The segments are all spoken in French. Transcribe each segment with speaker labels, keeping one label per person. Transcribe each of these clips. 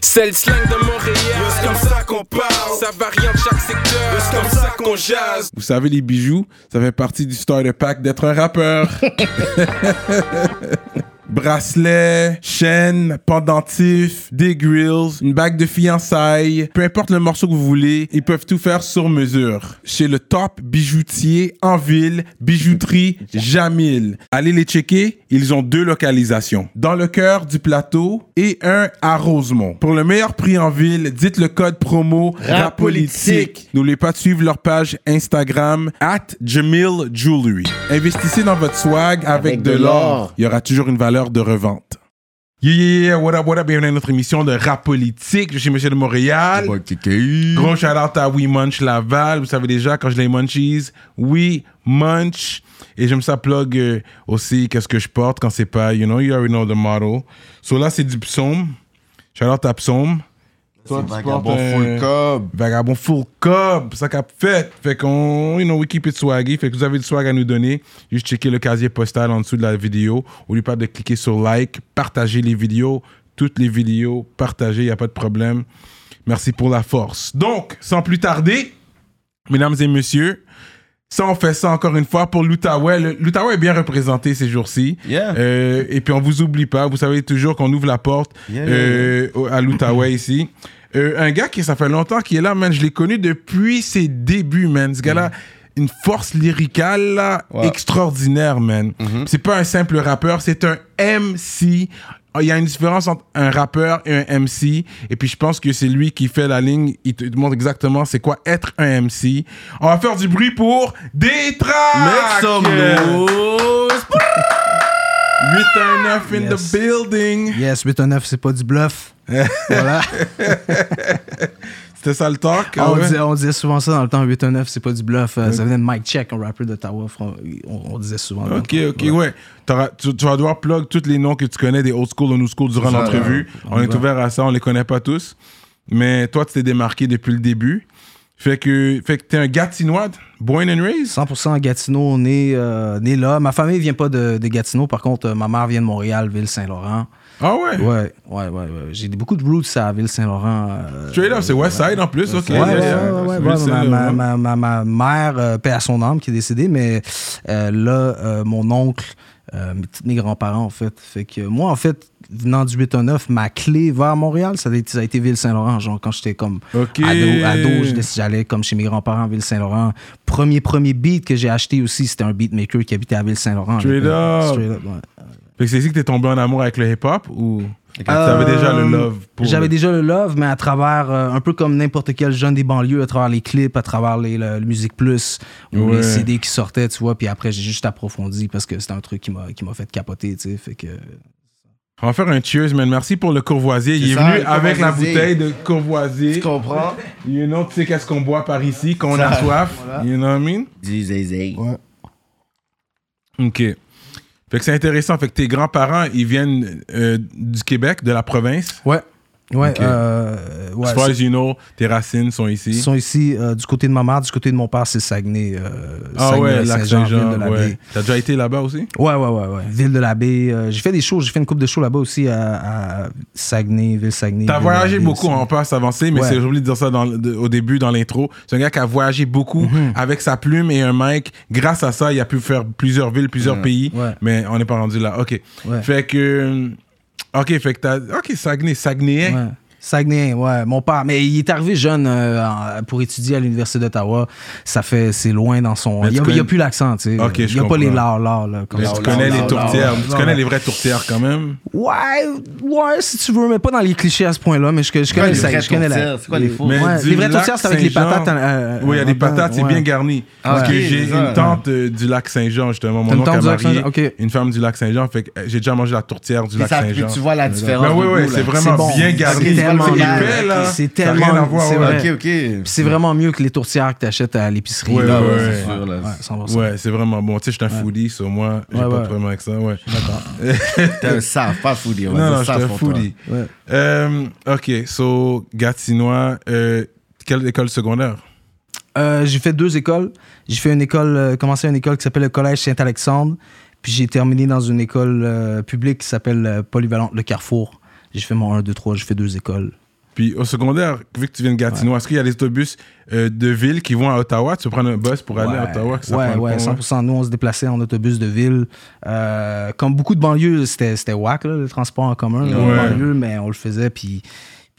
Speaker 1: C'est le slang de Montréal.
Speaker 2: C'est comme ça qu'on parle.
Speaker 1: Ça varie en chaque secteur.
Speaker 2: C'est comme ça qu'on jase.
Speaker 3: Vous savez, les bijoux, ça fait partie du starter pack d'être un rappeur. Bracelet, chaîne, pendentif, des grills, une bague de fiançailles, peu importe le morceau que vous voulez, ils peuvent tout faire sur mesure. Chez le top bijoutier en ville, bijouterie Jamil. Allez les checker, ils ont deux localisations, dans le cœur du plateau et un à Rosemont. Pour le meilleur prix en ville, dites le code promo RAPOLITIQUE. N'oubliez pas de suivre leur page Instagram at Jamil Jewelry. Investissez dans votre swag avec,
Speaker 4: Avec
Speaker 3: de
Speaker 4: de
Speaker 3: l'or.
Speaker 4: l'or.
Speaker 3: Il y aura toujours une valeur de revente. Yeah, yeah, yeah, what up, what up, bienvenue à notre émission de rap politique. Je suis Monsieur de Montréal. Gros shout-out à We Munch Laval. Vous savez déjà, quand je les munchies, We Munch. Et j'aime ça plug euh, aussi qu'est-ce que je porte quand c'est pas, you know, you already know the model. So là, c'est du psaume. Shout-out à psaume. Toi, tu
Speaker 4: Vagabond
Speaker 3: portes, euh,
Speaker 4: full cob.
Speaker 3: Vagabond full cob, ça cap fait. Fait qu'on, you know, we keep it swaggy. Fait que vous avez du swag à nous donner. Juste checker le casier postal en dessous de la vidéo. N'oubliez pas de cliquer sur like, partager les vidéos. Toutes les vidéos, partagez, il n'y a pas de problème. Merci pour la force. Donc, sans plus tarder, mesdames et messieurs, ça, on fait ça encore une fois pour l'Outaouais. Le- L'Outaouais est bien représenté ces jours-ci.
Speaker 4: Yeah.
Speaker 3: Euh, et puis, on vous oublie pas. Vous savez toujours qu'on ouvre la porte
Speaker 4: Yeah.
Speaker 3: euh, au- à l'Outaouais ici. Euh, un gars qui, ça fait longtemps qu'il est là, man. Je l'ai connu depuis ses débuts, man. Ce gars-là, une force lyricale là,
Speaker 4: Mm. Ouais. Mm-hmm.
Speaker 3: extraordinaire, man. C'est pas un simple rappeur, c'est un MC. Il y a une différence entre un rappeur et un MC. Et puis, je pense que c'est lui qui fait la ligne. Il te, il te montre exactement c'est quoi être un MC. On va faire du bruit pour des tracks!
Speaker 4: Make some noise.
Speaker 3: 819 in
Speaker 5: Yes.
Speaker 3: the building!
Speaker 5: Yes, 819, c'est pas du bluff. voilà.
Speaker 3: C'était ça le talk? ah
Speaker 5: on,
Speaker 3: ouais?
Speaker 5: disait, on disait souvent ça dans le temps, 819, c'est pas du bluff. Euh, Ça venait de Mike Check, un rappeur d'Ottawa. Fran- On, on disait souvent. dans le
Speaker 3: Ok,
Speaker 5: temps.
Speaker 3: ok, ouais. T'auras- tu, tu vas devoir plug tous les noms que tu connais des old school, de new school durant
Speaker 4: Ça,
Speaker 3: l'entrevue.
Speaker 5: ouais.
Speaker 3: On
Speaker 5: On y
Speaker 3: est
Speaker 5: va.
Speaker 3: ouvert à ça, on les connaît pas tous. Mais toi, tu t'es démarqué depuis le début. Fait que, fait que t'es un Gatinois, born and raised.
Speaker 5: 100% Gatineau, né, euh, né là. Ma famille vient pas de, de Gatineau, par contre, euh, ma mère vient de Montréal, Ville-Saint-Laurent.
Speaker 3: Ah ouais?
Speaker 5: Ouais, ouais, ouais. ouais. J'ai beaucoup de roots à Ville-Saint-Laurent. euh,
Speaker 3: Straight up, c'est Westside en plus, ok.
Speaker 5: Ouais, ouais,
Speaker 3: Yeah,
Speaker 5: ouais,
Speaker 3: yeah.
Speaker 5: ouais, ouais,
Speaker 3: C'est
Speaker 5: ouais,
Speaker 3: Wilson,
Speaker 5: ma,
Speaker 3: là,
Speaker 5: ma-
Speaker 3: ouais.
Speaker 5: ma- ma- ma mère, euh, paix à son âme, qui est décédée, mais euh, là, euh, mon oncle, euh, mes, petits- mes grands-parents, en fait. Fait que moi, en fait, venant du 819, ma clé vers Montréal, ça a été, ça a été Ville-Saint-Laurent, genre quand j'étais comme
Speaker 3: Ok.
Speaker 5: ado, ado, je déc- j'allais comme chez mes grands-parents à Ville-Saint-Laurent. Premier, premier beat que j'ai acheté aussi, c'était un beatmaker qui habitait à Ville-Saint-Laurent.
Speaker 3: Straight
Speaker 5: Euh,
Speaker 3: up.
Speaker 5: Straight up, ouais.
Speaker 3: Fait que c'est ici que t'es tombé en amour avec le hip-hop ou
Speaker 5: Euh,
Speaker 3: t'avais déjà le love pour.
Speaker 5: J'avais
Speaker 3: le-
Speaker 5: déjà le love, mais à travers, euh, un peu comme n'importe quel jeune des banlieues, à travers les clips, à travers les, le- le Musique Plus, ou
Speaker 3: Ouais.
Speaker 5: les CD qui sortaient, tu vois. Puis après, j'ai juste approfondi parce que c'était un truc qui m'a qui m'a fait capoter, tu sais. Fait que.
Speaker 3: On va faire un cheers, man. Merci pour le courvoisier. Il
Speaker 4: C'est
Speaker 3: est
Speaker 4: ça,
Speaker 3: venu
Speaker 4: le
Speaker 3: avec la bouteille
Speaker 4: Courvoisier.
Speaker 3: de courvoisier.
Speaker 4: Tu comprends?
Speaker 3: You know, tu sais qu'est-ce qu'on boit par ici, quand on a
Speaker 4: Ça,
Speaker 3: soif. You know what I mean?
Speaker 4: Du zézé.
Speaker 3: OK. Fait que c'est intéressant. Fait que tes grands-parents, ils viennent euh, du Québec, de la province.
Speaker 5: Ouais. Ouais.
Speaker 3: Ok.
Speaker 5: euh, ouais,
Speaker 3: as far as you know, tes racines sont ici.
Speaker 5: Ils sont ici euh, du côté de ma mère, du côté de mon père, c'est Saguenay. euh,
Speaker 3: ah
Speaker 5: Saguenay,
Speaker 3: ouais, lac
Speaker 5: Saint-Jean, Ville de
Speaker 3: Saint-Jean,
Speaker 5: la
Speaker 3: ouais.
Speaker 5: Baie.
Speaker 3: T'as déjà été là-bas aussi?
Speaker 5: Ouais, ouais, ouais, ouais. Ville de la Baie. euh, j'ai fait des shows, j'ai fait une coupe de shows là-bas aussi à, à Saguenay, Ville-Saguenay.
Speaker 3: T'as
Speaker 5: Ville de la
Speaker 3: voyagé
Speaker 5: Baie
Speaker 3: beaucoup, hein?
Speaker 5: aussi.
Speaker 3: on passe avancer, mais
Speaker 5: Ouais.
Speaker 3: c'est j'ai oublié de dire ça dans le- de- au début, dans l'intro. C'est un gars qui a voyagé beaucoup
Speaker 5: Mhm.
Speaker 3: avec sa plume et un mic. Grâce à ça, il a pu faire plusieurs villes, plusieurs pays,
Speaker 5: Ouais.
Speaker 3: mais on n'est pas rendu là. OK.
Speaker 5: Ouais.
Speaker 3: Fait que... euh, OK, fait que t'as... OK, Saguenay, Saguenay.
Speaker 5: Ouais. Saguenay, ouais, mon père. Mais il est arrivé jeune euh, en- pour étudier à l'Université d'Ottawa. Ça fait, c'est loin dans son.
Speaker 3: Mais
Speaker 5: Il n'y
Speaker 3: tu
Speaker 5: a,
Speaker 3: connais-
Speaker 5: il y a plus l'accent, tu sais.
Speaker 3: Ok, je
Speaker 5: il n'y a
Speaker 3: comprends.
Speaker 5: pas les lars lars là. comme ça.
Speaker 3: tu connais
Speaker 4: non,
Speaker 3: les
Speaker 4: non,
Speaker 3: tourtières.
Speaker 5: non,
Speaker 3: tu
Speaker 5: non,
Speaker 3: connais
Speaker 5: non.
Speaker 3: les vraies tourtières quand même.
Speaker 5: Ouais, ouais, si tu veux, mais pas dans les clichés à ce point-là. Mais je, je connais
Speaker 4: les
Speaker 5: ça.
Speaker 4: vraies
Speaker 5: Je connais la-
Speaker 4: tourtières? C'est quoi les faux?
Speaker 5: Ouais,
Speaker 3: Mais du
Speaker 5: les vraies
Speaker 3: lac
Speaker 5: tourtières, c'est avec les
Speaker 3: Saint-Jean-
Speaker 5: patates. euh, euh,
Speaker 3: oui, il y a des
Speaker 5: en dedans,
Speaker 3: patates, c'est
Speaker 5: ouais.
Speaker 3: bien garni.
Speaker 4: Ah,
Speaker 3: parce
Speaker 4: ok,
Speaker 3: que j'ai
Speaker 4: c'est ça.
Speaker 3: une tante euh, du lac Saint-Jean, justement. Mon
Speaker 5: T'as une
Speaker 3: oncle a
Speaker 5: tante du lac
Speaker 3: marié
Speaker 5: Saint-Jean, ok.
Speaker 3: une femme du lac Saint-Jean. Fait que euh, j'ai déjà mangé la tourtière du
Speaker 4: Puis
Speaker 3: lac
Speaker 4: ça, puis
Speaker 3: Saint-Jean.
Speaker 4: tu vois la différence.
Speaker 3: Ben oui,
Speaker 4: de
Speaker 3: oui,
Speaker 4: goût,
Speaker 3: c'est
Speaker 4: là.
Speaker 3: vraiment
Speaker 5: bon.
Speaker 3: bien garni.
Speaker 5: C'est tellement
Speaker 3: épais,
Speaker 4: mal.
Speaker 3: là.
Speaker 5: C'est
Speaker 3: Ça a rien
Speaker 5: tellement-
Speaker 3: à voir,
Speaker 5: c'est
Speaker 3: ouais.
Speaker 5: vrai.
Speaker 4: Ok, ok.
Speaker 5: Puis C'est vraiment mieux que les tourtières que tu achètes à l'épicerie.
Speaker 3: Ouais,
Speaker 5: là.
Speaker 3: ouais,
Speaker 5: ouais,
Speaker 3: ouais.
Speaker 4: c'est sûr, là.
Speaker 5: ouais, 100%.
Speaker 3: Ouais, c'est vraiment bon. Tu sais, je suis un foodie, sur moi, j'ai
Speaker 5: Ouais,
Speaker 3: pas de
Speaker 5: ouais.
Speaker 3: problème avec ça. Ouais.
Speaker 4: T'es un saf, pas foodie. on va
Speaker 3: Non,
Speaker 4: dire
Speaker 3: non, je
Speaker 4: saf
Speaker 3: suis un
Speaker 4: pour toi.
Speaker 3: foodie.
Speaker 5: Ouais.
Speaker 3: Euh, OK, so, Gatinois, euh, quelle école secondaire?
Speaker 5: Euh, j'ai fait deux écoles. J'ai fait une école, euh, commencé à une école qui s'appelle le Collège Saint-Alexandre, puis j'ai terminé dans une école euh, publique qui s'appelle euh, Polyvalente Le Carrefour. J'ai fait mon 1, 2, 3, j'ai fait deux écoles.
Speaker 3: Puis au secondaire, vu que tu viens de Gatineau, est-ce qu'il y a des autobus euh, de ville qui vont à Ottawa Tu peux prendre un bus pour aller à Ottawa que ça
Speaker 5: ouais,
Speaker 3: prend le
Speaker 5: ouais,
Speaker 3: pont, hein?
Speaker 5: 100%. Nous, on se déplaçait en autobus de ville. Euh, comme beaucoup de banlieues, c'était c'était whack, là, le transport en commun. là, en
Speaker 3: Ouais.
Speaker 5: banlieue, mais on le faisait. Puis,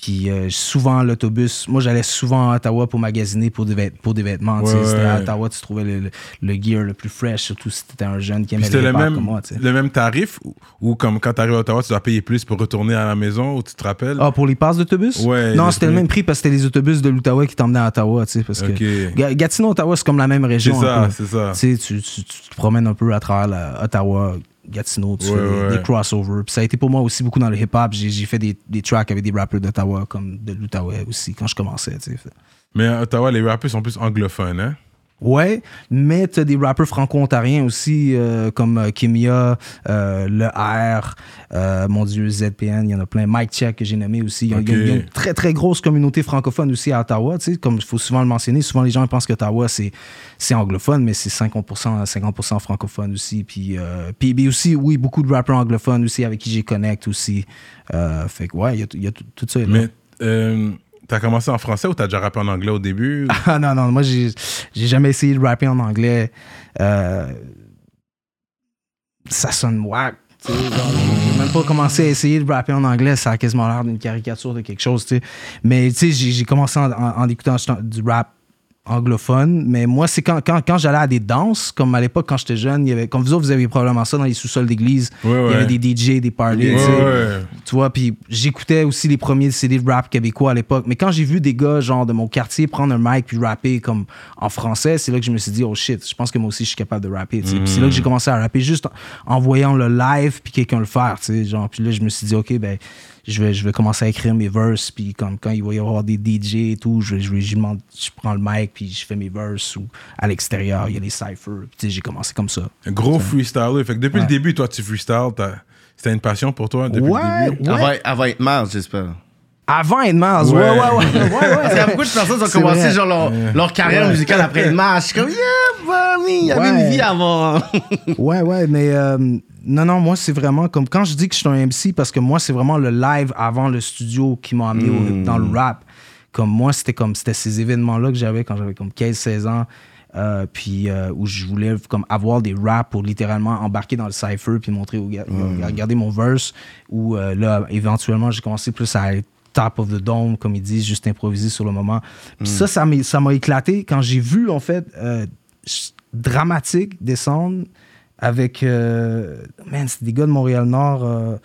Speaker 5: puis euh, souvent, l'autobus. Moi, j'allais souvent à Ottawa pour magasiner pour des, vêt- pour des vêtements. tu sais.
Speaker 3: Ouais,
Speaker 5: C'était à
Speaker 3: ouais.
Speaker 5: Ottawa, tu trouvais le, le- le gear le plus fresh, surtout si t'étais un jeune
Speaker 3: Puis
Speaker 5: qui aimait
Speaker 3: c'était
Speaker 5: le
Speaker 3: le
Speaker 5: hip
Speaker 3: même,
Speaker 5: comme moi. tu sais.
Speaker 3: le même tarif ou, ou comme quand tu arrives à Ottawa, tu dois payer plus pour retourner à la maison ou tu te rappelles
Speaker 5: Ah, pour les passes d'autobus?
Speaker 3: Ouais,
Speaker 5: Non,
Speaker 3: les
Speaker 5: c'était le
Speaker 3: trucs.
Speaker 5: même prix parce que c'était les autobus de l'Outaouais qui t'emmenaient à Ottawa, tu sais, parce
Speaker 3: Ok.
Speaker 5: que Ga- Gatineau-Ottawa, c'est comme la même
Speaker 3: C'est
Speaker 5: région.
Speaker 3: ça,
Speaker 5: un peu.
Speaker 3: c'est ça.
Speaker 5: Tu, sais, tu, tu- tu te promènes un peu à travers la- Ottawa, Gatineau, tu
Speaker 3: Ouais,
Speaker 5: fais des-
Speaker 3: ouais.
Speaker 5: des, crossovers. Puis ça a été pour moi aussi beaucoup dans le hip-hop. J'ai j'ai fait des, des tracks avec des rappers d'Ottawa comme de l'Outaouais aussi quand je commençais. tu sais.
Speaker 3: Mais à Ottawa, les rappeurs sont plus anglophones, hein
Speaker 5: Ouais, mais t'as des rappers franco-ontariens aussi euh, comme euh, Kimia, euh, Le R, euh, mon Dieu, ZPN, il y en a plein. Mike Check que j'ai nommé aussi. Il y a, il y a-
Speaker 3: Ok.
Speaker 5: il y a une très très grosse communauté francophone aussi à Ottawa. Tu sais, comme il faut souvent le mentionner, souvent les gens pensent qu'Ottawa c'est c'est anglophone, mais c'est 50% à 50% francophone aussi. Puis euh, puis puis aussi, oui, beaucoup de rappers anglophones aussi avec qui j'ai connecte aussi. Euh, fait que ouais, il y a, tout- il y a tout, tout ça. est là.
Speaker 3: Mais euh, t'as commencé en français ou t'as déjà rappé en anglais au début ou-
Speaker 5: Ah non, non, moi j'ai j'ai jamais essayé de rapper en anglais. Euh, ça sonne whack. tu sais, genre, J'ai même pas commencé à essayer de rapper en anglais, ça a quasiment l'air d'une caricature de quelque chose. tu sais. Mais tu sais, j'ai j'ai commencé en, en- en écoutant justement du rap anglophone. Mais moi, c'est quand, quand, quand j'allais à des danses, comme à l'époque quand j'étais jeune, il y avait, comme vous autres, vous avez probablement ça dans les sous-sols d'église.
Speaker 3: Ouais, ouais.
Speaker 5: Il y avait des DJ, des parties.
Speaker 3: Ouais,
Speaker 5: tu sais.
Speaker 3: ouais.
Speaker 5: Tu vois, puis j'écoutais aussi les premiers CD de rap québécois à l'époque. Mais quand j'ai vu des gars, genre, de mon quartier prendre un mic puis rapper comme en français, c'est là que je me suis dit, oh shit, je pense que moi aussi, je suis capable de rapper. tu sais. Puis c'est là que j'ai commencé à rapper juste en, en voyant le live puis quelqu'un le faire, tu sais. Genre, puis là, je me suis dit, OK, ben, je vais, je vais commencer à écrire mes verses. Puis comme quand il va y avoir des DJ et tout, je, vais- je, vais- je demande- je prends le mic puis je fais mes verses ou à l'extérieur, il y a les cyphers. Puis tu sais, j'ai commencé comme ça.
Speaker 3: Un Gros freestyler. Fait que depuis le début, toi, tu freestyles. t'as- C'était une passion pour toi depuis
Speaker 5: Ouais,
Speaker 3: le début
Speaker 5: ouais.
Speaker 4: Avant, avant être mars, j'espère.
Speaker 5: Avant être Mars, ouais,
Speaker 3: Ouais.
Speaker 5: ouais, ouais. ouais, ouais,
Speaker 4: Parce qu'il y a beaucoup de personnes qui ont
Speaker 5: C'est
Speaker 4: commencé
Speaker 5: vrai.
Speaker 4: genre leur, leur carrière
Speaker 5: Ouais.
Speaker 4: musicale après le match. Je suis comme, yeah, bah oui, il y avait
Speaker 5: Ouais.
Speaker 4: une vie avant.
Speaker 5: Ouais, ouais, mais euh, non, non, moi, c'est vraiment comme quand je dis que je suis un MC, parce que moi, c'est vraiment le live avant le studio qui m'a amené au- dans le rap. Comme moi, c'était comme c'était ces événements-là que j'avais quand j'avais comme 15-16 ans. euh, puis euh, où je voulais comme avoir des raps pour littéralement embarquer dans le cypher puis montrer au gars regarder mon verse où euh, là éventuellement j'ai commencé plus à être top of the dome comme ils disent juste improviser sur le moment puis ça ça m'est- ça m'a éclaté quand j'ai vu en fait euh, ch- dramatique descendre avec euh, man c'était des gars de Montréal Nord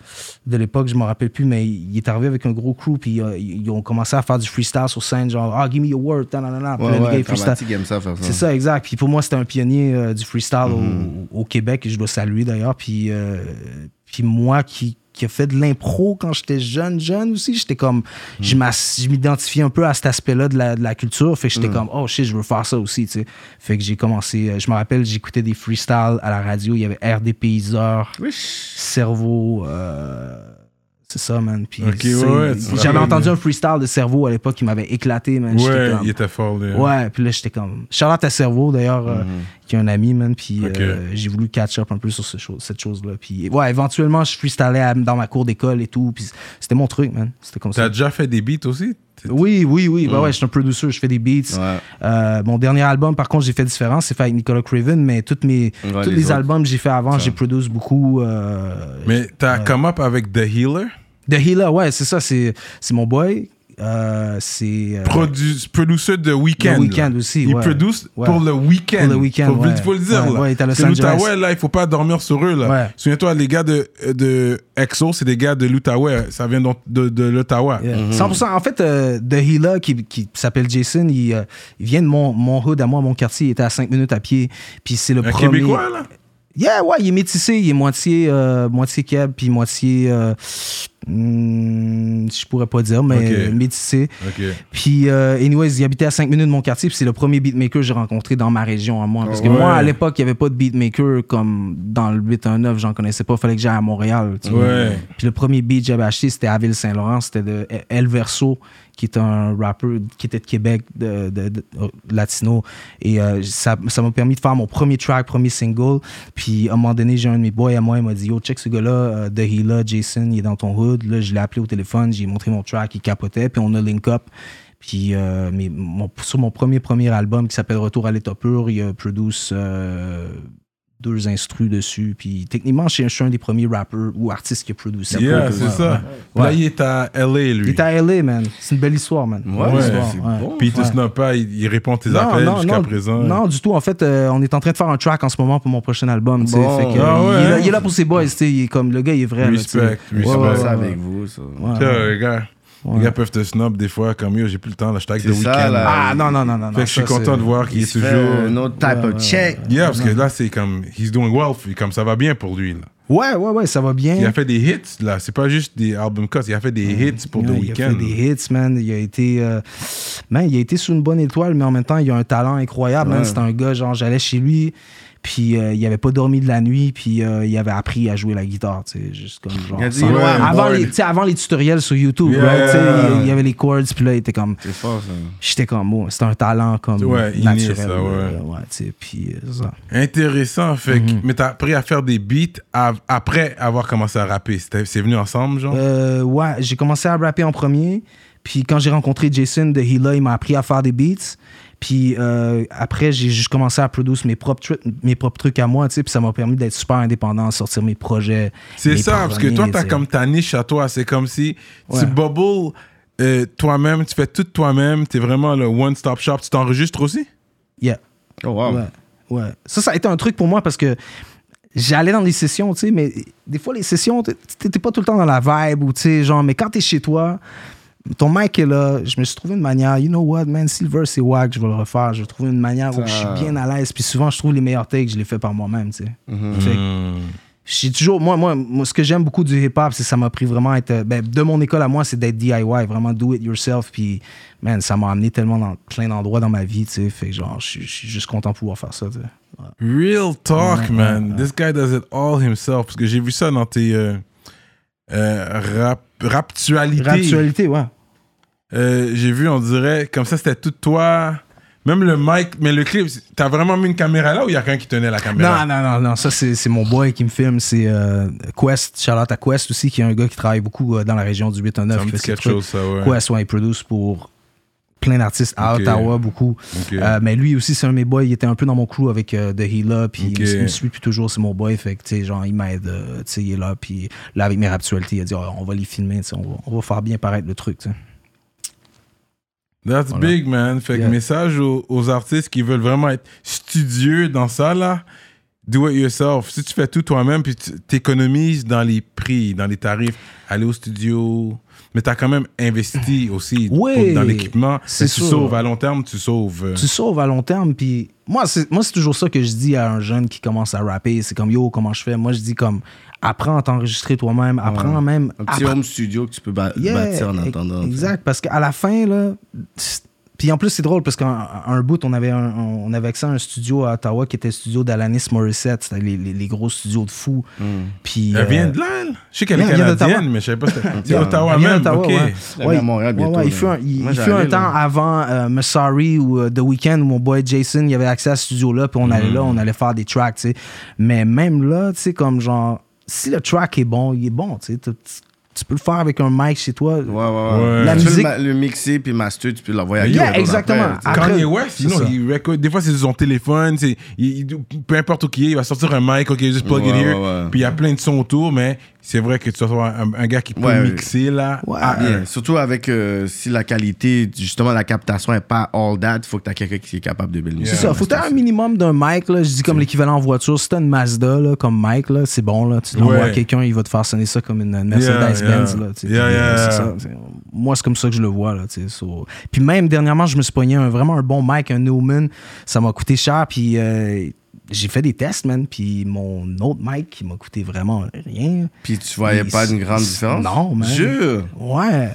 Speaker 5: de l'époque je m'en rappelle plus mais il est arrivé avec un gros crew puis euh, ils ont commencé à faire du freestyle sur scène genre ah give me your word ta, na, na, na. Puis là, le gars, il freestyle.
Speaker 4: Dramatique, il aime ça faire ça.
Speaker 5: c'est ça exact puis pour moi c'était un pionnier euh, du freestyle au-
Speaker 3: Mhm.
Speaker 5: au, Québec et je dois saluer d'ailleurs puis euh, puis moi qui qui a fait de l'impro quand j'étais jeune, jeune aussi. J'étais
Speaker 3: Mhm.
Speaker 5: comme, je m'as- je m'identifiais un peu à cet aspect-là de la, de la culture. Fait que
Speaker 3: Mhm.
Speaker 5: j'étais comme, oh shit, je veux faire ça aussi, tu sais. Fait que j'ai commencé, euh, je me rappelle, j'écoutais des freestyles à la radio. Il y avait Air des Payseurs, Cerveau, euh, c'est ça, man. Puis
Speaker 3: Ok, ouais,
Speaker 5: c'est-
Speaker 3: ouais, tu te rappelles,
Speaker 5: j'avais entendu
Speaker 3: mais-
Speaker 5: un freestyle de Cerveau à l'époque qui m'avait éclaté, man. J'étais
Speaker 3: Ouais,
Speaker 5: comme-
Speaker 3: il était fort. lui. hein.
Speaker 5: Ouais, puis là, j'étais comme. Charlotte à cerveau, d'ailleurs, euh, qui est un ami, man. Puis
Speaker 3: Ok.
Speaker 5: euh, j'ai voulu catch up un peu sur ce chose, cette chose-là. Puis ouais, éventuellement, je freestallais à- dans ma cour d'école et tout. Puis c'était mon truc, man. C'était comme
Speaker 3: T'as
Speaker 5: ça.
Speaker 3: déjà fait des beats aussi T'es-
Speaker 5: Oui, oui, oui. Bah ouais, je suis un producer, je fais des beats.
Speaker 4: Ouais.
Speaker 5: Euh, mon dernier album, par contre, j'ai fait différent. C'est fait avec Nicolas Craven, mais toutes mes,
Speaker 4: Ouais,
Speaker 5: tous
Speaker 4: les
Speaker 5: les,
Speaker 4: autres.
Speaker 5: albums que j'ai fait avant, j'ai produit beaucoup. euh,
Speaker 3: Mais t'as come up avec The Healer
Speaker 5: The Healer, ouais, c'est ça. C'est c'est mon boy. Euh, c'est. euh,
Speaker 3: Produ- producer de Weekend.
Speaker 5: Le Weeknd
Speaker 3: là.
Speaker 5: aussi,
Speaker 3: Il
Speaker 5: ouais.
Speaker 3: produce
Speaker 5: Ouais.
Speaker 3: pour le Weekend.
Speaker 5: Pour le Weeknd,
Speaker 3: Faut,
Speaker 5: ouais.
Speaker 3: faut le dire,
Speaker 5: Ouais,
Speaker 3: là.
Speaker 5: ouais, il est à Los
Speaker 3: Parce que
Speaker 5: Angeles.
Speaker 3: l'Outaouais, là, il faut pas dormir sur eux, là.
Speaker 5: Ouais.
Speaker 3: Souviens-toi, les gars de, de EXO, c'est des gars de l'Outaouais. Ça vient donc de, de l'Ottawa.
Speaker 5: Yeah. 100%. En fait, euh, The Healer, qui, qui s'appelle Jason, il, euh, il vient de mon, mon hood à moi, mon quartier. Il était à 5 minutes à pied. Puis c'est le
Speaker 3: Un
Speaker 5: premier.
Speaker 3: Québécois, là
Speaker 5: Yeah, ouais, il est métissé. Il est moitié, euh, moitié Keb, puis moitié. euh, hmm, je pourrais pas dire, mais
Speaker 3: Ok.
Speaker 5: métissé.
Speaker 3: Ok.
Speaker 5: Puis, euh, anyways, il habitait à 5 minutes de mon quartier, puis c'est le premier beatmaker que j'ai rencontré dans ma région à moi. Parce que
Speaker 3: ouais.
Speaker 5: moi, à l'époque, il n'y avait pas de beatmaker comme dans le 819, j'en connaissais pas. Fallait que j'aille à Montréal. tu vois.
Speaker 3: Ouais.
Speaker 5: Puis le premier beat que j'avais acheté, c'était à Ville-Saint-Laurent, c'était de El Verso, qui est un rappeur qui était de Québec, de, de- de- euh, latino. Et euh, ça ça m'a permis de faire mon premier track, premier single. Puis à un moment donné, j'ai un de mes boys à moi, il m'a dit Yo, check ce gars-là, euh, The Healer, Jason, il est dans ton hood. hood. Là, je l'ai appelé au téléphone, j'ai montré mon track, il capotait, puis on a link up. Puis euh, mes- mon- sur mon premier premier album qui s'appelle Retour à l'état pur, il a produce euh, deux instrus dessus. Puis techniquement, je suis- je suis un des premiers rappeurs ou artistes qui a produit ça.
Speaker 3: Yeah, c'est ça.
Speaker 5: ouais.
Speaker 3: Là, il est à LA,
Speaker 5: Il
Speaker 3: lui.
Speaker 5: est à LA, man. C'est une belle histoire, man.
Speaker 4: Ouais,
Speaker 5: Belle
Speaker 3: Ouais,
Speaker 5: histoire,
Speaker 3: c'est
Speaker 5: ouais.
Speaker 3: Puis il te
Speaker 5: Ouais.
Speaker 3: snob pas, il, il répond à tes
Speaker 5: Non,
Speaker 3: appels
Speaker 5: non,
Speaker 3: jusqu'à
Speaker 5: non,
Speaker 3: présent.
Speaker 5: Non, du tout. En fait, euh, on est en train de faire un track en ce moment pour mon prochain album. tu sais.
Speaker 4: Bon.
Speaker 5: Fait que,
Speaker 3: Ah
Speaker 5: euh,
Speaker 3: ouais,
Speaker 5: il, est là,
Speaker 3: hein?
Speaker 5: il est là pour ses boys. tu sais. Il est comme, le gars, il est vrai. là, tu sais.
Speaker 3: Respect, respect.
Speaker 5: Ouais, ouais,
Speaker 4: ça
Speaker 5: ouais.
Speaker 4: avec vous, ça.
Speaker 5: Ouais.
Speaker 3: Tiens, les gars,
Speaker 5: Ouais.
Speaker 3: les gars peuvent te snob des fois, comme yo, j'ai plus le temps, là, je tag The
Speaker 4: C'est ça,
Speaker 3: Weeknd.
Speaker 4: là.
Speaker 5: Ah non, non, non, non.
Speaker 3: Fait que je suis content de voir qu'il est
Speaker 4: Toujours. Un
Speaker 3: toujours.
Speaker 4: autre type of check.
Speaker 3: Yeah, parce que
Speaker 5: Mm-hmm.
Speaker 3: là, c'est comme, he's doing well, puis comme ça va bien pour lui, là.
Speaker 5: Ouais, ouais, ouais, ça va bien.
Speaker 3: Il a fait des hits, là. C'est pas juste des albums cuts. Il a fait des hits pour
Speaker 5: Ouais,
Speaker 3: The
Speaker 5: Mm-hmm. il a fait
Speaker 3: Weeknd.
Speaker 5: des hits, man. Il a été, euh, man, il a été sous une bonne étoile, mais en même temps, il a un talent incroyable, man. C'est un gars, genre, j'allais chez lui, puis euh, il avait pas dormi de la nuit, puis euh, il avait appris à jouer la guitare, tu sais, juste comme genre.
Speaker 4: Il a dit,
Speaker 5: sans-
Speaker 4: ouais, I'm
Speaker 5: avant,
Speaker 4: bored.
Speaker 5: les, tu sais, avant les tutoriels sur YouTube,
Speaker 3: Yeah.
Speaker 5: right, tu sais, il- il y avait les chords, puis là, il était comme.
Speaker 4: C'est fort, ça.
Speaker 5: J'étais comme, oh, c'est un talent comme
Speaker 3: Ouais, inné,
Speaker 5: naturel.
Speaker 3: ça, ouais.
Speaker 5: euh, tu sais, puis euh, ça.
Speaker 3: Intéressant, fait
Speaker 5: Mm-hmm.
Speaker 3: que- Mais t'as appris à faire des beats av- après avoir commencé à rapper. C'était- C'est venu ensemble, genre?
Speaker 5: Euh, ouais, j'ai commencé à rapper en premier. Puis quand j'ai rencontré Jason de Hila, il m'a appris à faire des beats. Puis euh, après, j'ai juste commencé à produire mes propres, tru- mes propres trucs à moi, tu sais. Puis ça m'a permis d'être super indépendant, sortir mes projets.
Speaker 3: C'est
Speaker 5: mes
Speaker 3: ça, parce que
Speaker 5: premiers,
Speaker 3: toi,
Speaker 5: tu
Speaker 3: t'as
Speaker 5: sais.
Speaker 3: comme ta niche à toi. C'est comme si tu
Speaker 5: Ouais.
Speaker 3: bubble euh, toi-même, tu fais tout toi-même. T'es vraiment le one-stop shop. Tu t'enregistres aussi?
Speaker 5: Yeah.
Speaker 4: Oh, wow.
Speaker 5: Ouais, ouais. Ça, ça a été un truc pour moi parce que j'allais dans des sessions, tu sais, mais des fois, les sessions, t'es- t'étais pas tout le temps dans la vibe ou, tu sais, genre, mais quand t'es chez toi, ton mic est là, je me suis trouvé une manière, you know what, man, Silver, c'est wack, je vais le refaire, je vais trouver une manière où je suis bien à l'aise, puis souvent, je trouve les meilleurs takes, je les fais par moi-même, tu sais. Fait que j'ai toujours, moi, moi, moi, ce que j'aime beaucoup du hip-hop, c'est que ça m'a pris vraiment à être, euh, ben, de mon école à moi, c'est d'être DIY, vraiment do it yourself. Puis, man, ça m'a amené tellement dans plein d'endroits dans ma vie, tu sais. Fait que genre, je suis- je suis juste content de pouvoir faire ça, tu sais. Ouais.
Speaker 3: Real talk, man. This guy does it all himself. Parce que j'ai vu ça dans tes euh, euh, rap, raptualités.
Speaker 5: Raptualité, ouais.
Speaker 3: Euh, j'ai vu, on dirait, comme ça, c'était tout toi. Même le mic, mais le clip, c'est- t'as vraiment mis une caméra là ou il y a quelqu'un qui tenait la caméra?
Speaker 5: Non, non, non, non, ça, c'est c'est mon boy qui me filme, c'est euh, Quest, Charlotte à Quest aussi, qui est un gars qui travaille beaucoup euh, dans la région du 8 à 9.
Speaker 3: Ça me
Speaker 5: qui fait
Speaker 3: dit
Speaker 5: ses
Speaker 3: quelque
Speaker 5: trucs.
Speaker 3: chose, ça, ouais.
Speaker 5: Quest, ouais, il produce pour plein d'artistes à
Speaker 3: Ok.
Speaker 5: Ottawa, beaucoup.
Speaker 3: Ok.
Speaker 5: Euh, mais lui aussi, c'est un de mes boys. Il était un peu dans mon crew avec euh, The Healer. Puis
Speaker 3: Ok.
Speaker 5: il me- il me suit puis toujours, c'est mon boy. Fait que, tu sais, genre, il m'aide. euh, tu sais, il est là. Puis là, avec mes raptualités, il a dit, Ah, on va les filmer. tu sais, On va, on va faire bien paraître le truc. tu sais.
Speaker 3: That's
Speaker 5: Voilà.
Speaker 3: big, man. Fait que
Speaker 5: Yeah.
Speaker 3: message aux, aux artistes qui veulent vraiment être studieux dans ça, là. Do it yourself. Si tu fais tout toi-même, puis tu t'économises dans les prix, dans les tarifs, aller au studio. Mais t'as quand même investi aussi pour-
Speaker 5: Ouais,
Speaker 3: dans l'équipement.
Speaker 5: c'est
Speaker 3: Mais Tu
Speaker 5: sûr.
Speaker 3: sauves à long terme, tu sauves. euh,
Speaker 5: Tu sauves à long terme. Puis moi, c'est moi, c'est toujours ça que je dis à un jeune qui commence à rapper. C'est comme, yo, comment je fais? Moi, je dis comme, apprends à t'enregistrer toi-même. Apprends même.
Speaker 4: Un petit
Speaker 5: appre-
Speaker 4: home studio que tu peux ba-
Speaker 5: Yeah,
Speaker 4: bâtir en
Speaker 5: e-
Speaker 4: attendant.
Speaker 5: Exact, parce qu'à la fin, là. c'est- Puis en plus, c'est drôle parce qu'à un bout, on avait, un- on avait accès à un studio à Ottawa qui était le studio d'Alanis Morissette. C'était les, les- les gros studios de fous.
Speaker 4: Hmm.
Speaker 5: Puis.
Speaker 3: Elle
Speaker 5: euh,
Speaker 3: vient de là, elle? Je sais qu'elle est
Speaker 5: elle vient d'Ottawa.
Speaker 3: canadienne, mais je savais pas. si- C'est
Speaker 5: yeah,
Speaker 3: Ottawa
Speaker 5: elle vient
Speaker 3: même,
Speaker 5: d'Ottawa,
Speaker 3: ok.
Speaker 5: ouais.
Speaker 4: Elle vient à Montréal bientôt,
Speaker 5: ouais, il
Speaker 4: là.
Speaker 5: fut un, il-
Speaker 4: Moi,
Speaker 5: il
Speaker 4: j'allais,
Speaker 5: fut un
Speaker 4: là.
Speaker 5: temps avant euh, Messari ou euh, The Weeknd où mon boy Jason, il avait accès à ce studio-là, puis on allait là, on allait faire des tracks, tu sais. Mais même là, tu sais, comme genre, si le track est bon, il est bon, tu sais. Tu- Tu peux le faire avec un mic chez toi.
Speaker 4: Ouais, ouais, ouais.
Speaker 3: Ouais. La
Speaker 4: Tu peux le
Speaker 5: musique-
Speaker 4: ma- le mixer puis master, tu peux l'envoyer à
Speaker 3: Yeah,
Speaker 4: Guillaume,
Speaker 5: exactement.
Speaker 4: après, tu sais.
Speaker 5: Ah, Après,
Speaker 3: Kanye West,
Speaker 5: c'est
Speaker 3: sinon,
Speaker 5: ça.
Speaker 3: il record- des fois, c'est son téléphone, c'est, il- il- peu importe où il est, il va sortir un mic, ok, juste plug it
Speaker 4: Ouais,
Speaker 3: here,
Speaker 4: ouais, ouais.
Speaker 3: puis il y a plein de sons autour, mais c'est vrai que tu sois un, un gars qui peut
Speaker 4: Ouais, ouais.
Speaker 3: mixer, là. Ah,
Speaker 5: Ouais.
Speaker 3: à-
Speaker 4: Bien. Surtout avec euh, si la qualité, justement, la captation n'est pas all that, il faut que tu as quelqu'un qui est capable de belle musique.
Speaker 5: C'est ça, faut que t'aies un minimum d'un mic, là, je dis comme l'équivalent en voiture. Si t'as une Mazda là, comme mic, là, c'est bon, là, tu l'envoies
Speaker 3: Ouais.
Speaker 5: à quelqu'un, il va te faire sonner ça comme une Mercedes-Benz.
Speaker 3: yeah.
Speaker 5: là, tu sais. euh,
Speaker 3: Yeah, yeah.
Speaker 5: C'est ça, c'est- Moi, c'est comme ça que je le vois. Là, tu sais, so- Puis même dernièrement, je me suis pogné un, vraiment un bon mic, un Neumann. Ça m'a coûté cher, puis euh, j'ai fait des tests, man. Puis mon autre mic, qui m'a coûté vraiment rien.
Speaker 4: Puis tu voyais
Speaker 5: Il-
Speaker 4: pas une grande différence?
Speaker 5: Non, man.
Speaker 4: Jure!
Speaker 5: Ouais.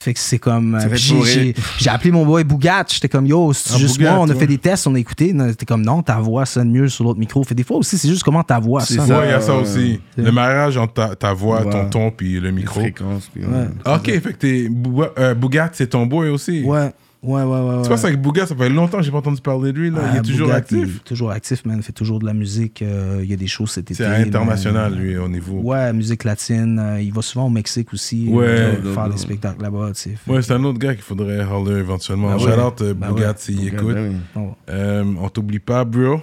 Speaker 5: Fait que c'est comme. euh,
Speaker 4: fait
Speaker 5: puis j'ai-
Speaker 4: pourrir.
Speaker 5: J'ai j'ai appelé mon boy Bougat. J'étais comme, yo, c'est
Speaker 3: Ah,
Speaker 5: juste
Speaker 3: Bougat,
Speaker 5: moi. On a
Speaker 3: ouais.
Speaker 5: fait des tests, on a écouté. Non, C'était comme, non, ta voix sonne mieux sur l'autre micro. Fait des fois aussi, c'est juste comment ta voix
Speaker 4: C'est
Speaker 5: sonne.
Speaker 4: ça.
Speaker 3: Ouais, il y a ça
Speaker 4: Ouais.
Speaker 3: aussi. Le mariage entre ta, ta voix,
Speaker 4: Ouais.
Speaker 3: ton ton, puis le
Speaker 4: Les
Speaker 3: micro.
Speaker 4: fréquences, puis ouais.
Speaker 5: Ouais.
Speaker 3: Ok, fait que t'es, Bou- euh, Bougat, c'est ton boy aussi.
Speaker 5: Ouais. Ouais, ouais, ouais. ouais.
Speaker 3: C'est pas ça avec Bouga, ça fait longtemps que j'ai pas entendu parler de lui. Là.
Speaker 5: Ah,
Speaker 3: il est toujours
Speaker 5: Bougat, il
Speaker 3: actif.
Speaker 5: est toujours actif, man. Il fait toujours de la musique. euh, il y a des shows cet été.
Speaker 3: C'est international,
Speaker 5: man.
Speaker 3: lui, au niveau. Ouais,
Speaker 5: Ouais, musique latine. euh, il va souvent au Mexique aussi.
Speaker 3: Ouais.
Speaker 5: euh, faire des spectacles là-bas, tu sais. Fait-
Speaker 3: c'est un autre gars qu'il faudrait holler éventuellement.
Speaker 5: Bah ouais.
Speaker 3: Shout out euh,
Speaker 5: Bah
Speaker 3: Bougat
Speaker 5: ouais.
Speaker 3: s'il
Speaker 4: Bougat,
Speaker 3: écoute.
Speaker 4: ben oui.
Speaker 5: bon.
Speaker 3: Euh, on t'oublie pas, bro.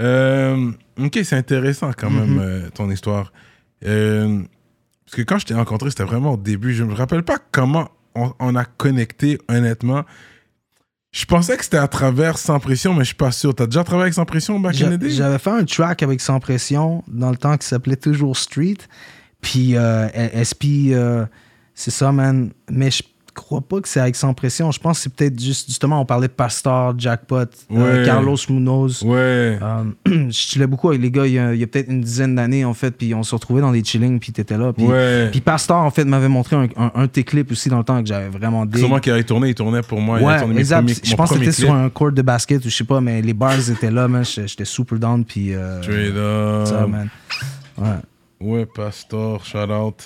Speaker 3: Euh, ok, c'est intéressant quand
Speaker 5: Mhm.
Speaker 3: même euh, ton histoire. Euh, parce que quand je t'ai rencontré, c'était vraiment au début. Je me rappelle pas comment on, on a connecté, honnêtement. Je pensais que c'était à travers Sans Pression, mais je suis pas sûr. T'as déjà travaillé avec Sans Pression, Back in
Speaker 5: J'a-
Speaker 3: the Day?
Speaker 5: J'avais fait un track avec Sans Pression dans le temps qui s'appelait Toujours Street. Puis euh, SP, euh, c'est ça, man. Mais je crois pas que c'est avec Sans Pression. Je pense que c'est peut-être juste, justement, on parlait de Pastor, Jackpot, euh,
Speaker 3: Ouais.
Speaker 5: Carlos Munoz.
Speaker 3: Ouais.
Speaker 5: Euh, je chillais beaucoup avec les gars il y a, il y a peut-être une dizaine d'années, en fait. Puis on se retrouvait dans des chillings, puis t'étais là. Puis,
Speaker 3: ouais.
Speaker 5: puis Pastor, en fait, m'avait montré un, un- un de tes clips aussi dans le temps que j'avais vraiment dit.
Speaker 3: Sûrement qu'il allait tourner, il tournait pour moi. il allait
Speaker 5: Ouais,
Speaker 3: tourner mes
Speaker 5: exact.
Speaker 3: premiers-
Speaker 5: je
Speaker 3: mon
Speaker 5: pense que
Speaker 3: premier
Speaker 5: c'était sur
Speaker 3: clip.
Speaker 5: un court de basket ou je sais pas, mais les bars étaient là, man. J'étais j'étais super down, puis. euh,
Speaker 3: Straight up.
Speaker 5: ça, man. Ouais.
Speaker 3: Ouais, Pastor, shout out.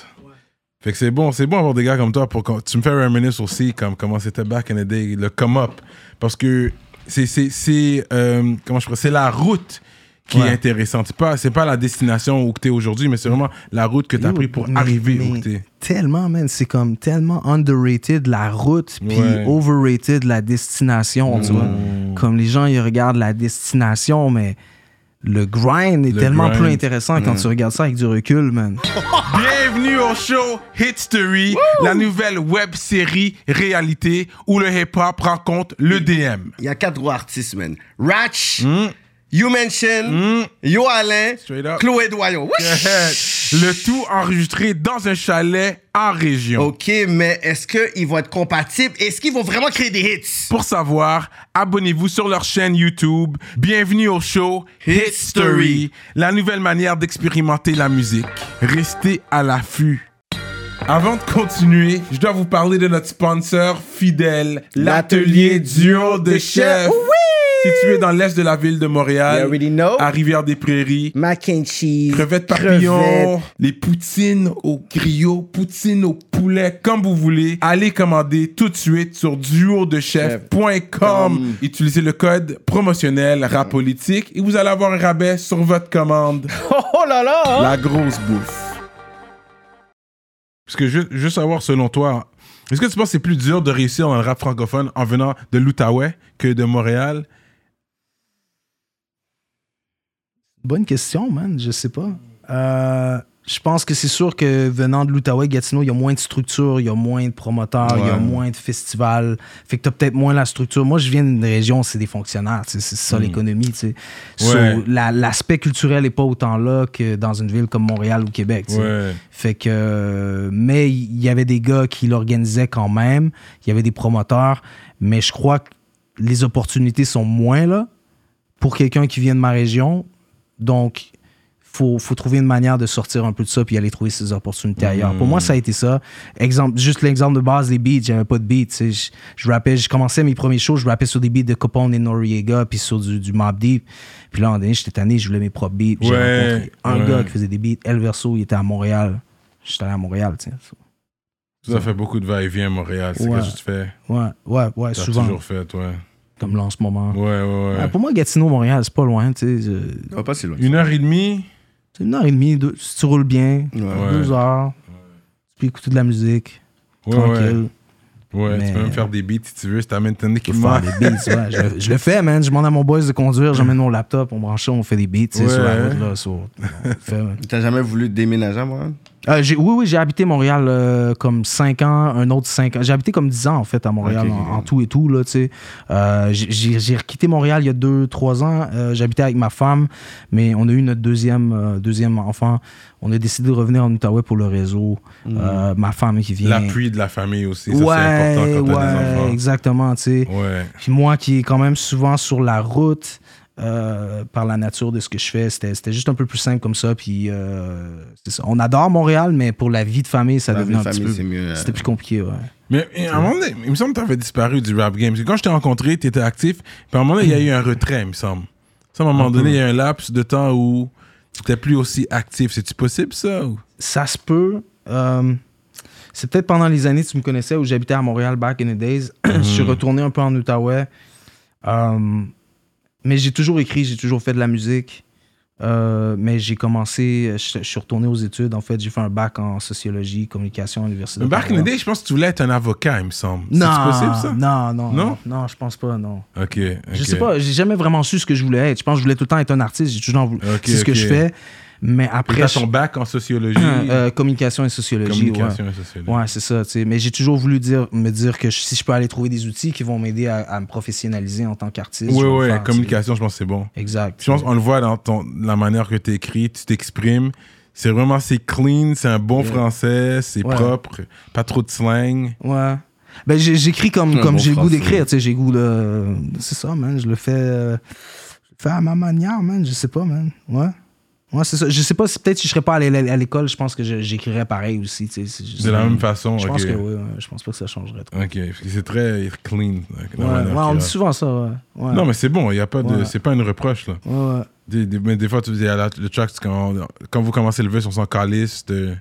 Speaker 3: Fait que c'est bon, c'est bon avoir des gars comme toi pour qu'on- tu me fais reminisce aussi comme comment c'était back in the day, le come up, parce que c'est c'est c'est euh, comment je pourrais- c'est la route qui est
Speaker 5: Ouais.
Speaker 3: intéressante. C'est pas c'est pas la destination où tu es aujourd'hui, mais c'est vraiment la route que tu as
Speaker 5: Yo,
Speaker 3: pris pour
Speaker 5: mais-
Speaker 3: arriver où
Speaker 5: mais
Speaker 3: tu es.
Speaker 5: Tellement, man. C'est comme tellement underrated la route, puis
Speaker 3: Ouais. Mm.
Speaker 5: overrated la destination, tu vois. Comme les gens, ils regardent la destination, mais le grind est
Speaker 3: Le
Speaker 5: tellement
Speaker 3: grind. Mm.
Speaker 5: plus intéressant quand tu regardes ça avec du recul, man.
Speaker 3: Bienvenue au show Hitstory, la nouvelle web série réalité où le hip hop rencontre le DM.
Speaker 4: Il y a quatre gros artistes, man. Ratch,
Speaker 5: Mm.
Speaker 4: You Mention, Yo Alain,
Speaker 3: Straight up.
Speaker 4: Chloé Doyon. Wesh!
Speaker 3: le tout enregistré dans un chalet en région.
Speaker 4: OK, mais est-ce qu'ils vont être compatibles? Est-ce qu'ils vont vraiment créer des hits?
Speaker 3: Pour savoir, abonnez-vous sur leur chaîne YouTube. Bienvenue au show History, la nouvelle manière d'expérimenter la musique. Restez à l'affût. Avant de continuer, je dois vous parler de notre sponsor fidèle, l'atelier duo de chef. Situé dans l'est de la ville de
Speaker 4: You
Speaker 3: Montréal,
Speaker 4: already know.
Speaker 3: à Rivière-des-Prairies.
Speaker 4: Mac and cheese.
Speaker 3: Crevettes papillons, les poutines au griot, poutines au poulet, comme vous voulez. Allez commander tout de suite sur duodechef.com. Utilisez le code promotionnel rap politique et vous allez avoir un rabais sur votre commande.
Speaker 4: Oh là là!
Speaker 3: La grosse bouffe. Parce que juste, juste savoir, selon toi, est-ce que tu penses que c'est plus dur de réussir dans le rap francophone en venant de l'Outaouais que de Montréal?
Speaker 5: Bonne question, man. Je sais pas. Euh, je pense que c'est sûr que venant de l'Outaouais, Gatineau, il y a moins de structure, il y a moins de promoteurs, il y a
Speaker 3: Ouais.
Speaker 5: moins de festivals. Fait que t'as peut-être moins la structure. Moi, je viens d'une région, c'est des fonctionnaires. tu sais, C'est ça l'économie. tu sais. So,
Speaker 3: Hmm. Ouais.
Speaker 5: la- L'aspect culturel est pas autant là que dans une ville comme Montréal ou Québec. tu sais. Fait que. euh, Mais il y avait des gars qui l'organisaient quand même. Il y avait des promoteurs. Mais je crois que les opportunités sont moins là pour quelqu'un qui vient de ma région. Donc, faut, faut trouver une manière de sortir un peu de ça puis aller trouver ses opportunités ailleurs. Pour
Speaker 3: Mm.
Speaker 5: moi, ça a été ça. Exemple, juste l'exemple de base des beats. J'avais pas de beats. tu sais. Je, je rappais, je commençais mes premiers shows, je rappais sur des beats de Copone et Noriega puis sur du, du Mobb Deep. Puis là, en dernier, j'étais tanné, je voulais mes propres beats. Puis J'ai
Speaker 3: Ouais,
Speaker 5: rencontré un
Speaker 3: ouais.
Speaker 5: gars qui faisait des beats. El Verso, il était à Montréal. J'étais allé à Montréal, tu sais.
Speaker 3: Ça fait beaucoup de va-et-vient à Montréal. C'est
Speaker 5: Ouais.
Speaker 3: quelque chose que tu fais.
Speaker 5: Ouais, ouais, ouais,
Speaker 3: T'as
Speaker 5: souvent.
Speaker 3: toujours fait, ouais.
Speaker 5: Comme là en ce moment.
Speaker 3: Ouais, ouais, ouais.
Speaker 5: Ah, pour moi, Gatineau, Montréal, c'est pas loin, tu sais. euh,
Speaker 4: Oh, pas si loin.
Speaker 3: Une heure et demie?
Speaker 5: C'est une heure et demie, deux- si tu roules bien,
Speaker 3: Ouais.
Speaker 5: deux heures. Tu peux écouter de la musique,
Speaker 3: Ouais, ouais.
Speaker 5: tranquille.
Speaker 3: Ouais, tu peux
Speaker 5: Mais-
Speaker 3: même faire des beats si tu veux, si t'amènes ton
Speaker 5: Tu peux
Speaker 3: équipement.
Speaker 5: faire des beats, ouais. Je, je le fais, man. Je demande à mon boys de conduire, j'emmène mon laptop, on branche ça, on fait des beats, tu sais,
Speaker 3: Ouais.
Speaker 5: sur la route, là. sur- on fait, man.
Speaker 4: T'as jamais voulu déménager, hein? moi?
Speaker 5: Euh, j'ai- oui, oui, j'ai habité Montréal euh, comme 5 ans, un autre 5 ans. J'ai habité comme 10 ans, en fait, à Montréal,
Speaker 4: Ok, ok,
Speaker 5: en,
Speaker 4: ok.
Speaker 5: en tout et tout, là, tu sais. Euh, j'ai- j'ai j'ai quitté Montréal il y a 2-3 ans. Euh, J'habitais avec ma femme, mais on a eu notre deuxième, euh, deuxième enfant. On a décidé de revenir en Outaouais pour le réseau. Euh, ma femme qui vient.
Speaker 3: Hmm. L'appui de la famille aussi, ça
Speaker 5: ouais,
Speaker 3: c'est important quand t'as
Speaker 5: ouais,
Speaker 3: des enfants.
Speaker 5: exactement, tu sais.
Speaker 3: Ouais,
Speaker 5: Puis moi qui est quand même souvent sur la route euh, par la nature de ce que je fais, c'était c'était juste un peu plus simple comme ça. Puis euh, c'est ça. on adore Montréal, mais pour la vie de famille, ça
Speaker 4: La
Speaker 5: devenait
Speaker 4: vie de
Speaker 5: un petit
Speaker 4: famille,
Speaker 5: peu.
Speaker 4: c'est mieux, euh.
Speaker 5: C'était plus compliqué, ouais.
Speaker 3: mais et à un moment donné, il me semble que t'avais disparu du rap game. Parce que quand je t'ai rencontré, t'étais actif, puis à un moment donné, il y a eu un retrait, il me semble. Ça, à un moment donné, il y a un laps de temps où t'étais plus aussi actif. C'est-tu possible, ça? ou-
Speaker 5: Ça se peut. euh, c'est peut-être pendant les années que tu me connaissais où j'habitais à Montréal back in the days. je suis
Speaker 3: Mm.
Speaker 5: retourné un peu en Outaouais. Euh, mais j'ai toujours écrit, j'ai toujours fait de la musique. Euh, mais j'ai commencé, je, je suis retourné aux études. En fait, j'ai fait un bac en sociologie, communication à l'université.
Speaker 3: Mais back in
Speaker 5: d'Ottawa.
Speaker 3: the day, je pense que tu voulais être un avocat, il me semble.
Speaker 5: Non,
Speaker 3: C'est possible, ça?
Speaker 5: non,
Speaker 3: Non?
Speaker 5: non, non, non, je pense pas, non.
Speaker 3: Ok, ok.
Speaker 5: Je sais pas, j'ai jamais vraiment su ce que je voulais être. Je pense que je voulais tout le temps être un artiste. J'ai toujours voulu.
Speaker 3: Ok,
Speaker 5: c'est ce que
Speaker 3: ok.
Speaker 5: je fais. Mais après,
Speaker 3: T'as
Speaker 5: je-
Speaker 3: ton bac en sociologie,
Speaker 5: euh, communication et sociologie.
Speaker 3: communication
Speaker 5: ouais.
Speaker 3: et sociologie.
Speaker 5: Ouais, c'est ça. tu sais. Mais j'ai toujours voulu dire, me dire que je- si je peux aller trouver des outils qui vont m'aider à, à me professionnaliser en tant qu'artiste. je
Speaker 3: Oui,
Speaker 5: vais le
Speaker 3: oui,
Speaker 5: faire, tu sais.
Speaker 3: communication, je pense que c'est bon.
Speaker 5: Exact.
Speaker 3: Je pense qu'on le voit dans ton, la manière que tu écris, tu t'exprimes. C'est vraiment, c'est clean, c'est un bon français, c'est
Speaker 5: Ouais.
Speaker 3: propre, pas trop de slang.
Speaker 5: Ouais. Ben, j'ai- j'écris comme,
Speaker 4: Un
Speaker 5: comme
Speaker 4: bon
Speaker 5: j'ai le goût
Speaker 4: français.
Speaker 5: d'écrire, tu sais, j'ai le goût de... C'est ça, man, je le fais... euh, je le fais à ma manière, man, je sais pas, man. Ouais. Ouais, c'est ça. Je sais pas, si peut-être si je serais pas allé à l'école, je pense que je- j'écrirais pareil aussi, tu sais. c'est juste-
Speaker 3: De la même façon.
Speaker 5: Mm. Je
Speaker 3: ok.
Speaker 5: pense que oui, ouais, je pense pas que ça changerait trop.
Speaker 3: Ok, parce que c'est très euh, clean. like, la
Speaker 5: Ouais,
Speaker 3: manière
Speaker 5: ouais, on
Speaker 3: qu'il
Speaker 5: me dit
Speaker 3: rappe.
Speaker 5: souvent ça, ouais. Ouais,
Speaker 3: Non, mais c'est bon, il y a pas de,
Speaker 5: Ouais.
Speaker 3: c'est pas une reproche, là.
Speaker 5: ouais, ouais.
Speaker 3: Des, des- mais des fois, tu dis, ah, là, le track, c'est quand, quand vous commencez le verse, on s'en calisse. de-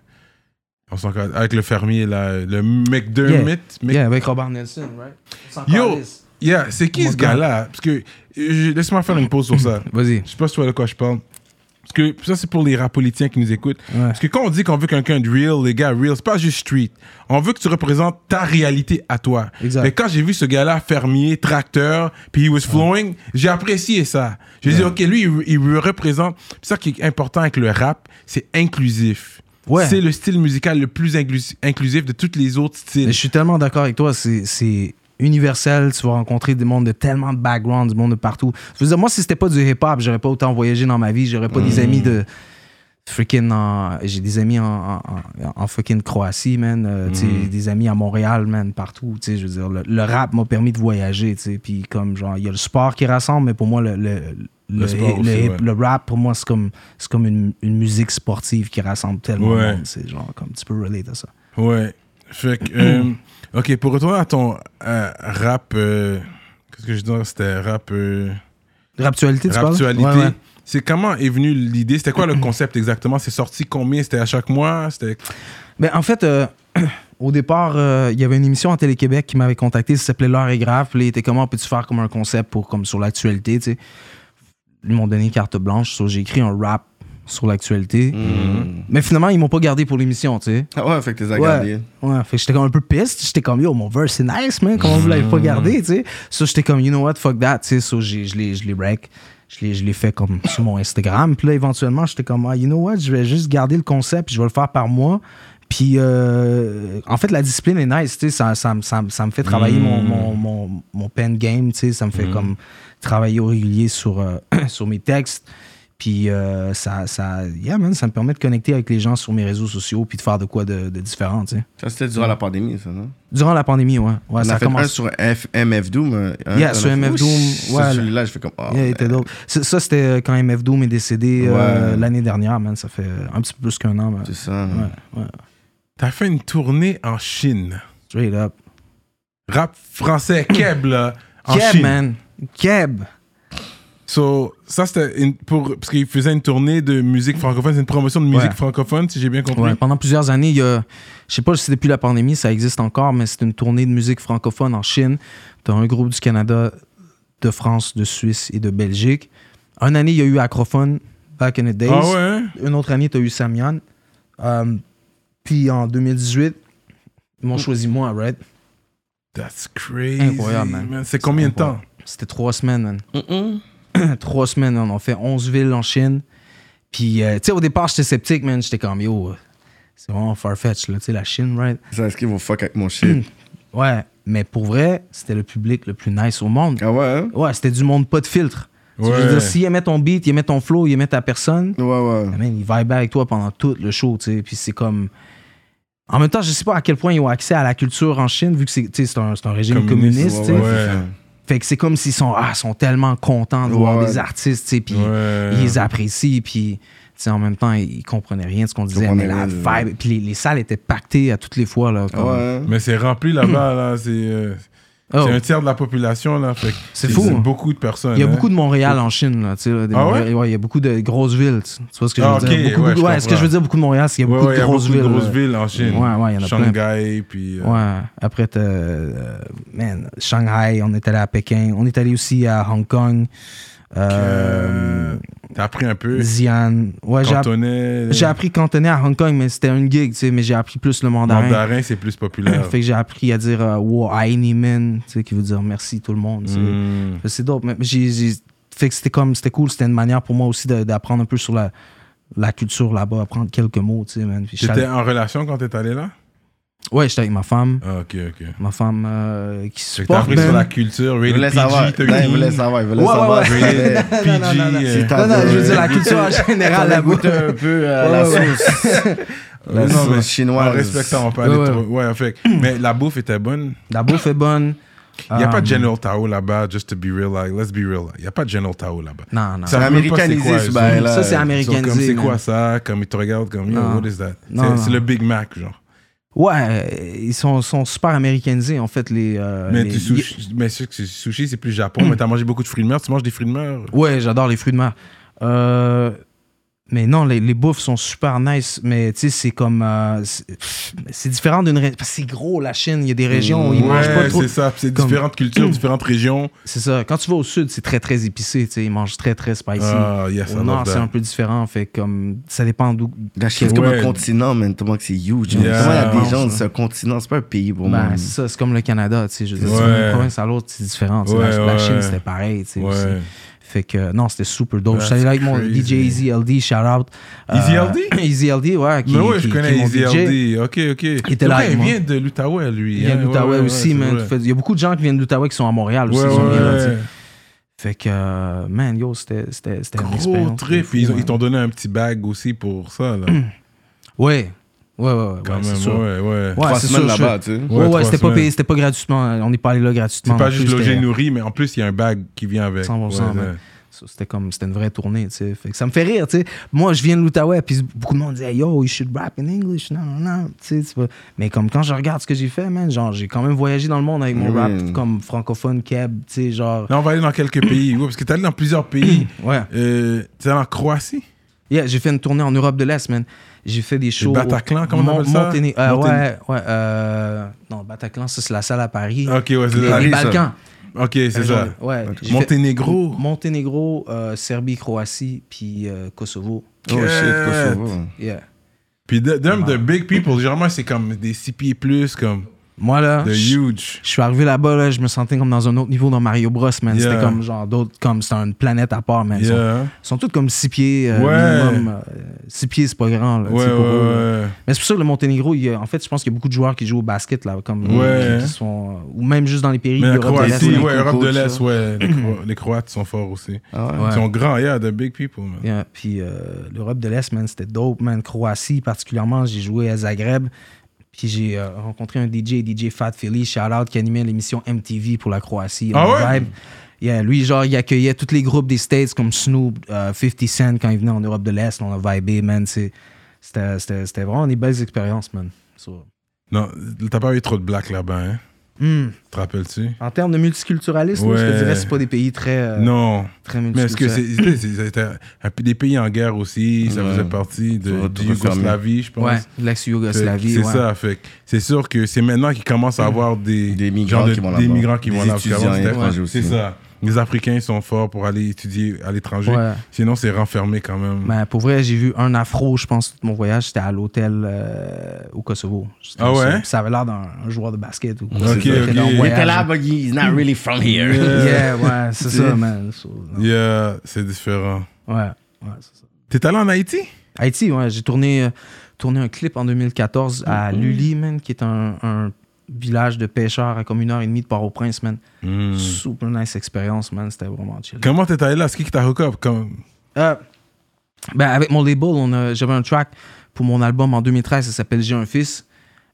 Speaker 3: on s'en calisse. Avec le fermier, là, le McDermott. Mc-
Speaker 5: Yeah, avec Robert Nelson, right? Sans
Speaker 3: Yo,
Speaker 5: calice.
Speaker 3: yeah, c'est qui
Speaker 5: Mon
Speaker 3: ce
Speaker 5: gars.
Speaker 3: gars-là? Parce que, euh, je- laisse-moi faire une pause sur ça.
Speaker 5: Vas-y.
Speaker 3: Je sais pas si tu vois de quoi je parle. Parce que ça, c'est pour les rap politiciens qui nous écoutent.
Speaker 5: Ouais.
Speaker 3: Parce que quand on dit qu'on veut quelqu'un de real, les gars, real, c'est pas juste street. On veut que tu représentes ta réalité à toi.
Speaker 5: Exact.
Speaker 3: Mais quand j'ai vu ce gars-là, fermier, tracteur, puis he was flowing, j'ai apprécié ça. J'ai dit, OK, lui, il, il me représente. C'est ça qui est important avec le rap, c'est inclusif.
Speaker 5: Ouais.
Speaker 3: C'est le style musical le plus inclus- inclusif de tous les autres styles.
Speaker 5: Mais Je suis tellement d'accord avec toi, c'est- c'est universel, tu vas rencontrer des mondes de tellement de backgrounds, du monde de partout. Je veux dire, moi, si c'était pas du hip-hop, j'aurais pas autant voyagé dans ma vie, j'aurais pas
Speaker 3: Mm.
Speaker 5: des amis de freaking en- j'ai des amis en, en- en- en fucking Croatie man euh, tu sais,
Speaker 3: Mm.
Speaker 5: des amis à Montréal man partout tu sais je veux dire le, le rap m'a permis de voyager tu sais puis comme genre il y a le sport qui rassemble mais pour moi le le, le-
Speaker 3: Le sport
Speaker 5: le
Speaker 3: aussi,
Speaker 5: hip-
Speaker 3: ouais.
Speaker 5: le rap pour moi c'est comme c'est comme une, une musique sportive qui rassemble tellement de
Speaker 3: Ouais.
Speaker 5: monde c'est genre comme tu peux relate à ça
Speaker 3: Ouais. Fait que, euh, ok, pour retourner à ton euh, rap, euh, qu'est-ce que je dis C'était rap. euh,
Speaker 5: Raptualité tu parles
Speaker 3: Raptualité.
Speaker 5: Ouais, ouais.
Speaker 3: C'est comment est venue l'idée C'était quoi le concept exactement C'est sorti combien C'était à chaque mois C'était
Speaker 5: Ben, en fait, euh, au départ, euh, il y avait une émission à Télé-Québec qui m'avait contacté, ça s'appelait L'heure est grave. Puis là, il était comment peux-tu faire comme un concept pour, comme sur l'actualité, tu sais. Ils m'ont donné carte blanche, so j'ai écrit un rap sur l'actualité. Mais finalement, ils m'ont pas gardé pour l'émission, tu sais.
Speaker 4: Ah ouais, fait que t'es à
Speaker 5: Ouais,
Speaker 4: garder.
Speaker 5: ouais, fait que j'étais comme un peu piste. J'étais comme, yo, mon verse, c'est nice, man. Comment vous l'avez pas gardé, tu sais? So, j'étais comme, you know what, fuck that, tu sais. So, j'ai- je l'ai je l'ai break. Je l'ai- je l'ai fait comme sur mon Instagram. Puis là, éventuellement, j'étais comme, ah, you know what, je vais juste garder le concept, puis je vais le faire par moi. Puis, euh, en fait, la discipline est nice, tu sais. Ça, ça, me- ça me- ça me fait travailler mon, mon, mon, mon pen game, tu sais. Ça me fait comme travailler au régulier sur, euh, sur mes textes. Puis euh, ça, ça, yeah, man, ça me permet de connecter avec les gens sur mes réseaux sociaux puis de faire de quoi de, de différent, tu sais.
Speaker 4: Ça, c'était durant la pandémie, ça, non?
Speaker 5: Durant la pandémie, ouais. ouais
Speaker 4: On
Speaker 5: ça
Speaker 4: a
Speaker 5: a
Speaker 4: fait un
Speaker 5: commencé.
Speaker 4: sur F- MF Doom. euh, un
Speaker 5: Yeah,
Speaker 4: qu'on
Speaker 5: sur
Speaker 4: a fait.
Speaker 5: MF
Speaker 4: Ouh,
Speaker 5: Doom,
Speaker 4: c'est
Speaker 5: ouais,
Speaker 4: Celui-là, je fais comme. oh,
Speaker 5: Yeah, il était
Speaker 4: man.
Speaker 5: dope. Ça, ça, c'était euh, quand MF Doom est décédé euh,
Speaker 4: Ouais.
Speaker 5: l'année dernière, man. Ça fait euh, un petit peu plus qu'un an, man.
Speaker 4: C'est ça. hein.
Speaker 5: Ouais, ouais.
Speaker 3: T'as fait une tournée en Chine.
Speaker 5: Straight up.
Speaker 3: Rap français Keb là, en
Speaker 5: Keb,
Speaker 3: Chine.
Speaker 5: man. Keb.
Speaker 3: So ça c'était une- pour parce qu'il faisait une tournée de musique francophone. C'est une promotion de musique
Speaker 5: Ouais.
Speaker 3: francophone si j'ai bien compris.
Speaker 5: Ouais, pendant plusieurs années, il y a, je sais pas si depuis la pandémie ça existe encore, mais c'est une tournée de musique francophone en Chine. T'as un groupe du Canada, de France, de Suisse et de Belgique. Une année, il y a eu Acrophone, Back in the Days.
Speaker 3: Ah ouais. hein?
Speaker 5: Une autre année, t'as eu Samian. Euh, puis en 2018, ils m'ont choisi moi, right?
Speaker 3: That's crazy.
Speaker 5: Incroyable, man.
Speaker 3: man. C'est combien de temps
Speaker 5: C'était trois semaines, man. trois semaines, man. on fait 11 villes en Chine. Puis, euh, tu sais, au départ, j'étais sceptique, man. J'étais comme, yo, euh, c'est vraiment farfetch, là, tu sais, la Chine, right?
Speaker 4: Ça, est-ce qu'ils vont fuck avec mon shit?
Speaker 5: Ouais, mais pour vrai, c'était le public le plus nice au monde.
Speaker 4: ah ouais, hein?
Speaker 5: Ouais, c'était du monde pas de filtre.
Speaker 3: Ouais.
Speaker 5: Je veux dire, s'il aimait ton beat, il aimait ton flow, il aimait ta personne,
Speaker 4: Ouais, ouais.
Speaker 5: man, il vibe avec toi pendant tout le show, tu sais. Puis c'est comme. En même temps, je sais pas à quel point ils ont accès à la culture en Chine, vu que c'est tu sais, c'est un, c'est un régime
Speaker 3: Communiste,
Speaker 4: Ouais,
Speaker 5: communiste, tu sais.
Speaker 4: ouais,
Speaker 3: Ouais.
Speaker 4: c'est ça.
Speaker 5: Fait que c'est comme s'ils sont, ah, sont tellement contents de
Speaker 4: Ouais,
Speaker 5: voir
Speaker 4: ouais.
Speaker 5: des artistes, tu sais, puis
Speaker 3: Ouais.
Speaker 5: ils les apprécient, puis tu sais, en même temps, ils comprenaient rien de ce qu'on disait, mais
Speaker 4: comprenaient
Speaker 5: la
Speaker 4: rien,
Speaker 5: vibe, puis les, les salles étaient pactées à toutes les fois, là.
Speaker 4: Ah
Speaker 5: comme-
Speaker 4: ouais, hein?
Speaker 3: Mais c'est rempli là-bas là. C'est euh,
Speaker 5: Oh.
Speaker 3: C'est un tiers de la population, là. fait que
Speaker 5: C'est fou, hein.
Speaker 3: beaucoup de personnes.
Speaker 5: Il y a
Speaker 3: hein.
Speaker 5: beaucoup de Montréal en Chine, là, tu sais. là, des
Speaker 3: Ah
Speaker 5: Montréal-
Speaker 3: ouais?
Speaker 5: il y a beaucoup de grosses villes. Tu tu vois ce que
Speaker 3: Ah,
Speaker 5: je veux
Speaker 3: ok,
Speaker 5: dire? Beaucoup
Speaker 3: ouais,
Speaker 5: de-
Speaker 3: je
Speaker 5: ouais, ce que
Speaker 3: comprends.
Speaker 5: je veux dire, beaucoup de Montréal, c'est qu'il y a
Speaker 3: Ouais,
Speaker 5: beaucoup
Speaker 3: ouais, il
Speaker 5: de grosses villes.
Speaker 3: de grosses
Speaker 5: là.
Speaker 3: villes en Chine.
Speaker 5: Ouais, ouais, il y en a plein.
Speaker 3: Shanghai, puis... euh,
Speaker 5: Ouais. Après, t'as, euh, man, Shanghai, on est allé à Pékin, on est allé aussi à Hong Kong, euh,
Speaker 3: T'as appris un peu.
Speaker 5: Xi'an. Ouais, j'ai, app-
Speaker 3: Cantonais.
Speaker 5: j'ai appris cantonais à Hong Kong, mais c'était une gig, tu sais, mais j'ai appris plus le mandarin.
Speaker 3: Mandarin, c'est plus populaire.
Speaker 5: fait que j'ai appris à dire euh, Wo ai ni men, tu sais, qui veut dire merci tout le monde. tu sais.
Speaker 3: Hmm.
Speaker 5: Fait que C'est dope. mais j'ai- j'ai- fait que c'était comme, c'était cool, c'était une manière pour moi aussi de- d'apprendre un peu sur la, la culture là-bas, apprendre quelques mots, tu sais, man. Puis j'étais-
Speaker 3: T'étais en relation quand t'es allé là?
Speaker 5: Ouais, j'étais avec ma femme.
Speaker 3: Ah, ok, ok.
Speaker 5: Ma femme euh, qui
Speaker 3: Fait que t'as
Speaker 5: supporte.
Speaker 3: appris sur
Speaker 5: man.
Speaker 3: la culture,
Speaker 4: Il
Speaker 3: rated
Speaker 4: voulait
Speaker 3: PG,
Speaker 4: savoir. Là, il voulait
Speaker 3: 13,
Speaker 4: savoir. Il voulait
Speaker 5: Ouais, ouais,
Speaker 4: savoir.
Speaker 5: ouais.
Speaker 4: Il voulait-
Speaker 3: rated
Speaker 5: Non, non, non, non.
Speaker 3: PG. euh,
Speaker 4: C'est ta-
Speaker 5: Non, non, je veux dire la
Speaker 4: Euh,
Speaker 5: culture en général
Speaker 4: T'avais
Speaker 5: là-bas.
Speaker 4: goûté un peu à
Speaker 5: Ouais,
Speaker 4: la
Speaker 5: ouais,
Speaker 4: sauce. La
Speaker 3: Non, mais
Speaker 4: sauce chinoise.
Speaker 3: En respectant, on peut aller
Speaker 5: Ouais, ouais.
Speaker 3: trop- Ouais, fait que- Mais la bouffe était bonne.
Speaker 5: La bouffe est bonne.
Speaker 3: Il n'y a
Speaker 5: Euh,
Speaker 3: pas de General Tao là-bas, just to be real, like, let's be real. Il n'y a pas de General Tao là-bas.
Speaker 5: Non, non.
Speaker 3: Ils savent même pas c'est
Speaker 4: américanisé,
Speaker 3: quoi,
Speaker 4: ce
Speaker 3: ils sont-
Speaker 4: bail-là.
Speaker 5: Ça, c'est
Speaker 4: euh,
Speaker 3: ils sont
Speaker 5: américain.
Speaker 3: comme, c'est quoi ça? Comme ils te regardent comme, yo,
Speaker 5: Non.
Speaker 3: what is that?
Speaker 5: Non,
Speaker 3: C'est-
Speaker 5: non.
Speaker 3: C'est le Big Mac, genre.
Speaker 5: Ouais, euh, ils sont, sont super américanisés, en fait, les. euh,
Speaker 3: Mais,
Speaker 5: les-
Speaker 3: tu sushi, mais c'est- c'est- sushi, c'est plus Japon, mais t'as mangé beaucoup de fruits de mer, tu manges des fruits de mer.
Speaker 5: Ouais, j'adore les fruits de mer. Euh, mais non, les, les bouffes sont super nice, mais tu sais, c'est comme. euh, c'est- pff, c'est différent d'une. ré- parce que C'est gros, la Chine. Il y a des régions où ils mangent pas
Speaker 3: ouais,
Speaker 5: trop.
Speaker 3: c'est ça. C'est
Speaker 5: Comme-
Speaker 3: différentes cultures, différentes régions.
Speaker 5: C'est ça. Quand tu vas au sud, c'est très, très épicé. Tu sais, ils mangent très, très spicy.
Speaker 3: Ah, yes, I
Speaker 5: au
Speaker 3: love
Speaker 5: nord, c'est
Speaker 3: that.
Speaker 5: un peu différent. Fait comme. Ça dépend d'où.
Speaker 4: La Chine, c'est comme
Speaker 3: Ouais.
Speaker 4: un continent, man. Tellement que c'est huge. man.
Speaker 3: Yeah.
Speaker 4: Comment il y a des gens,
Speaker 5: Ouais.
Speaker 4: c'est un continent, Bah, c'est pas un pays pour moi.
Speaker 5: Ben, c'est ça, c'est comme le Canada, tu sais. Je veux dire,
Speaker 3: Ouais.
Speaker 5: d'une province à l'autre, c'est différent. tu sais.
Speaker 3: Ouais,
Speaker 5: la, la
Speaker 3: ouais.
Speaker 5: Chine, c'était pareil, tu sais. aussi.
Speaker 3: Ouais.
Speaker 5: Fait que, non, c'était super dope.
Speaker 3: That's
Speaker 5: J'étais allé là avec mon
Speaker 3: crazy.
Speaker 5: DJ Easy LD, shout out.
Speaker 3: Easy
Speaker 5: Euh,
Speaker 3: LD?
Speaker 5: Easy LD, ouais. Qui,
Speaker 3: mais ouais,
Speaker 5: qui-
Speaker 3: je
Speaker 5: qui
Speaker 3: connais
Speaker 5: est mon
Speaker 3: Easy
Speaker 5: DJ.
Speaker 3: LD. Ok, ok.
Speaker 5: était là
Speaker 3: Ouais,
Speaker 5: avec
Speaker 3: il
Speaker 5: moi.
Speaker 3: vient de l'Outaouais, lui.
Speaker 5: Il vient
Speaker 3: hein.
Speaker 5: de
Speaker 3: Ouais,
Speaker 5: l'Outaouais
Speaker 3: ouais,
Speaker 5: aussi,
Speaker 3: ouais,
Speaker 5: man.
Speaker 3: c'est
Speaker 5: Fait- Il y a beaucoup de gens qui viennent de l'Outaouais qui sont à Montréal aussi.
Speaker 3: vrai.
Speaker 5: qui
Speaker 3: Ouais,
Speaker 5: sont venus là,
Speaker 3: ouais,
Speaker 5: tu sais.
Speaker 3: ouais.
Speaker 5: Fait que, euh, man, yo, c'était c'était- c'était une
Speaker 3: Gros
Speaker 5: expérience.
Speaker 3: trip.
Speaker 5: de fou,
Speaker 3: Ils ont-
Speaker 5: man.
Speaker 3: ils t'ont donné un petit bag aussi pour ça, là.
Speaker 5: Ouais, ouais, ouais, ouais.
Speaker 3: Quand
Speaker 5: ouais, c'est
Speaker 3: même,
Speaker 5: sûr.
Speaker 3: ouais, ouais.
Speaker 5: Ouais,
Speaker 4: Trois
Speaker 5: c'est
Speaker 4: semaines
Speaker 5: sûr, je-
Speaker 4: là-bas, tu sais.
Speaker 5: Ouais,
Speaker 3: trois
Speaker 5: ouais, c'était pas
Speaker 3: semaines.
Speaker 5: payé, c'était pas gratuitement. On n'est pas allé là gratuitement.
Speaker 3: C'est pas
Speaker 5: En
Speaker 3: juste
Speaker 5: plus,
Speaker 3: logé
Speaker 5: c'était-
Speaker 3: nourri, mais en plus, il y a un bag qui vient avec.
Speaker 5: 100%,
Speaker 3: Ouais,
Speaker 5: man.
Speaker 3: ouais.
Speaker 5: Ça, C'était comme, c'était une vraie tournée, tu sais. Fait que ça me fait rire, tu sais. Moi, je viens de l'Outaouais, puis beaucoup de monde disait, yo, you should rap in English, non, non, non, tu sais. c'est pas- Mais comme quand je regarde ce que j'ai fait, man, genre, j'ai quand même voyagé dans le monde avec mon
Speaker 3: Mm.
Speaker 4: Oui.
Speaker 5: rap, comme francophone, keb, tu sais, genre.
Speaker 3: Là, on va aller dans quelques pays. Ouais, parce que t'es allé dans plusieurs pays.
Speaker 5: Ouais.
Speaker 3: Euh, t'es allé en Croatie?
Speaker 5: Yeah, j'ai fait une tournée en Europe de l'Est, man. J'ai fait des shows. au-
Speaker 3: Bataclan, comment on
Speaker 5: Mon-
Speaker 3: appelle ça?
Speaker 5: Monténé- euh,
Speaker 4: Monténé-
Speaker 5: ouais, ouais. euh, Non, Bataclan, ça, c'est la salle à Paris.
Speaker 3: Ok, ouais, c'est
Speaker 5: Les-
Speaker 3: ça.
Speaker 5: les
Speaker 4: Paris, ça.
Speaker 5: Balkans.
Speaker 3: Ok, c'est ça.
Speaker 5: Euh, Ouais. j'ai fait-
Speaker 3: Monténégro.
Speaker 5: Monténégro, euh, Serbie, Croatie, puis euh, Kosovo.
Speaker 4: Oh shit,
Speaker 3: Quête.
Speaker 4: Kosovo.
Speaker 5: Yeah.
Speaker 3: Puis de- them,
Speaker 5: Ah.
Speaker 3: the big people, généralement, c'est comme des 6 pieds plus, comme
Speaker 5: Moi, là,
Speaker 3: the
Speaker 5: je
Speaker 3: huge.
Speaker 5: je suis arrivé là-bas, là, je me sentais comme dans un autre niveau dans Mario Bros, man.
Speaker 3: Yeah.
Speaker 5: C'était comme genre d'autres, comme c'était une planète à part, man. Ils sont-
Speaker 3: Yeah.
Speaker 5: Ils sont, tous comme six pieds euh,
Speaker 3: Ouais.
Speaker 5: minimum. euh, six pieds, c'est pas grand, là, tu
Speaker 3: Ouais, ouais,
Speaker 5: sais, pour eux, là.
Speaker 3: ouais.
Speaker 5: Mais c'est pour ça que le Monténégro, il y a- en fait, je pense qu'il y a beaucoup de joueurs qui jouent au basket, là, comme
Speaker 3: Ouais.
Speaker 5: qui sont, euh, ou même juste dans les pays
Speaker 3: Mais la
Speaker 5: d'Europe de l'Est,
Speaker 3: Croatie,
Speaker 5: là.
Speaker 3: ouais, Europe de
Speaker 4: coach,
Speaker 3: l'Est,
Speaker 4: ça.
Speaker 3: ouais. Les, Cro- les Croates sont forts aussi.
Speaker 4: Ah ouais.
Speaker 5: Ouais.
Speaker 3: Ils sont grands, yeah, the big people, man.
Speaker 5: Yeah, Puis euh, l'Europe de l'Est, man, c'était dope, man. Croatie, particulièrement, j'ai joué à Zagreb. Puis j'ai euh, rencontré un DJ, DJ Fat Philly, shout out, qui animait l'émission MTV pour la Croatie.
Speaker 3: Ah
Speaker 5: On
Speaker 3: ouais?
Speaker 5: vibe. Yeah, lui, genre, il accueillait tous les groupes des States comme Snoop, euh, 50 Cent quand il venait en Europe de l'Est. On a vibé, man. C'est- C'était c'était- c'était vraiment des belles expériences, man. So,
Speaker 3: Non, t'as pas eu trop de black là-bas, hein?
Speaker 5: hmm.
Speaker 3: Te rappelles-tu?
Speaker 5: En termes de multiculturalisme,
Speaker 3: Ouais.
Speaker 5: je te dirais, c'est pas des pays très, euh,
Speaker 3: Non.
Speaker 5: très
Speaker 3: Mais est-ce que
Speaker 5: multiculturels.
Speaker 3: c'est c'était- c'était un- un- des pays en guerre aussi, ça
Speaker 4: Ouais.
Speaker 3: faisait partie de,
Speaker 4: Ça
Speaker 3: de
Speaker 4: va tout refermer.
Speaker 3: Yougoslavie, je pense.
Speaker 5: Ouais, de
Speaker 3: Fait que
Speaker 5: l'ex-Yougoslavie.
Speaker 3: C'est
Speaker 5: ouais.
Speaker 3: ça, fait que c'est sûr que c'est maintenant qu'ils commencent à avoir des,
Speaker 4: Mmh. Des migrants
Speaker 3: genre de-
Speaker 4: qui vont
Speaker 3: Des
Speaker 4: là-bas.
Speaker 3: migrants qui
Speaker 4: Des
Speaker 3: vont là-bas.
Speaker 4: étudiants
Speaker 3: Avant, c'était-
Speaker 4: étrangers
Speaker 3: C'est
Speaker 4: aussi.
Speaker 3: ça. Les Africains sont forts pour aller étudier à l'étranger.
Speaker 5: Ouais.
Speaker 3: Sinon, c'est renfermé quand même.
Speaker 5: Ben, pour vrai, j'ai vu un afro, je pense, tout mon voyage. C'était à l'hôtel euh, au Kosovo. C'était
Speaker 3: Ah
Speaker 5: ça.
Speaker 3: ouais?
Speaker 5: Ça avait l'air d'un un joueur de basket. Ou
Speaker 3: Ok,
Speaker 5: C'était
Speaker 3: ok. Euh,
Speaker 5: dans
Speaker 3: Il était
Speaker 5: le
Speaker 4: Il était
Speaker 5: voyage.
Speaker 4: là, but he's not really from here.
Speaker 5: Yeah, ouais, c'est ça, man. So,
Speaker 3: Yeah, c'est différent.
Speaker 5: Ouais, ouais, c'est ça.
Speaker 3: T'es allé en Haïti?
Speaker 5: Haïti, ouais, j'ai tourné, euh, tourné un clip en 2014 à
Speaker 3: Mm-hmm.
Speaker 5: Luli, man, qui est un, un village de pêcheurs à comme une heure et demie de Port-au-Prince, man.
Speaker 3: Mm.
Speaker 5: Super nice expérience, man. C'était vraiment chill.
Speaker 3: Comment t'es allé là? C'est qui qui t'a hook up? Comme...
Speaker 5: Euh, ben, avec mon label, on a- j'avais un track pour mon album en 2013, ça s'appelle J'ai un fils.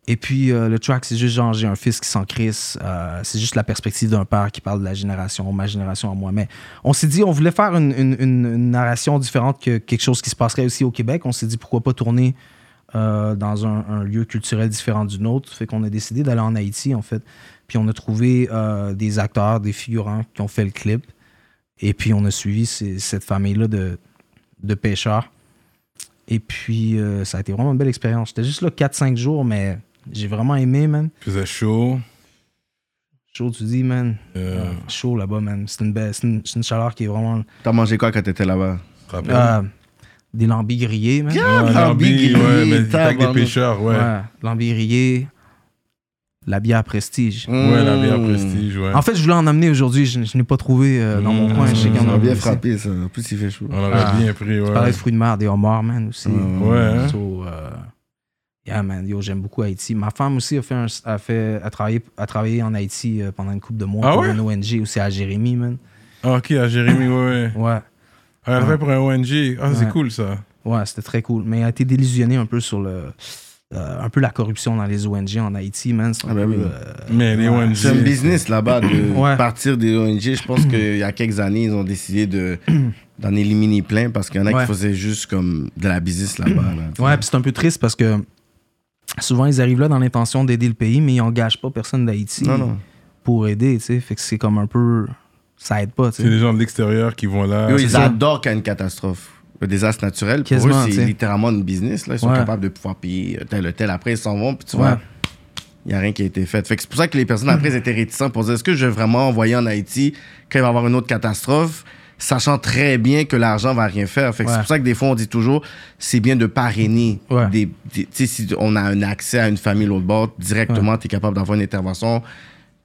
Speaker 5: Et puis euh, le track, c'est juste genre J'ai un fils qui s'en crisse. Euh, c'est juste la perspective d'un père qui parle de la génération, ma génération à moi. Mais on s'est dit, on voulait faire une, une- une- une narration différente que quelque chose qui se passerait aussi au Québec. On s'est dit, pourquoi pas tourner euh, dans un, un lieu culturel différent du nôtre. Fait qu'on a décidé d'aller en Haïti, en fait. Puis on a trouvé euh, des acteurs, des figurants qui ont fait le clip. Et puis on a suivi ces- cette famille-là de, de pêcheurs. Et puis euh, ça a été vraiment une belle expérience. J'étais juste là 4-5 jours, mais j'ai vraiment aimé, man.
Speaker 3: faisait chaud.
Speaker 5: Chaud, tu dis, man.
Speaker 3: Euh,
Speaker 5: Euh, chaud là-bas, man. C'est une, belle- c'est une, c'est une chaleur qui est vraiment.
Speaker 4: T'as mangé quoi quand t'étais là-bas?
Speaker 3: rappelle.
Speaker 5: Euh, des lambis grillés, man.
Speaker 3: Ah,
Speaker 4: Ah,
Speaker 3: Lambi,
Speaker 4: Lambi,
Speaker 3: ouais, mais il attaque des
Speaker 4: tabarnak.
Speaker 3: pêcheurs, ouais.
Speaker 5: Ouais, lambis grillés. La bière prestige.
Speaker 3: Ouais, la
Speaker 4: Mmh.
Speaker 3: bière prestige, ouais.
Speaker 5: En fait, je voulais en amener aujourd'hui. Je, je n'ai pas trouvé euh, dans mon
Speaker 3: Mmh.
Speaker 5: coin. Je sais qu'il y en
Speaker 4: Ça
Speaker 5: a
Speaker 4: m'a bien
Speaker 5: aussi.
Speaker 4: frappé, ça. En plus, il fait chaud.
Speaker 3: On l'aurait
Speaker 5: Ah.
Speaker 3: bien pris,
Speaker 5: Je parlais
Speaker 3: ouais.
Speaker 5: de fruits de mer, des homards, man, aussi.
Speaker 3: Ouais, hein.
Speaker 5: So, euh, yeah, man, yo, j'aime beaucoup Haïti. Ma femme aussi a, fait un- a, fait, a, travaillé, a travaillé en Haïti euh, pendant une couple de mois
Speaker 3: Ah
Speaker 5: pour
Speaker 3: ouais?
Speaker 5: une ONG aussi à Jérémy, man.
Speaker 3: Ah, ok, à Jérémy, ouais, ouais.
Speaker 5: Ouais.
Speaker 3: Ah, elle fait pour un ONG. Ah, c'est
Speaker 5: Ouais. Euh,
Speaker 3: cool, ça.
Speaker 5: Ouais, c'était très cool. Mais elle a été délusionné un peu sur le. euh, un peu la corruption dans les ONG en Haïti, man. C'est un
Speaker 4: Ah, ben oui.
Speaker 5: peu, euh,
Speaker 3: Mais les ONG.
Speaker 4: C'est un business là-bas de
Speaker 5: Ouais.
Speaker 4: partir des ONG. Je pense qu'il y a quelques années, ils ont décidé de d'en éliminer plein parce qu'il y en a
Speaker 5: Ouais.
Speaker 4: qui faisaient juste comme de la business là-bas. là, tu
Speaker 3: ben.
Speaker 5: Ouais,
Speaker 4: sais.
Speaker 5: puis c'est un peu triste parce que souvent ils arrivent là dans l'intention d'aider le pays, mais ils n'engagent pas personne d'Haïti
Speaker 4: Non, non.
Speaker 5: pour aider, tu sais. Fait que c'est comme un peu. Ça aide pas, tu
Speaker 3: C'est
Speaker 5: sais.
Speaker 3: les gens de l'extérieur qui vont là.
Speaker 4: Eux,
Speaker 5: Euh, c'est
Speaker 4: ils
Speaker 5: ça.
Speaker 4: adorent quand il y a une catastrophe. Le désastre naturel, pour eux,
Speaker 5: Quasiment, tu sais.
Speaker 4: c'est littéralement une business. Là. Ils sont
Speaker 5: Ouais.
Speaker 4: capables de pouvoir payer euh, tel ou tel. Après, ils s'en vont, puis tu
Speaker 5: Ouais.
Speaker 4: vois, il n'y a rien qui a été fait. Fait que c'est pour ça que les personnes, après, ils étaient réticents pour dire est-ce que je vais vraiment envoyer en Haïti quand il va y avoir une autre catastrophe, sachant très bien que l'argent va rien faire. Fait que
Speaker 5: Ouais.
Speaker 4: c'est pour ça que des fois, on dit toujours c'est bien de parrainer.
Speaker 5: Ouais.
Speaker 4: Des, des- tu sais, si on a un accès à une famille l'autre bord, directement, tu es capable d'avoir une intervention,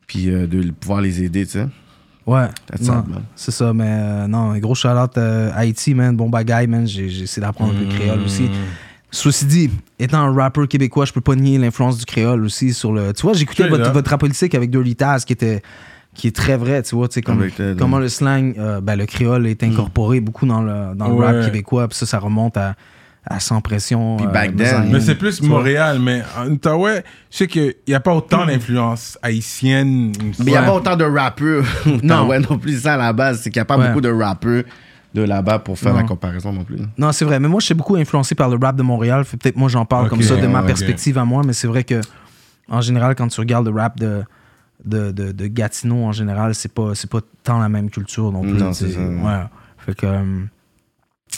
Speaker 4: puis euh, de pouvoir les aider, tu sais.
Speaker 5: Ouais.
Speaker 4: That's sad,
Speaker 5: Non,
Speaker 4: man.
Speaker 5: C'est ça, mais euh, non, un gros shout-out euh, Haïti, man. Bon bagaille, man. J'ai j'ai essayé d'apprendre un peu le créole
Speaker 4: Mm.
Speaker 5: aussi. Ceci dit, étant un rappeur québécois, je peux pas nier l'influence du créole aussi sur le. Tu vois, j'écoutais
Speaker 3: C'est
Speaker 5: votre,
Speaker 3: là.
Speaker 5: votre rap politique avec Dirty Taz qui était qui est très vrai, tu vois, tu sais, comme,
Speaker 4: Avec, Mm. euh,
Speaker 5: comment le slang, euh, ben, le créole est incorporé beaucoup dans le, dans le
Speaker 3: Ouais.
Speaker 5: rap québécois, puis ça, ça remonte à, à Sans Pression. euh,
Speaker 4: Puis back then.
Speaker 5: Mezzanine,
Speaker 3: Mais c'est plus
Speaker 5: tu vois.
Speaker 3: Montréal, mais en Outaouais, je sais qu'il n'y a pas autant d'influence haïtienne.
Speaker 4: Mais il n'y a
Speaker 5: Ouais.
Speaker 4: pas autant de rappeurs.
Speaker 5: Non.
Speaker 4: Non. ouais, non plus. Ça, à la base, c'est qu'il n'y a pas
Speaker 5: Ouais.
Speaker 4: beaucoup de rappeurs de là-bas pour faire
Speaker 5: Non.
Speaker 4: la comparaison non plus.
Speaker 5: Non, c'est vrai, mais moi, je suis beaucoup influencé par le rap de Montréal, fait peut-être moi, j'en parle
Speaker 3: Ok,
Speaker 5: comme ça de ma
Speaker 3: ouais,
Speaker 5: perspective à moi, mais c'est vrai que, en général, quand tu regardes le rap de. De, de, de Gatineau en général, c'est pas, c'est pas tant la même culture non plus.
Speaker 4: Non,
Speaker 5: tu sais.
Speaker 4: c'est ça.
Speaker 5: Ouais. Fait que. euh,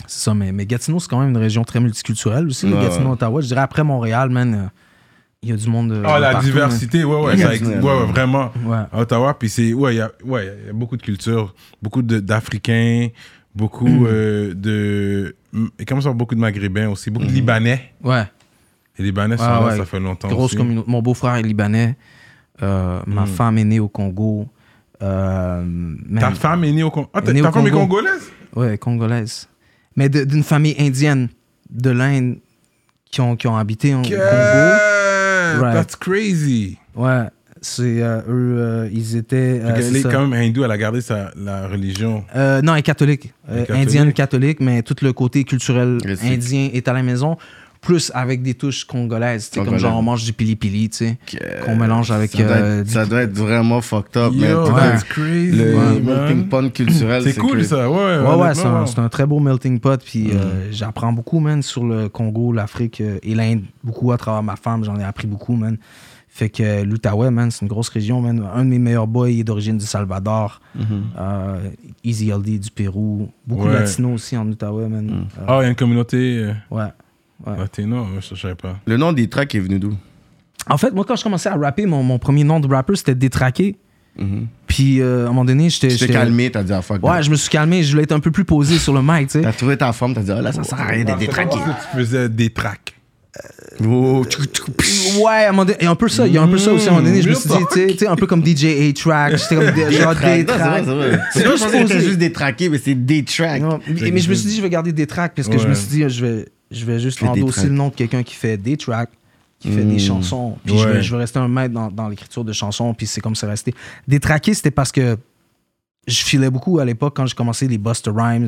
Speaker 5: C'est ça, mais, mais Gatineau, c'est quand même une région très multiculturelle aussi, le
Speaker 4: Ouais,
Speaker 5: Gatineau,
Speaker 4: ouais.
Speaker 5: Ottawa. Je dirais après Montréal, man, euh, il y a du monde. euh,
Speaker 3: Ah, la
Speaker 5: partout,
Speaker 3: diversité, ouais, ouais,
Speaker 4: Il y a
Speaker 3: ça
Speaker 4: du
Speaker 3: existe,
Speaker 4: monde.
Speaker 3: ouais, ouais, vraiment.
Speaker 5: mais- Ouais.
Speaker 3: À Ottawa, puis c'est. Ouais, il y a, ouais, il y a beaucoup de cultures, beaucoup de- d'Africains, beaucoup euh, de. mm, Et comment ça, beaucoup de Maghrébins aussi, beaucoup de Libanais.
Speaker 5: Ouais.
Speaker 3: Les Libanais sont
Speaker 5: Ah,
Speaker 3: là,
Speaker 5: ouais.
Speaker 3: ça fait longtemps.
Speaker 5: Grosse
Speaker 3: aussi. Hmm.
Speaker 5: communauté. Mon beau-frère est libanais. Euh, Ma femme est née au Congo. Euh,
Speaker 3: Ta
Speaker 5: man,
Speaker 3: femme est née au Congo. Ah,
Speaker 5: Est
Speaker 3: ta
Speaker 5: née au
Speaker 3: ta femme est
Speaker 5: Congo.
Speaker 3: congolaise?
Speaker 5: Ouais, congolaise. Mais de- d'une famille indienne de l'Inde qui ont, qui ont habité en au Congo.
Speaker 3: Yeah,
Speaker 5: Right.
Speaker 3: That's crazy.
Speaker 5: Ouais, c'est euh, eux, euh, ils étaient. euh,
Speaker 3: Fait
Speaker 5: c'est
Speaker 3: qu'elle est
Speaker 5: ça.
Speaker 3: quand même hindoue, elle a gardé sa, la religion.
Speaker 5: Euh, non, elle est catholique. Euh,
Speaker 3: catholique.
Speaker 5: Indienne catholique, mais tout le côté culturel
Speaker 4: Rustique.
Speaker 5: indien est à la maison, plus avec des touches congolaises. tu sais, Comme
Speaker 4: Congolais.
Speaker 5: genre on mange du pili-pili, tu sais,
Speaker 4: Que-
Speaker 5: qu'on mélange avec.
Speaker 4: ça, doit être,
Speaker 5: euh, du-
Speaker 4: ça doit être vraiment fucked up, Oh, man.
Speaker 3: Yo,
Speaker 4: Tout
Speaker 5: ouais.
Speaker 3: that's crazy,
Speaker 4: Le
Speaker 3: man.
Speaker 4: melting pot culturel.
Speaker 3: C'est cool,
Speaker 4: que-
Speaker 3: ça, ouais.
Speaker 5: Ouais, ouais,
Speaker 3: honnêtement,
Speaker 5: c'est un, c'est un très beau melting pot. Puis
Speaker 4: Mm.
Speaker 5: euh, j'apprends beaucoup, man, sur le Congo, l'Afrique euh, et l'Inde. Beaucoup à travers ma femme, j'en ai appris beaucoup, man. Fait que euh, l'Outaouais, man, c'est une grosse région, man. Un de mes meilleurs boys il est d'origine du Salvador.
Speaker 4: Mm-hmm.
Speaker 5: Euh, Easy LD du Pérou. Beaucoup de
Speaker 3: Ouais.
Speaker 5: latinos aussi en Outaouais, man.
Speaker 4: Mm.
Speaker 5: Euh,
Speaker 3: Ah, il y a une communauté euh,
Speaker 5: ouais. Ouais.
Speaker 3: latino, ouais, je savais pas.
Speaker 4: Le nom des tracks est venu d'où
Speaker 5: En fait, moi, quand je commençais à rapper, mon, mon premier nom de rapper, c'était Détraqué.
Speaker 4: Mhm.
Speaker 5: Puis euh, à un moment donné, j'étais.
Speaker 4: Tu t'es
Speaker 5: j'étais-
Speaker 4: calmé, t'as dit ah fuck.
Speaker 5: Ouais,
Speaker 4: that.
Speaker 5: je me suis calmé. Je voulais être un peu plus posé sur le mic, tu sais.
Speaker 4: T'as trouvé ta forme, t'as dit ah là, ça sert à rien d'être détraqué.
Speaker 3: Parce que tu faisais des tracks.
Speaker 4: Oh, tchou, tchou, psh.
Speaker 5: Ouais, à un moment donné- et un peu ça, il y a un peu ça aussi à un moment donné, je me
Speaker 3: Real
Speaker 5: suis
Speaker 4: Mmh,
Speaker 5: dit,
Speaker 3: talk.
Speaker 5: tu sais, tu sais, un peu comme DJ A-Track, j'étais comme des- genre
Speaker 4: Détraqué. Non,
Speaker 5: des
Speaker 4: C'est vrai,
Speaker 5: tracks.
Speaker 4: c'est
Speaker 5: C'est
Speaker 4: vrai.
Speaker 5: juste
Speaker 4: Je pensais que t'étais
Speaker 5: posé.
Speaker 4: juste détraqué, mais c'est des tracks.
Speaker 5: Non, Mais, mais je me suis dit, je vais garder des tracks parce que je me
Speaker 3: Ouais.
Speaker 5: suis dit, je vais, je vais juste
Speaker 4: Fais des
Speaker 5: endosser
Speaker 4: tracks. Mmh.
Speaker 5: le nom de quelqu'un qui fait des tracks, qui fait des chansons. Puis je,
Speaker 3: Ouais.
Speaker 5: vais, je vais rester un maître dans, dans l'écriture de chansons, puis c'est comme ça resté. Détraqué, c'était parce que je filais beaucoup à l'époque quand j'ai commencé les Buster Rhymes,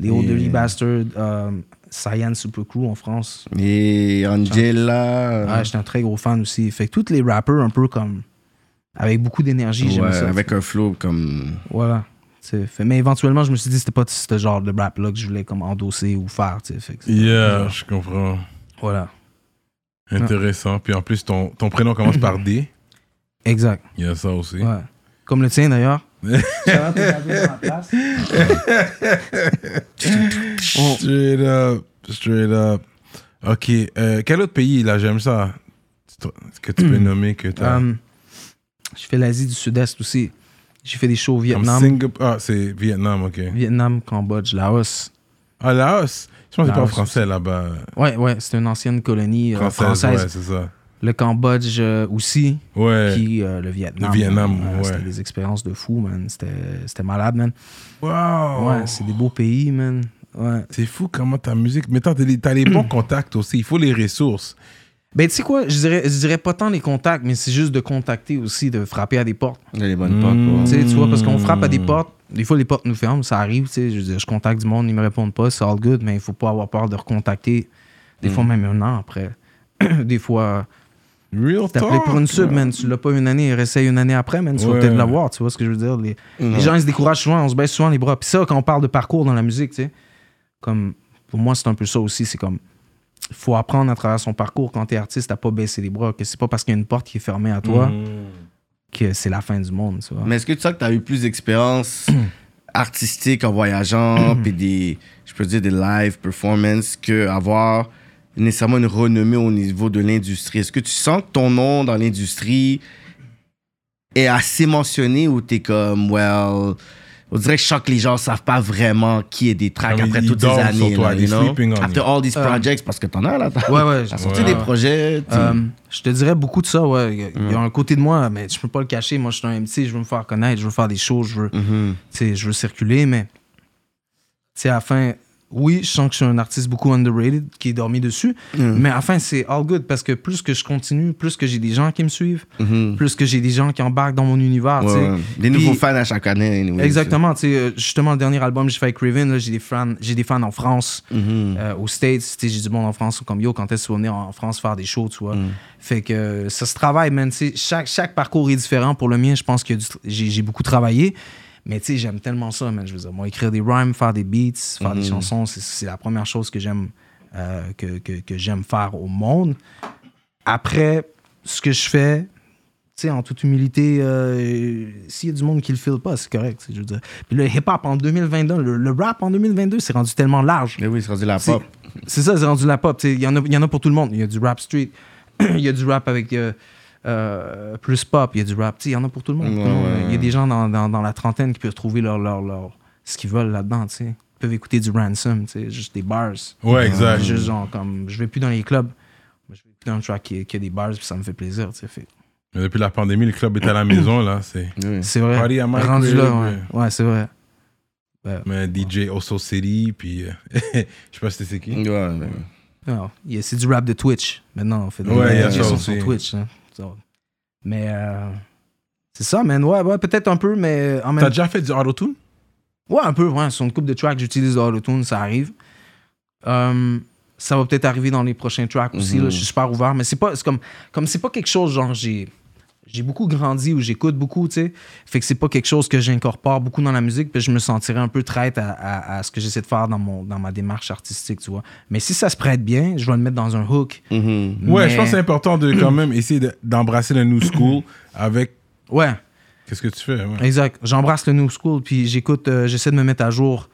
Speaker 5: les Old Dirty Bastard, euh, Cyan Super Crew en France.
Speaker 4: Et Angela.
Speaker 5: Ouais, j'étais un très gros fan aussi. Fait que tous les rappeurs un peu comme. Avec beaucoup d'énergie, j'aimais
Speaker 4: Ouais,
Speaker 5: ça.
Speaker 4: avec un flow comme.
Speaker 5: Voilà. C'est fait. Mais éventuellement, je me suis dit c'était pas ce genre de rap-là que je voulais comme endosser ou faire. tu sais. Fait que c'est-
Speaker 3: Yeah, je comprends.
Speaker 5: Voilà.
Speaker 3: Intéressant. Puis en plus, ton, ton prénom commence par D.
Speaker 5: Exact.
Speaker 3: Il y a ça aussi.
Speaker 5: Ouais. Comme le tien d'ailleurs. Oh.
Speaker 3: Straight up. Straight up. OK. euh, quel autre pays, là, j'aime ça? Tu te- Que tu
Speaker 5: Hmm.
Speaker 3: peux nommer que t'as...
Speaker 5: Euh, je fais l'Asie du Sud-Est aussi. J'ai fait des shows au
Speaker 3: Comme
Speaker 5: Vietnam,
Speaker 3: Singapour. Ah, c'est Vietnam, OK.
Speaker 5: Vietnam, Cambodge, Laos.
Speaker 3: Ah, Laos. Je pense que c'est pas
Speaker 5: Laos.
Speaker 3: français là-bas.
Speaker 5: Ouais, ouais, c'est une ancienne colonie euh,
Speaker 3: Française,
Speaker 5: française.
Speaker 3: ouais, c'est ça.
Speaker 5: Le Cambodge euh, aussi,
Speaker 3: Ouais.
Speaker 5: puis euh, le Vietnam. Euh,
Speaker 3: Le Vietnam, ouais.
Speaker 5: C'était des expériences de fou, man. C'était c'était malade, man.
Speaker 3: Wow.
Speaker 5: Ouais, c'est des beaux pays, man. Ouais.
Speaker 3: C'est fou comment ta musique. Mais t'as des- t'as les bons contacts aussi. Il faut les ressources.
Speaker 5: Ben, tu sais quoi, je dirais, je dirais pas tant les contacts, mais c'est juste de contacter aussi, de frapper à des portes.
Speaker 4: Il a les bonnes portes.
Speaker 5: Tu
Speaker 4: ouais.
Speaker 5: sais, tu vois, parce qu'on frappe à des portes. Des fois, les portes nous ferment, ça arrive. tu sais, Je, veux dire, je contacte du monde, ils me répondent pas, c'est all good, mais il faut pas avoir peur de recontacter. Des fois, même un an après. des fois,
Speaker 3: Real
Speaker 5: t'as
Speaker 3: talk.
Speaker 5: appelé pour une sub, man. Tu l'as pas une année, réessaye une année après, man. Tu
Speaker 3: Ouais.
Speaker 5: vas peut-être l'avoir, tu vois ce que je veux dire. Les, les gens, ils se découragent souvent, on se baisse souvent les bras. Puis ça, quand on parle de parcours dans la musique, tu sais, comme, pour moi, c'est un peu ça aussi. C'est comme, faut apprendre à travers son parcours quand t'es artiste à pas baisser les bras, que c'est pas parce qu'il y a une porte qui est fermée à toi que c'est la fin du monde, tu vois.
Speaker 4: Mais est-ce que tu sens que tu as eu plus d'expérience artistique en voyageant, puis des, je peux dire, des live performances, qu'avoir nécessairement une renommée au niveau de l'industrie? Est-ce que tu sens que ton nom dans l'industrie est assez mentionné ou t'es comme, well, on dirait que je sens que les gens savent pas vraiment qui est des tracks
Speaker 3: Ah, mais
Speaker 4: après
Speaker 3: ils
Speaker 4: toutes ces
Speaker 3: dorment sur
Speaker 4: années.
Speaker 3: toi,
Speaker 4: là,
Speaker 3: ils
Speaker 4: you know?
Speaker 3: sleeping on
Speaker 4: After all these
Speaker 5: Euh.
Speaker 4: projects, parce que t'en as là, t'as
Speaker 5: Ouais, ouais.
Speaker 4: t'as
Speaker 5: je-
Speaker 4: sorti
Speaker 5: ouais.
Speaker 4: des projets. tu sais.
Speaker 5: Euh, je te dirais beaucoup de ça, ouais. Il y a- il y, a un côté de moi, mais je peux pas le cacher. Moi, je suis un MC, je veux me faire connaître, je veux faire des choses, je veux,
Speaker 4: Mhm.
Speaker 5: tu sais, je veux circuler, mais tu sais, à la fin, oui, je sens que je suis un artiste beaucoup underrated qui est dormi dessus,
Speaker 4: Mm.
Speaker 5: mais à la fin, c'est all good parce que plus que je continue, plus que j'ai des gens qui me suivent,
Speaker 4: Mhm.
Speaker 5: plus que j'ai des gens qui embarquent dans mon univers, tu
Speaker 4: Ouais,
Speaker 5: sais.
Speaker 4: ouais. Des
Speaker 5: Puis-
Speaker 4: nouveaux fans à chaque année. anyway, tu sais.
Speaker 5: Exactement, tu sais, euh, justement, le dernier album, j'ai fait avec Raven, là, j'ai des fans, j'ai des fans en
Speaker 4: Mm.
Speaker 5: France,
Speaker 4: Mhm.
Speaker 5: euh, aux States, tu sais, j'ai du monde en France, comme yo, quand est-ce que tu vas venir en France faire des shows, tu vois. Fait que euh, ça se travaille, man, tu sais, chaque, chaque parcours est différent. Pour le mien, je pense que du- j'ai j'ai beaucoup travaillé, mais tu sais, j'aime tellement ça, man, je veux dire, moi, écrire des rhymes, faire des beats, faire des chansons, c'est- c'est la première chose que j'aime euh, que, que, que j'aime faire au monde. Après, ce que je fais, tu sais, en toute humilité, euh, s'il y a du monde qui le file pas, c'est correct. tu sais, Je veux dire. Puis le hip-hop en 2022, le, le rap en 2022, c'est rendu tellement large.
Speaker 4: Mais oui, c'est rendu la
Speaker 5: C'est-
Speaker 4: pop.
Speaker 5: C'est ça, c'est rendu la pop. tu sais. Il y, en a- il y en a pour tout le monde. Il y a du rap street, il y a du rap avec euh, euh, plus pop, il y a du rap. tu sais, Il y en a pour tout le monde.
Speaker 4: Ouais,
Speaker 5: Tout le monde.
Speaker 4: ouais,
Speaker 5: Il y
Speaker 4: ouais.
Speaker 5: a des gens dans, dans- dans la trentaine qui peuvent trouver leur, leur, leur, ce qu'ils veulent là-dedans. tu sais. Ils peuvent écouter du ransom, tu sais, juste des bars.
Speaker 3: Ouais, exact.
Speaker 5: Juste genre comme je vais plus dans les clubs, mais je vais plus dans le track qui, qui a des bars puis ça me fait plaisir, tu sais. Fait-
Speaker 3: Mais depuis la pandémie, le club est à la maison, là. C'est.
Speaker 4: Oui.
Speaker 5: C'est vrai.
Speaker 3: Party à Mike
Speaker 5: Rendu
Speaker 3: Ray,
Speaker 5: là,
Speaker 3: ouais.
Speaker 5: ouais. Ouais, c'est vrai.
Speaker 3: Mais DJ Oso City, puis. euh, je sais pas si c'est qui.
Speaker 5: Mm.
Speaker 4: Ouais, ouais.
Speaker 5: Non, il y a- c'est du rap de Twitch. Maintenant, on fait des
Speaker 3: Ouais,
Speaker 4: il y a
Speaker 5: des
Speaker 4: ça
Speaker 5: chansons
Speaker 3: aussi.
Speaker 5: sur Twitch. hein. So, Mais euh, c'est ça, man. Ouais, ouais, peut-être un peu, mais en
Speaker 3: T'as
Speaker 5: même temps.
Speaker 3: déjà fait du autotune?
Speaker 5: Ouais, un peu, ouais. Sur une coupe de tracks, j'utilise l'auto-tune, ça arrive. Euh, ça va peut-être arriver dans les prochains tracks aussi. là. Je suis super ouvert, mais c'est pas. C'est comme, comme c'est pas quelque chose, genre, j'ai. J'ai beaucoup grandi ou j'écoute beaucoup, tu sais. Fait que c'est pas quelque chose que j'incorpore beaucoup dans la musique, puis je me sentirais un peu traite à, à- à ce que j'essaie de faire dans, mon, dans ma démarche artistique, tu vois. Mais si ça se prête bien, je vais le mettre dans un hook.
Speaker 4: Mhm.
Speaker 3: Ouais,
Speaker 5: Mais-
Speaker 3: je pense que c'est important de quand même essayer de- d'embrasser le new school avec.
Speaker 5: Ouais,
Speaker 3: Qu'est-ce que tu fais? ouais.
Speaker 5: exact. J'embrasse le New School, puis j'écoute, euh, j'essaie de me mettre à jour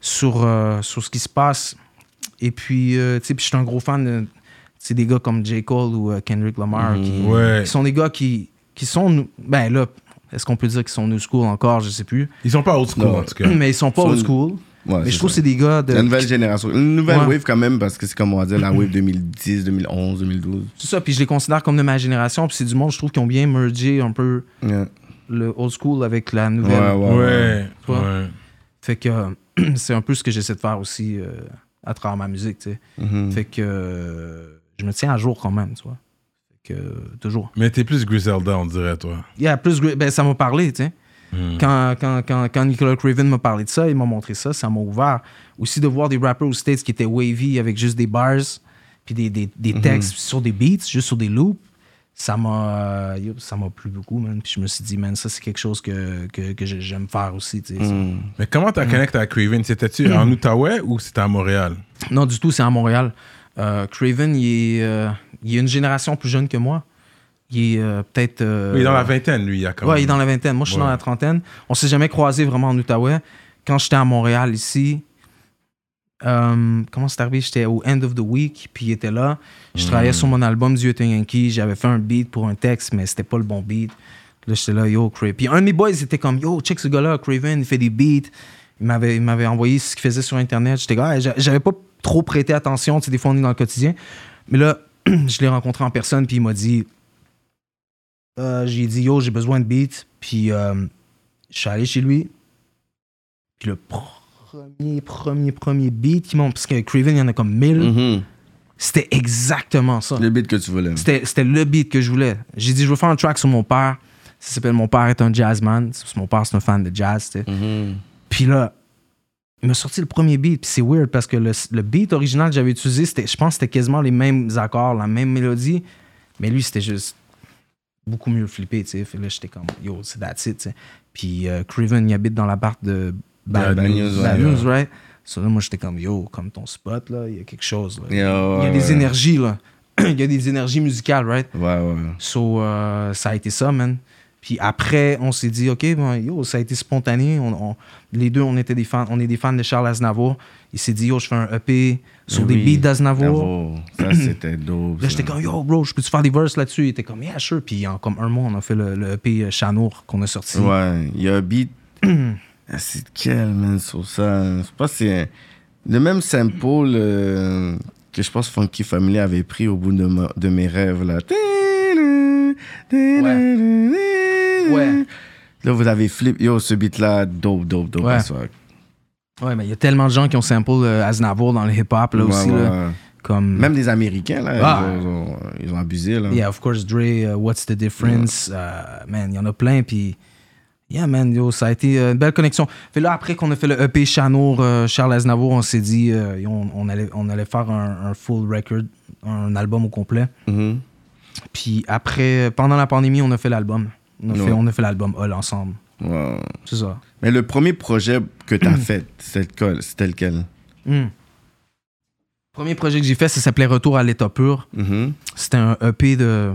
Speaker 5: sur, euh, sur ce qui se passe. Et puis, euh, tu sais, puis je suis un gros fan de tu sais, des gars comme J. Cole ou euh, Kendrick Lamar, qui,
Speaker 3: Ouais.
Speaker 5: qui sont des gars qui, qui sont. nou- Ben là, est-ce qu'on peut dire qu'ils sont New School encore Je sais plus.
Speaker 3: Ils sont pas old school,
Speaker 4: Non.
Speaker 3: en tout cas.
Speaker 5: Mais ils sont pas
Speaker 4: Sont-
Speaker 5: old school.
Speaker 4: Ouais,
Speaker 5: mais
Speaker 4: c'est
Speaker 5: je trouve que
Speaker 4: ça.
Speaker 5: c'est des gars de.
Speaker 4: La nouvelle génération. Une nouvelle
Speaker 5: Ouais. Mm-hmm.
Speaker 4: wave quand même, parce que c'est comme on va dire la wave 2010, 2011, 2012.
Speaker 5: C'est ça, puis je les considère comme de ma génération, puis c'est du monde, je trouve, qui ont bien mergé un peu
Speaker 4: Yeah.
Speaker 5: le old school avec la
Speaker 4: Ouais,
Speaker 5: nouvelle.
Speaker 4: ouais, ouais.
Speaker 3: Ouais.
Speaker 5: Toi?
Speaker 3: ouais.
Speaker 5: Fait que euh, c'est un peu ce que j'essaie de faire aussi euh, à travers ma musique, tu sais.
Speaker 4: Mhm.
Speaker 5: Fait que euh, je me tiens à jour quand même, tu vois. Fait que euh, toujours.
Speaker 3: Mais t'es plus Griselda, on dirait, toi.
Speaker 5: Il y a plus gr- ben ça m'a parlé, tu sais.
Speaker 3: Hmm.
Speaker 5: Quand, quand, quand, quand Nicolas Craven m'a parlé de ça, il m'a montré ça, ça m'a ouvert. Aussi de voir des rappers aux States qui étaient wavy avec juste des bars, puis des, des, des textes sur des beats, juste sur des loops, ça m'a euh, yo, ça m'a plu beaucoup, man. Puis je me suis dit, man, ça c'est quelque chose que, que, que j'ai- j'aime faire aussi, tu sais. Mm.
Speaker 3: Mais comment t'as connecté à Craven C'était-tu en Outaouais ou c'était à Montréal
Speaker 5: Non, du tout, c'est à Montréal. Euh, Craven, il est, euh, il est une génération plus jeune que moi. Il est euh, peut-être. euh,
Speaker 3: Il est dans la vingtaine, lui, il y a quand
Speaker 5: Ouais,
Speaker 3: même.
Speaker 5: il est dans la vingtaine. Moi, je suis
Speaker 3: Ouais.
Speaker 5: dans la trentaine. On s'est jamais croisés vraiment en Outaouais. Quand j'étais à Montréal ici, euh, comment c'est arrivé? J'étais au end of the week, puis il était là. Je travaillais sur mon album Dieu était Yankee. J'avais fait un beat pour un texte, mais c'était pas le bon beat. Là, j'étais là, yo, Craven. Puis un de mes boys était comme, yo, check ce gars-là, Craven, il fait des beats. Il m'avait, il m'avait envoyé ce qu'il faisait sur Internet. J'étais gars, j'avais pas trop prêté attention. Tu sais, des fois, on est dans le quotidien. Mais là, je l'ai rencontré en personne, puis il m'a dit, euh, j'ai dit yo, j'ai besoin de beats. Puis euh, je suis allé chez lui. Puis le premier, premier, premier beat qu'ils m'ont. Parce que Craven, il y en a comme 1000.
Speaker 4: Mhm.
Speaker 5: C'était exactement ça.
Speaker 4: Le beat que tu voulais.
Speaker 5: C'était c'était le beat que je voulais. J'ai dit, je veux faire un track sur mon père. Ça s'appelle Mon père est un jazzman. C'est parce que Mon père, c'est un fan de jazz. tu sais.
Speaker 4: Mhm.
Speaker 5: Puis là, il m'a sorti le premier beat. Puis c'est weird parce que le, le beat original que j'avais utilisé, c'était, je pense que c'était quasiment les mêmes accords, la même mélodie. Mais lui, c'était juste beaucoup mieux flippé, tu sais. Fait là, j'étais comme, yo, c'est that's it, tu sais. Puis euh, Craven, il habite dans l'appart de Bad,
Speaker 4: Bad
Speaker 5: News,
Speaker 4: News,
Speaker 5: Bad
Speaker 4: ouais.
Speaker 5: News, right? So là, moi, j'étais comme, yo, comme ton spot, là, il y a quelque chose, là.
Speaker 4: Yeah, ouais,
Speaker 5: il y
Speaker 4: ouais.
Speaker 5: a des énergies, là. il y a des énergies musicales, right?
Speaker 4: Ouais, ouais.
Speaker 5: So, euh, ça a été ça, man. Puis après, on s'est dit, OK, bon, yo, ça a été spontané. On, on- les deux, on était des fans, on est des fans de Charles Aznavour. Il s'est dit, yo, je fais un EP sur des
Speaker 4: Oui,
Speaker 5: beats d'Aznavour.
Speaker 4: Bravo. Ça, c'était dope. ça.
Speaker 5: Là, j'étais comme, yo, bro, je peux-tu faire des verses là-dessus? Il était comme, yeah, sure. Puis en comme un mois, on a fait le, E le EP Chanour qu'on a sorti.
Speaker 4: Ouais, il y a un beat. Ah, c'est quel, man, sur ça? Je pense que c'est le même sample euh, que je pense Funky Family avait pris au bout de, ma- de mes rêves, là.
Speaker 5: Ouais.
Speaker 4: Là, vous avez flip. Yo, ce beat-là, dope, dope, dope.
Speaker 5: Ouais.
Speaker 4: as fuck.
Speaker 5: Ouais, mais il y a tellement de gens qui ont sample euh, Aznavour dans le hip-hop, là
Speaker 4: Ouais,
Speaker 5: aussi.
Speaker 4: ouais,
Speaker 5: là.
Speaker 4: ouais.
Speaker 5: Comme,
Speaker 4: Même les Américains, là,
Speaker 5: Ah.
Speaker 4: ils, ont, ils ont- ils ont abusé, là.
Speaker 5: Yeah, of course, Dre, uh, What's the Difference? uh, man, il y en a plein. Puis, yeah, man, yo, ça a été euh, une belle connexion. Fait là, après qu'on a fait le EP Chanour, euh, Charles Aznavour, on s'est dit, euh, yo, on, on allait, on allait faire un, un full record, un album au complet.
Speaker 4: Mhm.
Speaker 5: Puis après, pendant la pandémie, on a fait l'album. On a
Speaker 4: Ouais.
Speaker 5: fait, on a fait l'album All ensemble.
Speaker 4: Ouais.
Speaker 5: C'est ça.
Speaker 4: Mais le premier projet que t'as fait, c'était lequel- c'était lequel?
Speaker 5: Hmm. Premier projet que j'ai fait, ça s'appelait Retour à l'état pur.
Speaker 4: Mhm.
Speaker 5: C'était un EP de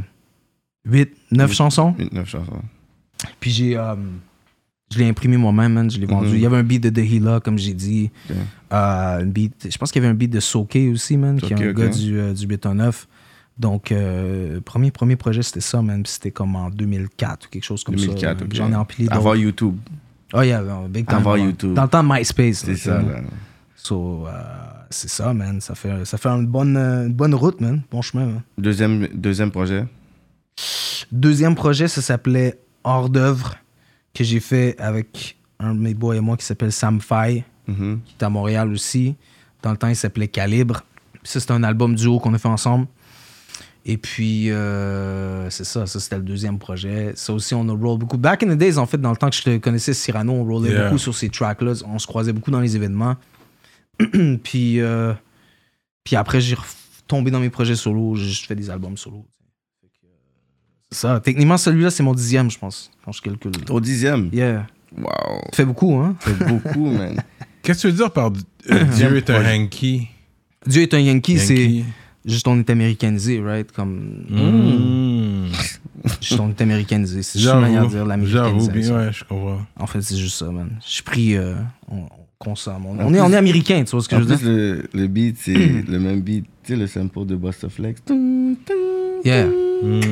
Speaker 5: 8, 9
Speaker 4: Huit.
Speaker 5: chansons.
Speaker 4: Une neuf chansons.
Speaker 5: Puis j'ai. euh, je l'ai imprimé moi-même, man. Je l'ai vendu.
Speaker 4: Mhm.
Speaker 5: Il y avait un beat de Dehila, comme j'ai dit.
Speaker 4: Ok.
Speaker 5: Euh, un beat, je pense qu'il y avait un beat de Soke aussi, man, qui
Speaker 4: Soke,
Speaker 5: est un
Speaker 4: ok.
Speaker 5: gars du, euh, du Béton 9. Donc, euh, premier, premier projet, c'était ça, man. Puis c'était comme en 2004 ou quelque chose comme ça.
Speaker 4: 2004,
Speaker 5: man.
Speaker 4: ok.
Speaker 5: J'en ai empilé d'autres.
Speaker 4: Avant YouTube.
Speaker 5: Oh, yeah, euh, big time.
Speaker 4: Avant
Speaker 5: ouais.
Speaker 4: YouTube.
Speaker 5: Dans le temps de MySpace.
Speaker 4: C'est
Speaker 5: là,
Speaker 4: ça,
Speaker 5: tu sais.
Speaker 4: là.
Speaker 5: So, euh, c'est ça, man. Ça fait, ça fait une, bonne, euh, une bonne route, man. Bon chemin, man.
Speaker 4: Deuxième, deuxième projet.
Speaker 5: Deuxième projet, ça s'appelait Hors d'œuvre, que j'ai fait avec un de mes boys et moi qui s'appelle Sam Fay,
Speaker 4: Mhm.
Speaker 5: qui est à Montréal aussi. Dans le temps, il s'appelait Calibre. Puis Ça, c'était un album duo qu'on a fait ensemble. Et puis, euh, c'est ça, ça c'était le deuxième projet. Ça aussi, on a roll beaucoup. Back in the days, en fait, dans le temps que je te connaissais, Cyrano, on rollait
Speaker 3: Yeah.
Speaker 5: beaucoup sur ces tracks-là. On se croisait beaucoup dans les événements. puis, euh, puis après, j'ai tombé dans mes projets solo. J'ai juste fait des albums solo. Fait que, euh, c'est ça. Techniquement, celui-là, c'est mon dixième, je pense, quand je calcule.
Speaker 4: Au dixième.
Speaker 5: Yeah.
Speaker 4: Wow.
Speaker 5: Ça fait beaucoup, hein?
Speaker 4: C'est beaucoup, man.
Speaker 3: Qu'est-ce que tu veux dire par euh, Dieu est un hanky?
Speaker 5: Dieu est un Yankee. c'est...
Speaker 3: Yankee. Hmm?
Speaker 5: juste on est américanisé, right? Comme
Speaker 3: Mm.
Speaker 5: juste on est américanisé. C'est juste une manière de dire
Speaker 3: J'avoue, j'avoue, bien,
Speaker 5: l'américanisation.
Speaker 3: ouais, je comprends.
Speaker 5: En fait, c'est juste ça, man. Je suis pris, euh, on, on consomme. On, on est, on est américain, tu vois ce que
Speaker 4: En
Speaker 5: je veux
Speaker 4: plus,
Speaker 5: dire?
Speaker 4: le, le beat, c'est le même beat. Tu sais, le sample de Busta Flex. Tum, tum,
Speaker 5: Yeah.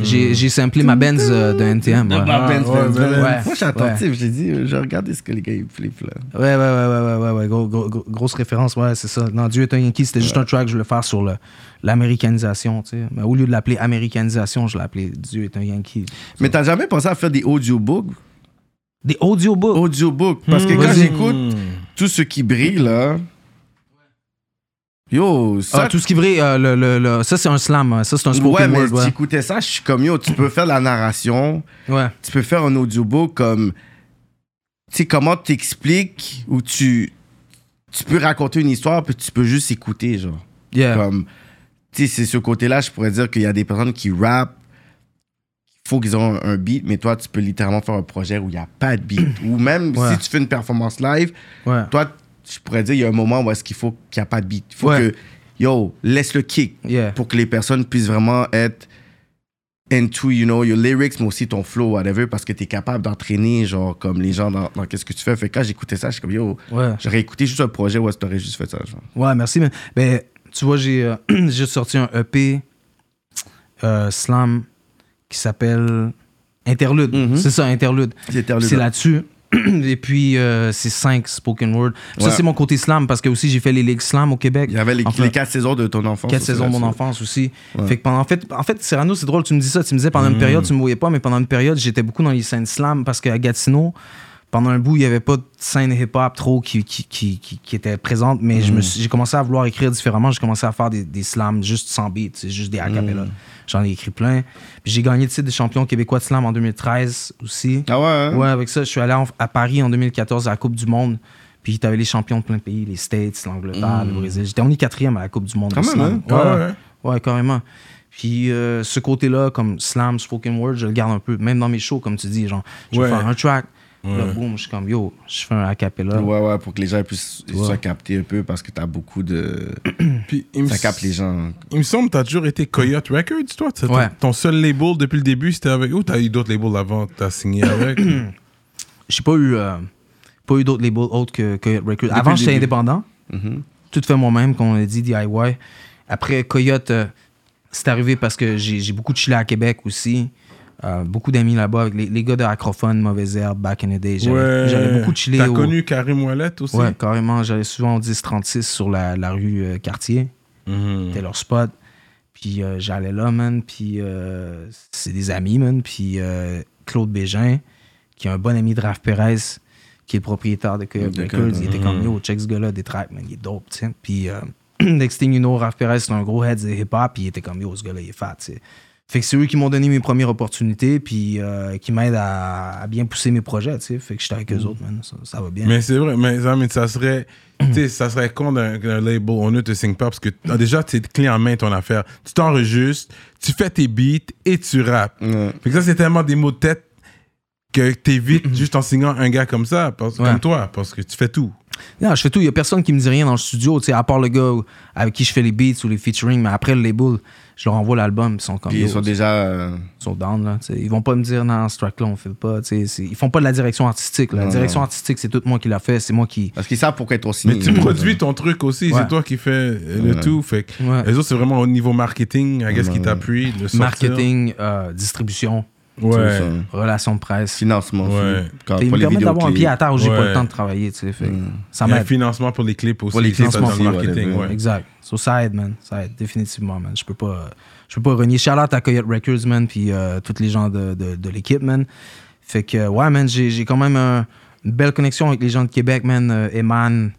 Speaker 5: J'ai j'ai samplé ma Benz euh, de NTM.
Speaker 4: de
Speaker 5: ouais.
Speaker 4: Bob Benz,
Speaker 3: Ah, ouais,
Speaker 4: Benz,
Speaker 3: ouais,
Speaker 4: Benz.
Speaker 5: ouais.
Speaker 4: Moi, je suis attentif. J'ai dit, euh, je regarde ce que les gars, ils flippent, là.
Speaker 5: Ouais, ouais, ouais, ouais, ouais, ouais, ouais. Gros- gros- gros- grosse référence, ouais, c'est ça. Non, Dieu est un Yankee, c'était juste un track que je voulais faire sur le- l'américanisation, tu sais. Mais au lieu de l'appeler américanisation, je l'appelais Dieu est un Yankee.
Speaker 4: Mais t'as jamais pensé à faire des audiobooks?
Speaker 5: Des audiobooks.
Speaker 4: Audiobooks. Parce que quand
Speaker 5: Hmm, Vas-y.
Speaker 4: j'écoute
Speaker 5: Mm.
Speaker 4: tout ce qui brille, là... Yo, ça...
Speaker 5: Ah, tout ce qui brille, euh, le, le- le- ça c'est un slam, hein. ça c'est un
Speaker 4: ouais,
Speaker 5: spoken
Speaker 4: mais
Speaker 5: word, ouais.
Speaker 4: t'écoutais ça, je suis comme, yo, tu peux faire la narration...
Speaker 5: ouais.
Speaker 4: tu peux faire un audiobook comme tu sais comment t'expliques ou tu tu peux raconter une histoire puis tu peux juste écouter genre
Speaker 5: Yeah.
Speaker 4: comme tu sais c'est ce côté là je pourrais dire qu'il y a des personnes qui rappent faut qu'ils aient un, un beat mais toi tu peux littéralement faire un projet où il n'y a pas de beat ou même
Speaker 5: Ouais.
Speaker 4: si tu fais une performance live
Speaker 5: Ouais.
Speaker 4: toi je pourrais dire il y a un moment où est-ce qu'il faut qu'il n'y a pas de beat il faut
Speaker 5: Ouais.
Speaker 4: que yo, laisse le kick
Speaker 5: Yeah.
Speaker 4: pour que les personnes puissent vraiment être into, you know, your lyrics, mais aussi ton flow, whatever, parce que t'es capable d'entraîner, genre, comme les gens dans, dans qu'est-ce que tu fais. Fait que quand j'écoutais ça, je suis comme, yo,
Speaker 5: Ouais.
Speaker 4: j'aurais écouté juste un projet où est-ce que t'aurais juste fait ça, genre.
Speaker 5: Ouais, merci. Mais, ben, tu vois, j'ai euh, j'ai sorti un EP euh, slam qui s'appelle Interlude.
Speaker 4: Mhm.
Speaker 5: C'est ça, Interlude.
Speaker 4: C'est Interlude,
Speaker 5: C'est
Speaker 4: ouais.
Speaker 5: là-dessus. Et puis, euh, c'est cinq spoken word. Ça,
Speaker 4: Ouais.
Speaker 5: c'est mon côté slam parce que aussi, j'ai fait les ligues slam au Québec.
Speaker 4: Il y avait les,
Speaker 5: Enfin,
Speaker 4: les quatre saisons de ton enfance.
Speaker 5: Quatre
Speaker 4: aussi
Speaker 5: saisons de mon
Speaker 4: là-dessus.
Speaker 5: enfance aussi. Fait que pendant, en, fait, en fait, Cyrano, c'est drôle, tu me dis ça. Tu me disais
Speaker 4: Hmm.
Speaker 5: pendant une période, tu me voyais pas, mais pendant une période, j'étais beaucoup dans les scènes slam parce qu'à Gatineau, pendant un bout, il y avait pas de scène hip-hop trop qui, qui, qui, qui- qui était présente, mais
Speaker 4: Hmm.
Speaker 5: je me suis- j'ai commencé à vouloir écrire différemment. J'ai commencé à faire des, des slams juste sans beat, tu sais, juste des a
Speaker 4: Hmm.
Speaker 5: cappella. J'en ai écrit plein. Puis J'ai gagné le titre de champion québécois de slam en 2013 aussi.
Speaker 4: Ah ouais, hein?
Speaker 5: Ouais, avec ça, je suis allé en- à Paris en 2014 à la Coupe du Monde. Puis t'avais les champions de plein de pays, les States, l'Angleterre, le Brésil. J'étais est quatrième à la Coupe du Monde.
Speaker 4: Quand
Speaker 5: au
Speaker 4: même,
Speaker 5: slam.
Speaker 3: hein?
Speaker 5: Ouais,
Speaker 3: Ah ouais,
Speaker 5: ouais, ouais, carrément. Puis euh, ce côté-là, comme slam, spoken word, je le garde un peu. Même dans mes shows, comme tu dis, genre, je vais
Speaker 3: Ouais.
Speaker 5: faire un track. Là, boum, je suis comme, yo, je fais un a cappella.
Speaker 4: Ouais, ouais, pour que les gens puissent se capter un peu parce que t'as beaucoup de.
Speaker 3: Puis, il me
Speaker 4: Ça capte les gens.
Speaker 3: Il me semble que t'as toujours été Coyote Records, toi. T'as-
Speaker 5: Ouais.
Speaker 3: Ton seul label depuis le début, c'était avec. Ou t'as eu d'autres labels avant que t'as signé avec
Speaker 5: J'ai pas eu, euh, pas eu d'autres labels autres que Coyote Records. Avant,
Speaker 4: le
Speaker 5: j'étais
Speaker 4: début.
Speaker 5: indépendant. Tout fait moi-même, comme on a dit, DIY. Après, Coyote, euh, c'est arrivé parce que j'ai j'ai beaucoup chillé à Québec aussi. Euh, beaucoup d'amis là-bas, avec les, les gars de Acrophone, Mauvaise Herbe, Back in the Day. J'avais j'avais beaucoup chillé.
Speaker 3: T'as
Speaker 5: au-
Speaker 3: connu Karim Ouellet aussi
Speaker 5: Ouais, carrément. J'allais souvent au 10-36 sur la, la rue euh, Cartier. C'était leur spot. Puis euh, j'allais là, man. Puis euh, c'est des amis, man. Puis euh, Claude Bégin, qui est un bon ami de Raph Pérez, qui est le propriétaire de Coyote
Speaker 4: D'accord.
Speaker 5: Records. Il était comme, yo, check ce gars-là, des tracks, man. Il est dope, tu sais. Puis euh, next thing you know, Raph Pérez, c'est un gros head de hip-hop. Puis il était comme, yo, ce gars-là, il est fat, tu sais. Fait que c'est eux qui m'ont donné mes premières opportunités, puis euh, qui m'aident à, à bien pousser mes projets, tu sais. Fait que j'étais avec eux autres, man. Ça, ça va bien.
Speaker 3: Mais c'est vrai, mais, ça, mais ça serait. tu sais, ça serait con d'un qu'un label, on ne te signe pas parce que ah, déjà, tu es clé en main ton affaire. Tu t'enregistres, tu fais tes beats et tu rappes.
Speaker 4: Ouais.
Speaker 3: Fait que ça, c'est tellement des mots de tête que t'évites juste en signant un gars comme ça, parce-
Speaker 5: Ouais.
Speaker 3: comme toi, parce que tu fais tout.
Speaker 5: Non, je fais tout. Il n'y a personne qui me dit rien dans le studio, tu sais, à part le gars avec qui je fais les beats ou les featuring. Mais après le label, je leur envoie l'album. Ils sont comme.
Speaker 4: Puis
Speaker 5: yo,
Speaker 4: ils sont déjà. euh,
Speaker 5: ils sont down, là. tu sais. Ils vont pas me dire, non, ce track-là, on fait pas. tu sais, c'est- Ils font pas de la direction artistique. La
Speaker 4: Non,
Speaker 5: direction
Speaker 4: non.
Speaker 5: artistique, c'est tout moi qui l'a fait. C'est moi qui.
Speaker 4: Parce qu'ils savent pourquoi être aussi.
Speaker 3: Mais tu produis ton truc aussi,
Speaker 5: Ouais.
Speaker 3: c'est toi qui fais euh, le tout. Fait que
Speaker 5: Ouais.
Speaker 3: les autres, c'est vraiment au niveau marketing, à qu'est-ce qui
Speaker 4: Ouais.
Speaker 3: t'appuie, le sortir.
Speaker 5: Marketing, euh, distribution,
Speaker 3: Ouais.
Speaker 5: relations de presse.
Speaker 4: Financement.
Speaker 3: Ouais.
Speaker 4: Quand-
Speaker 5: Ils
Speaker 4: pour
Speaker 5: me
Speaker 4: les
Speaker 5: permettent
Speaker 4: vidéos Hmm.
Speaker 5: d'avoir un pied à terre où j'ai pas
Speaker 3: Ouais.
Speaker 5: le temps de travailler. tu sais, fait que Ça
Speaker 3: Il y a un
Speaker 5: m'aide.
Speaker 3: financement pour les clips aussi.
Speaker 4: Pour les
Speaker 3: ça,
Speaker 4: clips
Speaker 3: dans le
Speaker 4: aussi,
Speaker 3: marketing,
Speaker 4: whatever.
Speaker 3: ouais.
Speaker 5: Exact. So ça aide, man. Ça aide définitivement, man. Je peux pas, euh, je peux pas renier. Shout out à Coyote Records, man, puis euh, tous les gens de, de, de l'équipe, man. Fait que, euh, ouais, man, j'ai j'ai quand même euh, une belle connexion avec les gens de Québec, man. Euh, Eman,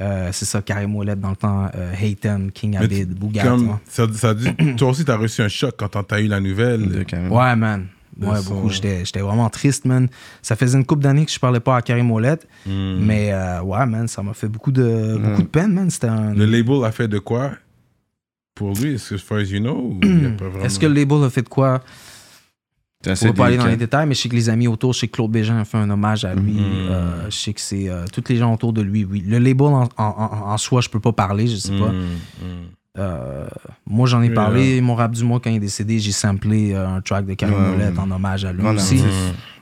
Speaker 5: euh, c'est ça, Karim Ouellet dans le temps, euh, Haytham, King
Speaker 3: Mais tu-
Speaker 5: Abid, Bougat.
Speaker 3: comme
Speaker 5: ouais.
Speaker 3: ça, ça dit- toi aussi, t'as reçu un choc quand t'as- t'as eu la nouvelle.
Speaker 4: De Karim.
Speaker 5: Ouais, man. Ouais,
Speaker 3: son-
Speaker 5: beaucoup. J'étais j'étais vraiment triste, man. Ça faisait une couple d'années que je parlais pas à Karim Ouellet.
Speaker 3: Hmm. Mm.
Speaker 5: Mais euh, ouais, man, ça m'a fait beaucoup de, beaucoup de peine, man. C'était un.
Speaker 3: Le label a fait de quoi pour lui, as far as you know? ou il y a pas vraiment-
Speaker 5: Est-ce que le label a fait de quoi?
Speaker 4: C'est
Speaker 5: On
Speaker 4: assez
Speaker 5: va pas aller dans les
Speaker 4: délicat.
Speaker 5: détails, mais je sais que les amis autour, je sais que Claude Bégin a fait un hommage à lui.
Speaker 3: Mhm.
Speaker 5: euh, je sais que c'est euh, toutes les gens autour de lui. Oui, le label en, en- en- en soi, je peux pas parler, je sais pas.
Speaker 3: Mm,
Speaker 4: Mhm.
Speaker 3: mm.
Speaker 5: Euh, moi, j'en ai
Speaker 3: Oui,
Speaker 5: parlé. Mon rap du mois, quand il est décédé, j'ai samplé euh, un track de Karim
Speaker 4: Ouais.
Speaker 5: Ouellet en hommage à lui
Speaker 4: Voilà.
Speaker 5: aussi.
Speaker 4: Mm.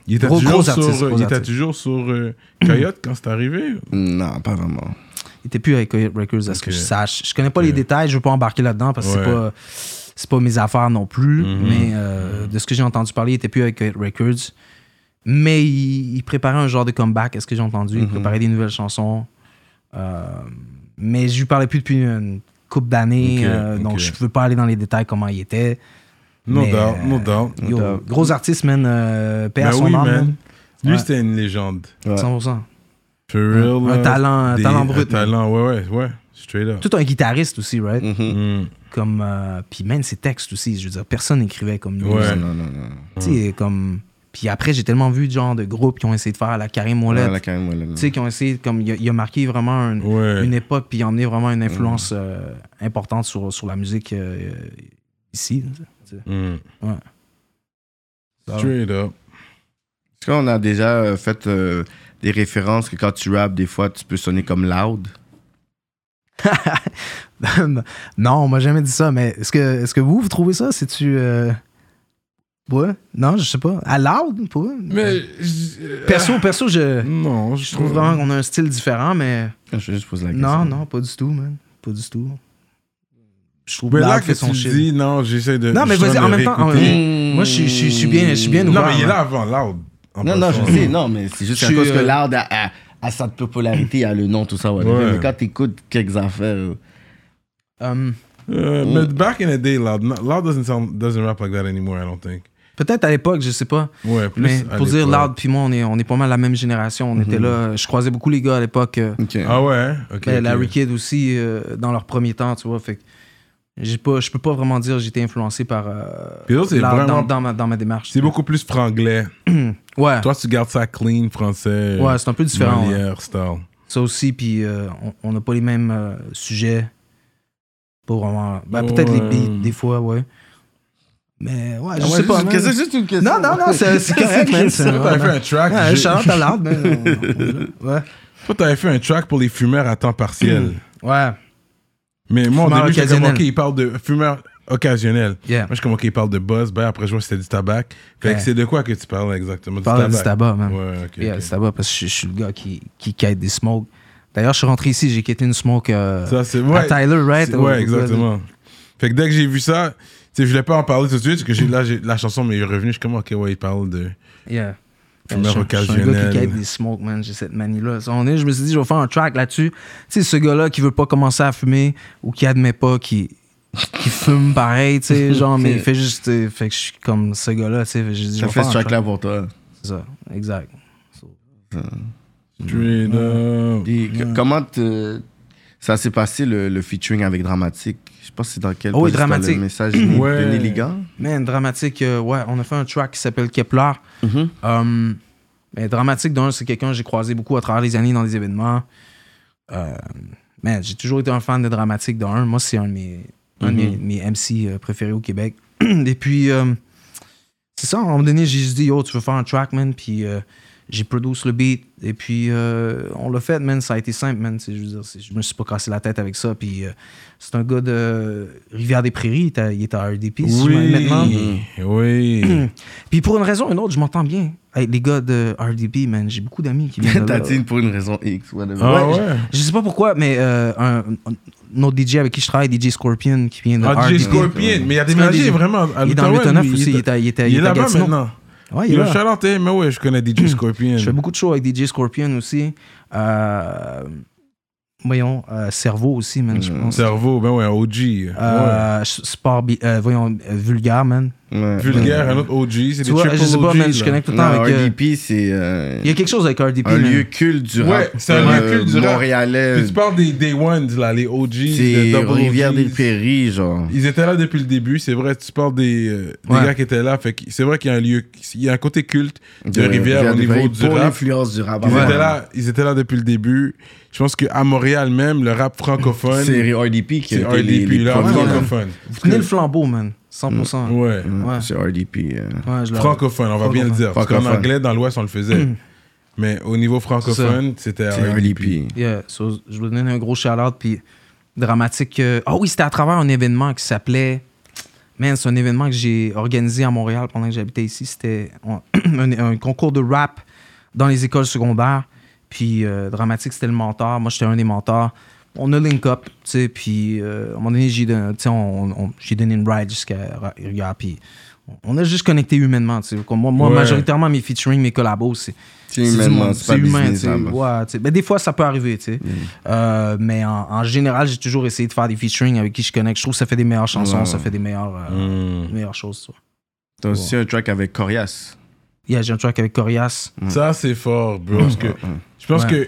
Speaker 3: Il était
Speaker 5: Gros,
Speaker 3: toujours
Speaker 5: gros
Speaker 3: sur,
Speaker 5: artiste,
Speaker 3: euh,
Speaker 5: gros
Speaker 3: il était
Speaker 5: artiste.
Speaker 3: toujours sur euh, Coyote quand c'est arrivé?
Speaker 4: Non, pas vraiment.
Speaker 5: Il était plus avec Coyote Records, à ce que
Speaker 3: Ok.
Speaker 5: je sache. Je connais pas les
Speaker 3: Ok.
Speaker 5: détails, je veux pas embarquer là-dedans parce
Speaker 3: Ouais.
Speaker 5: que
Speaker 3: Mhm.
Speaker 5: c'est pas c'est pas mes affaires non plus. Mais euh, de ce que j'ai entendu parler, il était plus avec Coyote Records. Mais il, il préparait un genre de comeback, à ce que j'ai entendu.
Speaker 3: Mhm.
Speaker 5: Il préparait des nouvelles chansons. Euh, mais je lui parlais plus depuis une couple d'années,
Speaker 3: Ok,
Speaker 5: euh, donc
Speaker 3: ok.
Speaker 5: je veux pas aller dans les détails comment il était.
Speaker 3: No
Speaker 5: Mais,
Speaker 3: doubt, no doubt.
Speaker 5: Yo, gros artiste, man. Euh, paix à
Speaker 3: Ben
Speaker 5: son
Speaker 3: oui,
Speaker 5: âme,
Speaker 3: man. Lui,
Speaker 5: Ouais.
Speaker 3: c'était une légende.
Speaker 4: Ouais.
Speaker 5: 100%.
Speaker 3: For real,
Speaker 5: Un
Speaker 3: là,
Speaker 5: talent- un
Speaker 3: des-
Speaker 5: talent brut,
Speaker 3: Un talent, ouais, ouais, ouais. Straight up.
Speaker 5: Tout un guitariste aussi, right?
Speaker 4: Mhm.
Speaker 3: Mm.
Speaker 5: Comme, euh, puis man, ses textes aussi, je veux dire, personne n'écrivait comme lui.
Speaker 3: Ouais.
Speaker 4: Non, non, non, non.
Speaker 5: Tu sais, comme. Puis après, j'ai tellement vu de genre de groupes qui ont essayé de faire la Karim Ouellet.
Speaker 4: Ouais, là, Karim, ouais, là, là.
Speaker 5: Tu sais, qui ont essayé, comme, il a, il a marqué vraiment un-
Speaker 3: Ouais.
Speaker 5: une époque, puis il a emmené vraiment une influence euh, importante sur, sur la musique euh, ici. tu sais.
Speaker 3: Mm.
Speaker 5: Ouais. Ah.
Speaker 3: Straight up.
Speaker 4: Est-ce qu'on a déjà euh, fait euh, des références que quand tu rappes, des fois, tu peux sonner comme loud
Speaker 5: non, on m'a jamais dit ça, mais est-ce que, est-ce que vous, vous trouvez ça? C'est-tu. euh, Ouais? Non, je sais pas. À l'ordre, pas?
Speaker 3: Mais.
Speaker 5: Perso, perso, je,
Speaker 3: Non,
Speaker 5: je trouve vraiment qu'on a un style différent, mais.
Speaker 4: Ah, Je juste pose la question.
Speaker 5: Non, non, pas du tout, man. Pas du tout. Je trouve
Speaker 3: Mais là
Speaker 5: Loud
Speaker 3: que
Speaker 5: fait son
Speaker 3: tu
Speaker 5: shit.
Speaker 3: dis, non, j'essaie de.
Speaker 5: Non, mais
Speaker 3: je suis
Speaker 5: vas-y,
Speaker 3: train
Speaker 5: en
Speaker 3: de
Speaker 5: même temps, en
Speaker 3: réécouter.
Speaker 5: même temps, moi, je suis- je suis je suis bien, je suis bien
Speaker 3: Non,
Speaker 5: ouvert,
Speaker 3: mais il est
Speaker 5: man.
Speaker 3: là avant Loud. en
Speaker 4: Non, non,
Speaker 3: passant.
Speaker 4: je sais, non, mais c'est juste
Speaker 5: Je
Speaker 4: à
Speaker 5: suis,
Speaker 4: cause que
Speaker 5: euh,
Speaker 4: l'art a, a- a sa popularité, a le nom, tout ça. whatever.
Speaker 3: Ouais.
Speaker 4: Mais quand t'écoutes quelques affaires, euh,
Speaker 5: Hum,
Speaker 3: Euh, Mais back in the day, Loud, no- Loud doesn't, sound, doesn't rap like that anymore, I don't think.
Speaker 5: Peut-être à l'époque, je sais pas.
Speaker 3: Ouais, plus
Speaker 5: Mais
Speaker 3: à
Speaker 5: pour dire
Speaker 3: l'époque. Mhm.
Speaker 5: Loud, puis moi, on est, on est pas mal la même génération. On était là. Je croisais beaucoup les gars à l'époque. euh,
Speaker 3: Ah ouais, ok.
Speaker 5: Ben,
Speaker 3: ok.
Speaker 5: Larry Kidd aussi, euh, dans leur premier temps, tu vois. Fait que j'ai pas, je peux pas vraiment dire que j'ai été influencé par. euh,
Speaker 3: Puis eux, c'est
Speaker 5: la-
Speaker 3: vraiment-
Speaker 5: dans, dans ma, dans ma démarche.
Speaker 3: C'est beaucoup plus franglais.
Speaker 5: Ouais,
Speaker 3: Toi, tu gardes ça clean, français.
Speaker 5: ouais c'est un peu différent. ouais.
Speaker 3: Molière style.
Speaker 5: Ça aussi, puis euh, on- on n'a pas les mêmes euh, sujets. Pas vraiment. Ben, Peut-être
Speaker 3: Ouais.
Speaker 5: les beats, des fois, ouais. Mais Ah, ouais, je
Speaker 3: Ah
Speaker 4: ouais,
Speaker 5: sais pas.
Speaker 4: juste-
Speaker 5: man.
Speaker 4: que c'est juste une question.
Speaker 5: Non, non, non, c'est c'est correct, man. c'est-
Speaker 3: Toi, t'avais fait un
Speaker 5: ouais,
Speaker 3: track.
Speaker 5: Ouais,
Speaker 3: j'ai-
Speaker 5: shout out à Loud, man. On- on- Ouais.
Speaker 3: Toi, t'avais fait un track pour les fumeurs à temps partiel.
Speaker 5: Ouais.
Speaker 3: Mais moi, au
Speaker 5: Hmm. Fumeur
Speaker 3: début, j'étais comme,
Speaker 5: occasionnel.
Speaker 3: OK, il parle de fumeur occasionnel.
Speaker 5: Yeah.
Speaker 3: Moi, je suis comme, OK, il parle de buzz. Ben, après, je vois que c'était du tabac. Fait que
Speaker 5: Ouais.
Speaker 3: c'est de quoi que tu parles exactement? Du
Speaker 5: parle du tabac, man.
Speaker 3: Ouais, OK.
Speaker 5: Yeah,
Speaker 3: ok.
Speaker 5: c'est là-bas parce que je, je suis le gars qui, qui quête des smokes. D'ailleurs, je suis rentré ici, j'ai quitté une smoke euh,
Speaker 3: Ça, c'est
Speaker 5: à
Speaker 3: ouais.
Speaker 5: Tyler, right?
Speaker 3: C'est- Ouais, exactement. Fait que dès que j'ai vu ça, tu sais, je voulais pas en parler tout de suite, parce que j'ai- là, j'ai- la chanson m'est revenue. Je suis comme, OK, ouais, il parle de.
Speaker 5: Yeah.
Speaker 3: Fumeur
Speaker 5: Je suis- Je suis un gars
Speaker 3: occasionnel.
Speaker 5: qui quête des smokes, man. J'ai cette manie-là. Ça, on est, je me suis dit, je vais faire un track là-dessus. Tu sais, ce gars-là qui veut pas commencer à fumer ou qui admet pas, qui, qui fume pareil, tu sais, genre, mais il fait juste. tu sais, Fait que je suis comme ce gars-là, tu sais. J'ai dit, je
Speaker 4: Ça
Speaker 5: vais
Speaker 4: fait
Speaker 5: faire
Speaker 4: ce
Speaker 5: un track.
Speaker 4: track-là pour toi.
Speaker 5: C'est ça, exact.
Speaker 3: Straight up.
Speaker 4: Puis, que- Comment te- ça s'est passé le, le featuring avec Dramatique Je sais pas si dans quel
Speaker 5: Oh, oui,
Speaker 4: poste t'as
Speaker 5: Dramatique.
Speaker 4: le message de-
Speaker 3: Ouais.
Speaker 4: de Néligan.
Speaker 5: Man, dramatique, euh, ouais, on a fait un track qui s'appelle Kepler.
Speaker 4: Mm.
Speaker 5: Um, mais dramatique, d'un, c'est quelqu'un que j'ai croisé beaucoup à travers les années dans des événements. Euh, man, j'ai toujours été un fan de dramatique, d'un. Moi, c'est un de mes, un de mes- mes MC euh, préférés au Québec. Et puis, euh, c'est ça, à un moment donné, j'ai juste dit, yo, tu veux faire un track, man? Puis, euh, j'ai produit le beat. Et puis, euh, on l'a fait, man. Ça a été simple, man. C'est- Je veux dire, c'est- je me suis pas cassé la tête avec ça. Puis, euh, c'est un gars de Rivière-des-Prairies. Il est à- Il est à RDP, si je me- maintenant.
Speaker 3: Oui, oui.
Speaker 5: Puis pour une raison ou une autre, je m'entends bien. Avec les gars de RDP, man, j'ai beaucoup d'amis qui viennent de là.
Speaker 4: Tatine pour une raison X, whatever.
Speaker 3: Ah ouais?
Speaker 5: Je sais pas pourquoi, mais euh, un, un autre DJ avec qui je travaille, DJ Scorpion, qui vient de
Speaker 3: Ah,
Speaker 5: RDP.
Speaker 3: DJ Scorpion, mais il a
Speaker 5: C'est un
Speaker 3: déménagé
Speaker 5: DJ.
Speaker 3: vraiment à
Speaker 5: Il est dans
Speaker 3: l'Outaouais,
Speaker 5: le 9
Speaker 3: lui.
Speaker 5: aussi, il est à- il est à-
Speaker 3: Il est
Speaker 5: il est à
Speaker 3: là-bas
Speaker 5: Gatineau.
Speaker 3: maintenant.
Speaker 4: Ah,
Speaker 5: Ouais, il est
Speaker 3: Il
Speaker 5: là.
Speaker 3: a chalanté, mais ouais, je connais
Speaker 4: Hmm.
Speaker 3: DJ Scorpion.
Speaker 5: Je fais beaucoup de shows avec DJ Scorpion aussi. Euh, voyons, euh, Cerveau aussi, man, je pense.
Speaker 3: Cerveau, ben ouais, un OG.
Speaker 4: Ah.
Speaker 3: Ouais.
Speaker 5: Euh, Sport, bi- euh, voyons, euh, Vulgaire, man.
Speaker 4: Ouais.
Speaker 3: Vulgaire, un autre OG, c'est des
Speaker 5: Tu vois,
Speaker 3: triple
Speaker 5: je sais pas,
Speaker 3: OG,
Speaker 5: man, je
Speaker 3: là.
Speaker 5: connecte tout le temps
Speaker 4: Non,
Speaker 5: avec... euh,
Speaker 4: RDP, c'est euh,
Speaker 5: Il y a quelque chose avec RDP,
Speaker 4: un
Speaker 5: man.
Speaker 4: lieu culte du
Speaker 3: Ouais,
Speaker 4: rap.
Speaker 3: c'est un lieu
Speaker 4: euh,
Speaker 3: culte du rap.
Speaker 4: Montréalais.
Speaker 3: Puis tu parles des Day Ones, là, les OGs, les
Speaker 4: C'est
Speaker 3: Double
Speaker 4: rivière des
Speaker 3: OGs.
Speaker 4: Prairies, genre.
Speaker 3: Ils étaient là depuis le début, c'est vrai, tu parles des, euh, des
Speaker 5: Ouais.
Speaker 3: gars qui étaient là, fait que c'est vrai qu'il y a un lieu, il y a un côté culte de,
Speaker 4: De
Speaker 3: Rivière, au
Speaker 4: des
Speaker 3: niveau
Speaker 4: Prairies
Speaker 3: du
Speaker 4: Pour
Speaker 3: rap.
Speaker 4: l'influence du rap.
Speaker 3: Ils,
Speaker 4: Ouais.
Speaker 3: étaient là, ils étaient là depuis le début. Je pense qu'à Montréal même, le rap francophone,
Speaker 4: C'est RDP qui
Speaker 3: c'est
Speaker 4: a été les,
Speaker 3: RDP,
Speaker 4: les
Speaker 3: le rap
Speaker 4: premiers, hein. là.
Speaker 3: francophone.
Speaker 5: Vous tenez le flambeau, man, 100%.
Speaker 3: Mm, Ouais.
Speaker 5: Ouais.
Speaker 4: C'est RDP. euh.
Speaker 5: Ouais, je le-
Speaker 3: Francophone, on va bien le dire. Parce qu'en
Speaker 4: Francophone.
Speaker 3: anglais, dans l'Ouest, on le faisait. Mais au niveau francophone, c'était
Speaker 4: C'est RDP.
Speaker 5: Yeah, so, je vous donne un gros shout-out, puis dramatique. euh, Ah oui, c'était à travers un événement qui s'appelait... Man, c'est un événement que j'ai organisé à Montréal pendant que j'habitais ici. C'était on- un, un concours de rap dans les écoles secondaires. Puis euh, Dramatique, c'était le mentor. Moi, j'étais un des mentors. On a link up, tu sais. Puis euh, à un moment donné, j'ai donné, tu sais, on- on- j'ai donné une ride jusqu'à Ra- Rivière. Puis on a juste connecté humainement, tu sais. Comme Moi, moi,
Speaker 3: Ouais.
Speaker 5: majoritairement, mes featuring, mes collabos, c'est
Speaker 4: C'est
Speaker 5: du
Speaker 4: humainement,
Speaker 5: monde,
Speaker 4: c'est pas
Speaker 5: c'est humain,
Speaker 4: business, Mm.
Speaker 5: tu sais.
Speaker 4: hein, bah.
Speaker 5: Ouais, tu sais. Ben, des fois, ça peut arriver, tu sais. Euh, mais en, en général, j'ai toujours essayé de faire des featuring avec qui je connecte. Je trouve que ça fait des meilleures chansons,
Speaker 4: Ouais. Mm.
Speaker 5: ça fait des meilleures, euh, meilleures choses. tu vois.
Speaker 4: T'as aussi un track avec Corias.
Speaker 5: Yeah, j'ai un track avec Corias.
Speaker 3: Ça, c'est fort, bro. Parce que
Speaker 4: Mm.
Speaker 3: je pense que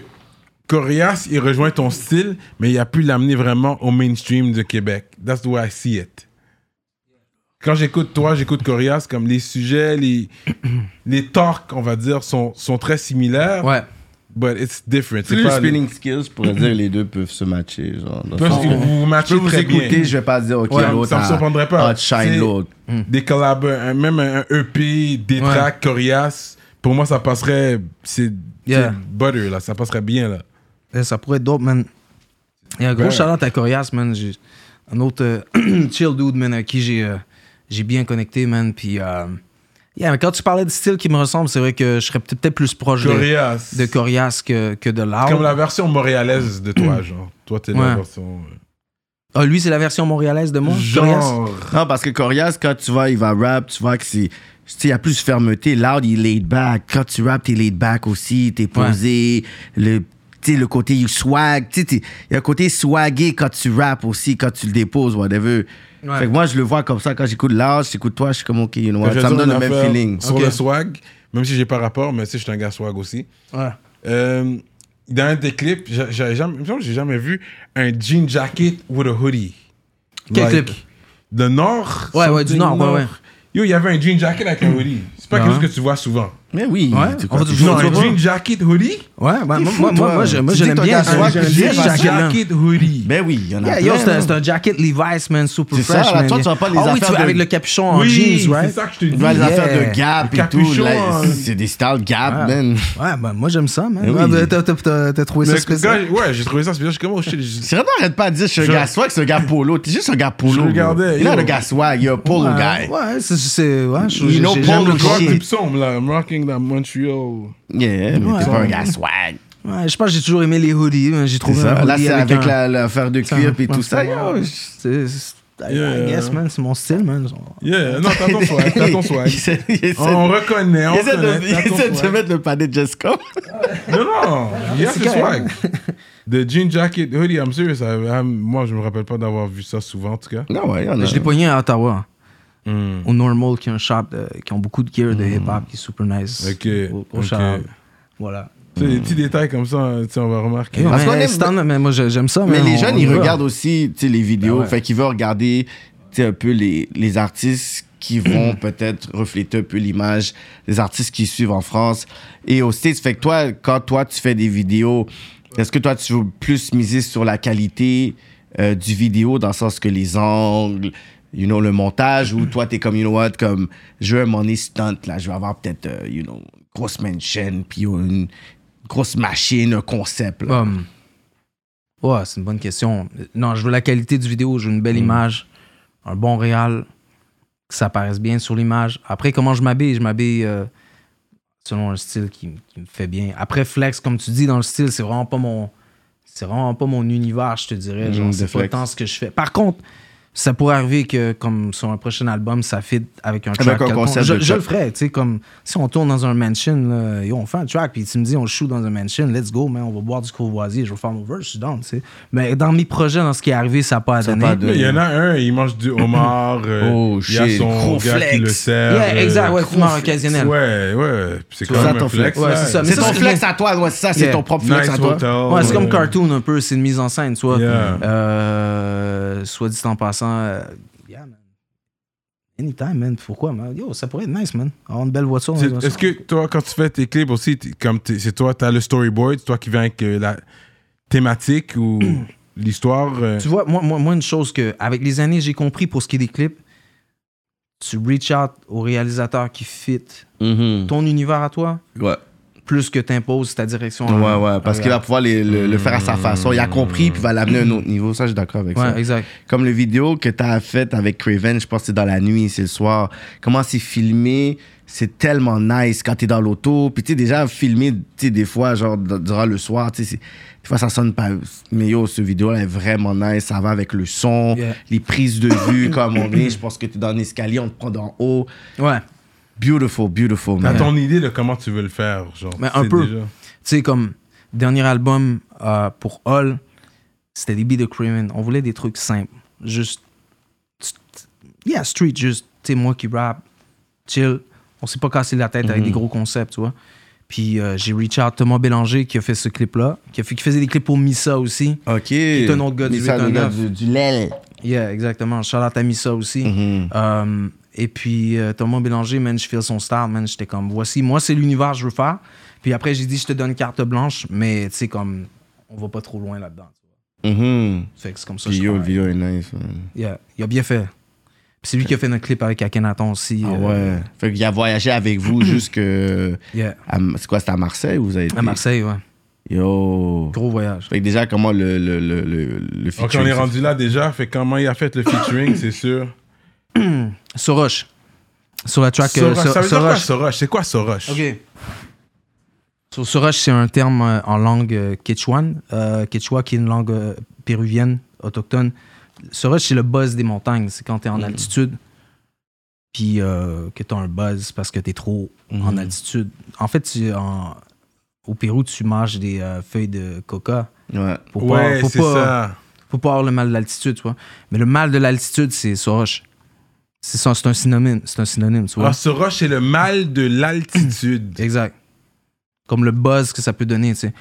Speaker 3: Corias, il rejoint ton style, mais il a pu l'amener vraiment au mainstream de Québec. That's the way I see it. Quand j'écoute toi, j'écoute Corias, comme les sujets, les, les torques, on va dire, sont, sont très similaires,
Speaker 5: Ouais.
Speaker 3: but it's different.
Speaker 4: C'est le
Speaker 3: pas
Speaker 4: spinning skills, je pourrais dire, les deux peuvent se matcher. Genre, dans le
Speaker 3: Parce
Speaker 4: sens
Speaker 3: que
Speaker 4: où-
Speaker 3: vous
Speaker 4: Je
Speaker 3: matchez
Speaker 4: peux vous
Speaker 3: très bien.
Speaker 4: écouter, je vais pas dire, OK,
Speaker 3: Ouais,
Speaker 4: l'autre
Speaker 3: ça me
Speaker 4: a-
Speaker 3: surprendrait pas.
Speaker 4: outshine
Speaker 3: C'est-
Speaker 4: l'autres.
Speaker 3: des collabs, un- même un EP, des
Speaker 5: Hmm. Ouais.
Speaker 3: tracks, Corias, pour moi, ça passerait. C'est
Speaker 5: Yeah.
Speaker 3: c'est butter, là. Ça passerait bien, là.
Speaker 5: Eh, Ça pourrait être dope, man. Et un gros shout-out à Corias, man. J'ai un autre euh, chill dude, man, à qui j'ai euh, j'ai bien connecté, man. Puis, euh, yeah, quand tu parlais de style qui me ressemble, c'est vrai que je serais peut- peut-être plus proche de-
Speaker 3: Corias.
Speaker 5: de Corias que, que de Loud.
Speaker 3: Comme la version montréalaise de toi, genre. Toi, t'es la
Speaker 5: Hmm. Ouais.
Speaker 3: version. euh,
Speaker 5: Ah, lui, c'est la version montréalaise de moi, Corias?
Speaker 3: Genre.
Speaker 4: Non, parce que Corias, quand tu vas, il va rap, tu vois que c'est. Tu sais, il y a plus de fermeté. Loud, il est laid back. Quand tu rap, t'es laid back aussi, t'es posé. Le, tu sais, le côté swag. Tu sais, t'es- il y a un côté swagué quand tu rap aussi, quand tu le déposes, whatever.
Speaker 5: Ouais.
Speaker 4: Fait que moi, je le vois comme ça. Quand j'écoute Loud, j'écoute toi, je suis comme, OK, you know what,
Speaker 3: Je vais
Speaker 4: ça me
Speaker 3: dire
Speaker 4: donne
Speaker 3: une
Speaker 4: le même
Speaker 3: affaire
Speaker 4: feeling.
Speaker 3: Sur
Speaker 5: Ok.
Speaker 3: le swag, même si j'ai pas rapport, mais si je suis un gars swag aussi.
Speaker 5: Ouais.
Speaker 3: Euh, dans un des clips, j'a- j'avais jamais, il me semble que j'ai jamais vu un jean jacket with a hoodie.
Speaker 5: Quel
Speaker 3: Like,
Speaker 5: clip?
Speaker 3: De Nord.
Speaker 5: Ouais, ouais, du
Speaker 3: something
Speaker 5: Nord, ouais, ouais. Mm.
Speaker 3: Yo, il y avait un jean jacket avec un hoodie. C'est pas
Speaker 5: Ouais.
Speaker 3: quelque chose que tu vois souvent.
Speaker 4: Mais oui.
Speaker 5: Ouais.
Speaker 4: tu
Speaker 5: On va
Speaker 4: vois,
Speaker 5: dire-
Speaker 4: tu-
Speaker 5: Je
Speaker 3: Non,
Speaker 5: vois
Speaker 3: un
Speaker 5: pas.
Speaker 3: jean jacket hoodie.
Speaker 5: Ouais, ben, moi,
Speaker 4: fou,
Speaker 5: moi,
Speaker 4: toi.
Speaker 5: moi, moi, je- moi,
Speaker 4: Tu
Speaker 5: je
Speaker 4: dis
Speaker 5: l'aime
Speaker 4: ton
Speaker 5: bien.
Speaker 4: gars swag,
Speaker 5: ce
Speaker 3: Un
Speaker 4: je
Speaker 5: Ah, jean
Speaker 3: jean
Speaker 4: dis pas
Speaker 5: jacket-là.
Speaker 3: jacket hoodie.
Speaker 4: Ben oui, il y en a
Speaker 5: Yeah,
Speaker 4: plein.
Speaker 5: yo, c'est un,
Speaker 4: là.
Speaker 5: c'est un jacket Levi's, man, super
Speaker 4: C'est ça,
Speaker 5: fresh,
Speaker 4: là,
Speaker 5: man.
Speaker 4: toi, tu vas pas les
Speaker 5: Ah oui, tu
Speaker 4: affaires de-
Speaker 5: avec le capuchon en
Speaker 3: oui,
Speaker 5: jeans, right?
Speaker 3: c'est ça que je te dis.
Speaker 4: Tu vois, les
Speaker 5: Yeah.
Speaker 4: affaires de Gap
Speaker 3: Le
Speaker 4: et tout.
Speaker 3: capuchon,
Speaker 4: là,
Speaker 3: hein.
Speaker 4: c'est- C'est des styles Gap,
Speaker 5: Ah.
Speaker 4: man.
Speaker 5: Ouais, ben, moi, j'aime ça, man.
Speaker 4: Mais oui.
Speaker 5: Ah, ben, t'as- t'as- T'as t'as trouvé
Speaker 3: Mais
Speaker 5: ça
Speaker 3: le gars,
Speaker 5: spécial?
Speaker 3: ouais, j'ai trouvé ça spécial. Je suis comme, oh shit. je-
Speaker 4: C'est vrai, arrête pas de dire je suis un
Speaker 3: Je-
Speaker 4: gars swag, c'est un gars polo. T'es juste un gars polo.
Speaker 3: Je
Speaker 4: bro.
Speaker 3: regardais,
Speaker 4: Il a
Speaker 3: yo.
Speaker 4: le gars swag, il a polo
Speaker 5: Ouais,
Speaker 4: guy.
Speaker 5: Ah, ouais, c'est- c'est. Ouais, je-
Speaker 4: You
Speaker 5: j'ai-
Speaker 4: know,
Speaker 5: j'ai- j'aime
Speaker 4: Paul
Speaker 5: le
Speaker 4: le
Speaker 5: gros
Speaker 4: shit.
Speaker 5: clip.
Speaker 3: Rock me là. I'm rocking that Montreal.
Speaker 4: Yeah, mais
Speaker 5: Ouais.
Speaker 4: t'es pas un gars swag.
Speaker 5: Ouais, je pense que j'ai toujours aimé les hoodies. hein. J'ai
Speaker 4: C'est
Speaker 5: trouvé un
Speaker 4: ça.
Speaker 5: hoodie
Speaker 4: Là, c'est avec
Speaker 5: un-
Speaker 4: la- l'affaire de cuir et tout ça. yo, je-
Speaker 5: C'est- c'est- I- I
Speaker 3: Yeah.
Speaker 5: guess, man, c'est mon style, man.
Speaker 4: Euh,
Speaker 3: Yeah, non, t'as ton swag. T'as ton swag.
Speaker 4: Il essaie il essaie-
Speaker 3: On reconnaît, on
Speaker 4: il essaie
Speaker 3: reconnaît.
Speaker 4: de il
Speaker 3: t'as ton
Speaker 4: essaie de se
Speaker 3: swag.
Speaker 4: mettre le panier de Jessica.
Speaker 3: Non, non,
Speaker 4: Ah,
Speaker 3: il y a ce
Speaker 5: c'est correct.
Speaker 3: swag. The jean jacket hoodie, I'm serious. I- I'm- moi, je me rappelle pas d'avoir vu ça souvent, en tout cas.
Speaker 4: Non, ouais, on a.
Speaker 5: Je l'ai pogné à Ottawa,
Speaker 4: hmm.
Speaker 5: au Normal, qui est un shop de- qui ont beaucoup de gear de hip-hop, qui est super nice.
Speaker 3: Ok,
Speaker 5: Au,
Speaker 3: ok.
Speaker 5: Voilà.
Speaker 3: Tu sais, des petits détails comme ça, hein, tu sais, on va remarquer.
Speaker 4: Parce
Speaker 5: Parce
Speaker 4: qu'on aime-
Speaker 5: Eh, mais moi je- j'aime ça.
Speaker 4: Mais
Speaker 5: man,
Speaker 4: les
Speaker 5: on-
Speaker 4: jeunes,
Speaker 5: on
Speaker 4: ils
Speaker 5: y va.
Speaker 4: regardent aussi tu sais, les vidéos.
Speaker 5: Ben ouais.
Speaker 4: Fait qu'ils veulent regarder tu sais, un peu les, les artistes qui vont peut-être refléter un peu l'image des artistes qui suivent en France et aux States. Fait que toi, quand toi, tu fais des vidéos, est-ce que toi, tu veux plus miser sur la qualité euh, du vidéo dans le sens que les angles, you know, le montage, ou toi, t'es comme, you know what, comme, je veux un money stunt, là, je veux avoir peut-être, euh, you know, une grosse mansion, puis une grosse machine, un concept, là.
Speaker 5: Um, ouais, c'est une bonne question. Non, je veux la qualité du vidéo, je veux une belle
Speaker 4: Mm.
Speaker 5: image, un bon réal, que ça paraisse bien sur l'image. Après, comment je m'habille Je m'habille euh, selon un style qui, m- qui me fait bien. Après, flex, comme tu dis, dans le style, c'est vraiment pas mon, c'est vraiment pas mon univers, je te dirais. Genre,
Speaker 4: Mhm, de
Speaker 5: c'est pas
Speaker 4: flex.
Speaker 5: tant ce que je fais. Par contre. Ça pourrait arriver que, comme sur un prochain album, ça fit avec un track.
Speaker 4: un
Speaker 5: quelconque.
Speaker 4: Ah, concept
Speaker 5: je,
Speaker 4: de
Speaker 5: je
Speaker 4: track.
Speaker 5: le ferais, tu sais, comme si on tourne dans un mansion, là, yo, on fait un track, puis tu me dis, on shoot dans un mansion, let's go, man, on va boire du courvoisier, je vais faire mon verse, je suis down, tu sais. Mais dans mes projets, dans ce qui est arrivé, ça n'a pas à donner.
Speaker 4: pas à donner.
Speaker 3: Mais Il y en a un, il mange du homard. euh,
Speaker 4: euh, Oh,
Speaker 3: Il y a
Speaker 4: shit,
Speaker 3: son
Speaker 4: gros
Speaker 3: gars qui
Speaker 4: flex.
Speaker 3: le sert. euh,
Speaker 5: Yeah, exact, ouais, fumeur occasionnel.
Speaker 3: Ouais,
Speaker 5: Ouais,
Speaker 3: ouais. C'est quand
Speaker 4: vois,
Speaker 3: même
Speaker 4: ton
Speaker 3: un flex.
Speaker 4: flex,
Speaker 5: ouais, c'est ça. Mais
Speaker 4: C'est ton
Speaker 5: c'est-
Speaker 4: flex à toi, ouais, c'est ça, c'est
Speaker 5: Yeah.
Speaker 4: ton propre flex
Speaker 3: Nice
Speaker 4: à toi.
Speaker 3: hotel.
Speaker 5: c'est comme
Speaker 3: euh,
Speaker 5: cartoon un peu, c'est une mise en scène, soit.
Speaker 3: Yeah.
Speaker 5: Euh, soit dit en passant, euh, yeah, man. Anytime, man, pourquoi, man? Yo, ça pourrait être nice, man. Avoir une belle voiture.
Speaker 3: C'est-
Speaker 5: dans un-
Speaker 3: Est-ce que toi, quand tu fais tes clips aussi, t'es- comme t'es- c'est toi, t'as le storyboard, c'est toi qui viens avec euh, la thématique ou l'histoire euh,
Speaker 5: Tu vois, moi, moi, moi, une chose que, avec les années, j'ai compris pour ce qui est des clips, tu reach out au réalisateur qui fit
Speaker 4: Mhm.
Speaker 3: Mm.
Speaker 5: ton univers à toi,
Speaker 4: Ouais.
Speaker 5: plus que t'imposes ta direction. à-
Speaker 4: Ouais, ouais, parce
Speaker 5: à-
Speaker 4: qu'il va pouvoir les- le, le faire à sa façon. Il a compris, puis il va l'amener à un autre niveau. Ça, je suis d'accord avec
Speaker 5: Ouais,
Speaker 4: ça.
Speaker 5: exact.
Speaker 4: Comme le vidéo que tu as fait avec Craven, je pense que c'est dans la nuit, c'est le soir. Comment c'est filmé, c'est tellement nice quand tu es dans l'auto. Puis tu sais, déjà, filmé, tu sais, des fois, genre, d- durant le soir, tu sais, c'est- des fois, ça sonne pas. Mais yo, ce vidéo-là est vraiment nice. Ça va avec le son,
Speaker 5: Yeah.
Speaker 4: les prises de vue, comme on est. Je pense que tu es dans un escalier, on te prend d'en haut.
Speaker 5: Ouais.
Speaker 4: Beautiful, beautiful,
Speaker 3: T'as
Speaker 4: man.
Speaker 3: ton idée de comment tu veux le faire, genre.
Speaker 5: Mais un
Speaker 3: c'est
Speaker 5: peu.
Speaker 3: déjà-
Speaker 5: Tu sais, comme dernier album euh, pour Hall, c'était des beats de Craven. On voulait des trucs simples. Juste. st- Yeah, street, juste. Tu sais, moi qui rap, chill. On s'est pas cassé la tête
Speaker 4: Mm-hmm.
Speaker 5: avec des gros concepts, tu vois. Puis euh, j'ai Richard Thomas Bélanger qui a fait ce clip-là, qui, a fait- qui faisait des clips pour Missa aussi.
Speaker 4: OK.
Speaker 5: est un autre gars du
Speaker 4: Mais ça, le
Speaker 5: 819.
Speaker 4: gars du, du LEL.
Speaker 5: Yeah, exactement. Charlotte a mis ça aussi. Euh, et puis euh, Thomas Bélanger, man, je file son star, man. J'étais comme, voici, moi, c'est l'univers que je veux faire. Puis après, j'ai dit, je te donne carte blanche, mais tu sais, comme, on va pas trop loin là-dedans. tu vois.
Speaker 4: Mhm.
Speaker 5: Fait que c'est comme ça.
Speaker 4: Puis
Speaker 5: je
Speaker 4: yo, le
Speaker 5: travaille.
Speaker 4: vidéo est nice, man.
Speaker 5: Yeah, il a bien fait. Puis c'est lui qui a fait notre clip avec Akhenaton aussi.
Speaker 4: Ah
Speaker 5: euh,
Speaker 4: ouais. Fait qu'il a voyagé avec vous jusque.
Speaker 5: yeah,
Speaker 4: à- C'est quoi, c'était à Marseille ou vous avez été?
Speaker 5: à Marseille, ouais.
Speaker 4: Yo.
Speaker 5: Gros voyage.
Speaker 4: Fait que déjà, comment le, le, le, le, le
Speaker 3: Ok, on
Speaker 4: featuring,
Speaker 3: est
Speaker 4: ça-
Speaker 3: rendu là déjà. Fait comment il a fait le featuring, c'est sûr.
Speaker 5: Soroche. Sur la track euh,
Speaker 3: Soros, ça
Speaker 5: Sor-
Speaker 3: veut dire quoi,
Speaker 5: Soroche.
Speaker 3: Soros? C'est quoi Soros?
Speaker 5: OK. So, Soroche, c'est un terme euh, en langue euh, quechouane. Euh, quechua, qui est une langue euh, péruvienne, autochtone. Soroche, c'est le buzz des montagnes. C'est quand t'es
Speaker 3: Mm.
Speaker 5: en altitude, puis euh, que t'as un buzz parce que t'es trop
Speaker 3: Mm.
Speaker 5: en altitude. En fait, tu- en- au Pérou, tu manges des euh, feuilles de coca.
Speaker 4: Ouais.
Speaker 5: Pour
Speaker 3: Ouais, c'est ça.
Speaker 5: faut pas avoir le mal de l'altitude, tu vois. Mais le mal de l'altitude, c'est Soros. C'est ça, c'est un synonyme, c'est un synonyme, tu vois.
Speaker 3: Ah, Soros, c'est le mal de l'altitude.
Speaker 5: exact. Comme le buzz que ça peut donner, tu sais.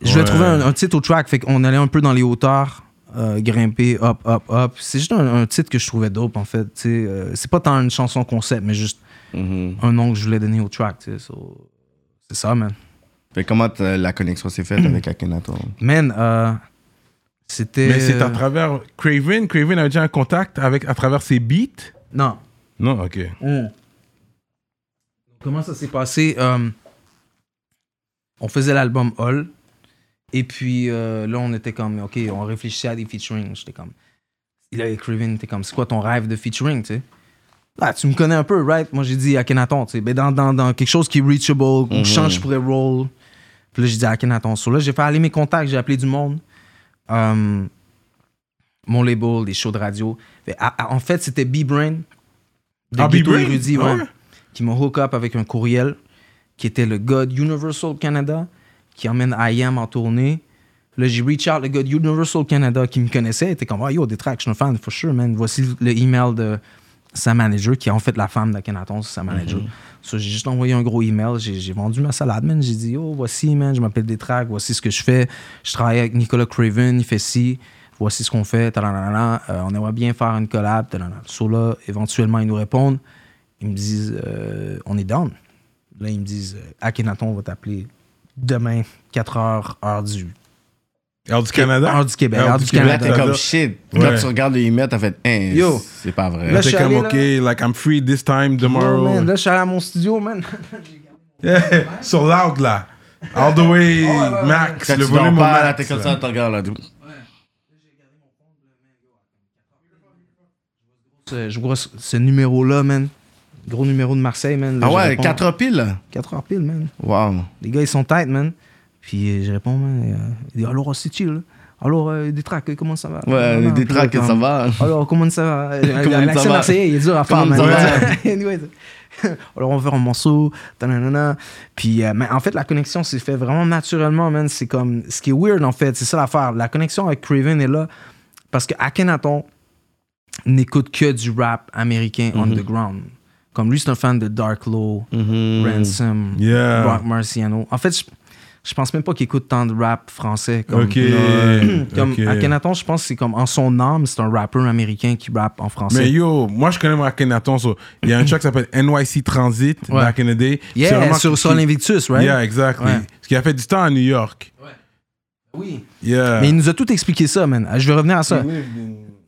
Speaker 5: Je vais
Speaker 3: Ouais.
Speaker 5: trouver un, un titre au track, fait qu'on allait un peu dans les hauteurs, euh, grimper, hop, hop, hop. C'est juste un, un titre que je trouvais dope, en fait, tu sais. Euh, c'est pas tant une chanson concept, mais juste
Speaker 3: Mm-hmm.
Speaker 4: Mhm.
Speaker 5: un nom que je voulais donner au track, tu sais. So, c'est ça, man.
Speaker 4: Fait que comment t'as- la connexion s'est faite avec Akhenaton?
Speaker 5: Man, euh, c'était...
Speaker 3: Mais c'est à travers Craven. Craven a déjà un contact avec, à travers ses beats.
Speaker 5: Non.
Speaker 3: Non, ok.
Speaker 5: Comment ça s'est passé? euh, on faisait l'album Hall. Et puis euh, là, on était comme, OK, on réfléchissait à des featuring. J'étais comme, il avait Craven, t'es comme, c'est quoi ton rêve de featuring, tu sais? Ah, tu me connais un peu, right? Moi, j'ai dit Akhenaton, tu sais. Ben, dans, dans, dans quelque chose qui est reachable, où
Speaker 3: Mhm.
Speaker 5: je sens que je pourrais roll. Puis là, j'ai dit Akhenaton. So, là, j'ai fait aller mes contacts, j'ai appelé du monde. Euh, mon label, des shows de radio. Fait, à- à- en fait, c'était B-Brain. De
Speaker 3: Ah,
Speaker 5: Ghetto
Speaker 3: B-Brain?
Speaker 5: Érudit,
Speaker 3: Ah
Speaker 5: ouais,
Speaker 3: ouais?
Speaker 5: Qui m'a hook up avec un courriel qui était le gars de Universal Canada qui emmène I Am en tournée. Là, j'ai reach out le gars de Universal Canada qui me connaissait. Il était comme, oh, yo, des tracks, je suis un fan, for sure, man. Voici le email de sa manager, qui est en fait la femme d'Akhenaton, c'est sa manager. So, j'ai juste envoyé un gros email, j'ai j'ai vendu ma salade, man. J'ai dit, oh, voici, man, je m'appelle des tracks, voici ce que je fais. Je travaille avec Nicolas Craven, il fait ci, voici ce qu'on fait, talalala. Euh, on aimerait bien faire une collab, talalala. So, là, éventuellement, ils nous répondent. Ils me disent, euh, on est down. Là, ils me disent, euh, Akhenaton, on va t'appeler demain, 4h, heure du
Speaker 3: Heure du Canada?
Speaker 5: Heure du Québec, heure du
Speaker 4: Là, t'es
Speaker 5: Canada.
Speaker 4: comme shit. Quand
Speaker 3: Ouais.
Speaker 4: tu regardes les emails, t'as fait, hein,
Speaker 5: Yo.
Speaker 4: c'est pas vrai.
Speaker 5: Là, je
Speaker 3: T'es
Speaker 5: suis
Speaker 3: comme,
Speaker 5: allé,
Speaker 3: ok, like I'm free this time
Speaker 5: Oh,
Speaker 3: tomorrow.
Speaker 5: man, là, je suis allé à mon studio, man.
Speaker 3: Yeah, sur loud là. All the
Speaker 5: Oh,
Speaker 3: way, max,
Speaker 4: Quand
Speaker 3: le
Speaker 4: tu dors
Speaker 3: volume au
Speaker 4: pas, là,
Speaker 3: max.
Speaker 4: t'es comme ça, tu regardes, là.
Speaker 5: Ce- Euh, je vois ce, ce numéro-là, man. Gros numéro de Marseille, man. Là,
Speaker 4: Ah
Speaker 5: je
Speaker 4: ouais,
Speaker 5: réponds.
Speaker 4: 4 piles, là.
Speaker 5: 4 heures pile, man.
Speaker 4: Wow.
Speaker 5: Les gars, ils sont tight, man. Puis euh, je réponds, man. et, euh, il dit, alors, c'est chill. là. Alors, euh, des tracks, euh, comment ça va?
Speaker 4: Ouais,
Speaker 5: Blablabla.
Speaker 4: des
Speaker 5: Puis là,
Speaker 4: tracks, ça
Speaker 5: comme,
Speaker 4: va.
Speaker 5: Alors, comment ça va? Euh,
Speaker 4: Comment ça
Speaker 5: L'accent
Speaker 4: va?
Speaker 5: marseillais, il est dur à faire,
Speaker 4: Comment
Speaker 5: man.
Speaker 4: ça
Speaker 5: Anyway, alors, on va faire un morceau. ta-na-na-na. Puis, euh, mais en fait, la connexion s'est faite vraiment naturellement, man. C'est comme. Ce qui est weird, en fait, c'est ça l'affaire. La connexion avec Craven est là parce que Akhenaton n'écoute que du rap américain
Speaker 4: Mm-hmm.
Speaker 5: underground. Comme lui, c'est un fan de Dark Low,
Speaker 4: Mm-hmm.
Speaker 5: Ransom,
Speaker 3: Yeah.
Speaker 5: Rock Marciano. En fait, je, je pense même pas qu'il écoute tant de rap français. Comme,
Speaker 3: Ok.
Speaker 5: comme
Speaker 3: ok.
Speaker 5: Akhenaton, je pense que c'est comme en son âme, c'est un rappeur américain qui rappe en français.
Speaker 3: Mais yo, moi je connais mon Akhenaton. so, Il y a un track qui s'appelle NYC Transit,
Speaker 5: Ouais.
Speaker 3: back in the day. C'est
Speaker 5: yeah,
Speaker 3: vraiment-
Speaker 5: sur, sur
Speaker 3: qui-
Speaker 5: l'Invictus, right?
Speaker 3: Yeah, exactly.
Speaker 5: Ouais.
Speaker 3: Parce qu'il a fait du temps à New York.
Speaker 5: Oui.
Speaker 3: Yeah.
Speaker 5: Mais il nous a tout expliqué ça, man. Je vais revenir à ça.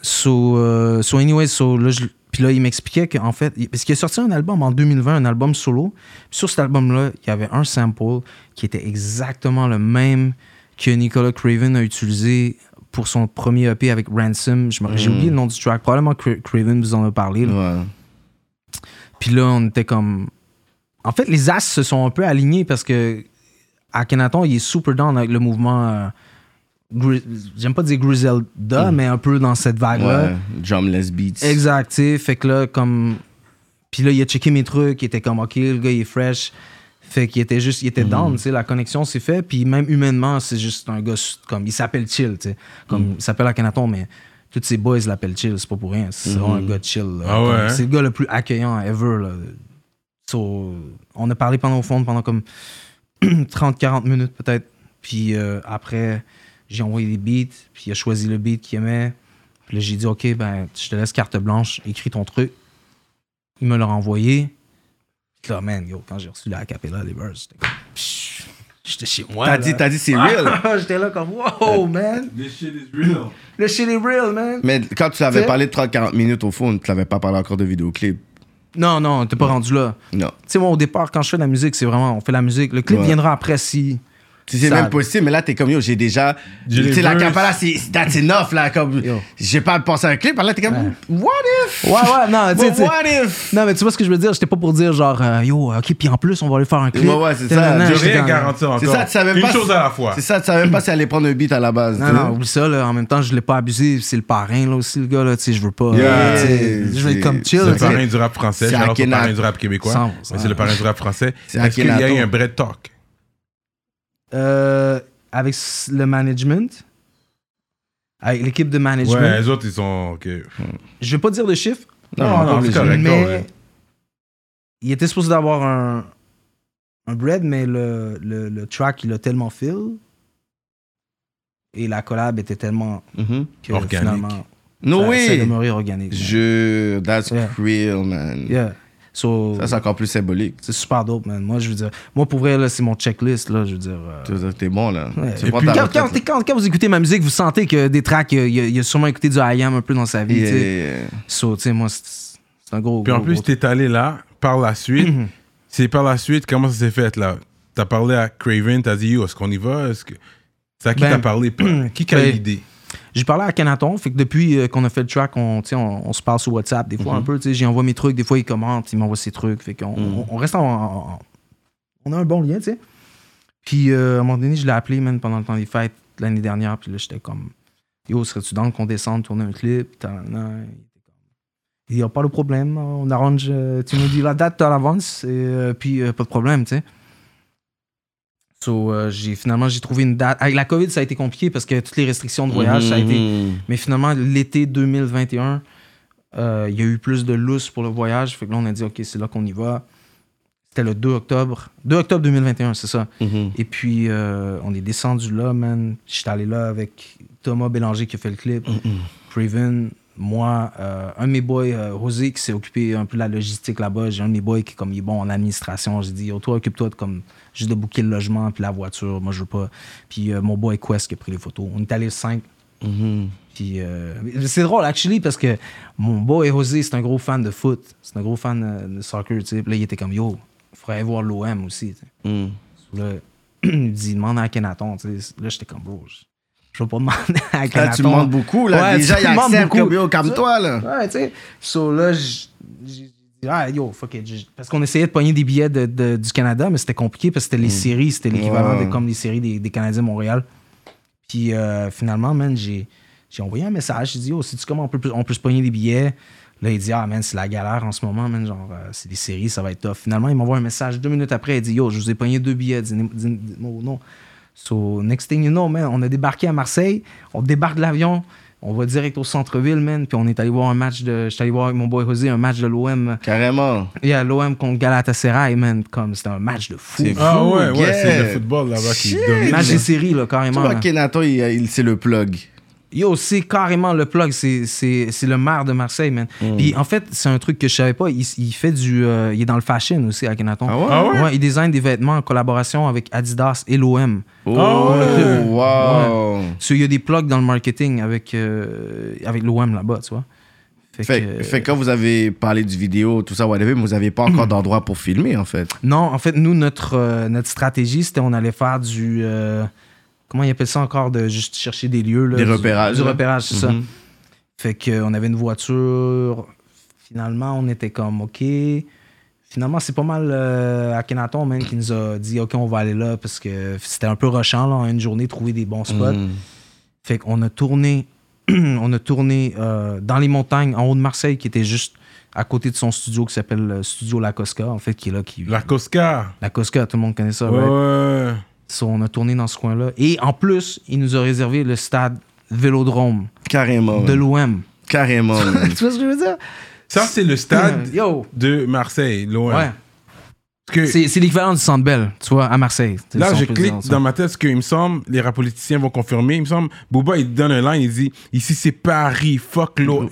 Speaker 5: So, euh, so anyway, so là, je- puis là, il m'expliquait qu'en fait, il- parce qu'il a sorti un album en 2020, un album solo. Puis sur cet album-là, il y avait un sample qui était exactement le même que Nicolas Craven a utilisé pour son premier EP avec Ransom. Je me- J'ai oublié le nom du track. Probablement Cra- Craven vous en a parlé. là.
Speaker 4: Mm. Ouais.
Speaker 5: Puis là, on était comme. En fait, les as se sont un peu alignés parce que Akhenaton, il est super down avec le mouvement. euh, Gri- J'aime pas dire Griselda, mais un peu dans cette vague-là.
Speaker 4: Mm. Ouais. Drumless beats.
Speaker 5: Exact, tu sais. Fait que là, comme. Puis là, il a checké mes trucs, il était comme, OK, le gars, il est fresh. Fait qu'il était juste, il était down,
Speaker 3: Mm.
Speaker 5: tu sais. La connexion s'est faite. Puis même humainement, c'est juste un gars, su- comme, il s'appelle Chill, tu sais. Comme,
Speaker 3: Mm.
Speaker 5: il s'appelle Akhenaton, mais tous ses boys l'appellent Chill, c'est pas pour rien. C'est vraiment un gars de chill. là.
Speaker 3: Ah ouais,
Speaker 5: Comme,
Speaker 3: hein?
Speaker 5: C'est le gars le plus accueillant ever, là. So, on a parlé pendant au fond pendant comme 30-40 minutes peut-être. Puis euh, après, j'ai envoyé des beats, puis il a choisi le beat qu'il aimait. Puis là, j'ai dit, OK, ben, je te laisse carte blanche, écris ton truc. Il me l'a renvoyé. Puis là, man, yo, quand j'ai reçu la capella des verses, j'étais comme, psh, j'étais chez moi.
Speaker 4: T'as
Speaker 5: là.
Speaker 4: dit, t'as dit, c'est real.
Speaker 5: j'étais là comme, wow, man, le shit is real, man.
Speaker 4: Mais quand tu avais
Speaker 5: T'sais?
Speaker 4: parlé de 30-40 minutes au fond, tu n'avais pas parlé encore de vidéoclip.
Speaker 5: Non, non, t'es pas rendu là.
Speaker 4: Non.
Speaker 5: Tu sais, moi, au départ, quand je fais de la musique, c'est vraiment, on fait la musique. Le clip
Speaker 4: Ouais.
Speaker 5: viendra après si
Speaker 4: Tu sais, c'est
Speaker 5: Ça-
Speaker 4: même possible, mais là, t'es comme, yo, j'ai déjà.
Speaker 3: J'ai
Speaker 4: Tu
Speaker 3: les
Speaker 4: sais, la
Speaker 3: verses.
Speaker 4: Kampala, c'est that's enough, là. Comme,
Speaker 5: Yo.
Speaker 4: j'ai pas pensé à un clip, là, t'es comme, what if?
Speaker 5: Ouais, ouais, non, tu sais,
Speaker 4: But
Speaker 5: tu sais.
Speaker 4: What if?
Speaker 5: Non, mais tu vois ce que je veux dire? J'étais pas pour dire genre, euh, yo, ok, puis en plus, on va aller faire un clip.
Speaker 4: Ouais, ouais, c'est ça.
Speaker 5: Nanana,
Speaker 4: J'ai
Speaker 3: Je
Speaker 5: j'étais
Speaker 3: rien
Speaker 5: comme-
Speaker 3: garantir encore.
Speaker 4: C'est ça, tu savais
Speaker 3: Une
Speaker 4: pas.
Speaker 3: chose
Speaker 4: si-
Speaker 3: à la fois.
Speaker 4: C'est ça, tu savais pas si elle allait prendre un beat à la base.
Speaker 5: Non,
Speaker 4: tu sais.
Speaker 5: non, oublie ça, là. En même temps, je l'ai pas abusé. C'est le parrain, là, aussi, le gars, là. Tu sais, je veux pas.
Speaker 4: Yeah,
Speaker 5: euh, tu sais,
Speaker 4: c'est-
Speaker 5: je vais être comme chill,
Speaker 4: c'est
Speaker 3: Le
Speaker 5: tu sais.
Speaker 3: parrain du rap français,
Speaker 4: C'est
Speaker 3: c'est le
Speaker 4: Akhenaton.
Speaker 3: parrain du rap québécois.
Speaker 5: Sans-
Speaker 3: mais C'est le parrain du rap français.
Speaker 4: C'est
Speaker 3: Est-ce qu'il y a eu
Speaker 4: Akhenaton.
Speaker 3: un vrai talk
Speaker 5: Euh, avec s- le management. Avec l'équipe de management.
Speaker 3: Ouais, les autres, ils sont. ok.
Speaker 5: Je vais pas dire le chiffre,
Speaker 4: Non,
Speaker 3: Non,
Speaker 4: pas
Speaker 3: non, c'est
Speaker 4: obligé.
Speaker 3: correct.
Speaker 5: mais
Speaker 3: correct.
Speaker 5: il était supposé d'avoir un, un bread, mais le, le, le track, il a tellement fil. Et la collab était tellement
Speaker 4: Mhm.
Speaker 5: que
Speaker 3: Organique.
Speaker 5: finalement,
Speaker 4: No
Speaker 5: ça, ça a
Speaker 4: way!
Speaker 5: demeuré organique.
Speaker 4: Je. That's
Speaker 5: Yeah.
Speaker 4: real, man.
Speaker 5: Yeah. So,
Speaker 4: Ça, c'est encore plus symbolique.
Speaker 5: c'est super dope, man. Moi, je veux dire, moi, pour vrai, là, c'est mon checklist, là, je veux dire. euh,
Speaker 4: Tu veux dire que t'es bon, là.
Speaker 5: ouais.
Speaker 4: Tu
Speaker 5: Et
Speaker 4: prends
Speaker 5: puis,
Speaker 4: ta
Speaker 5: quand,
Speaker 4: retraite,
Speaker 5: quand-
Speaker 4: là.
Speaker 5: quand- quand vous écoutez ma musique, vous sentez que des tracks, il y a- il y a, il y a sûrement écouté du I Am un peu dans sa vie.
Speaker 4: Yeah,
Speaker 5: tu sais.
Speaker 4: yeah, yeah.
Speaker 5: So, tu sais, moi, c'est c'est un gros.
Speaker 3: Puis en
Speaker 5: gros,
Speaker 3: plus,
Speaker 5: gros
Speaker 3: t'es allé là, par la
Speaker 5: Mhm.
Speaker 3: suite. C'est par la suite, comment ça s'est fait là T'as parlé à Craven, t'as dit, yo, est-ce qu'on y va Est-ce que... C'est à qui
Speaker 5: Ben,
Speaker 3: t'as parlé pas? Qui qui a eu
Speaker 5: ben,
Speaker 3: l'idée
Speaker 5: J'ai parlé à Canaton, fait que depuis euh, qu'on a fait le track, on, tu sais, on, on se parle sur WhatsApp des
Speaker 4: Mm-hmm.
Speaker 5: fois un peu. tu sais, J'y envoie mes trucs, des fois il commente, il m'envoie ses trucs. Fait qu'on
Speaker 4: Mm-hmm.
Speaker 5: on- on reste en, en- en- On a un bon lien, tu sais. Puis euh, à un moment donné, je l'ai appelé même pendant le temps des fêtes l'année dernière, puis là j'étais comme Yo, serais-tu dans qu'on descende, tourner un clip Tanana. Il n'y a pas de problème, on arrange. euh, tu nous dis la date à l'avance, et euh, puis euh, pas de problème, tu sais. So, euh, j'ai finalement j'ai trouvé une date. Avec la COVID, ça a été compliqué parce que toutes les restrictions de voyage, ça a été
Speaker 4: Mhm.
Speaker 5: mais finalement, l'été 2021, euh, il y a eu plus de lousse pour le voyage. Fait que là, on a dit, OK, c'est là qu'on y va. C'était le 2 octobre. 2 octobre 2021, c'est ça.
Speaker 4: Mhm.
Speaker 5: Et puis, euh, on est descendu là, man. J'étais allé là avec Thomas Bélanger qui a fait le clip, Craven, moi, euh, un de mes boys, euh, Rosé, qui s'est occupé un peu de la logistique là-bas. J'ai un de mes boys qui, comme, il est bon en administration. J'ai dit, oh, toi, occupe-toi de, comme, juste de bouquer le logement puis la voiture. Moi, je veux pas. Puis, euh, mon boy Quest qui a pris les photos. On est allé le 5. Puis euh, mais c'est drôle, actually, parce que mon beau José, c'est un gros fan de foot. C'est un gros fan euh, de soccer, tu sais. Puis là, il était comme, yo, il faudrait aller voir l'OM aussi, tu sais.
Speaker 4: Mhm.
Speaker 5: Là, il dit, demande à Kenaton, tu sais. Là, j'étais comme, bro, je- je vais pas demander à Kenaton.
Speaker 4: Là, Ah, tu demandes beaucoup, là.
Speaker 5: Ouais,
Speaker 4: les gens,
Speaker 5: tu
Speaker 4: ils
Speaker 5: demandes
Speaker 4: acceptent
Speaker 5: beaucoup.
Speaker 4: comme, yo, calme-toi, là.
Speaker 5: Ouais, tu sais. So là, j- j'ai dit, ah, yo, fuck it. J- Parce qu'on essayait de pogner des billets de- de- du Canada, mais c'était compliqué parce que c'était les séries, c'était l'équivalent
Speaker 4: Hmm. Ouais.
Speaker 5: de comme les séries des, des Canadiens de Montréal. Puis euh, finalement, man, j'ai j'ai envoyé un message. J'ai dit, oh, sais-tu comment on peut, on peut se pogner des billets? Là, il dit, ah, man, c'est la galère en ce moment, man. Genre, euh, c'est des séries, ça va être tough. Finalement, il m'envoie un message deux minutes après. Il dit, yo, je vous ai pogné deux billets. Dis-moi dis- moi oh, non. So, next thing you know, man, on a débarqué à Marseille. On débarque de l'avion. On va direct au centre-ville, man. Puis on est allé voir un match de. J'étais allé voir avec mon boy José un match de l'OM.
Speaker 4: Carrément.
Speaker 5: Il y a l'OM contre Galatasaray, man. Comme c'était un match de fou.
Speaker 4: C'est
Speaker 3: Ah ouais, ouais,
Speaker 4: yeah.
Speaker 3: c'est le football là-bas qui
Speaker 4: Shit.
Speaker 3: domine.
Speaker 5: Match des séries, là,
Speaker 4: Tu
Speaker 5: carrément.
Speaker 4: vois,
Speaker 5: là.
Speaker 4: Kenato, il, euh, il- c'est le plug.
Speaker 5: Yo, c'est carrément le plug. C'est, c'est, c'est le maire de Marseille, man.
Speaker 4: Mm.
Speaker 5: Puis en fait, c'est un truc que je savais pas. Il, il fait du. euh, il est dans le fashion aussi, Akhenaton.
Speaker 4: Ah ouais?
Speaker 3: Ah ouais?
Speaker 5: il design des vêtements en collaboration avec Adidas et l'OM.
Speaker 4: Oh,
Speaker 3: Ah ouais.
Speaker 4: wow.
Speaker 5: So, il y a des plugs dans le marketing avec, euh, avec l'OM là-bas, tu vois.
Speaker 4: Fait,
Speaker 5: que-
Speaker 4: fait que quand vous avez parlé du vidéo, tout ça, whatever, mais vous n'avez pas encore d'endroit pour filmer, en fait.
Speaker 5: Non, en fait, nous, notre, euh, notre stratégie, c'était on allait faire du. euh, comment ils appellent ça encore De juste chercher des lieux. Là,
Speaker 4: Des
Speaker 5: du-
Speaker 4: repérages,
Speaker 5: Du
Speaker 4: là.
Speaker 5: repérage, c'est ça.
Speaker 4: Mhm.
Speaker 5: Fait qu'on avait une voiture. Finalement, on était comme OK. Finalement, c'est pas mal euh, Akhenaton même qui nous a dit OK, on va aller là parce que c'était un peu rushant là, en une journée, trouver des bons spots.
Speaker 4: Mm-hmm.
Speaker 5: Fait qu'on a tourné, on a tourné euh, dans les montagnes, en haut de Marseille, qui était juste à côté de son studio qui s'appelle euh, Studio La Cosca, en fait, qui est là, qui,
Speaker 3: La Cosca.
Speaker 5: la Cosca, tout le monde connaît ça,
Speaker 3: Ouais.
Speaker 5: right?
Speaker 3: ouais.
Speaker 5: So, on a tourné dans ce coin-là. Et en plus, il nous a réservé le stade Vélodrome
Speaker 4: Carrément.
Speaker 5: de
Speaker 4: man.
Speaker 5: l'OM.
Speaker 4: Carrément. man.
Speaker 5: tu vois ce que je veux dire?
Speaker 3: Ça, c'est le stade
Speaker 5: Yo!
Speaker 3: de Marseille, loin.
Speaker 5: Ouais.
Speaker 3: Parce que
Speaker 5: C'est c'est l'équivalent du Centre Bell, tu vois, à Marseille. C'est
Speaker 3: là,
Speaker 5: son
Speaker 3: je
Speaker 5: président,
Speaker 3: clique
Speaker 5: ça.
Speaker 3: dans ma tête ce qu'il me semble, les rap politiciens vont confirmer. Il me semble, Booba, il donne un line, il dit Ici, c'est Paris, fuck l'OM.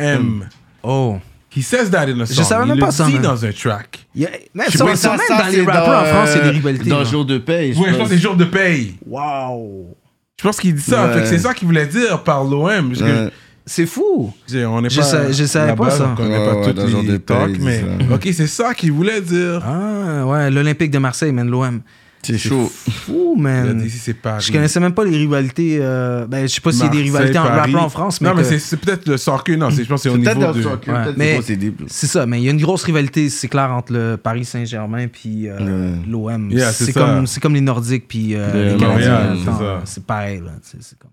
Speaker 5: Oh.
Speaker 3: He says that in a song.
Speaker 5: savais
Speaker 3: Il
Speaker 5: même
Speaker 3: le
Speaker 5: pas ça,
Speaker 3: dit
Speaker 5: man.
Speaker 3: dans un track.
Speaker 5: Yeah, Même,
Speaker 4: Je
Speaker 5: ça,
Speaker 4: sais
Speaker 5: ça,
Speaker 4: pas,
Speaker 5: même
Speaker 4: ça,
Speaker 5: dans
Speaker 4: c'est
Speaker 5: les rappeurs en France, il y a
Speaker 4: euh,
Speaker 5: des hein. rivalités.
Speaker 4: Dans
Speaker 5: là.
Speaker 4: Jour de
Speaker 3: Ouais,
Speaker 4: paix.
Speaker 3: je pense que c'est jour de paye.
Speaker 5: Wow!
Speaker 3: Je pense qu'il dit ça.
Speaker 4: Ouais.
Speaker 3: Fait que c'est ça qu'il voulait dire par l'OM. parce que
Speaker 4: Ouais.
Speaker 5: C'est fou!
Speaker 3: je- on n'est
Speaker 5: Je
Speaker 3: pas
Speaker 5: sais- je savais
Speaker 3: là-bas,
Speaker 5: pas ça.
Speaker 3: On connaît
Speaker 4: Ouais,
Speaker 3: pas
Speaker 4: ouais,
Speaker 3: toutes
Speaker 4: dans Jour de
Speaker 3: les
Speaker 4: paix,
Speaker 3: talks,
Speaker 4: il dit
Speaker 3: mais
Speaker 4: ça.
Speaker 3: ok, c'est ça qu'il voulait dire.
Speaker 5: Ah, ouais, l'Olympique de Marseille, man, l'OM.
Speaker 4: C'est chaud.
Speaker 5: Fou, man.
Speaker 3: Ici, c'est Paris.
Speaker 5: Je connaissais même pas les rivalités. euh, ben, je sais pas s'il y a des
Speaker 3: Marseille,
Speaker 5: rivalités en
Speaker 3: Paris.
Speaker 5: rap en France, mais.
Speaker 3: Non, mais
Speaker 5: que-
Speaker 3: c'est- c'est peut-être le soccer. Non, c'est- je pense que c'est au
Speaker 4: Peut-être
Speaker 3: niveau
Speaker 4: dans
Speaker 3: de...
Speaker 4: le soccer,
Speaker 5: Ouais.
Speaker 4: peut-être
Speaker 5: Mais-
Speaker 4: des fois, c'est des-
Speaker 5: C'est ça, mais il y a une grosse rivalité, c'est clair, entre le Paris Saint-Germain puis euh, l'OM.
Speaker 3: Yeah, c'est
Speaker 5: c'est
Speaker 3: ça.
Speaker 5: comme, c'est comme les Nordiques puis euh,
Speaker 3: Puis,
Speaker 5: les
Speaker 3: euh,
Speaker 5: Canadiens.
Speaker 3: Montréal,
Speaker 5: Attends,
Speaker 3: c'est ça.
Speaker 5: C'est pareil, là. C'est c'est comme.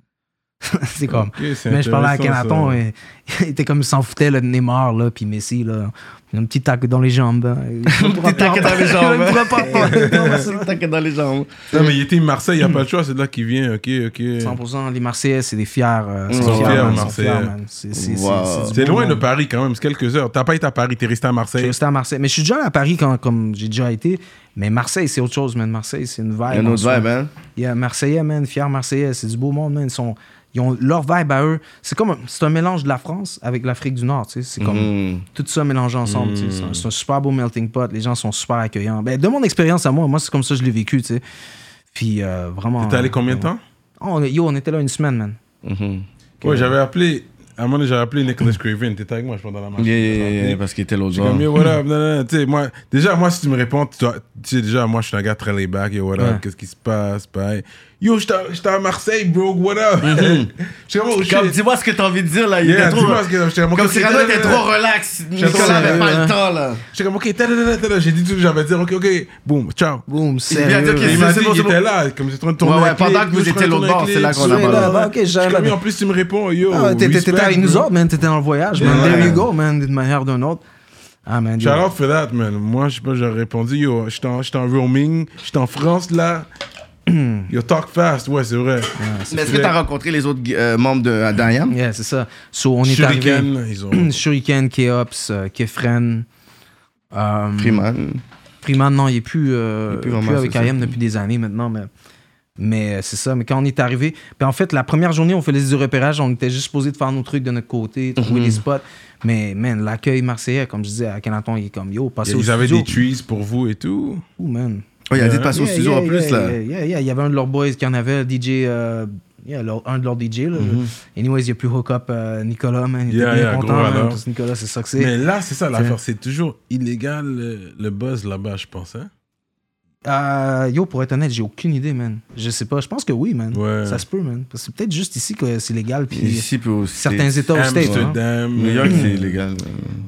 Speaker 5: c'est comme.
Speaker 3: Ok, c'est
Speaker 5: Mais je parlais à
Speaker 3: intéressant,
Speaker 5: Canaton,
Speaker 3: ça.
Speaker 5: et, il était comme il s'en foutait, là, de Neymar, là, puis Messi, là. Un petit tac dans les jambes. hein. Il pourra
Speaker 4: Petit tac
Speaker 5: pas-
Speaker 4: dans les jambes.
Speaker 5: Il pourra pas-
Speaker 3: hein.
Speaker 4: T'inquiète dans les jambes.
Speaker 3: Non, mais il était Marseille, il n'y a pas le choix, c'est de là qu'il vient, ok, ok.
Speaker 5: 100% les Marseillais, c'est des fiers. euh,
Speaker 4: Ils
Speaker 5: sont
Speaker 4: sont
Speaker 5: fiers,
Speaker 4: fiers,
Speaker 5: man, ils sont
Speaker 3: Marseillais.
Speaker 5: fiers, man. C'est- c'est- c'est-
Speaker 4: Wow.
Speaker 5: c'est du
Speaker 3: C'est
Speaker 5: beau
Speaker 3: loin de
Speaker 5: monde.
Speaker 3: Paris quand même, c'est quelques heures. T'as pas été à Paris, t'es resté à
Speaker 5: Je suis
Speaker 3: Marseille.
Speaker 5: resté à Marseille. Mais je suis déjà allé à Paris quand, comme j'ai déjà été. Mais Marseille, c'est autre chose, man. Marseille, Ah, c'est une vibe.
Speaker 4: Il y a un
Speaker 5: en
Speaker 4: autre
Speaker 5: soi.
Speaker 4: vibe, hein?
Speaker 5: Il y a Marseillais, man. Fier Marseillais. C'est du beau monde, man. Ils, sont, ils ont leur vibe à eux. C'est comme un, c'est un mélange de la France avec l'Afrique du Nord, tu sais. C'est comme
Speaker 4: Mm.
Speaker 5: tout ça mélangé ensemble. tu sais. C'est un- C'est un super beau melting pot. Les gens sont super accueillants. Ben, de mon expérience à moi, moi, c'est comme ça que je l'ai vécu, tu sais. Puis euh, vraiment.
Speaker 3: T'es allé combien de temps
Speaker 5: Oh, on est- Yo, on était là une semaine, man.
Speaker 4: Mhm.
Speaker 3: Ouais, j'avais appelé, à un moment donné, j'avais appelé Nicholas Craven, t'étais avec moi, je pense, dans la marche.
Speaker 4: Yeah, yeah, yeah, yeah, parce qu'il était l'autre
Speaker 3: J'ai comme,
Speaker 4: genre.
Speaker 3: yo, what up, nan, nan, nan. Tu sais, moi, déjà, moi, si tu me réponds, tu dois- tu sais, déjà, moi, je suis un gars très laid back, yo, what up,
Speaker 5: Ouais.
Speaker 3: qu'est-ce qui se passe, bye. Yo, j'étais à- j'étais à Marseille, bro, what up.
Speaker 5: Mm-hmm.
Speaker 3: J'étais comme, oh, shit.
Speaker 4: Comme, dis-moi ce que t'as envie de dire, là. Il
Speaker 3: Yeah,
Speaker 4: était trop...
Speaker 3: dis-moi ce que- j'étais comme,
Speaker 4: Comme
Speaker 3: ok,
Speaker 4: Cyrano était
Speaker 3: tadadada.
Speaker 4: trop relax.
Speaker 3: trop
Speaker 4: Nicolas avait pas
Speaker 5: relax.
Speaker 4: le temps, là.
Speaker 3: J'étais comme, ok, tadadada, tadadada. j'ai dit tout, j'avais dit, ok, ok, boum, ciao.
Speaker 5: Boum,
Speaker 4: vient de dire
Speaker 5: sérieux.
Speaker 4: qu'il
Speaker 3: Et
Speaker 4: C'est-
Speaker 3: il m'a
Speaker 4: c'est
Speaker 3: dit
Speaker 4: bon,
Speaker 3: qu'il
Speaker 4: c'est
Speaker 3: était
Speaker 4: bon.
Speaker 3: là, comme j'étais en train de tourner
Speaker 4: Ouais, ouais,
Speaker 3: la clé,
Speaker 4: pendant que vous
Speaker 3: je
Speaker 4: étiez
Speaker 3: tourne
Speaker 4: l'autre
Speaker 3: la
Speaker 4: bord,
Speaker 3: clé,
Speaker 4: c'est là
Speaker 3: je
Speaker 4: qu'on a
Speaker 3: tourne la
Speaker 4: abordé.
Speaker 3: clé.
Speaker 5: Ah, ok, j'avais-
Speaker 3: Je suis comme, en plus, tu me réponds, yo.
Speaker 5: Ah ouais, t'étais-
Speaker 3: Oh, respect,
Speaker 5: T'étais avec nous
Speaker 3: bro.
Speaker 5: autres, man. T'étais dans le voyage, man. There you go, man, d'une manière ou d'une autre. Ah, man. yo.
Speaker 3: Shout out for that, man. Moi, je sais pas, j'aurais répondu, yo, j'étais en, j'étais en roaming, j'étais en France, là. yo, talk fast, ouais, c'est vrai.
Speaker 5: Ah,
Speaker 4: Mais est-ce que t'as rencontré les autres euh, membres de d'Ayam?
Speaker 5: Yeah, c'est ça. So, on est arrivé.
Speaker 3: Shuriken, ils ont...
Speaker 5: Shuriken, Keops, euh, Kefren. euh,
Speaker 4: Freeman.
Speaker 5: Freeman, non, il est plus,
Speaker 4: Il
Speaker 5: euh,
Speaker 4: est plus
Speaker 5: plus
Speaker 4: vraiment
Speaker 5: avec
Speaker 4: associé.
Speaker 5: IAM depuis des années maintenant, mais, mais euh, c'est ça. Mais quand on est arrivé, puis en fait, la première journée, on fait les du repérage, on était juste supposé de faire nos trucs de notre côté, trouver les spots. Mais, man, l'accueil marseillais, comme je disais à Canaton, il est comme yo, passez au
Speaker 3: Ils avaient
Speaker 5: studio.
Speaker 3: des trees pour vous et tout.
Speaker 5: Ouh, man.
Speaker 4: Oh, il a dit de
Speaker 3: Yeah.
Speaker 4: passer au
Speaker 5: Yeah,
Speaker 4: studio
Speaker 5: yeah,
Speaker 4: en plus,
Speaker 5: yeah,
Speaker 4: là.
Speaker 5: yeah, yeah, yeah. Il y avait un de leurs boys qui en avait, DJ. euh, yeah, leur- un de leurs DJ. Là.
Speaker 4: Mm-hmm.
Speaker 5: Anyways, il a pu hook up euh, Nicolas, man. Il
Speaker 3: Yeah,
Speaker 5: était bien
Speaker 3: yeah,
Speaker 5: content,
Speaker 3: gros
Speaker 5: man,
Speaker 3: alors.
Speaker 5: parce que Nicolas, c'est ça que c'est.
Speaker 3: Mais là, c'est ça l'affaire, c'est toujours illégal le, le buzz là-bas, je pense. Hein?
Speaker 5: Euh, yo, pour être honnête, j'ai aucune idée, man. Je sais pas. Je pense que oui, man.
Speaker 3: Ouais.
Speaker 5: Ça se peut, man. Parce que c'est peut-être juste ici que c'est légal. Puis
Speaker 4: Ici, puis Mm. aussi.
Speaker 5: certains États au States. hein.
Speaker 3: Amsterdam, euh,
Speaker 4: New York, c'est illégal.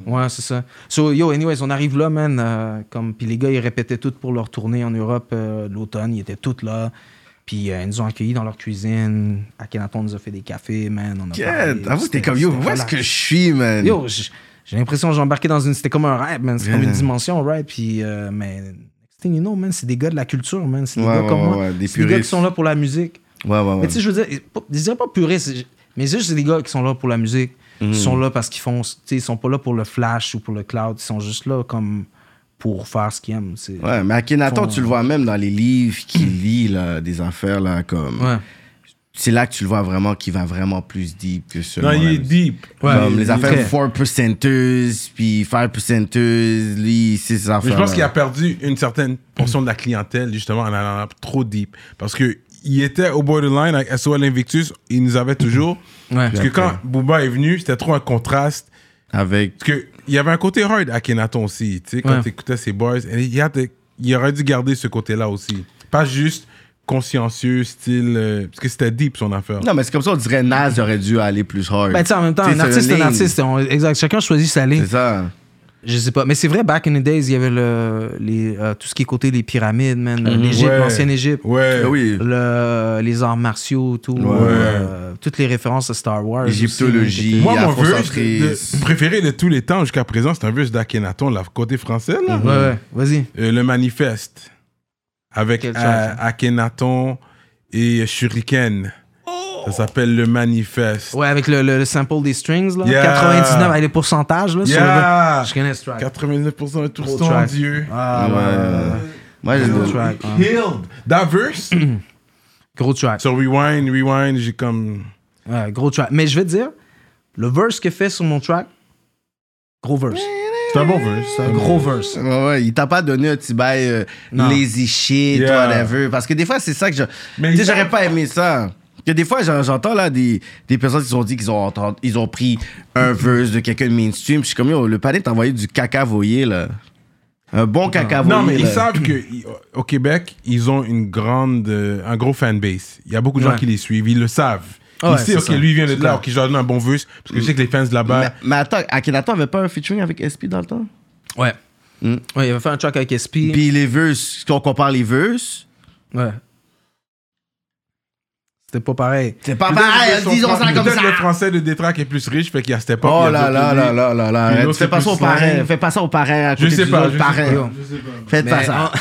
Speaker 5: Ouais, c'est ça. So, yo, anyways, on arrive là, man. euh, comme, puis les gars, ils répétaient tout pour leur tournée en Europe euh, l'automne. Ils étaient tous là. Puis euh, ils nous ont accueillis dans leur cuisine. À Kenaton, nous a fait des cafés, man. On a parlé.
Speaker 4: Yeah, avoue, t'es
Speaker 5: C'était-
Speaker 4: comme, yo,
Speaker 5: c'était
Speaker 4: où est-ce
Speaker 5: relax.
Speaker 4: que je suis, man?
Speaker 5: Yo, j- j'ai l'impression que j'ai embarqué dans une. C'était comme un rêve, man. C'est comme une
Speaker 4: Yeah.
Speaker 5: dimension, right? Puis, euh, mais, next thing you know, man, c'est des gars de la culture, man. C'est des
Speaker 4: Ouais,
Speaker 5: gars
Speaker 4: ouais,
Speaker 5: comme
Speaker 4: ouais,
Speaker 5: moi.
Speaker 4: ouais, des
Speaker 5: c'est des gars qui
Speaker 4: puristes.
Speaker 5: sont là pour la musique.
Speaker 4: Ouais, ouais, ouais.
Speaker 5: Mais tu sais, je veux dire, je dirais pas puristes, je- mais juste, c'est des gars qui sont là pour la musique.
Speaker 4: Mm-hmm.
Speaker 5: Ils sont là parce qu'ils font. Tu sais, ils sont pas là pour le flash ou pour le cloud. Ils sont juste là comme pour faire ce qu'ils aiment. c'est-
Speaker 4: Ouais, mais Akhenaton,
Speaker 5: Font-
Speaker 4: tu le vois même dans les livres qu'il lit, là, des affaires, là, comme...
Speaker 5: Ouais.
Speaker 4: C'est là que tu le vois vraiment qui va vraiment plus deep que seulement...
Speaker 3: Non, il
Speaker 4: la
Speaker 3: est
Speaker 4: musique.
Speaker 3: deep.
Speaker 5: Ouais,
Speaker 4: Comme
Speaker 5: il-
Speaker 4: les
Speaker 5: il-
Speaker 4: affaires
Speaker 5: très.
Speaker 4: 4%, puis 5%, lui, c'est ses affaires.
Speaker 3: Mais je pense
Speaker 4: là.
Speaker 3: qu'il a perdu une certaine portion de la clientèle, justement, en allant trop deep. Parce que il était au borderline avec SOL Invictus, il nous avait toujours.
Speaker 5: Ouais.
Speaker 3: Parce que quand Booba est venu, c'était trop un contraste.
Speaker 4: euh, Avec...
Speaker 3: Parce que il y avait un côté hard à Kenaton aussi, tu sais, quand
Speaker 5: Ouais.
Speaker 3: t'écoutais ses boys. Et Il, y a de- il aurait dû garder ce côté-là aussi. Pas juste consciencieux, style... euh, parce que c'était deep, son affaire.
Speaker 4: Non, mais c'est comme ça, on dirait Nas aurait dû aller plus hard.
Speaker 5: Ben, tu sais, en même temps,
Speaker 4: Tu sais,
Speaker 5: un
Speaker 4: c'est
Speaker 5: artiste,
Speaker 4: une
Speaker 5: un
Speaker 4: ligne.
Speaker 5: artiste. on- exact. Chacun choisit sa ligne.
Speaker 4: C'est ça.
Speaker 5: Je sais pas. Mais c'est vrai, back in the days, il y avait le, les, euh, tout ce qui est côté les pyramides, man. L'Égypte,
Speaker 3: Mhm. Ouais.
Speaker 5: l'ancienne Égypte.
Speaker 3: Ouais.
Speaker 4: Ben oui,
Speaker 5: Le- les arts martiaux, tout. euh, toutes les références à Star Wars. aussi,
Speaker 4: Égyptologie.
Speaker 5: man,
Speaker 3: Moi,
Speaker 4: à
Speaker 3: mon
Speaker 4: fond
Speaker 3: verse
Speaker 4: centré.
Speaker 3: de- préféré de tous les temps jusqu'à présent, c'est un verse d'Akhenaton, la côté français, là.
Speaker 5: qui était- Ouais, ouais, vas-y.
Speaker 3: Euh, le manifeste. Avec
Speaker 5: Quel
Speaker 3: euh,
Speaker 5: chanson?
Speaker 3: Akhenaton et Shuriken. Ça s'appelle le manifeste.
Speaker 5: Ouais, avec le, le- le sample des strings, là.
Speaker 3: Yeah.
Speaker 5: 99, avec les pourcentages, là. sur le-
Speaker 3: Yeah!
Speaker 5: Je connais ce track.
Speaker 3: 89% de tout
Speaker 5: Gros
Speaker 3: son
Speaker 5: track.
Speaker 3: Dieu.
Speaker 5: Ah, ouais,
Speaker 4: Ouais.
Speaker 5: ouais, ouais.
Speaker 4: Moi, je-
Speaker 5: Gros track. ouais.
Speaker 3: Healed. That verse,
Speaker 5: Mm. Gros track.
Speaker 3: So rewind, rewind, j'ai comme.
Speaker 5: Ouais, gros track. Mais je vais te dire, le verse qu'il fait sur mon track, gros verse.
Speaker 3: C'est un bon verse.
Speaker 5: C'est un gros verse.
Speaker 4: Ouais, ouais, il t'a pas donné un petit bail euh,
Speaker 5: Non.
Speaker 4: lazy shit,
Speaker 3: Yeah.
Speaker 4: whatever. Parce que des fois, c'est ça que je.
Speaker 3: Mais
Speaker 4: Tu sais,
Speaker 3: il-
Speaker 4: j'aurais pas aimé ça. Que des fois, j'en- j'entends là des, des personnes qui ont dit qu'ils ont, entendu- ils ont pris un verse de quelqu'un de mainstream. Je suis comme, yo, le panier t'a envoyé du caca voyé, là. Un bon cacavoyer.
Speaker 3: Non, mais ils
Speaker 4: là.
Speaker 3: savent qu'au Québec, ils ont une grande, euh, un gros fanbase. Il y a beaucoup de gens
Speaker 5: Ouais.
Speaker 3: qui les suivent, ils le savent.
Speaker 5: Ah ouais,
Speaker 3: ils savent,
Speaker 5: c'est
Speaker 3: ok,
Speaker 5: ça.
Speaker 3: lui il vient de
Speaker 5: C'est
Speaker 3: là,
Speaker 5: clair.
Speaker 3: ok, je leur donne un bon vœu. Parce que je sais que les fans de
Speaker 4: Mais,
Speaker 3: là-bas.
Speaker 4: mais attends, Akhenaton avait pas un featuring avec SP dans le temps?
Speaker 5: Ouais.
Speaker 3: Mm.
Speaker 5: Ouais, il avait fait un track avec SP.
Speaker 4: Puis les verses, quand on compare les verses,
Speaker 5: Ouais. C'était pas pareil.
Speaker 4: c'est pas
Speaker 3: Peut-être
Speaker 4: pareil,
Speaker 3: que son
Speaker 4: disons
Speaker 3: Fran-
Speaker 4: ça comme
Speaker 3: peut-être
Speaker 4: ça.
Speaker 3: le français de Détrac est plus riche, fait qu'il y a cette époque.
Speaker 4: Oh là là là là là
Speaker 3: Puis
Speaker 4: là.
Speaker 3: l'autre,
Speaker 4: Fais
Speaker 3: c'est
Speaker 4: pas ça au
Speaker 3: plus
Speaker 4: parrain.
Speaker 3: loin.
Speaker 4: Fais pas ça au parrain à
Speaker 3: Je
Speaker 4: côté
Speaker 3: sais
Speaker 4: du
Speaker 3: pas,
Speaker 4: autre
Speaker 3: je sais
Speaker 4: parrain.
Speaker 3: pas.
Speaker 4: Faites pas ça.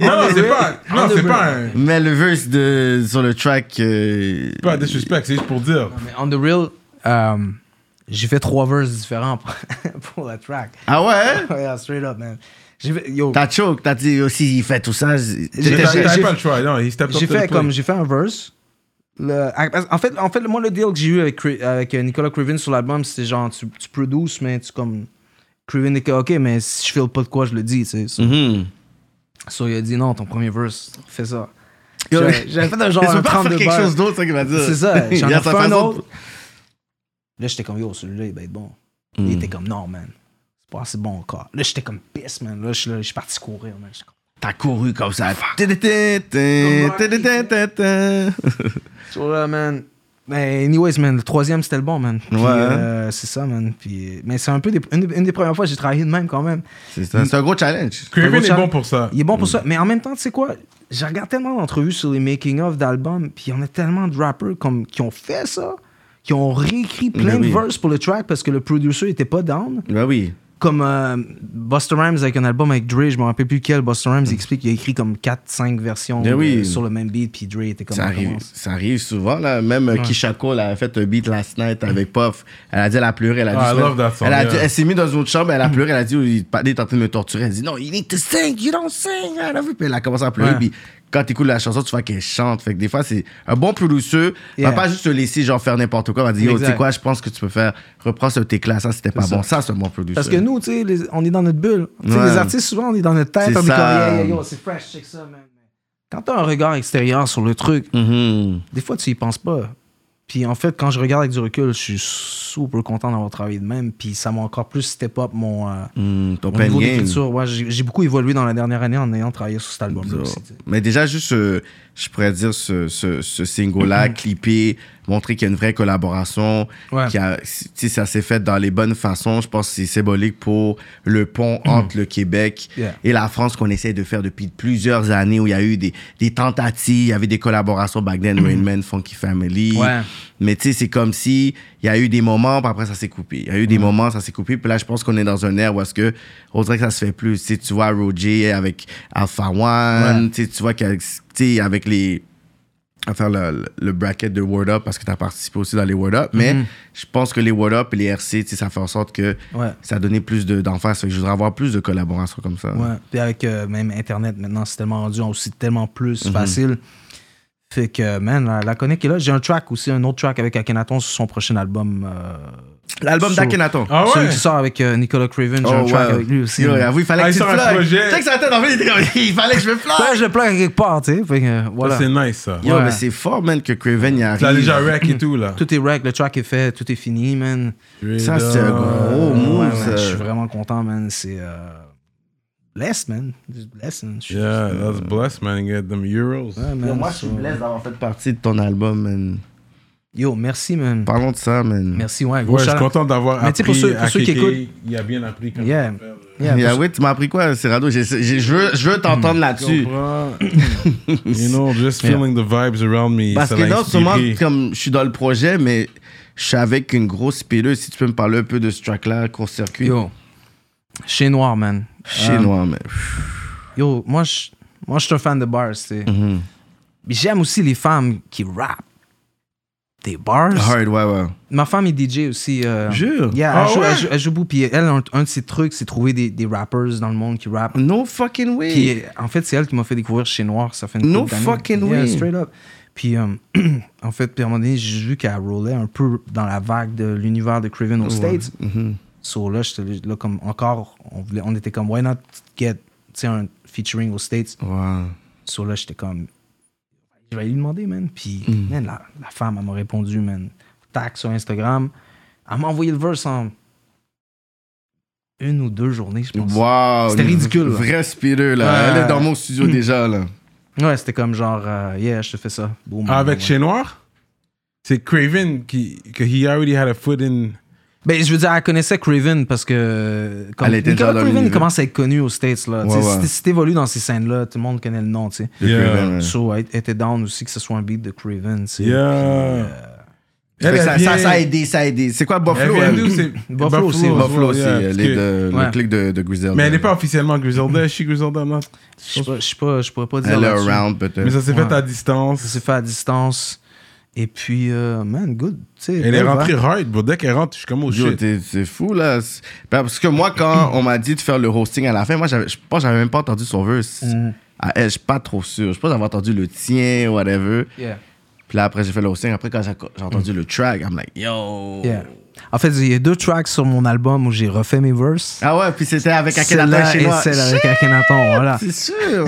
Speaker 3: Non, non, c'est pas, non, c'est pas un.
Speaker 4: Mais le verse de, sur le track. euh,
Speaker 3: Pas un disrespect, c'est juste pour dire.
Speaker 5: Mais on the real, euh, j'ai fait trois verses différents pour, pour la track.
Speaker 4: Ah ouais?
Speaker 5: Yeah, straight up, man. J'ai fait, yo,
Speaker 4: T'as choke, t'as dit aussi, il fait tout ça. j-
Speaker 3: T'as
Speaker 4: j'étais-
Speaker 5: J'ai- j'ai-
Speaker 3: t'as
Speaker 5: j'ai-
Speaker 3: pas le choix, non, il stepped up
Speaker 5: j'ai
Speaker 3: to the
Speaker 5: fait
Speaker 3: plate.
Speaker 5: comme j'ai fait un verse. Le- en fait, en fait, moi le deal que j'ai eu avec, Cri- avec euh, Nicolas Craven sur l'album, c'était genre tu, tu produces, mais tu comme Craven était ok, mais si je feel pas de quoi, je le dis, tu sais. So,
Speaker 4: Mhm.
Speaker 5: so, il a dit non, ton premier verse, fais ça.
Speaker 4: Yo,
Speaker 5: J'avais j'avais fait un genre
Speaker 4: Mais tu
Speaker 5: un
Speaker 4: peux pas
Speaker 5: 32
Speaker 4: faire quelque
Speaker 5: bars.
Speaker 4: chose d'autre, ça qu'il va dire.
Speaker 5: C'est ça,
Speaker 4: Il
Speaker 5: j'en
Speaker 4: y
Speaker 5: ai
Speaker 4: a sa
Speaker 5: fait un
Speaker 4: façon de-
Speaker 5: autre. Là, j'étais comme, yo, celui-là, il va être bon.
Speaker 4: Mm.
Speaker 5: Il était comme, non, man, c'est pas assez bon encore. Là, j'étais comme, pisse, man. Là, je suis là, je suis parti courir, man. J'étais comme,
Speaker 4: T'as couru comme ça. T'as
Speaker 5: So, là, man. Mais Ben, anyways, man, le troisième, c'était le bon, man. Puis,
Speaker 4: Ouais.
Speaker 5: euh, c'est ça, man. Puis, euh, mais c'est un peu des- une, une des premières fois que j'ai travaillé de même, quand même.
Speaker 4: C'est un gros challenge.
Speaker 5: Un
Speaker 3: Craven
Speaker 5: gros
Speaker 3: est
Speaker 5: chat-
Speaker 3: bon pour ça.
Speaker 5: Il est bon pour ça. Mais en même temps, tu sais quoi? Je regarde tellement d'entrevues sur les making-of d'albums, puis il y en a tellement de rappers comme, qui ont fait ça, qui ont réécrit plein
Speaker 4: Ben oui.
Speaker 5: de verses pour le track parce que le producer était pas down.
Speaker 4: Ben oui.
Speaker 5: comme euh, Buster Rhymes avec un album avec Dre, je me rappelle plus quel, Buster Rhymes il explique qu'il a écrit comme 4-5 versions
Speaker 4: Ben Hmm. oui.
Speaker 5: euh, sur le même beat, puis Dre était comme
Speaker 4: Ça
Speaker 5: on
Speaker 4: arrive,
Speaker 5: commence.
Speaker 4: ça arrive souvent, là. Même euh, Keisha Cole elle a fait un beat last night avec Puff. Elle a dit, elle a pleuré. Elle a dit,
Speaker 3: Ah, I
Speaker 4: se mettre-
Speaker 3: love that song,
Speaker 4: elle, a
Speaker 3: yeah.
Speaker 4: dit- elle s'est mise dans une autre chambre, elle a pleuré. Elle a dit, oh, il il est en train de me torturer. Elle dit, non, you need to sing, you don't sing. I love you. Puis elle a commencé à pleurer.
Speaker 5: Ouais.
Speaker 4: Puis quand t'écoutes la chanson, tu vois qu'elle chante. Fait que des fois, c'est un bon producteur. Il Va
Speaker 5: Yeah.
Speaker 4: pas juste te laisser, genre, faire n'importe quoi. Elle va dire, yo, tu sais
Speaker 5: Exact.
Speaker 4: quoi, je pense que tu peux faire, reprends ce tes classes. Ça, c'était pas
Speaker 5: ça.
Speaker 4: bon. Ça, c'est un bon producer.
Speaker 5: Parce que nous, tu sais, les- on est dans notre bulle. Tu sais,
Speaker 4: Ouais.
Speaker 5: Les artistes, souvent, on est dans notre
Speaker 4: C'est
Speaker 5: tête, on est comme,
Speaker 4: ça.
Speaker 5: yeah, yeah, yo, c'est fresh, check ça, man. Quand t'as un regard extérieur sur le truc,
Speaker 4: Mhm.
Speaker 5: des fois, tu y penses pas. Puis en fait, quand je regarde avec du recul, je suis super content d'avoir travaillé de même, puis ça m'a encore plus step up mon, euh,
Speaker 4: Mhm, ton
Speaker 5: mon
Speaker 4: plein
Speaker 5: niveau
Speaker 4: game.
Speaker 5: d'écriture. Ouais, j'ai j'ai beaucoup évolué dans la dernière année en ayant travaillé sur cet album-là aussi, tu sais.
Speaker 4: Mais déjà, juste, euh, je pourrais dire, ce, ce, ce single-là, clippé, montrer qu'il y a une vraie collaboration,
Speaker 5: Mm-hmm. Ouais.
Speaker 4: qu'il y a- si si ça s'est fait dans les bonnes façons, je pense que c'est symbolique pour le pont entre le Québec
Speaker 5: Mm-hmm. Yeah.
Speaker 4: et la France qu'on essaie de faire depuis plusieurs années, où il y a eu des, des tentatives, il y avait des collaborations, back then,
Speaker 5: Mm-hmm.
Speaker 4: Rain Man, Funky Family.
Speaker 5: Ouais.
Speaker 4: Mais tu sais, c'est comme si il y a eu des moments, puis après ça s'est coupé. Il y a eu des
Speaker 5: Mm.
Speaker 4: moments, ça s'est coupé. Puis là, je pense qu'on est dans un air où est-ce que on dirait que ça se fait plus. Tu sais, tu vois Roger avec Alpha One, tu sais, tu vois qu'avec- tu sais, avec les à faire le, le- le bracket de Word Up parce que tu as participé aussi dans les Word Up. Mais
Speaker 5: Mm-hmm.
Speaker 4: je pense que les Word Up et les RC, tu sais, ça fait en sorte que
Speaker 5: Ouais.
Speaker 4: ça a donné plus de- d'emphase. Fait que je voudrais avoir plus de collaborations comme ça.
Speaker 5: Ouais. Puis avec euh, même Internet maintenant, c'est tellement rendu aussi tellement plus
Speaker 3: Mhm.
Speaker 5: facile. Fait que, man, la, la connect est là. J'ai un track aussi, un autre track avec Akhenaton sur son prochain album. euh,
Speaker 4: L'album
Speaker 5: sur-
Speaker 4: d'Akhenaton. Oh,
Speaker 3: Ah
Speaker 5: Celui
Speaker 3: ouais? Oh,
Speaker 5: qui sort avec euh, Nicolas Craven, j'ai un track avec lui aussi.
Speaker 4: Yo,
Speaker 5: man.
Speaker 4: avoue, il fallait
Speaker 3: Ah,
Speaker 4: que
Speaker 3: il
Speaker 4: tu
Speaker 3: sort un
Speaker 4: le
Speaker 3: projet.
Speaker 4: Tu sais que sa tête, en fait, il était comme, il fallait que je me flash.
Speaker 5: Ouais, je le plaque quelque part, tu sais. Fait que, euh,
Speaker 3: Ça,
Speaker 5: voilà.
Speaker 3: C'est nice, ça.
Speaker 4: Yo,
Speaker 5: Ouais.
Speaker 4: mais c'est fort, man, que Craven y arrive.
Speaker 3: Tu l'as déjà rack et tout, là.
Speaker 5: Tout est rec, le track est fait, tout est fini, man.
Speaker 4: Ça, c'est un gros
Speaker 3: Oh,
Speaker 5: Euh, ouais,
Speaker 4: move,
Speaker 5: man,
Speaker 4: ça.
Speaker 5: Je suis vraiment content, man. C'est. euh, Bless, man. Just Bless, man. Je suis-
Speaker 3: Yeah, that's blessed, man. Get them euros.
Speaker 5: Ouais, man,
Speaker 4: Yo, Moi, je suis
Speaker 5: so-
Speaker 4: blessé d'avoir fait partie de ton album, man.
Speaker 5: Yo, merci, man.
Speaker 4: Parlons de ça, man.
Speaker 5: Merci, ouais. gros
Speaker 3: Ouais, je suis
Speaker 5: shout-out.
Speaker 3: content d'avoir
Speaker 5: Mais tu
Speaker 3: appris
Speaker 5: sais, pour ceux-
Speaker 3: à
Speaker 5: pour ceux qui
Speaker 3: Kéké,
Speaker 5: écoutent-
Speaker 3: Il a bien appris quand
Speaker 5: Yeah. Yeah,
Speaker 4: Yeah,
Speaker 5: parce-
Speaker 4: oui, tu m'as appris quoi, Serrado? J'ai- j'ai- Je veux, je veux
Speaker 5: Hmm.
Speaker 4: t'entendre là-dessus.
Speaker 3: You know, just feeling the vibes around me.
Speaker 4: Parce
Speaker 3: ça
Speaker 4: que
Speaker 3: l'a
Speaker 4: non seulement,
Speaker 3: inspiré.
Speaker 4: comme je suis dans le projet, mais je suis avec une grosse pileuse. Si tu peux me parler un peu de ce track-là, court-circuit.
Speaker 5: Yo. Chez Noir, man.
Speaker 4: Ah. Chinois, mais.
Speaker 5: Yo, moi, je moi, je suis un fan de bars, tu sais.
Speaker 4: Mhm.
Speaker 5: Mais j'aime aussi les femmes qui rappent. Des bars.
Speaker 4: Hard, Ah ouais, ouais.
Speaker 5: Ma femme est DJ aussi. euh,
Speaker 4: Jure?
Speaker 5: Yeah,
Speaker 3: Ah
Speaker 5: elle, joue,
Speaker 3: ouais?
Speaker 5: elle joue- elle joue beaucoup. Puis elle, un, un de ses trucs, c'est trouver des, des rappers dans le monde qui rappent.
Speaker 4: No fucking way.
Speaker 5: Puis euh, en fait, c'est elle qui m'a fait découvrir Chez Noir. Ça fait une
Speaker 4: No
Speaker 5: couple d'années.
Speaker 4: fucking
Speaker 5: Yeah,
Speaker 4: way.
Speaker 5: straight up. Puis euh, en fait, puis à un moment donné, j'ai vu qu'elle roulait un peu dans la vague de l'univers de Craven aux States.
Speaker 4: Mhm.
Speaker 5: So là, j'étais là comme encore, on, voulait, on était comme, why not get tu sais, un featuring aux States?
Speaker 4: Wow.
Speaker 5: So là, j'étais comme, je vais lui demander, man. Puis
Speaker 4: Mm.
Speaker 5: man, la, la femme, elle m'a répondu, man. Tac sur Instagram. Elle m'a envoyé le verse en une ou deux journées, je pense.
Speaker 4: Wow.
Speaker 5: C'était ridicule, là.
Speaker 4: Vrai spireux, là.
Speaker 5: Ouais.
Speaker 4: Elle est dans mon studio déjà, là.
Speaker 5: Ouais, c'était comme genre, euh, yeah, je te fais ça. Boum.
Speaker 4: Ah, ben,
Speaker 3: Avec
Speaker 5: Ouais.
Speaker 3: Chez Noir, c'est Craven qui. que he already had a foot in.
Speaker 5: Ben, je veux dire, elle connaissait Craven parce que. Comme,
Speaker 4: Elle était
Speaker 5: Nicolas
Speaker 4: dans leur
Speaker 5: Craven, il
Speaker 4: univers.
Speaker 5: commence à être connu aux States, là. Tu sais,
Speaker 4: Ouais,
Speaker 5: si
Speaker 4: ouais.
Speaker 5: t'é- Si t'évolues dans ces scènes-là, tout le monde connaît le nom, tu sais.
Speaker 4: De
Speaker 3: Yeah.
Speaker 4: Craven, ouais.
Speaker 5: So, elle elle était down aussi que ce soit un beat de Craven, tu sais.
Speaker 3: Yeah.
Speaker 5: euh,
Speaker 4: Fait
Speaker 3: Elle,
Speaker 4: que
Speaker 3: elle
Speaker 4: ça, ça, ça a
Speaker 3: vient-
Speaker 4: aidé, ça a aidé. C'est quoi
Speaker 3: elle
Speaker 4: Buffalo?
Speaker 3: vient
Speaker 4: elle?
Speaker 3: d'où, c'est-
Speaker 5: Buffalo aussi,
Speaker 3: as
Speaker 5: Buffalo
Speaker 4: Buffalo
Speaker 3: well,
Speaker 4: aussi,
Speaker 3: yeah,
Speaker 4: elle
Speaker 3: parce
Speaker 4: est
Speaker 3: que-
Speaker 4: de-
Speaker 5: Ouais.
Speaker 4: le clic de, de Griselda.
Speaker 3: Mais elle n'est pas officiellement Griselda. Je suis Griselda, non.
Speaker 4: Euh,
Speaker 5: Je sais pas- je sais pas, je pourrais pas dire.
Speaker 4: Elle est
Speaker 5: là-dessus.
Speaker 4: around,
Speaker 3: Mais
Speaker 4: peut-être.
Speaker 3: ça s'est
Speaker 5: Ouais.
Speaker 3: fait à
Speaker 5: Ça
Speaker 3: distance.
Speaker 5: s'est fait à distance. Et puis, euh, man, good. tu sais,
Speaker 3: Elle est
Speaker 5: belle
Speaker 3: rentrée
Speaker 5: vibe.
Speaker 3: hard, bro. Dès qu'elle rentre, je suis comme au
Speaker 4: Yo,
Speaker 3: shit.
Speaker 4: t'es- C'est fou, là. C'est- Parce que moi, quand on m'a dit de faire le hosting à la fin, moi, j'avais- je pense que j'avais même pas entendu son verse. À elle, je suis pas trop sûr. Je pense avoir entendu le tien, whatever.
Speaker 5: Yeah.
Speaker 4: Puis là, après, j'ai fait le hosting. Après, quand j'ai j'ai entendu le track, I'm like, yo.
Speaker 5: Yeah. En fait, il y a deux tracks sur mon album où j'ai refait mes verses.
Speaker 4: Ah ouais, puis c'était avec Akhenaton
Speaker 5: Celle-là et
Speaker 4: chinois.
Speaker 5: celle avec Akhenaton, voilà.
Speaker 4: C'est sûr.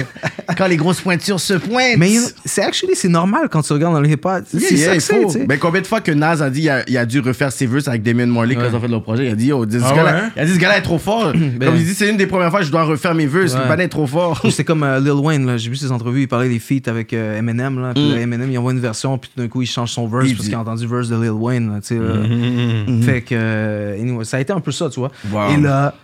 Speaker 4: quand les grosses pointures se pointent.
Speaker 5: Mais you know, c'est actually, c'est normal quand tu regardes dans le hip-hop.
Speaker 4: Yeah,
Speaker 5: c'est
Speaker 4: yeah,
Speaker 5: ça que
Speaker 4: il
Speaker 5: c'est,
Speaker 4: faut. Ben,
Speaker 5: tu sais.
Speaker 4: Mais combien de fois que Nas a dit il a, il a dû refaire ses verses avec Damien Morley quand ils ont fait leur projet, il a dit yo, ce
Speaker 3: Ah
Speaker 4: gars-là-
Speaker 3: ouais?
Speaker 4: il a dit ce gars-là est trop fort. Comme il dit c'est une des premières fois que je dois refaire mes verses,
Speaker 5: Ben. Ouais.
Speaker 4: le panel est trop fort.
Speaker 5: Ou C'est comme euh, Lil Wayne, là. j'ai vu ses entrevues, il parlait des feats avec euh, Eminem. Là, puis là, Eminem, il envoie une version, puis tout d'un coup, il Mm-hmm. change son verse
Speaker 4: Il
Speaker 5: parce
Speaker 4: dit-
Speaker 5: qu'il a entendu le verse de Lil Wayne. là, tu sais, là. Fait que, euh, anyway, ça a été un peu ça, tu vois.
Speaker 4: Wow.
Speaker 5: Et là,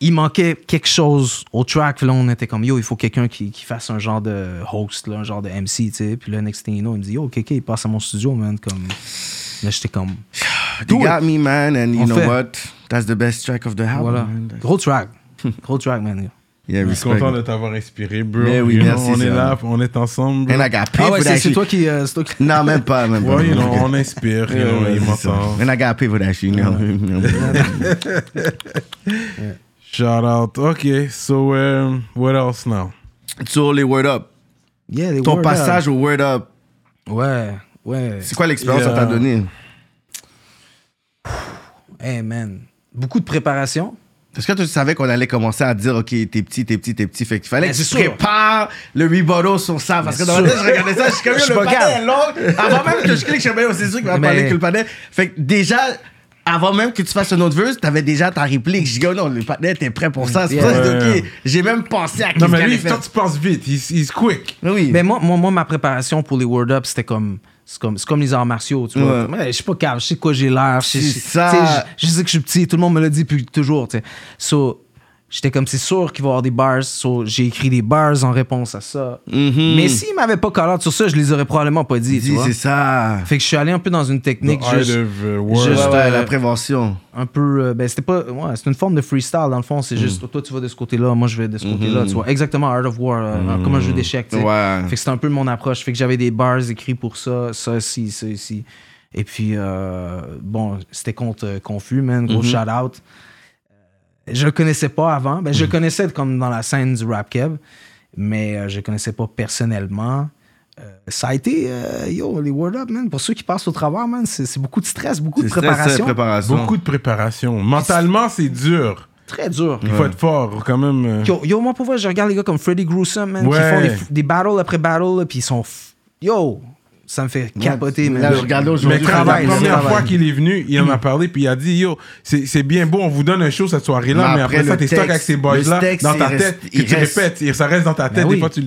Speaker 5: il manquait quelque chose au track. Puis là, on était comme, yo, il faut quelqu'un qui, qui fasse un genre de host, là, un genre de MC, tu sais. Puis là, next thing you know, il me dit, yo, KK, il passe à mon studio, man. Comme... Là, j'étais comme,
Speaker 4: You got me man and you
Speaker 5: On
Speaker 4: know
Speaker 5: fait.
Speaker 4: what? That's the best track of the album.
Speaker 5: voilà.
Speaker 4: man.
Speaker 5: Gros track. Gros track, man.
Speaker 4: Yeah,
Speaker 3: Je suis
Speaker 4: respect.
Speaker 3: content de t'avoir inspiré, bro.
Speaker 4: Mais oui,
Speaker 3: You know,
Speaker 4: merci,
Speaker 3: on est
Speaker 4: Zéro.
Speaker 3: là, on est ensemble. bro.
Speaker 4: And I got paid
Speaker 5: Ah
Speaker 4: for
Speaker 5: ouais,
Speaker 4: that
Speaker 5: c'est c'est
Speaker 4: shit.
Speaker 5: toi qui. euh, c'est toi qui...
Speaker 4: Non, même pas, même pas.
Speaker 3: Ouais, you know, on inspire, you know,
Speaker 4: Ouais,
Speaker 3: il
Speaker 4: c'est ça.
Speaker 3: m'entend.
Speaker 4: And I got paid for that shit, you know.
Speaker 3: Shout out. OK, so um, what else now?
Speaker 4: Sur les Word Up.
Speaker 5: Yeah, they
Speaker 4: Ton
Speaker 5: were,
Speaker 4: passage au Word Up,
Speaker 5: Ouais, ouais.
Speaker 4: c'est quoi l'expérience
Speaker 3: Yeah.
Speaker 4: que t'a donnée?
Speaker 5: Hey man, beaucoup de préparation.
Speaker 4: Parce que tu savais qu'on allait commencer à dire, OK, t'es petit, t'es petit, t'es petit. Fait qu'il fallait
Speaker 5: Mais
Speaker 4: que tu
Speaker 5: c'est sûr.
Speaker 4: prépares le rebuttal sur ça. Parce que
Speaker 5: Mais
Speaker 4: dans ma
Speaker 5: sûr.
Speaker 4: tête, je regardais ça, je suis comme,
Speaker 5: Je suis
Speaker 4: yo,
Speaker 5: pas
Speaker 4: le panel est long. Avant même que je clique, je sais bien, c'est sûr qu'il va
Speaker 5: Mais-
Speaker 4: parler que le panel. Fait que déjà, avant même que tu fasses un autre verse, t'avais déjà ta réplique. Je dis, oh non, le panel était prêt pour ça. C'est pour ça que je dis,
Speaker 3: Ouais.
Speaker 4: OK, j'ai même pensé à
Speaker 3: Non,
Speaker 4: qu'est-ce qu'il
Speaker 3: mais
Speaker 4: allait
Speaker 3: lui, toi,
Speaker 4: faire.
Speaker 3: tu penses vite. He's, he's quick.
Speaker 4: Oui.
Speaker 5: Mais moi, moi, moi, ma préparation pour les World Up, c'était comme. C'est comme, c'est comme les arts martiaux, tu vois.
Speaker 4: Ouais.
Speaker 5: Ouais, je suis pas calme, je sais de quoi j'ai l'air. Je, sais-
Speaker 4: C'est
Speaker 5: je-
Speaker 4: ça.
Speaker 5: tu sais, Je, je sais que je suis petit, tout le monde me l'a dit depuis toujours, tu sais. So, j'étais comme, c'est sûr qu'il va y avoir des bars. So, j'ai écrit des bars en réponse à ça. Mais s'ils m'avaient pas call out sur ça, je les aurais probablement pas dit,
Speaker 4: Il
Speaker 5: tu
Speaker 4: dit,
Speaker 5: vois.
Speaker 4: Mm-hmm. c'est ça.
Speaker 5: Fait que je suis allé un peu dans une technique
Speaker 3: The art
Speaker 5: juste-
Speaker 3: of uh, war.
Speaker 5: juste-
Speaker 4: Ouais, ouais,
Speaker 5: euh,
Speaker 4: la prévention.
Speaker 5: un peu euh, ben c'était pas ouais, c'est une forme de freestyle dans le fond
Speaker 4: Hmm.
Speaker 5: c'est juste oh, toi tu vas de ce côté là moi je vais de ce côté là tu vois exactement Art of War euh, comme un jeu d'échecs tu sais
Speaker 4: Hmm. Ouais.
Speaker 5: fait que c'était un peu mon approche fait que j'avais des bars écrits pour ça ça si ça ici et puis euh, bon c'était contre euh, Confus man
Speaker 4: Hmm.
Speaker 5: gros shout out je le connaissais pas avant. Ben,
Speaker 4: Hmm.
Speaker 5: je le connaissais comme dans la scène du Rap Keb, mais euh, je le connaissais pas personnellement. Euh, ça a été, euh, yo, les Word Up, man. Pour ceux qui passent au travers, man, c'est c'est beaucoup de stress, beaucoup de
Speaker 4: C'est stress,
Speaker 5: préparation.
Speaker 4: préparation.
Speaker 3: Beaucoup de préparation. Mentalement, c'est dur.
Speaker 5: Très dur.
Speaker 3: Il faut être fort, quand même. euh.
Speaker 5: Yo, yo, moi, pour vrai, je regarde les gars comme Freddy Gruesome, man, qui
Speaker 3: Ouais.
Speaker 5: font des, des battles après battles, là, puis ils sont. f- Yo! Ça me fait capoter, man.
Speaker 4: Là, je regarde
Speaker 3: Mais
Speaker 4: aujourd'hui.
Speaker 3: quand
Speaker 5: travail,
Speaker 3: la première
Speaker 5: travail.
Speaker 3: fois qu'il est venu, il en
Speaker 4: Mm.
Speaker 3: a parlé, puis il a dit Yo, c'est c'est bien beau, on vous donne un show cette soirée-là, mais,
Speaker 4: Mais
Speaker 3: après,
Speaker 4: après,
Speaker 3: ça,
Speaker 4: le
Speaker 3: t'es stock avec
Speaker 4: texte-
Speaker 3: ces boys-là
Speaker 4: le texte,
Speaker 3: dans ta
Speaker 4: il
Speaker 3: tête,
Speaker 4: reste-
Speaker 3: que
Speaker 4: il
Speaker 3: tu
Speaker 4: reste- Ben
Speaker 3: répètes, et ça reste dans ta tête.
Speaker 5: oui.
Speaker 3: Des fois, tu,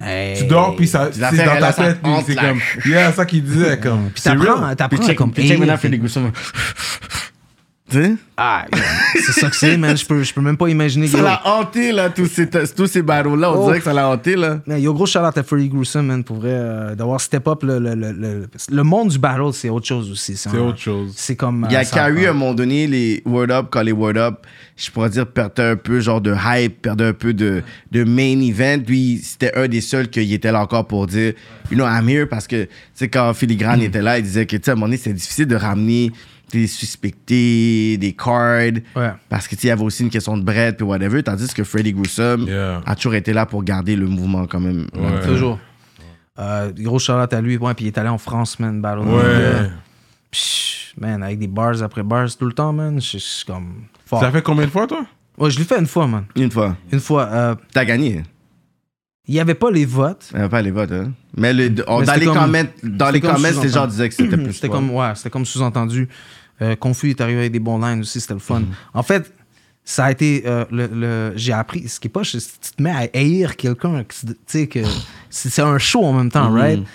Speaker 5: Hey.
Speaker 3: tu dors, puis ça, c'est
Speaker 4: L'affaire,
Speaker 3: dans
Speaker 4: elle
Speaker 3: ta
Speaker 4: a sa
Speaker 3: tête, puis
Speaker 4: pente,
Speaker 3: c'est
Speaker 4: là.
Speaker 3: comme Yeah, ça qu'il disait, comme.
Speaker 5: Puis
Speaker 3: c'est
Speaker 5: t'apprends,
Speaker 3: real.
Speaker 4: Puis
Speaker 5: Ah, t'apprends
Speaker 4: check,
Speaker 5: comme.
Speaker 4: puis check
Speaker 5: Hey,
Speaker 4: maintenant,
Speaker 5: fait-
Speaker 4: Freddy Gousson. Tu sais?
Speaker 5: Ah, yo, c'est ça que c'est, man. Je peux, je peux même pas imaginer.
Speaker 4: Ça
Speaker 5: yo.
Speaker 4: l'a hanté, là, tous ces, tous ces barreaux-là. On
Speaker 5: Oh.
Speaker 4: dirait que ça l'a hanté, là.
Speaker 5: Man, yo, gros shout out à Freddy Gruesome, man, pour vrai, euh, d'avoir step up le, le, le, le, le monde du battle, c'est autre chose aussi.
Speaker 3: C'est
Speaker 5: un-
Speaker 3: autre chose.
Speaker 5: C'est comme.
Speaker 4: Il y
Speaker 5: euh,
Speaker 4: a
Speaker 5: ça-
Speaker 4: Carrie, à un moment donné, les Word Up, quand les Word Up, je pourrais dire, perdaient un peu genre de hype, perdaient un peu de, de main event. Lui, c'était un des seuls qui était là encore pour dire, you know, I'm here, parce que, tu sais, quand
Speaker 5: Mm.
Speaker 4: Filigrane était là, il disait que, tu sais, à un moment donné, c'était difficile de ramener des suspectés, des cards,
Speaker 5: Ouais.
Speaker 4: parce que, tu sais, il y avait aussi une question de bread, puis whatever, tandis que Freddy Gruesome
Speaker 3: Yeah.
Speaker 4: a toujours été là pour garder le mouvement quand même.
Speaker 3: Ouais.
Speaker 5: Toujours. Euh, gros shout out à lui, ouais, puis il est allé en France, man, battle.
Speaker 3: Ouais.
Speaker 5: Psh, man, avec des bars après bars tout le temps, man. Je je suis comme. Fort.
Speaker 3: Ça fait combien de fois, toi
Speaker 5: Ouais, je l'ai fait une fois, man.
Speaker 4: Une fois.
Speaker 5: Une fois. euh,
Speaker 4: T'as gagné.
Speaker 5: Il n'y avait pas les votes.
Speaker 4: Euh, pas les votes, hein. Mais, le, on-
Speaker 5: Mais
Speaker 4: dans
Speaker 5: c'était
Speaker 4: les
Speaker 5: comme-
Speaker 4: comments, dans les
Speaker 5: c'était comme
Speaker 4: comments, les gens
Speaker 5: sous-entendu.
Speaker 4: disaient que c'était plus
Speaker 5: C'était
Speaker 4: toi. Mm-hmm.
Speaker 5: comme, ouais, c'était comme sous-entendu. Euh, Confus est arrivé avec des bons lines aussi, c'était le fun. En fait, ça a été. euh, le, le- j'ai appris. Ce qui est pas, c'est que tu te mets à haïr quelqu'un. que tu- Tu sais que c'est c'est un show en même temps, right? Mais
Speaker 4: Mm-hmm.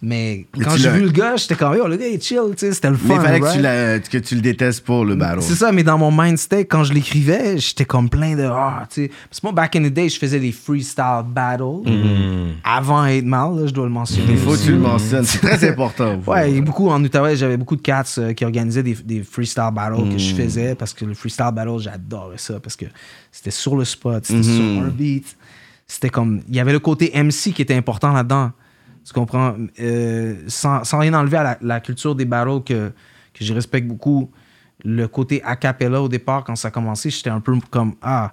Speaker 4: Mais
Speaker 5: quand
Speaker 4: tu
Speaker 5: j'ai
Speaker 4: l'as-
Speaker 5: vu le gars, j'étais comme, yo, le gars, il est chill, tu sais, c'était le
Speaker 4: Mais
Speaker 5: fun.
Speaker 4: il fallait que, tu
Speaker 5: right?
Speaker 4: la- que tu le détestes pour le battle.
Speaker 5: C'est ça, mais dans mon mind state, quand je l'écrivais, j'étais comme plein de. Ah, tu sais. Parce que moi, back in the day, je faisais des freestyle battles. Avant 8 Mile, là, je dois le mentionner.
Speaker 4: Mm-hmm. Il faut que
Speaker 5: aussi.
Speaker 4: tu le mentionnes. C'est très important.
Speaker 5: Mm. Ouais, et beaucoup en Outaouais, j'avais beaucoup de cats euh, qui organisaient des, des freestyle battles
Speaker 4: Hmm.
Speaker 5: que je faisais parce que le freestyle battle, j'adorais ça parce que c'était sur le spot, c'était
Speaker 4: Hmm.
Speaker 5: sur un beat. C'était comme. Il y avait le côté MC qui était important là-dedans. Tu comprends? Euh, sans, sans rien enlever à la, la culture des battles que, que je respecte beaucoup, le côté a cappella au départ, quand ça a commencé, j'étais un peu comme. Ah.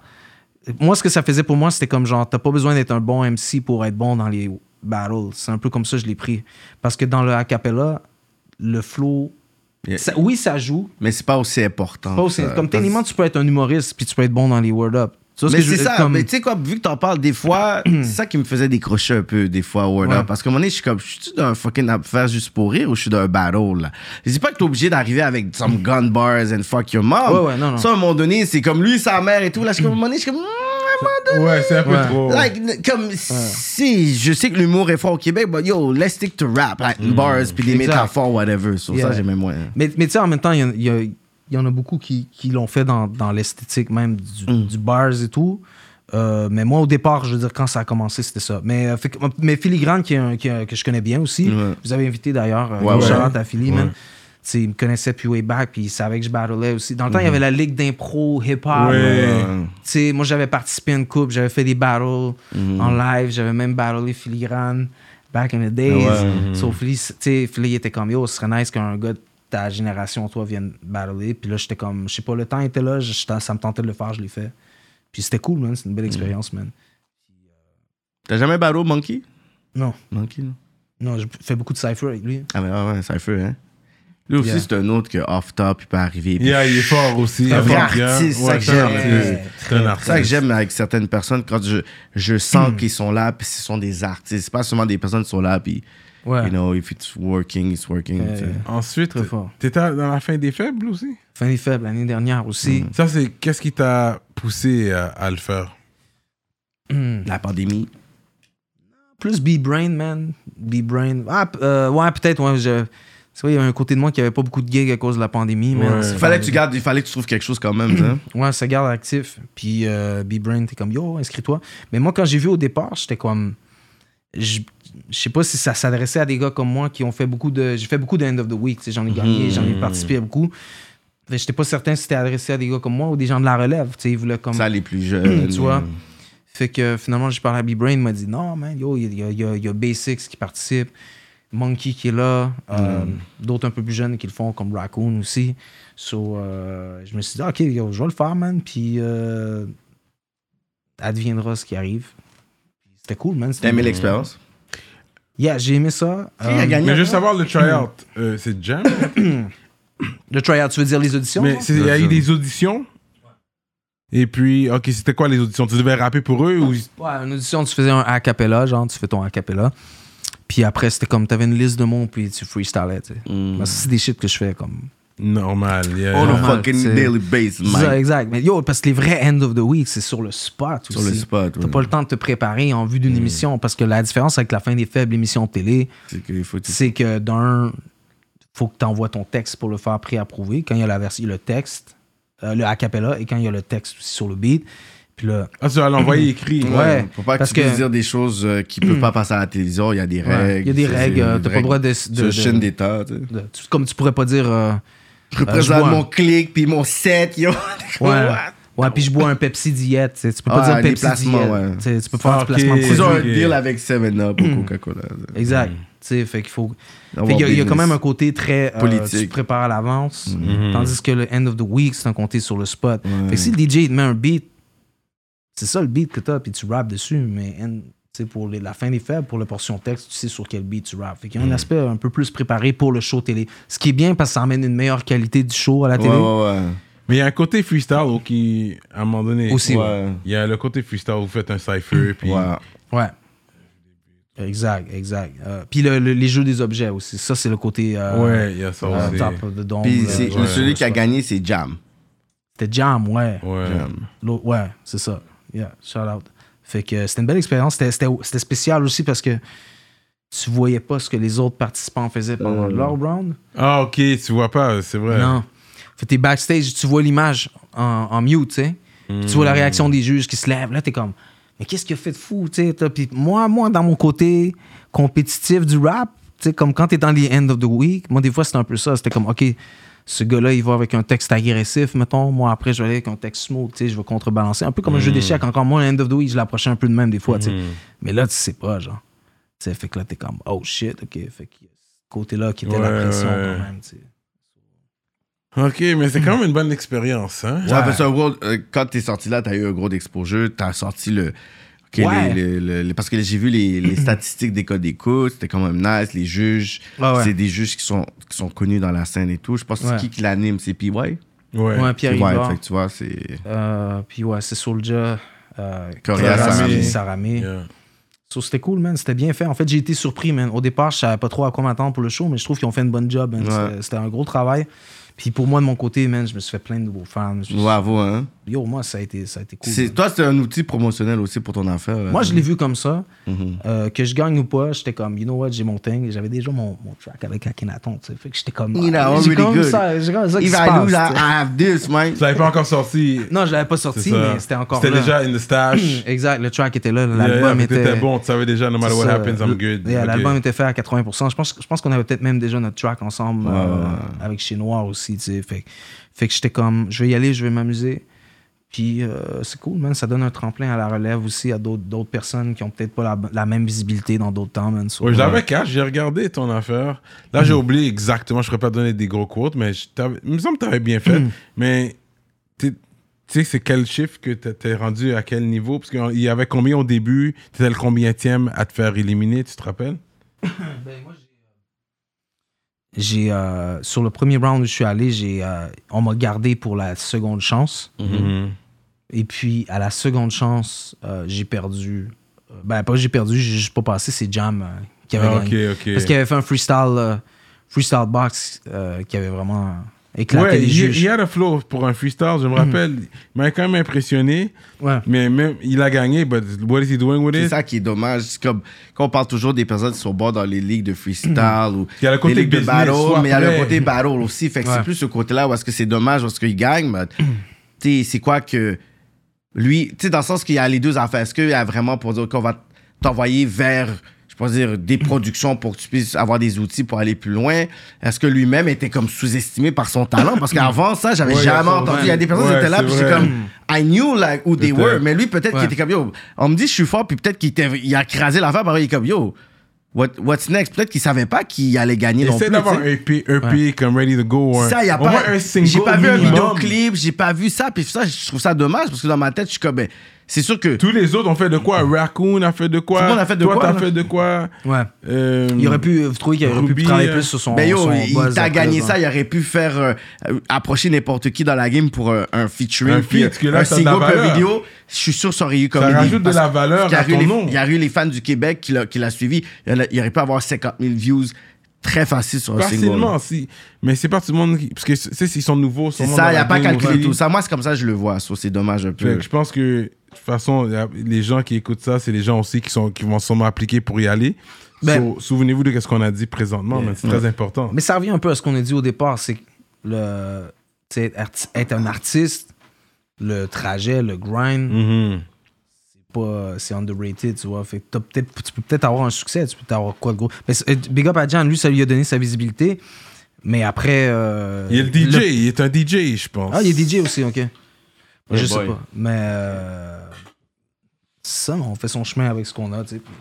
Speaker 5: Moi, ce que ça faisait pour moi, c'était comme genre, t'as pas besoin d'être un bon MC pour être bon dans les battles. C'est un peu comme ça que je l'ai pris. Parce que dans le a cappella, le flow.
Speaker 4: Yeah.
Speaker 5: ça- oui, ça joue.
Speaker 4: Mais c'est pas aussi important.
Speaker 5: Pas aussi-
Speaker 4: ça.
Speaker 5: comme techniquement,
Speaker 4: Parce-
Speaker 5: tu peux être un humoriste puis tu peux être bon dans les word up. Tu vois ce
Speaker 4: Mais
Speaker 5: que je
Speaker 4: c'est
Speaker 5: veux-
Speaker 4: ça.
Speaker 5: comme-
Speaker 4: Mais tu sais quoi, vu que t'en parles, des fois, c'est ça qui me faisait décrocher un peu, des fois, Word
Speaker 5: Ouais.
Speaker 4: Up. Parce qu'à un moment donné, je suis comme, je suis d'un fucking affaire juste pour rire ou je suis d'un battle, là? Je dis pas que t'es obligé d'arriver avec some gun bars and fuck your mom.
Speaker 5: Mm. Ouais, ouais, non, non.
Speaker 4: Ça, à un moment donné, c'est comme lui, sa mère et tout. Là, je suis comme, à un moment donné, je suis comme, Mm, à un moment donné.
Speaker 3: Ouais, c'est un peu
Speaker 5: Ouais.
Speaker 3: trop.
Speaker 4: Like, n- comme si je sais que l'humour est fort au Québec, but yo, let's stick to rap, like bars, puis des
Speaker 5: Exact.
Speaker 4: métaphores, whatever. Sur
Speaker 5: Yeah.
Speaker 4: ça, j'aimais moins.
Speaker 5: Mais, mais tu sais, en même temps, il y, en- il y a- il y en a beaucoup qui, qui l'ont fait dans, dans l'esthétique même du,
Speaker 4: Mm.
Speaker 5: du bars et tout. Euh, mais moi, au départ, je veux dire, quand ça a commencé, c'était ça. Mais, euh, fait que- mais Filigrane, qui est un- qui est un- que je connais bien aussi, vous avez invité d'ailleurs, euh,
Speaker 4: Ouais,
Speaker 5: gros
Speaker 4: ouais.
Speaker 5: shout-out à Philly, man. Tu sais, il me connaissait puis way back, puis il savait que je battlais aussi. Dans le
Speaker 4: Mm-hmm.
Speaker 5: temps, il y avait la ligue d'impro hip-hop.
Speaker 3: Ah, Ouais.
Speaker 5: Tu sais, moi, j'avais participé à une coupe, j'avais fait des battles
Speaker 3: Mhm.
Speaker 5: en live, j'avais même battlé Filigrane back in the days.
Speaker 3: Ah,
Speaker 5: So, Philly, tu sais, Philly était comme yo, ce serait nice qu'un gars de ta génération, toi, vienne battler. Puis là, j'étais comme, je sais pas, le temps était là, je- je- ça me tentait de le faire, je l'ai fait. Puis c'était cool, man, c'est une
Speaker 3: Mhm.
Speaker 5: belle expérience, man.
Speaker 4: T'as jamais battle Monkey?
Speaker 5: Non,
Speaker 4: Monkey, non?
Speaker 5: non, je fais beaucoup de cypher avec lui.
Speaker 4: Ah, mais ouais, ouais, ça fait, hein? Lui aussi,
Speaker 5: Yeah.
Speaker 4: c'est un autre que off-top, il peut arriver. puis
Speaker 3: Yeah, il est fort aussi.
Speaker 4: un vrai
Speaker 3: Il est fort,
Speaker 4: artiste,
Speaker 3: bien.
Speaker 4: ça
Speaker 3: Ouais,
Speaker 4: que
Speaker 3: c'est un
Speaker 4: j'aime.
Speaker 3: artiste. C'est un
Speaker 4: C'est Mm. ça que
Speaker 3: artiste.
Speaker 4: j'aime avec certaines personnes quand je, je sens qu'ils sont là, puis ce sont des artistes. C'est pas seulement des personnes qui sont là, puis,
Speaker 5: Ouais.
Speaker 4: you know, if it's working, it's working.
Speaker 5: Ouais.
Speaker 4: tu sais.
Speaker 3: Ensuite,
Speaker 5: Très fort.
Speaker 3: t'étais dans la fin des faibles aussi.
Speaker 5: Fin des faibles l'année dernière aussi.
Speaker 3: Ça, c'est qu'est-ce qui t'a poussé euh, à le faire?
Speaker 4: La pandémie.
Speaker 5: Plus B-Brain, man. B-Brain. Ah, p- euh, ouais, peut-être, ouais. Je... C'est vrai, il y avait un côté de moi qui avait pas beaucoup de gigs à cause de la pandémie, man.
Speaker 3: Ouais.
Speaker 5: C'est
Speaker 4: Il fallait que tu gardes, il fallait que tu trouves quelque chose quand même, hein?
Speaker 5: Ouais, ça garde actif. Puis euh, B-Brain, t'es comme yo, inscris-toi. Mais moi, quand j'ai vu au départ, j'étais comme. Je je sais pas si ça s'adressait à des gars comme moi qui ont fait beaucoup de. J'ai fait beaucoup de end of the week. tu sais, J'en ai gagné, j'en ai participé à beaucoup. Fait que J'étais pas certain si c'était adressé à des gars comme moi ou des gens de la relève. Tu sais, ils voulaient comme.
Speaker 4: Ça, les plus jeunes.
Speaker 5: tu vois. Fait que finalement, j'ai parlé à B-Brain, il m'a dit non, man, yo, il y, a- il y a- il y a Basics qui participe, Monkey qui est
Speaker 4: Mm.
Speaker 5: là, euh, d'autres un peu plus jeunes qui le font, comme Raccoon aussi. So, euh, je me suis dit, ok, yo, je vais le faire, man, puis euh, adviendra ce qui arrive. C'était cool, man.
Speaker 4: T'as
Speaker 5: c'était-
Speaker 4: aimé l'expérience?
Speaker 5: Yeah, j'ai aimé ça.
Speaker 4: Qui a
Speaker 5: Euh,
Speaker 4: gagné?
Speaker 3: Mais juste savoir le tryout, euh, c'est Jam.
Speaker 5: le tryout, tu veux dire les auditions?
Speaker 3: Mais
Speaker 5: genre?
Speaker 3: c'est- il y a eu des auditions. Et puis, ok, c'était quoi les auditions? Tu devais rapper pour eux ou
Speaker 5: Ouais, une audition, tu faisais un a cappella, genre, tu fais ton a cappella. Puis après, c'était comme, t'avais une liste de mots, puis tu freestylais, tu sais.
Speaker 4: Mm.
Speaker 5: Ben, ça, c'est des shit que je fais, comme.
Speaker 3: normal? yeah.
Speaker 4: On a
Speaker 5: normal,
Speaker 4: fucking
Speaker 5: c'est-
Speaker 4: daily basis,
Speaker 5: C'est ça,
Speaker 4: Mike.
Speaker 5: exact. Mais yo, parce que les vrais end of the week, c'est sur le spot
Speaker 4: Sur
Speaker 5: aussi.
Speaker 4: le spot,
Speaker 5: T'as
Speaker 4: ouais. Mm.
Speaker 5: pas le temps de te préparer en vue d'une émission, parce que la différence avec la fin des faibles émissions de télé,
Speaker 4: C'est que il faut que tu-
Speaker 5: c'est que d'un, faut que t'envoies ton texte pour le faire pré-approuver. Quand il y a la version, le texte, euh, le a cappella, et quand il y a le texte sur le beat, puis là,
Speaker 3: Ah, tu vas l'envoyer écrit.
Speaker 5: Ouais.
Speaker 4: Faut pas que
Speaker 5: parce
Speaker 4: tu puisses
Speaker 5: que-
Speaker 4: dire des choses euh, qui peuvent pas passer à la télévision. Il y a des
Speaker 5: Ouais,
Speaker 4: règles.
Speaker 5: il y a des
Speaker 4: c'est-
Speaker 5: règles,
Speaker 4: c'est
Speaker 5: euh,
Speaker 4: des
Speaker 5: t'as pas le
Speaker 4: règles
Speaker 5: droit de- de-
Speaker 4: sur
Speaker 5: de-
Speaker 4: la chaîne d'État. tu sais.
Speaker 5: de- tu- comme tu pourrais pas dire. euh,
Speaker 4: Je représente
Speaker 5: vois.
Speaker 4: mon click puis mon set, yo.
Speaker 5: Ouais. Ouais, puis je bois un Pepsi diète. tu sais, Tu peux pas
Speaker 4: Ah,
Speaker 5: dire
Speaker 4: les
Speaker 5: Pepsi
Speaker 4: placements,
Speaker 5: diète.
Speaker 4: ouais.
Speaker 5: tu sais, Tu peux faire
Speaker 3: Ah,
Speaker 5: du
Speaker 3: ok.
Speaker 5: placement de
Speaker 4: Ils ont un
Speaker 5: produit.
Speaker 3: Ok.
Speaker 4: deal avec 7-Up ou Coca-Cola.
Speaker 5: Exact. Tu sais, fait qu'il
Speaker 4: Mm.
Speaker 5: faut.
Speaker 4: On
Speaker 5: Fait
Speaker 4: va
Speaker 5: qu'il y a- il y, a
Speaker 4: business.
Speaker 5: quand même un côté très. euh,
Speaker 4: Politique. Mm-hmm.
Speaker 5: tu te prépares à l'avance. Tandis que le end of the week, c'est un côté sur le spot. Fait que si le DJ il te met un beat, c'est ça le beat que t'as, puis tu rappes dessus. Mais end- tu sais, pour les- la fin des faibles, pour la portion texte, tu sais sur quel beat tu rappes. Fait
Speaker 4: Mm.
Speaker 5: qu'il y a un aspect un peu plus préparé pour le show télé. Ce qui est bien parce que ça amène une meilleure qualité du show à la
Speaker 4: Ouais,
Speaker 5: télé.
Speaker 4: ouais,
Speaker 3: Mais il y a un côté freestyle au- qui, à un moment donné.
Speaker 5: Aussi,
Speaker 4: ouais.
Speaker 5: ouais.
Speaker 4: Ouais.
Speaker 3: Il y a le côté freestyle où vous faites un cypher. Puis...
Speaker 4: Ouais.
Speaker 5: Ouais. Exact, exact. Euh, puis le- le- les jeux des objets aussi. Ça, c'est le côté. euh,
Speaker 3: Ouais, il y a ça
Speaker 5: euh,
Speaker 3: aussi.
Speaker 5: top of the dome.
Speaker 4: Puis
Speaker 5: euh,
Speaker 4: c'est-
Speaker 5: ouais.
Speaker 4: celui qui a gagné, c'est Jam.
Speaker 5: C'était Jam, ouais.
Speaker 3: Ouais.
Speaker 5: L'autre- Ouais, c'est ça. Yeah, shout out. Fait que c'était une belle expérience. C'était- C'était c'était spécial aussi parce que tu voyais pas ce que les autres participants faisaient pendant leur round.
Speaker 3: Ah, ok, tu vois pas, c'est vrai.
Speaker 5: Non. Fait que t'es backstage, tu vois l'image en, en mute, tu sais. Puis Tu
Speaker 3: Hmm.
Speaker 5: vois la réaction des juges qui se lèvent. Là, t'es comme, mais qu'est-ce qu'il a fait de fou, tu sais. toi? Puis moi, moi, dans mon côté compétitif du rap, tu sais, comme quand t'es dans les end of the week, moi, des fois, c'était un peu ça. C'était comme, OK, ce gars-là, il va avec un texte agressif, mettons. Moi, après, je vais aller avec un texte smooth, tu sais, je vais contrebalancer. Un peu comme un
Speaker 3: Hmm.
Speaker 5: jeu d'échecs. Encore moi, end of the week, je l'approchais un peu de même des fois, tu sais. Mais là, tu sais pas, genre. Tu sais, fait que là, t'es comme, oh shit, OK. Fait que ce côté-là qui était la
Speaker 3: Ouais,
Speaker 5: pression
Speaker 3: ouais.
Speaker 5: quand même, tu sais.
Speaker 3: Ok, mais c'est quand même une bonne expérience, hein.
Speaker 4: Ouais, parce que World, euh, quand t'es sorti là, t'as eu un gros exposure, t'as sorti le. ok,
Speaker 5: Ouais.
Speaker 4: les- les- les- parce que j'ai vu les, les statistiques des codes d'écoute, c'était quand même nice, les juges.
Speaker 5: Ouais, ouais.
Speaker 4: C'est des juges qui sont, qui sont connus dans la scène et tout. Je pense que
Speaker 5: Ouais.
Speaker 4: c'est qui qui l'anime, c'est PY. Ouais,
Speaker 3: Ouais.
Speaker 5: Ouais, Pierre Ivoire.
Speaker 4: fait que tu vois, c'est.
Speaker 5: Euh, puis ouais, c'est Soulja. Euh,
Speaker 4: Correa,
Speaker 5: Sarami.
Speaker 3: Sarami.
Speaker 5: Sarami.
Speaker 3: Yeah.
Speaker 5: So, c'était cool, man. C'était bien fait. En fait, j'ai été surpris, man. Au départ, je savais pas trop à quoi m'attendre pour le show, mais je trouve qu'ils ont fait une bonne job. man.
Speaker 4: Ouais.
Speaker 5: C'était- C'était un gros travail. Puis pour moi, de mon côté, man, je me suis fait plein de nouveaux fans. Je-
Speaker 4: Bravo, hein.
Speaker 5: Yo, moi, ça a été, ça a été cool.
Speaker 4: C'est-
Speaker 5: man.
Speaker 4: Toi, c'est un outil promotionnel aussi pour ton affaire. là.
Speaker 5: Moi, je l'ai vu comme ça.
Speaker 4: Mm-hmm.
Speaker 5: Euh, que je gagne ou pas, j'étais comme, you know what, j'ai mon thing. J'avais déjà mon, mon track avec Akhenaton, tu sais. Fait que j'étais comme,
Speaker 4: You know,
Speaker 5: ah, j'ai
Speaker 4: really
Speaker 5: comme
Speaker 4: good.
Speaker 5: ça, j'ai comme ça qui
Speaker 4: If
Speaker 5: se
Speaker 4: I
Speaker 5: passe,
Speaker 4: lose, I
Speaker 5: tu sais.
Speaker 4: I have Ah, this, man.
Speaker 3: Tu l'avais pas encore sorti.
Speaker 5: Non, je l'avais pas
Speaker 3: c'est
Speaker 5: sorti,
Speaker 3: ça.
Speaker 5: mais c'était encore
Speaker 3: C'était
Speaker 5: là.
Speaker 3: déjà in the stash.
Speaker 5: Exact, le track était là,
Speaker 3: Yeah, yeah,
Speaker 5: l'album
Speaker 3: mais
Speaker 5: était...
Speaker 3: t'étais bon, tu savais déjà, no matter what
Speaker 5: C'est ça.
Speaker 3: happens, I'm good.
Speaker 5: Yeah,
Speaker 3: Ok.
Speaker 5: L'album était fait à 80%. Je pense, je pense qu'on avait peut-être même déjà notre track ensemble euh, avec Chez Noir aussi. tu sais. Fait, que- fait que j'étais comme, je vais y aller, je vais m'amuser. Puis euh, c'est cool, man. Ça donne un tremplin à la relève aussi à d'autres d'autres personnes qui ont peut-être pas la, la même visibilité dans d'autres temps, man. So,
Speaker 3: Ouais, je
Speaker 5: ouais.
Speaker 3: l'avais cash, j'ai regardé ton affaire. Là,
Speaker 5: Mm.
Speaker 3: j'ai oublié exactement, je ne pourrais pas donner des gros quotes, mais je t'avais- il me semble que tu avais bien fait.
Speaker 5: Mm.
Speaker 3: mais t'es- tu sais, c'est quel chiffre que tu t'es rendu à quel niveau Parce qu'il y avait combien au début Tu étais le combienième à te faire éliminer, tu te rappelles
Speaker 5: J'ai euh, sur le premier round où je suis allé, j'ai euh, on m'a gardé pour la seconde chance.
Speaker 3: Mm-hmm.
Speaker 5: Et puis, à la seconde chance, euh, j'ai perdu. Euh, Ben, pas j'ai perdu, j'ai juste pas passé. C'est Jam euh, qui avait
Speaker 3: Ah,
Speaker 5: gagné.
Speaker 3: Ok, ok.
Speaker 5: Parce qu'il avait fait un freestyle, euh, freestyle box euh, qui avait vraiment euh, éclaté
Speaker 3: Ouais,
Speaker 5: les
Speaker 3: il
Speaker 5: juges.
Speaker 3: il y a le flow pour un freestyle, je me rappelle. Il m'a quand même impressionné,
Speaker 5: Mm. Ouais.
Speaker 3: mais même il a gagné, but what is he doing with
Speaker 4: C'est
Speaker 3: it
Speaker 4: ça qui est dommage. C'est comme quand on parle toujours des personnes qui sont bonnes dans les ligues de freestyle ou
Speaker 3: Il y a le côté
Speaker 4: des ligues de
Speaker 3: business,
Speaker 4: battle,
Speaker 3: soit
Speaker 4: mais il y a
Speaker 3: prêt.
Speaker 4: le côté battle aussi. Fait que
Speaker 5: Ouais.
Speaker 4: c'est plus ce côté-là où est-ce que c'est dommage parce qu'il gagne, mais tu sais, c'est quoi que lui, tu sais, dans le sens qu'il y a les deux affaires. Est-ce qu'il y a vraiment pour dire qu'on va t'envoyer vers, je peux dire, des productions pour que tu puisses avoir des outils pour aller plus loin? Est-ce que lui-même était comme sous-estimé par son talent? Parce qu'avant ça, j'avais
Speaker 3: Ouais,
Speaker 4: jamais
Speaker 3: il y a ça,
Speaker 4: entendu.
Speaker 3: ouais.
Speaker 4: Il y a des personnes
Speaker 3: Ouais,
Speaker 4: qui étaient là,
Speaker 3: c'est
Speaker 4: puis j'étais
Speaker 3: vrai.
Speaker 4: comme, I knew like who they
Speaker 3: Peut-être.
Speaker 4: were, mais lui, peut-être
Speaker 5: Ouais.
Speaker 4: qu'il était comme, yo, on me dit, je suis fort, puis peut-être qu'il était- il a crasé l'affaire, parce qu'il est comme, yo, what, what's next? Peut-être qu'il savait pas qu'il allait gagner non plus.
Speaker 3: Essaye d'avoir un
Speaker 4: tu sais.
Speaker 3: EP, EP comme ready to go. un-
Speaker 4: Ça, y a
Speaker 3: au moins
Speaker 4: pas.
Speaker 3: un single.
Speaker 4: J'ai pas vu un
Speaker 3: minimum.
Speaker 4: vidéoclip, j'ai pas vu ça, puis ça, je trouve ça dommage, parce que dans ma tête, je suis comme, ben, c'est sûr que.
Speaker 3: Tous les autres ont fait de quoi Raccoon a fait de quoi
Speaker 4: Mm. Tout le monde a fait de
Speaker 3: Toi,
Speaker 4: quoi,
Speaker 3: t'as
Speaker 4: là?
Speaker 3: fait de quoi
Speaker 5: Ouais.
Speaker 3: Euh,
Speaker 5: Il aurait pu, vous trouvez qu'il aurait
Speaker 3: Ruby,
Speaker 5: pu travailler
Speaker 3: euh,
Speaker 5: plus sur son.
Speaker 4: Ben yo,
Speaker 5: son
Speaker 4: il
Speaker 5: buzz
Speaker 4: t'a
Speaker 5: après,
Speaker 4: gagné
Speaker 5: genre.
Speaker 4: ça, il aurait pu faire euh, euh, approcher n'importe qui dans la game pour euh, un featuring,
Speaker 3: Un
Speaker 4: puis, euh,
Speaker 3: feat, que là,
Speaker 4: un
Speaker 3: ça a de la
Speaker 4: single, puis un
Speaker 3: valeur.
Speaker 4: vidéo. Je suis sûr que ça aurait eu comme
Speaker 3: Ça
Speaker 4: des-
Speaker 3: rajoute de
Speaker 4: parce-
Speaker 3: la valeur
Speaker 4: parce qu'il y a
Speaker 3: à
Speaker 4: eu
Speaker 3: ton
Speaker 4: les-
Speaker 3: nom.
Speaker 4: Il y a eu les fans du Québec qui l'a- qui l'a suivi. Il y en a- il aurait pu avoir 50 000 views très facile sur un single.
Speaker 3: Facilement, si. Mais c'est pas tout le monde qui. Parce que, tu sais, s'ils sont nouveaux,
Speaker 4: C'est
Speaker 3: sûrement
Speaker 4: ça,
Speaker 3: dans
Speaker 4: il n'y a
Speaker 3: la
Speaker 4: pas
Speaker 3: game
Speaker 4: calculé
Speaker 3: aussi.
Speaker 4: tout ça. Moi, c'est comme ça que je le vois. so C'est dommage un
Speaker 3: Fait
Speaker 4: peu.
Speaker 3: que je pense que, de toute façon, la- les gens qui écoutent ça, c'est les gens aussi qui, sont, qui vont sûrement appliquer pour y aller.
Speaker 5: Ben-
Speaker 3: So, Souvenez-vous de ce qu'on a dit présentement, mais c'est très important.
Speaker 5: Mais ça revient un peu à ce qu'on a dit au départ, c'est que le, tu sais, arti- être un artiste, le trajet, le grind,
Speaker 3: Mhm.
Speaker 5: pas- c'est underrated, tu vois. Fait que t'as peut-être- tu peux peut-être avoir un succès, tu peux peut-être avoir quoi de gros. Mais c'est- euh, Big Up à Jan, lui, ça lui a donné sa visibilité. Mais après. euh,
Speaker 3: Il est le DJ, il est un DJ, je pense.
Speaker 5: Ah, il est DJ aussi, ok. je sais
Speaker 4: boy.
Speaker 5: pas. Mais. euh, Ça, on fait son chemin avec ce qu'on a, tu sais. puis-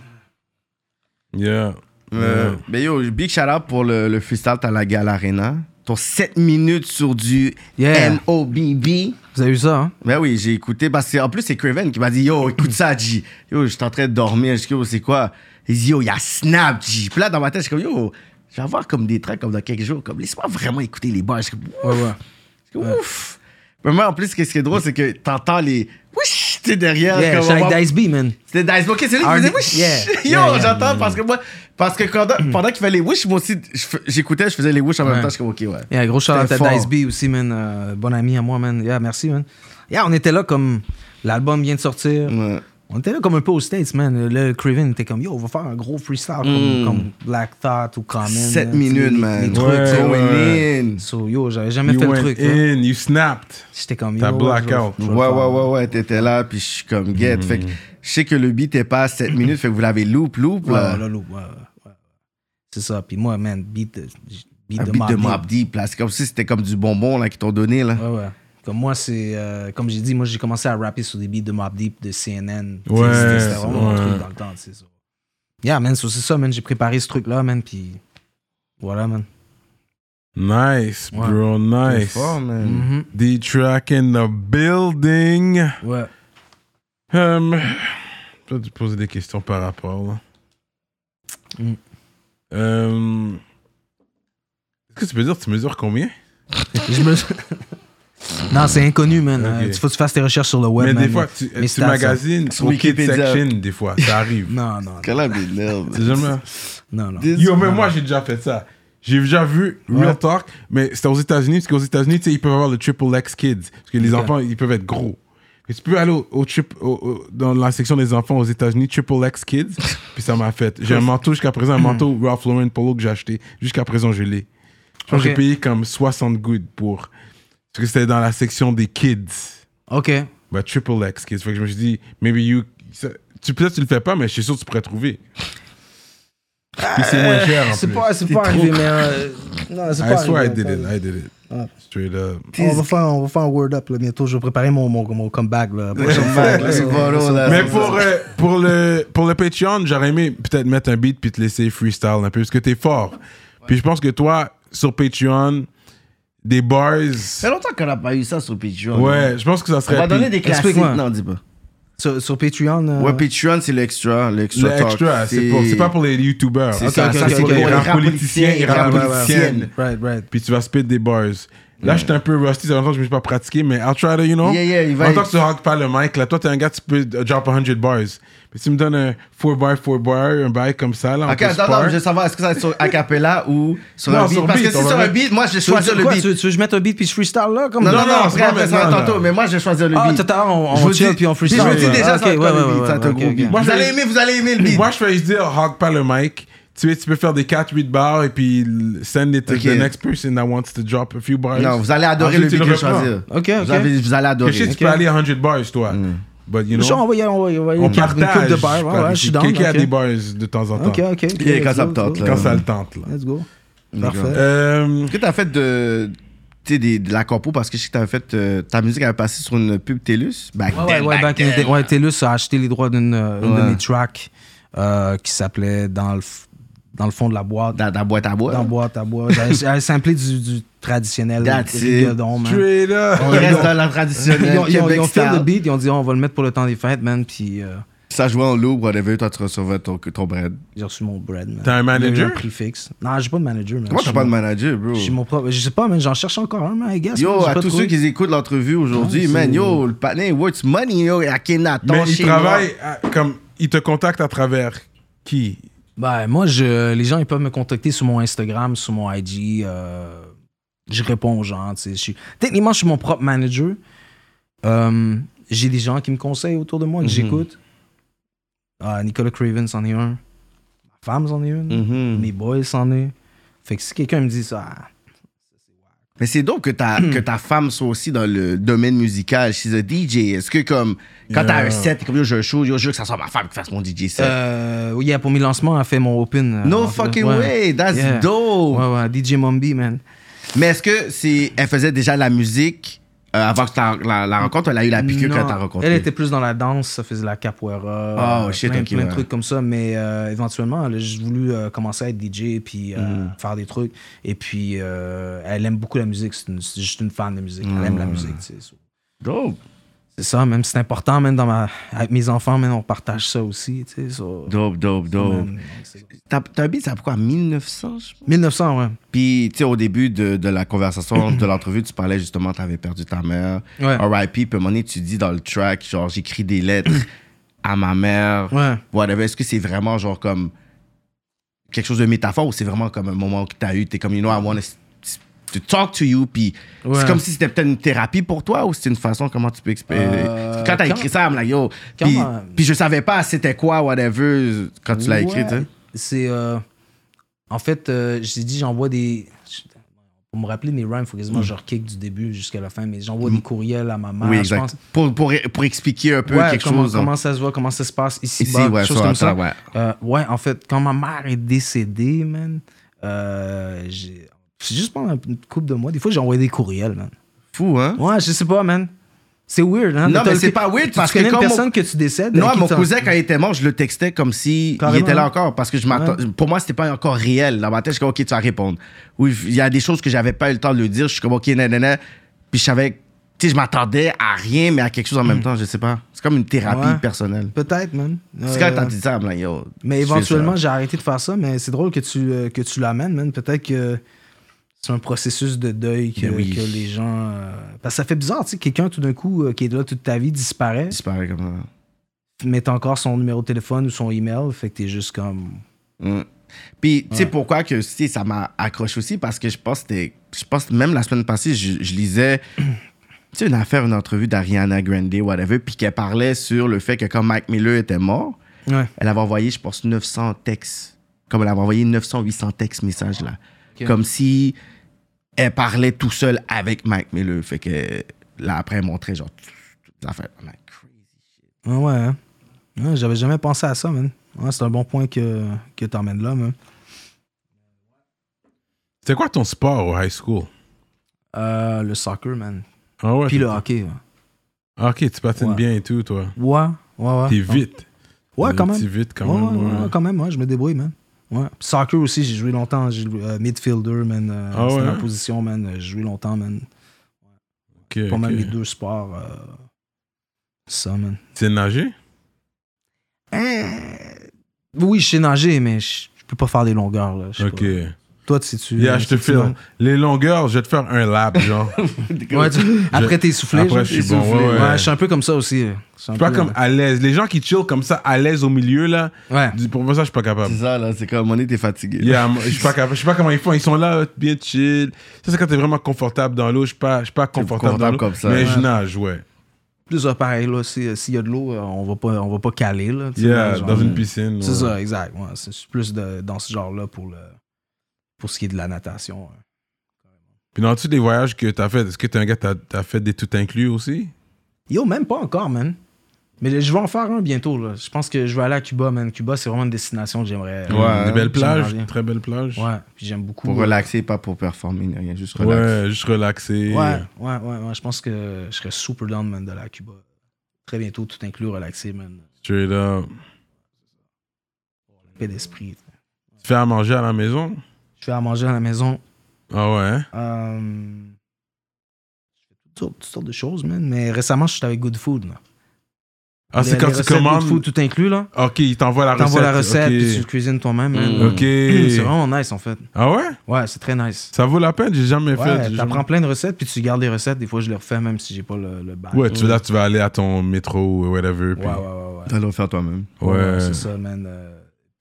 Speaker 3: Yeah.
Speaker 4: Euh,
Speaker 3: Ouais.
Speaker 4: ben yo, big shout out pour le, le freestyle à la Gal Arena. Ton 7 minutes sur du
Speaker 5: Yeah.
Speaker 4: NOBB.
Speaker 5: Vous avez eu ça, hein?
Speaker 4: Ben oui, j'ai écouté. Parce que, en plus, c'est Craven qui m'a dit Yo, écoute ça, G. Yo, je suis en train de dormir. Je dis Yo, c'est quoi Il dit Yo, il y a Snap, G. Puis là, dans ma tête, je suis comme Yo, je vais avoir comme des tracks comme dans quelques jours. Comme, laisse-moi vraiment écouter les bars. Je suis comme,
Speaker 5: Ouais, ouais.
Speaker 4: Ouf! Mais moi, en plus, ce qui est drôle, c'est que t'entends les. Ouish! C'était derrière.
Speaker 5: Yeah,
Speaker 4: comme
Speaker 5: j'étais
Speaker 4: on va-
Speaker 5: avec Dice B, man.
Speaker 4: C'était Dice. Ok, c'est lui
Speaker 5: Ah,
Speaker 4: qui faisait
Speaker 5: oui.
Speaker 4: Wish.
Speaker 5: Yeah.
Speaker 4: Yo,
Speaker 5: Yeah, yeah.
Speaker 4: j'entends parce que moi, parce que quand- pendant qu'il fait les Wish, moi aussi, je fais- j'écoutais, je faisais les Wish en même
Speaker 5: Ouais.
Speaker 4: temps. Je suis comme, ok, ouais.
Speaker 5: Yeah, gros shout out
Speaker 4: C'était
Speaker 5: à
Speaker 4: fort.
Speaker 5: Dice B aussi, man. Euh, bon ami à moi, man. Yeah, merci, man. Yeah, on était là comme. L'album vient de sortir.
Speaker 4: Ouais.
Speaker 5: On était là comme un peu aux States, man. Là, Craven était comme, yo, on va faire un gros freestyle comme, comme Black Thought ou Common.
Speaker 4: 7
Speaker 5: là,
Speaker 4: Hmm. minutes,
Speaker 5: tu sais,
Speaker 4: man.
Speaker 5: les trucs,
Speaker 3: Ouais,
Speaker 5: tu sais.
Speaker 4: going
Speaker 3: ouais.
Speaker 4: in.
Speaker 5: So, yo, j'avais jamais
Speaker 3: You
Speaker 5: fait le
Speaker 3: went
Speaker 4: hein.
Speaker 5: truc. là.
Speaker 3: in, you snapped.
Speaker 5: J'étais comme, yo.
Speaker 3: T'as
Speaker 5: ouais,
Speaker 3: blackout.
Speaker 5: je vais- je vais le
Speaker 4: Ouais,
Speaker 5: faire.
Speaker 4: ouais, ouais, ouais, t'étais là, puis je suis comme get. Fait que je sais que le beat est pas à 7 minutes, fait que vous l'avez loop, loop.
Speaker 5: Ouais,
Speaker 4: là.
Speaker 5: ouais, là, lourd, ouais, ouais, ouais. C'est ça. Puis moi, man, beat, de- beat
Speaker 4: Un
Speaker 5: de
Speaker 4: beat de
Speaker 5: Mobb Deep.
Speaker 4: Mob Deep, là. C'est comme si c'était comme du bonbon, là, qu'ils t'ont donné, là.
Speaker 5: Ouais, ouais. Comme moi, c'est. euh, comme j'ai dit, moi, j'ai commencé à rapper sur des beats de Mob Deep, de CNN. Tu sais,
Speaker 3: Ouais,
Speaker 5: c'était- C'était vraiment mon
Speaker 3: ouais.
Speaker 5: truc dans le temps, c'est ça. Yeah, man, so, c'est ça, man. J'ai préparé ce truc-là, man, puis. Voilà, man.
Speaker 3: Nice,
Speaker 5: Ouais.
Speaker 3: bro,
Speaker 4: C'est
Speaker 3: nice.
Speaker 4: fort, man.
Speaker 3: D-Track in the building.
Speaker 5: Ouais.
Speaker 3: Hum, je vais te poser des questions par rapport. là.
Speaker 5: Mm.
Speaker 3: Hum, Est-ce que tu peux dire, tu mesures combien
Speaker 5: Je me- non, c'est inconnu, man.
Speaker 3: Ok.
Speaker 5: Euh, Il faut que tu fasses tes recherches sur le web,
Speaker 3: Mais
Speaker 5: man.
Speaker 3: des fois, tu,
Speaker 5: mes
Speaker 3: tu
Speaker 5: stats,
Speaker 3: magasines
Speaker 4: Sur
Speaker 3: sur Kid
Speaker 4: Wikipédia.
Speaker 3: Section, des fois, ça arrive.
Speaker 5: Non, non,
Speaker 4: Quel abîme,
Speaker 3: C'est jamais...
Speaker 5: non, non.
Speaker 3: Yo, mais moi, j'ai déjà fait ça. J'ai déjà vu Real
Speaker 5: Ouais.
Speaker 3: Talk, mais c'était aux États-Unis, parce qu'aux États-Unis, tu sais, ils peuvent avoir le Triple X Kids, parce que les
Speaker 5: Ok.
Speaker 3: enfants, ils peuvent être gros. Et tu peux aller au, au trip- au- au- dans la section des enfants aux États-Unis, Triple X Kids, puis ça m'a fait. J'ai un manteau jusqu'à présent, un manteau Ralph Lauren Polo que j'ai acheté. Jusqu'à présent, je l'ai. Je pense que
Speaker 5: Ok.
Speaker 3: j'ai payé comme 60 good pour. Parce que c'était dans la section des kids.
Speaker 5: Ok.
Speaker 3: Bah, Triple X Kids. Fait que je me suis dit, maybe you. ça- tu, Peut-être tu le fais pas, mais je suis sûr que tu pourrais trouver.
Speaker 4: Ah,
Speaker 3: Puis c'est moins cher en
Speaker 5: C'est
Speaker 3: plus. Ah,
Speaker 5: pas, c'est pas arrivé, mais. euh, non, c'est
Speaker 3: I
Speaker 5: pas
Speaker 3: swear I
Speaker 5: arrivé.
Speaker 3: did it. I did it.
Speaker 4: Ah.
Speaker 3: Straight up.
Speaker 5: On va faire, on va faire un word up là, bientôt. Je vais préparer mon, mon, mon comeback. Là, la prochaine fois, là.
Speaker 3: Mais
Speaker 4: Mais
Speaker 3: pour, euh, pour, le, pour le Patreon, j'aurais aimé peut-être mettre un beat puis te laisser freestyle un peu parce que t'es fort. Puis je pense que toi, sur Patreon, des bars.
Speaker 4: Ça fait longtemps qu'on n'a pas eu ça sur Patreon.
Speaker 3: Ouais, je pense que ça
Speaker 4: On
Speaker 3: serait.
Speaker 4: va donner
Speaker 3: puis
Speaker 4: des classiques.
Speaker 5: Explique-moi.
Speaker 4: Non, dis pas.
Speaker 5: Sur, sur Patreon. euh,
Speaker 4: Ouais, Patreon, c'est l'extra. L'extra.
Speaker 3: Le
Speaker 4: talk.
Speaker 3: extra, c'est pour- c'est pas pour les youtubeurs.
Speaker 4: C'est
Speaker 3: Ok,
Speaker 4: ça,
Speaker 5: ok,
Speaker 4: ça,
Speaker 5: ok,
Speaker 4: c'est
Speaker 5: ok.
Speaker 4: pour les rap politiciens et rap
Speaker 3: Ah, ouais, ouais, ouais.
Speaker 4: politiciennes.
Speaker 5: Right, right.
Speaker 3: Puis tu vas spit des bars. Là, je suis un peu rusty, ça fait longtemps que je me suis pas pratiqué, mais I'll try to, you know.
Speaker 4: Yeah, yeah, il va
Speaker 3: En tant
Speaker 4: être-
Speaker 3: que tu rock pas le mic, là, toi, t'es un gars, tu peux euh, drop 100 bars. Mais tu me donnes un 4 bar, 4 bar, un bail comme ça, là. on
Speaker 4: Ok,
Speaker 3: peut
Speaker 4: attends,
Speaker 3: spar.
Speaker 4: attends, je veux savoir, est-ce que ça va être sur a cappella ou sur
Speaker 3: Non,
Speaker 4: un beat
Speaker 3: sur
Speaker 4: Parce
Speaker 3: beat,
Speaker 4: que
Speaker 3: on
Speaker 4: si
Speaker 3: va
Speaker 4: sur un
Speaker 3: mettre-
Speaker 4: beat, moi, je vais
Speaker 5: Tu veux,
Speaker 4: choisir le
Speaker 5: quoi,
Speaker 4: beat.
Speaker 5: tu, veux- tu veux que je mette un beat puis je freestyle là comme
Speaker 4: Non, non,
Speaker 3: Non,
Speaker 4: non,
Speaker 3: non,
Speaker 4: après,
Speaker 3: pas
Speaker 4: après, ça va
Speaker 3: maintenant,
Speaker 4: tantôt,
Speaker 3: là.
Speaker 4: mais moi, je vais choisir le
Speaker 5: Ah,
Speaker 4: beat.
Speaker 5: tout à l'heure, on, on
Speaker 4: Je vous
Speaker 5: chill
Speaker 4: dis-
Speaker 5: puis on freestyle.
Speaker 4: Je vous dis
Speaker 5: Ouais.
Speaker 4: déjà, ça
Speaker 5: Ah,
Speaker 4: va
Speaker 5: ok,
Speaker 4: être quoi
Speaker 5: ouais,
Speaker 4: le
Speaker 5: ouais,
Speaker 4: beat, ça va être
Speaker 5: ouais,
Speaker 4: un
Speaker 5: ok,
Speaker 4: gros
Speaker 5: ok.
Speaker 4: beat.
Speaker 3: Moi,
Speaker 4: Vous
Speaker 3: je-
Speaker 4: allez aimer, vous allez aimer le beat.
Speaker 3: Moi, je fais dire, hog pas le mic. Tu, sais, tu peux faire des 4-8 bars et puis l- send it to
Speaker 4: Ok.
Speaker 3: the next person that wants to drop a few bars.
Speaker 4: Non, vous allez adorer
Speaker 3: Ensuite,
Speaker 4: le
Speaker 3: tu
Speaker 4: beat que je vais
Speaker 3: reprends.
Speaker 4: choisir.
Speaker 5: Ok, ok.
Speaker 4: Vous avez- Vous allez
Speaker 3: Que
Speaker 4: adorer.
Speaker 3: shit, tu peux
Speaker 5: Ok.
Speaker 3: aller à 100 bars, toi.
Speaker 4: Hmm.
Speaker 3: But you know,
Speaker 5: Genre, on va y aller, on va y on va y
Speaker 3: on
Speaker 5: aller. Une coupe
Speaker 3: partage.
Speaker 5: de bars, ouais, ouais, je suis down.
Speaker 3: Quelqu'un a
Speaker 5: ok.
Speaker 3: des bars de temps en temps.
Speaker 5: Ah, Ok, ok. ok,
Speaker 4: Yeah, quand
Speaker 5: let's
Speaker 4: ça
Speaker 5: go,
Speaker 4: me tente,
Speaker 5: let's go.
Speaker 4: là.
Speaker 3: Quand ça le tente, là.
Speaker 5: Let's go.
Speaker 4: D'accord.
Speaker 5: Parfait.
Speaker 3: Euh,
Speaker 4: Est-ce que t'as fait de, tu sais, des- de la compo parce que je sais que t'avais fait euh, ta musique avait passé sur une pub TELUS back
Speaker 5: Ah Ouais, ouais,
Speaker 4: then,
Speaker 5: ouais, back in the day.
Speaker 4: then.
Speaker 5: Ouais, TELUS a acheté les droits d'une euh, une
Speaker 4: Ouais.
Speaker 5: de mes tracks euh, qui s'appelait dans le, f- dans le fond de la boîte.
Speaker 4: Dans ta boîte à bois.
Speaker 5: Dans boîte à bois. J'avais- J'avais samplé du, du traditionnel.
Speaker 4: That's
Speaker 5: du
Speaker 4: it.
Speaker 5: rigodon, man.
Speaker 3: Straight up.
Speaker 4: Il reste dans la
Speaker 5: Ils
Speaker 4: traditionnelle
Speaker 5: ont, ils ont- ils
Speaker 4: Québec
Speaker 5: ont fait le
Speaker 4: style.
Speaker 5: beat, ils ont dit oh, on va le mettre pour le temps des fêtes, man. Puis euh,
Speaker 4: Ça jouait en loop, whatever, toi tu recevais ton, ton bread.
Speaker 5: j'ai reçu mon bread, man.
Speaker 3: T'as un manager?
Speaker 5: J'ai eu un prix fixe. Non, j'ai pas de manager, man.
Speaker 4: Comment t'as
Speaker 5: J'ai
Speaker 4: pas de
Speaker 5: mon-
Speaker 4: manager, bro?
Speaker 5: j'ai mon propre. Je sais pas, man. J'en cherche encore un, man, I guess. man,
Speaker 4: Yo,
Speaker 5: j'ai
Speaker 4: à
Speaker 5: pas
Speaker 4: tous
Speaker 5: trouvé.
Speaker 4: ceux qui écoutent l'entrevue aujourd'hui,
Speaker 5: Ouais,
Speaker 4: man,
Speaker 5: c'est-
Speaker 4: yo, le patin worth money, yo, à Kenaton,
Speaker 5: Oh,
Speaker 3: Mais il
Speaker 4: chez moi.
Speaker 3: travaille à- comme. Il te contacte à travers qui
Speaker 5: Ben, moi, je, les gens, ils peuvent me contacter sur mon Instagram, sur mon IG. euh, je réponds aux gens, tu sais. je suis- Techniquement, je suis mon propre manager. Euh, j'ai des gens qui me conseillent autour de moi,
Speaker 4: Mhm.
Speaker 5: que j'écoute. Ah, Nicolas Craven, c'en est un. Ma femme, c'en est une.
Speaker 4: Mhm.
Speaker 5: Mes boys, c'en est. Fait que si quelqu'un me dit ça,
Speaker 4: Mais c'est donc que ta,
Speaker 5: Hmm.
Speaker 4: que ta femme soit aussi dans le domaine musical. She's a DJ. Est-ce que, comme, quand t'as
Speaker 3: Yeah.
Speaker 4: un set, t'es comme, yo, j'ai un show, yo, je veux que ça soit ma femme qui fasse mon DJ set.
Speaker 5: euh, oui, yeah, pour mes lancements, elle fait mon open. euh,
Speaker 4: No
Speaker 5: en fait.
Speaker 4: fucking
Speaker 5: Ouais.
Speaker 4: way, that's
Speaker 5: Yeah.
Speaker 4: dope.
Speaker 5: Ouais, ouais, DJ Mombi, man.
Speaker 4: Mais est-ce que c'est, elle faisait déjà la musique euh, avant que t'en- la, la rencontre, elle a eu la piqûre
Speaker 5: Non,
Speaker 4: quand t'as rencontré?
Speaker 5: Elle était plus dans la danse, ça faisait de la capoeira,
Speaker 4: Oh,
Speaker 5: euh,
Speaker 4: shit,
Speaker 5: plein,
Speaker 4: ok,
Speaker 5: plein de
Speaker 4: ouais.
Speaker 5: trucs comme ça. Mais euh, éventuellement, elle a juste voulu euh, commencer à être DJ puis euh,
Speaker 4: Mm.
Speaker 5: faire des trucs. Et puis,
Speaker 4: Mm.
Speaker 5: euh, elle aime beaucoup la musique. C'est une- c'est juste une fan de musique. Elle aime la musique. tu sais.
Speaker 4: Dope.
Speaker 5: C'est ça, même c'est important, même dans ma... avec mes enfants, même on partage ça aussi. Tu sais, so-
Speaker 4: Dope, dope, dope.
Speaker 5: Man, c'est-
Speaker 4: T'as t'as un beat, ça pourquoi 1900, je
Speaker 5: 1900, ouais.
Speaker 4: Puis, tu sais, au début de, de la conversation, de l'entrevue, tu parlais justement, tu avais perdu ta mère.
Speaker 5: Ouais.
Speaker 4: RIP, puis à un moment donné, tu dis dans le track, genre, j'écris des lettres à ma mère.
Speaker 5: Ouais.
Speaker 4: Whatever. Est-ce que c'est vraiment, genre, comme quelque chose de métaphore ou c'est vraiment comme un moment que tu as eu, tu es comme, you know, I want to talk to you, puis
Speaker 5: Ouais.
Speaker 4: c'est comme si c'était peut-être une thérapie pour toi ou c'est une façon, comment tu peux exprimer.
Speaker 5: Euh,
Speaker 4: quand t'as
Speaker 5: quand-
Speaker 4: écrit ça, I'm like, yo.
Speaker 5: quand
Speaker 4: Puis,
Speaker 5: ma-
Speaker 4: puis je savais pas c'était quoi, whatever, quand tu l'as écrit,
Speaker 5: Ouais.
Speaker 4: tu sais.
Speaker 5: C'est. euh, en fait, euh, j'ai dit, j'envoie des. Pour me rappeler mes rhymes, il faut quasiment que je rekick du début jusqu'à la fin, mais j'envoie des courriels à ma mère,
Speaker 4: Hmm. Oui,
Speaker 5: Ah, je
Speaker 4: exact.
Speaker 5: pense.
Speaker 4: Pour, pour, pour expliquer un peu
Speaker 5: Ouais,
Speaker 4: quelque
Speaker 5: comment,
Speaker 4: chose. hein.
Speaker 5: comment ça se voit, comment ça se passe ici,
Speaker 4: Ici,
Speaker 5: bas,
Speaker 4: ouais,
Speaker 5: choses
Speaker 4: ça,
Speaker 5: comme
Speaker 4: ça,
Speaker 5: ça.
Speaker 4: ouais.
Speaker 5: Euh, ouais, en fait, quand ma mère est décédée, man, euh, j'ai c'est juste pendant une couple de mois, des fois, j'ai envoyé des courriels, man.
Speaker 4: Fou, hein?
Speaker 5: Ouais, je sais pas, man. C'est weird, hein?
Speaker 4: Non,
Speaker 5: T'as
Speaker 4: mais
Speaker 5: le-
Speaker 4: c'est pas weird
Speaker 5: tu-
Speaker 4: parce
Speaker 5: tu connais
Speaker 4: que
Speaker 5: une
Speaker 4: comme-
Speaker 5: personne que tu décèdes.
Speaker 4: Non,
Speaker 5: avec qui
Speaker 4: mon
Speaker 5: t'as-
Speaker 4: cousin, quand il était mort, je le textais comme si il
Speaker 5: Ben, Carrément,
Speaker 4: était là
Speaker 5: ouais.
Speaker 4: encore parce que je m'attends- pour moi, c'était pas encore réel. Dans ma tête, je suis comme, OK, tu vas répondre. Ou il y a des choses que j'avais pas eu le temps de le dire. Je suis comme, OK, nanana. Puis je savais, tu sais, je m'attendais à rien, mais à quelque chose en même temps, je sais pas. C'est comme une thérapie
Speaker 5: Hmm. Ouais.
Speaker 4: personnelle.
Speaker 5: Peut-être, man.
Speaker 4: C'est quand
Speaker 5: Euh,
Speaker 4: t'as dit ça, I'm like, yo.
Speaker 5: Mais
Speaker 4: je fais ça.
Speaker 5: éventuellement, j'ai arrêté de faire ça, mais c'est drôle que tu, euh, que tu l'amènes, man. Peut-être que c'est un processus de deuil que,
Speaker 4: Ben oui.
Speaker 5: que les gens. euh, Parce que ça fait bizarre, tu sais, quelqu'un tout d'un coup euh, qui est là toute ta vie disparaît,
Speaker 4: Disparaît comme ça.
Speaker 5: mais t'as encore son numéro de téléphone ou son email, fait que t'es juste comme.
Speaker 4: Mm. Puis, tu sais pourquoi que tu sais, ça m'a accroché aussi? Parce que je pense que c'était- je pense que même la semaine passée, je, je lisais tu sais, une affaire, une entrevue d'Ariana Grande, whatever, puis qu'elle parlait sur le fait que quand Mike Miller était mort,
Speaker 5: Ouais.
Speaker 4: elle avait envoyé, je pense, 900 textes. Comme elle avait envoyé 900, 800 textes, messages là. Comme si elle parlait tout seule avec Mike Miller. Fait que là, après, elle montrait genre toutes les affaires. I'm like, crazy.
Speaker 5: Ah ouais, hein. Ouais, J'avais jamais pensé à ça, man. Ouais, c'est un bon point que, que t'emmènes là, man.
Speaker 3: C'est quoi ton sport au high school?
Speaker 5: Euh, le soccer, man.
Speaker 3: Ah ouais?
Speaker 5: Puis
Speaker 3: t'es-
Speaker 5: le hockey. ouais.
Speaker 3: Ah, ok, tu patines
Speaker 5: Ouais.
Speaker 3: bien et tout, toi.
Speaker 5: Ouais, ouais, ouais.
Speaker 3: T'es vite.
Speaker 5: Ouais, quand même.
Speaker 3: T'es vite quand
Speaker 5: ouais,
Speaker 3: même.
Speaker 5: ouais,
Speaker 3: ouais.
Speaker 5: ouais, quand même, ouais, je me débrouille, man. Ouais. Soccer aussi, j'ai joué longtemps. J'ai joué, euh, midfielder, man. euh,
Speaker 3: Ah
Speaker 5: c'était
Speaker 3: ouais,
Speaker 5: ma
Speaker 3: hein?
Speaker 5: position, man. euh, J'ai joué longtemps, man.
Speaker 3: Ok,
Speaker 5: Pas mal
Speaker 3: ok.
Speaker 5: les deux sports. euh, Ça, man.
Speaker 3: Tu sais nager?
Speaker 5: Eh, Oui, je sais nager, mais je je peux pas faire des longueurs, là. je sais
Speaker 3: Ok.
Speaker 5: pas. Toi, tu sais-tu.
Speaker 3: Yeah,
Speaker 5: euh,
Speaker 3: je te
Speaker 5: sais-tu,
Speaker 3: filme.
Speaker 5: man?
Speaker 3: Les longueurs, je vais te faire un lap, genre.
Speaker 5: Ouais, tu- Après, t'es soufflé.
Speaker 3: Après,
Speaker 5: genre?
Speaker 3: je suis
Speaker 5: T'es
Speaker 3: bon,
Speaker 5: soufflé.
Speaker 3: ouais, ouais.
Speaker 5: je suis un peu comme ça aussi. euh. Je suis un
Speaker 3: Je suis pas
Speaker 5: peu- euh,
Speaker 3: comme à l'aise. Les gens qui chillent comme ça, à l'aise au milieu, là,
Speaker 5: Ouais.
Speaker 3: du- pour moi, ça, je suis pas capable.
Speaker 4: C'est ça, là, c'est comme, on était fatigué.
Speaker 3: Yeah, moi, je suis pas capable. Je sais pas comment ils font. Ils sont là, euh, bien chill. Ça, c'est quand t'es vraiment confortable dans l'eau. Je suis pas, je suis pas confortable dans
Speaker 4: confortable
Speaker 3: l'eau.
Speaker 4: comme ça.
Speaker 3: Mais je
Speaker 4: Ouais.
Speaker 3: nage, ouais.
Speaker 5: Plus euh, pareil, là. si- euh, S'il y a de l'eau, euh, on va pas, on va pas caler, là. tu sais,
Speaker 3: Yeah,
Speaker 5: genre,
Speaker 3: dans
Speaker 5: euh,
Speaker 3: une piscine.
Speaker 5: C'est
Speaker 3: ouais.
Speaker 5: ça, exact. ouais. c'est c'est plus de- dans ce genre-là pour, le, pour ce qui est de la natation. hein.
Speaker 3: Puis dans tous les voyages que t'as fait, est-ce que t'es un gars, t'as as fait des tout inclus aussi?
Speaker 5: Yo, même pas encore, man. Mais je vais en faire un bientôt. Là. Je pense que je vais aller à Cuba, man. Cuba, c'est vraiment une destination que j'aimerais.
Speaker 4: Ouais,
Speaker 3: Des
Speaker 4: hein,
Speaker 3: belles plages,
Speaker 5: j'aimerais bien.
Speaker 3: très belles plages.
Speaker 5: Ouais, puis j'aime beaucoup.
Speaker 4: Pour
Speaker 5: euh,
Speaker 4: relaxer, pas pour performer, ni rien, juste
Speaker 3: Ouais,
Speaker 4: relaxer.
Speaker 3: juste relaxer.
Speaker 5: Ouais, ouais, ouais, ouais. Je pense que je serais super down, man, d'aller à Cuba. Très bientôt, tout inclus, relaxé, man.
Speaker 3: Straight up.
Speaker 5: Paix d'esprit.
Speaker 3: Tu fais à manger à la maison?
Speaker 5: Je fais à manger à la maison.
Speaker 3: Ah ouais? hein?
Speaker 5: euh, Je fais toutes sortes, toutes sortes de choses, man. Mais récemment, je suis avec Good Food. Là.
Speaker 3: Ah,
Speaker 5: Les-
Speaker 3: c'est quand
Speaker 5: les
Speaker 3: tu
Speaker 5: recettes Good
Speaker 3: commandes.
Speaker 5: Food, tout inclus, là.
Speaker 3: Ok, ils t'envoient la recette.
Speaker 5: T'envoies la recette,
Speaker 3: ok.
Speaker 5: puis tu le cuisines toi-même. man. Hum,
Speaker 4: Mm.
Speaker 3: Ok.
Speaker 5: C'est vraiment nice, en fait.
Speaker 3: Ah ouais?
Speaker 5: Ouais, c'est très nice.
Speaker 3: Ça vaut la peine? J'ai jamais fait.
Speaker 5: Ouais,
Speaker 3: j'ai
Speaker 5: t'apprends
Speaker 3: jamais-
Speaker 5: plein de recettes, puis tu gardes les recettes. Des fois, je les refais, même si j'ai pas le, le bac.
Speaker 3: Ouais, tu, là, tu vas aller à ton métro ou whatever.
Speaker 5: Ouais,
Speaker 3: puis-
Speaker 5: ouais, ouais. ouais.
Speaker 4: T'as le faire toi-même.
Speaker 3: Ouais.
Speaker 5: c'est ça, man. euh, puis,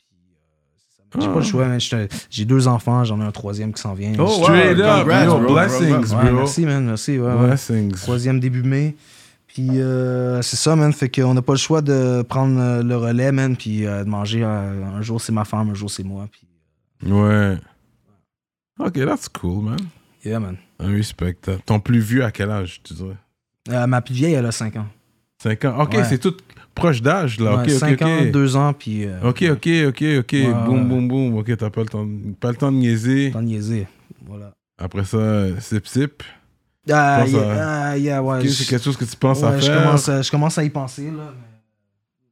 Speaker 5: euh, c'est ça, man. J'ai pas le choix, man. J'suis un- J'ai deux enfants, j'en ai un troisième qui s'en vient.
Speaker 4: Oh, wow.
Speaker 3: Straight up,
Speaker 4: Congrats,
Speaker 3: yo,
Speaker 4: bro,
Speaker 3: blessings,
Speaker 5: Ouais,
Speaker 3: bro.
Speaker 5: merci, man. Merci. ouais, ouais.
Speaker 3: Blessings.
Speaker 5: Troisième début mai. Puis euh, c'est ça, man. Fait qu'on n'a pas le choix de prendre euh, le relais, man. Puis euh, de manger. euh, un jour, c'est ma femme, un jour, c'est moi. Puis,
Speaker 3: Ouais. Ok, that's cool, man.
Speaker 5: yeah, man.
Speaker 3: I respect that. Ton plus vieux, à quel âge, tu dirais?
Speaker 5: Euh, ma plus vieille, elle a 5 ans.
Speaker 3: 5 ans. Ok,
Speaker 5: Ouais.
Speaker 3: c'est tout proche d'âge, là. Ah, Ok, ok,
Speaker 5: 5
Speaker 3: ok.
Speaker 5: ans, 2 ans, puis. euh,
Speaker 3: Ok, ok, ok, ok.
Speaker 5: Ouais,
Speaker 3: boum,
Speaker 5: ouais.
Speaker 3: boum, boum. Ok, t'as pas le temps, de- pas le temps de niaiser.
Speaker 5: Temps de niaiser. Voilà.
Speaker 3: Après ça, sip, sip.
Speaker 5: Ah,
Speaker 3: Pense
Speaker 5: yeah,
Speaker 3: à-
Speaker 5: ah, yeah, ouais.
Speaker 3: Ok,
Speaker 5: je-
Speaker 3: c'est quelque chose que tu penses
Speaker 5: ouais,
Speaker 3: à
Speaker 5: je
Speaker 3: faire.
Speaker 5: commence à, je commence à y penser, là.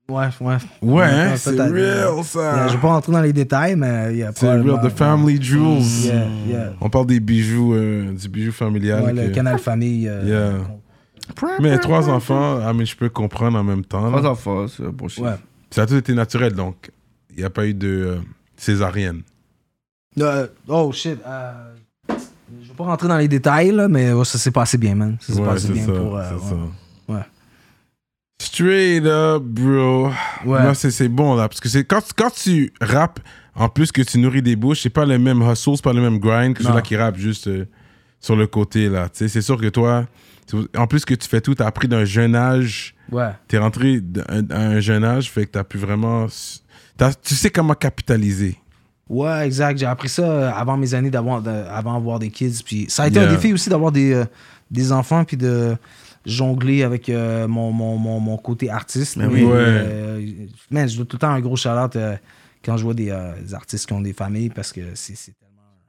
Speaker 5: mais- Ouais, ouais.
Speaker 3: Ouais, hein,
Speaker 5: Ouais,
Speaker 3: c'est
Speaker 5: peut-être,
Speaker 3: real,
Speaker 5: Euh,
Speaker 3: ça.
Speaker 5: je vais pas rentrer dans les détails, mais il y a
Speaker 3: C'est real, the family jewels.
Speaker 5: Yeah, yeah.
Speaker 3: On parle des bijoux, euh, du bijou familial.
Speaker 5: Ouais, le
Speaker 3: que-
Speaker 5: canal famille. euh,
Speaker 3: Yeah. Mais trois enfants, ah, mais je peux comprendre en même temps. là.
Speaker 4: Trois enfants, c'est un bon chiffre.
Speaker 5: Ouais.
Speaker 3: Ça a tout été naturel, donc. Il n'y a pas eu de euh, césarienne.
Speaker 5: Euh, oh shit. euh, je vais pas rentrer dans les détails, là, mais ouais, ça s'est passé bien, man. Ça s'est
Speaker 3: Ouais,
Speaker 5: passé
Speaker 3: c'est
Speaker 5: bien
Speaker 3: ça.
Speaker 5: pour. euh,
Speaker 3: c'est
Speaker 5: ouais.
Speaker 3: ça.
Speaker 5: Ouais.
Speaker 3: Straight up, bro.
Speaker 5: Ouais.
Speaker 3: Là, c'est c'est bon, là. Parce que c'est quand, quand tu rappes, en plus que tu nourris des bouches, c'est pas le même hustle, c'est pas le même grind que
Speaker 5: Non.
Speaker 3: celui-là qui rappe juste euh, sur le côté, là. Tu sais, c'est sûr que toi, c'est- en plus que tu fais tout, t'as appris d'un jeune âge.
Speaker 5: Ouais.
Speaker 3: T'es rentré d'un- à un jeune âge, fait que t'as pu vraiment. s- t'as- tu sais comment capitaliser.
Speaker 5: Ouais, exact. J'ai appris ça euh, avant mes années d'avoir de- avant d'avoir des kids. Puis ça a été un
Speaker 3: Yeah.
Speaker 5: défi aussi d'avoir des, euh, des enfants puis de jongler avec euh, mon, mon, mon, mon côté artiste.
Speaker 4: Mais
Speaker 3: Ben oui. Ouais.
Speaker 5: euh, man, je dois tout le temps un gros shout quand je vois des, euh, des artistes qui ont des familles parce que c'est c'est tellement.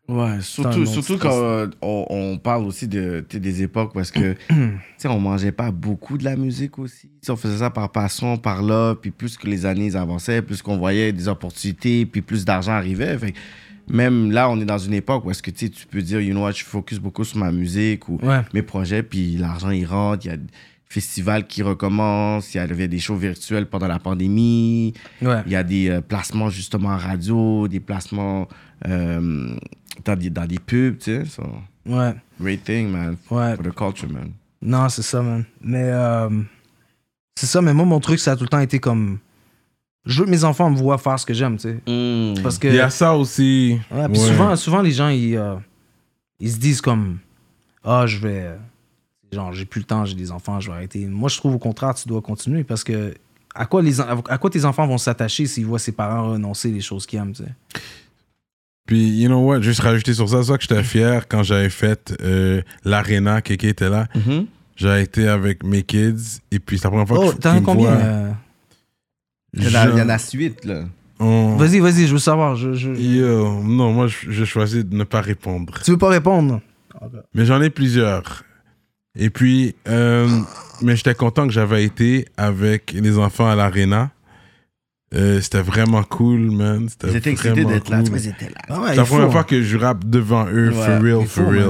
Speaker 4: Ouais,
Speaker 5: C'est un
Speaker 4: surtout,
Speaker 5: autre
Speaker 4: surtout
Speaker 5: stress.
Speaker 4: quand euh, on, on parle aussi de, tu sais, des époques parce que tu sais, on mangeait pas beaucoup de la musique aussi. Tu sais, on faisait ça par passion, par là, puis plus que les années avançaient, plus qu'on voyait des opportunités, puis plus d'argent arrivait. Fait que même là, on est dans une époque où est-ce que tu sais, tu peux dire, you know what, je focus beaucoup sur ma musique ou
Speaker 5: Ouais.
Speaker 4: mes projets, puis l'argent il rentre, il y a des festivals qui recommencent, il y a il y a des shows virtuels pendant la pandémie.
Speaker 5: Ouais.
Speaker 4: Il y a des euh, placements justement en radio, des placements euh, dans, des, dans des pubs, tu sais. So,
Speaker 5: Ouais.
Speaker 4: great thing, man.
Speaker 5: Ouais.
Speaker 4: For the culture, man.
Speaker 5: Non, c'est ça, man. Mais euh, c'est ça, mais moi, mon truc, ça a tout le temps été comme. Je veux que mes enfants me voient faire ce que j'aime, tu sais. Parce que.
Speaker 3: Il y a ça aussi.
Speaker 5: Ouais, puis
Speaker 3: Ouais.
Speaker 5: souvent, souvent, les gens, ils, euh, ils se disent comme Ah, je vais. euh, Genre, j'ai plus le temps, j'ai des enfants, je vais arrêter. Moi, je trouve au contraire, tu dois continuer parce que à quoi, les, en- à quoi tes enfants vont s'attacher s'ils voient ses parents renoncer les choses qu'ils aiment, tu sais?
Speaker 3: Puis, you know what, juste rajouter sur ça, c'est ça que j'étais fier quand j'avais fait euh, l'Arena, Kéké était là.
Speaker 4: Mm-hmm.
Speaker 3: J'avais été avec mes kids, et puis c'est la première fois
Speaker 5: Oh,
Speaker 3: que
Speaker 5: t'en as combien?
Speaker 3: Vois,
Speaker 5: euh?
Speaker 4: Il y, en a- euh, il y en a suite, là.
Speaker 3: On-
Speaker 5: Vas-y, vas-y, je veux savoir. Je, je-
Speaker 3: Oh, Yo, non, moi, je, je choisis de ne pas répondre.
Speaker 5: Tu veux pas répondre?
Speaker 3: Mais j'en ai plusieurs. Et puis, euh, mais j'étais content que j'avais été avec les enfants à l'Arena. Euh, c'était vraiment cool, man. C'était
Speaker 4: Ils étaient excités
Speaker 3: Euh, vraiment
Speaker 4: d'être là. Tu
Speaker 3: cool.
Speaker 4: vois, ils étaient là.
Speaker 5: Ah ouais,
Speaker 3: C'est
Speaker 5: il
Speaker 3: la
Speaker 5: faut,
Speaker 3: première
Speaker 5: hein.
Speaker 3: fois que je rappe devant eux,
Speaker 4: Ouais, hein.
Speaker 3: for real,
Speaker 5: il faut,
Speaker 3: for real.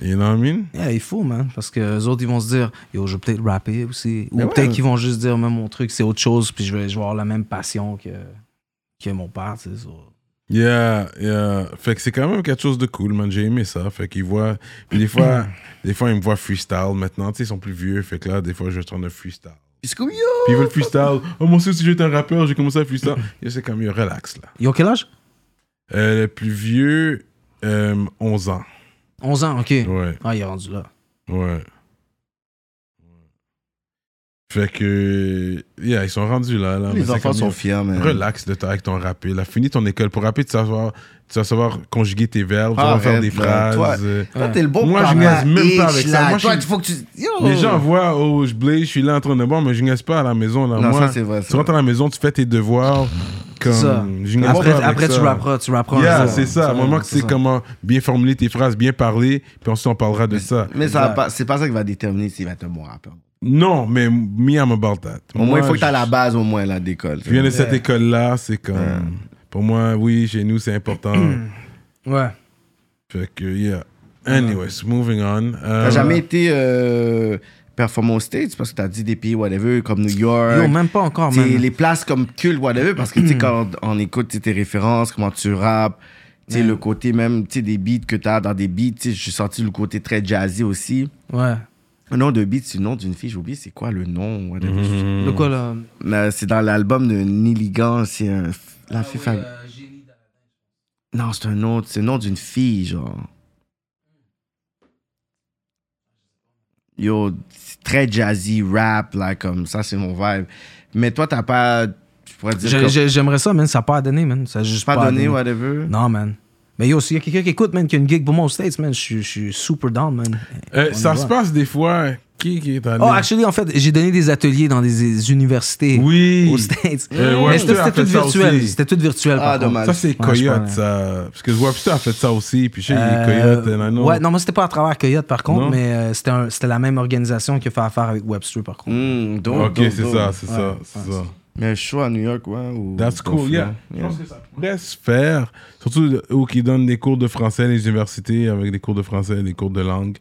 Speaker 3: You know what I mean?
Speaker 5: Yeah, il faut, man. Parce que les autres, ils vont se dire, yo, je vais peut-être rapper aussi. Ou
Speaker 4: Mais
Speaker 3: Ben
Speaker 4: ouais.
Speaker 5: peut-être qu'ils vont juste dire, même mon truc, c'est autre chose, puis je vais, je vais avoir la même passion que, que mon père, tu sais. ça.
Speaker 3: Yeah, yeah. Fait que c'est quand même quelque chose de cool, man. J'ai aimé ça. Fait qu'ils voient. Puis des fois, des fois, ils me voient freestyle maintenant. Tu sais, ils sont plus vieux. Fait que là, des fois, je tourne le freestyle.
Speaker 4: Puis c'est comme, yo!
Speaker 3: Puis ils veulent freestyle. Oh, mon si j'étais un rappeur, j'ai commencé à freestyle. Yo, c'est comme, yo, relax, là.
Speaker 5: Ils ont quel âge?
Speaker 3: Euh, le plus vieux, euh, 11 ans.
Speaker 5: 11 ans, ok.
Speaker 3: Ouais,
Speaker 5: Ah, il est rendu là.
Speaker 3: ouais. Fait que. Yeah, ils sont rendus là. là Ah, mais
Speaker 4: les
Speaker 3: c'est
Speaker 4: enfants
Speaker 3: comme,
Speaker 4: sont
Speaker 3: yo,
Speaker 4: fiers, man.
Speaker 3: Relax de ta, avec ton rapper. Là, finis ton école. Pour rapper, tu vas savoir, tu vas savoir conjuguer tes verbes, tu vas
Speaker 4: Arrête,
Speaker 3: faire des
Speaker 4: Ah, man.
Speaker 3: phrases.
Speaker 4: Toi-
Speaker 3: euh,
Speaker 4: Toi, t'es le bon
Speaker 3: Moi, je
Speaker 4: parent.
Speaker 3: niaise même pas
Speaker 4: Itch,
Speaker 3: avec ça.
Speaker 4: là.
Speaker 3: Moi,
Speaker 4: Toi,
Speaker 3: je-
Speaker 4: il faut que tu. Yo!
Speaker 3: Les gens voient, oh, je blé, je suis là en train de boire, mais je niaise pas à la maison. Là.
Speaker 4: Non,
Speaker 3: Moi,
Speaker 4: ça, c'est vrai,
Speaker 3: tu
Speaker 4: ça.
Speaker 3: rentres à la maison, tu fais tes devoirs. Comme,
Speaker 5: ça.
Speaker 3: je niaise
Speaker 5: Après,
Speaker 3: pas avec
Speaker 5: après, tu
Speaker 3: ça.
Speaker 5: rapperas, tu rapperas.
Speaker 3: Yeah,
Speaker 5: un jour.
Speaker 3: c'est ça. À un moment que tu sais
Speaker 5: ça.
Speaker 3: comment bien formuler tes phrases, bien parler, puis ensuite on parlera de ça.
Speaker 4: Mais ça va
Speaker 5: Exact.
Speaker 4: pas- c'est pas ça qui va déterminer s'il va être un bon rappeur.
Speaker 3: Non, mais me, I'm about that.
Speaker 4: Au moins, il faut que t'aies
Speaker 3: je-
Speaker 4: la base, au moins, là, d'école.
Speaker 3: Je viens de cette
Speaker 5: Ouais.
Speaker 3: école-là, c'est comme. Pour moi, oui, chez nous, c'est important.
Speaker 5: Ouais.
Speaker 3: fait que, yeah. Anyways, moving on. Euh,
Speaker 5: Ah.
Speaker 4: T'as jamais été euh, performant aux States parce que t'as dit des pays, whatever, comme New York.
Speaker 5: Yo, même pas encore,
Speaker 4: T'sais,
Speaker 5: man.
Speaker 4: les places comme Cult, whatever, parce que tu sais, quand on écoute t'sais, tes références, comment tu rappes, tu sais, le côté même tu sais, des beats que t'as dans des beats, tu sais, j'ai senti le côté très jazzy aussi.
Speaker 5: Ouais.
Speaker 4: Le nom de beat, c'est le nom d'une fille, j'ai oublié c'est quoi le nom, whatever.
Speaker 3: Hmm.
Speaker 5: De quoi, là?
Speaker 4: Mais C'est dans l'album de Niligan, c'est un.
Speaker 3: Ah
Speaker 4: La fille fam-
Speaker 3: euh,
Speaker 4: Non, c'est un autre, c'est le nom d'une fille, genre. Yo, c'est très jazzy, rap, là, comme ça, c'est mon vibe. Mais toi, t'as pas. Je pourrais dire.
Speaker 5: J'ai-
Speaker 4: comme-
Speaker 5: j'ai- J'aimerais ça, man. Ça n'a pas à donner, man. Ça a juste
Speaker 4: pas,
Speaker 5: pas, à
Speaker 4: donné,
Speaker 5: donner.
Speaker 4: whatever.
Speaker 5: Non, man. Mais yo, s'il y a quelqu'un qui écoute, man, qui a une gig pour moi aux States, man, je suis- je suis super down, man.
Speaker 3: euh,
Speaker 5: On
Speaker 3: ça
Speaker 5: y
Speaker 3: se
Speaker 5: va.
Speaker 3: passe des fois. Qui, qui est allé
Speaker 5: Oh, actually, en fait, j'ai donné des ateliers dans des universités
Speaker 3: Oui.
Speaker 5: aux States.
Speaker 3: Euh,
Speaker 5: Mais
Speaker 3: Webster
Speaker 5: c'était
Speaker 3: a
Speaker 5: c'était
Speaker 3: fait
Speaker 5: tout
Speaker 3: ça
Speaker 5: virtuel.
Speaker 3: aussi.
Speaker 5: C'était tout virtuel,
Speaker 4: Ah,
Speaker 5: par contre.
Speaker 4: dommage.
Speaker 3: Ça, c'est
Speaker 5: Ouais, je
Speaker 3: Coyote,
Speaker 5: pense.
Speaker 3: ça. Parce que Webster a fait ça aussi, puis je sais,
Speaker 5: Euh,
Speaker 3: il est Coyote, and I know.
Speaker 5: ouais, non, moi, c'était pas à travers Coyote, par contre,
Speaker 3: hein, Non.
Speaker 5: mais euh, c'était un- c'était la même organisation qui a fait affaire avec Webster, par contre.
Speaker 4: Hmm, donc,
Speaker 3: Ok,
Speaker 4: donc,
Speaker 3: c'est
Speaker 4: donc.
Speaker 3: ça, c'est ça, c'est
Speaker 5: ouais,
Speaker 3: ça.
Speaker 4: Mais un show à New York, ouais. Ou
Speaker 3: That's cool,
Speaker 4: Buffalo.
Speaker 3: yeah. Je pense que ça pourrait se faire, surtout où qui donnent des cours de français à les universités, avec des cours de français, des cours de langue.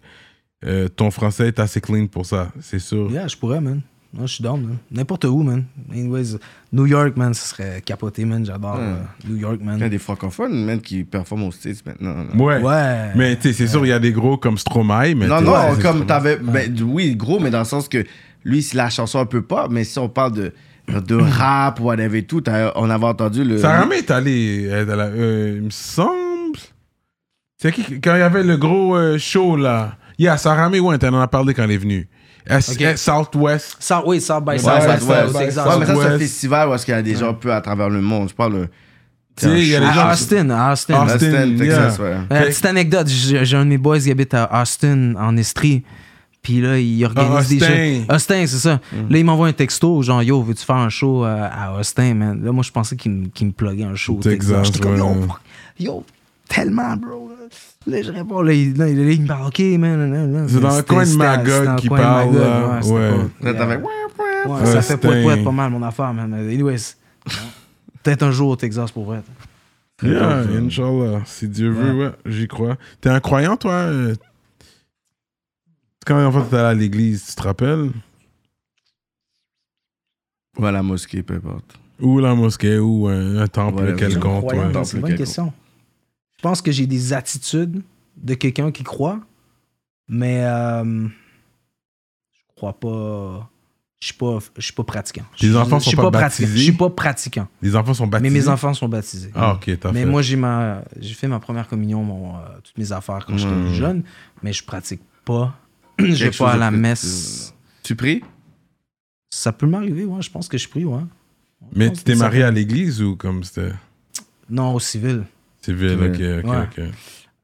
Speaker 3: Euh, ton français est assez clean pour ça, c'est sûr.
Speaker 5: Yeah, je pourrais, man. Moi, je suis down, man. N'importe où, man. Anyways, New York, man, ce serait capoté, man. J'adore euh, New York,
Speaker 4: Il y a
Speaker 5: man.
Speaker 4: Hmm. des francophones, même, qui performent aux States maintenant. là.
Speaker 3: Ouais.
Speaker 5: Ouais.
Speaker 3: Mais tu sais, c'est sûr, il y a des gros comme Stromae. Mais
Speaker 4: Non,
Speaker 3: tu
Speaker 4: non,
Speaker 3: vois, c'est
Speaker 4: comme
Speaker 3: Stromae.
Speaker 4: t'avais. Ben, d- oui, gros, mais dans le sens que lui, c'est la chanson un peu pas, mais si on parle de, de rap, whatever et tout, t'as- on avait entendu
Speaker 5: Euh,
Speaker 4: le.
Speaker 3: Sarah May est allée, euh, dans la- euh, il me semble. C'est qui quand il y avait le gros euh, show là. Yeah, Sarah May, ouais, t'en en as parlé quand elle est venue. S-
Speaker 5: Ok.
Speaker 3: S- Southwest.
Speaker 5: South- oui, South by
Speaker 4: Ouais,
Speaker 5: Southwest,
Speaker 4: ouais, ouais,
Speaker 5: c'est
Speaker 4: ouais,
Speaker 5: exact.
Speaker 4: ouais, mais ça, c'est un
Speaker 3: Southwest.
Speaker 4: festival où est-ce qu'il y a des gens un peu à travers le monde. Je parle. euh,
Speaker 3: Tu sais, il y a les gens.
Speaker 5: À Austin,
Speaker 4: Ah,
Speaker 5: à Austin.
Speaker 3: Austin,
Speaker 4: Austin, Texas,
Speaker 3: yeah.
Speaker 4: ouais.
Speaker 5: Euh,
Speaker 3: Fait-
Speaker 5: petite anecdote, j'ai j'ai un de mes boys qui habite à Austin, en Estrie. Puis là, il
Speaker 3: Ah,
Speaker 5: organise des
Speaker 3: Austin. Mm.
Speaker 5: shows. Austin, c'est ça. Là, il m'envoie un texto, genre, yo, veux-tu faire un show euh, à Austin, man? Là, moi, je pensais qu'il me- qu'il me pluguait un show au Texas.
Speaker 3: Texas,
Speaker 5: J'étais comme, yo,
Speaker 3: ouais.
Speaker 5: fuck, yo, tellement, bro. Là, je réponds, là, il, là, il- là, il me parle, ok, man. là, là,
Speaker 3: C'est dans le
Speaker 5: c'était-
Speaker 3: coin de
Speaker 5: c'était à-
Speaker 3: Magog
Speaker 5: c'était dans le
Speaker 3: qui
Speaker 5: coin de
Speaker 3: parle,
Speaker 5: Magog,
Speaker 3: là.
Speaker 5: c'était
Speaker 3: Ouais.
Speaker 5: pas-
Speaker 4: Là, t'avais-
Speaker 5: Ouais, ça fait
Speaker 3: Austin.
Speaker 5: poète-poète pas mal, mon affaire, man. Anyways, peut-être un jour au Texas, pour vrai.
Speaker 3: Yeah, Inch'Allah, si Dieu veut, ouais, j'y crois. T'es un croyant, toi euh? Quand en fait t'es allé à l'église, tu te rappelles
Speaker 4: Ou à la mosquée, peu importe.
Speaker 3: Ou la mosquée, ou un, un temple
Speaker 4: Voilà,
Speaker 3: quelconque.
Speaker 4: croyant
Speaker 3: ouais.
Speaker 4: dans-
Speaker 5: C'est une bonne
Speaker 4: Quelconque.
Speaker 5: question. Je pense que j'ai des attitudes de quelqu'un qui croit, mais euh, je crois pas. Je suis pas, je suis pas pratiquant.
Speaker 3: Tes
Speaker 5: Je-
Speaker 3: enfants
Speaker 5: je suis
Speaker 3: sont pas
Speaker 5: pratiquant.
Speaker 3: baptisés?
Speaker 5: Je suis pas pratiquant.
Speaker 3: Les enfants sont
Speaker 5: Mais
Speaker 3: baptisés.
Speaker 5: mes enfants sont baptisés.
Speaker 3: Ah, ok, t'as fait.
Speaker 5: mais moi, j'ai ma, j'ai fait ma première communion, mon, euh, toutes mes affaires quand j'étais
Speaker 4: Mm.
Speaker 3: Hmm.
Speaker 5: plus jeune, mais je pratique pas. je vais
Speaker 4: Quelque
Speaker 5: pas à
Speaker 4: chose
Speaker 5: la
Speaker 4: de plus-
Speaker 5: messe.
Speaker 4: Tu pries
Speaker 5: Ça peut m'arriver, ouais. Je pense que je prie, ouais.
Speaker 3: Mais
Speaker 5: Non,
Speaker 3: tu t'es
Speaker 5: ça-
Speaker 3: marié à l'église ou comme c'était
Speaker 5: Non, au civil.
Speaker 3: civil
Speaker 4: Ouais.
Speaker 3: Ok, ok,
Speaker 5: Ouais.
Speaker 3: ok.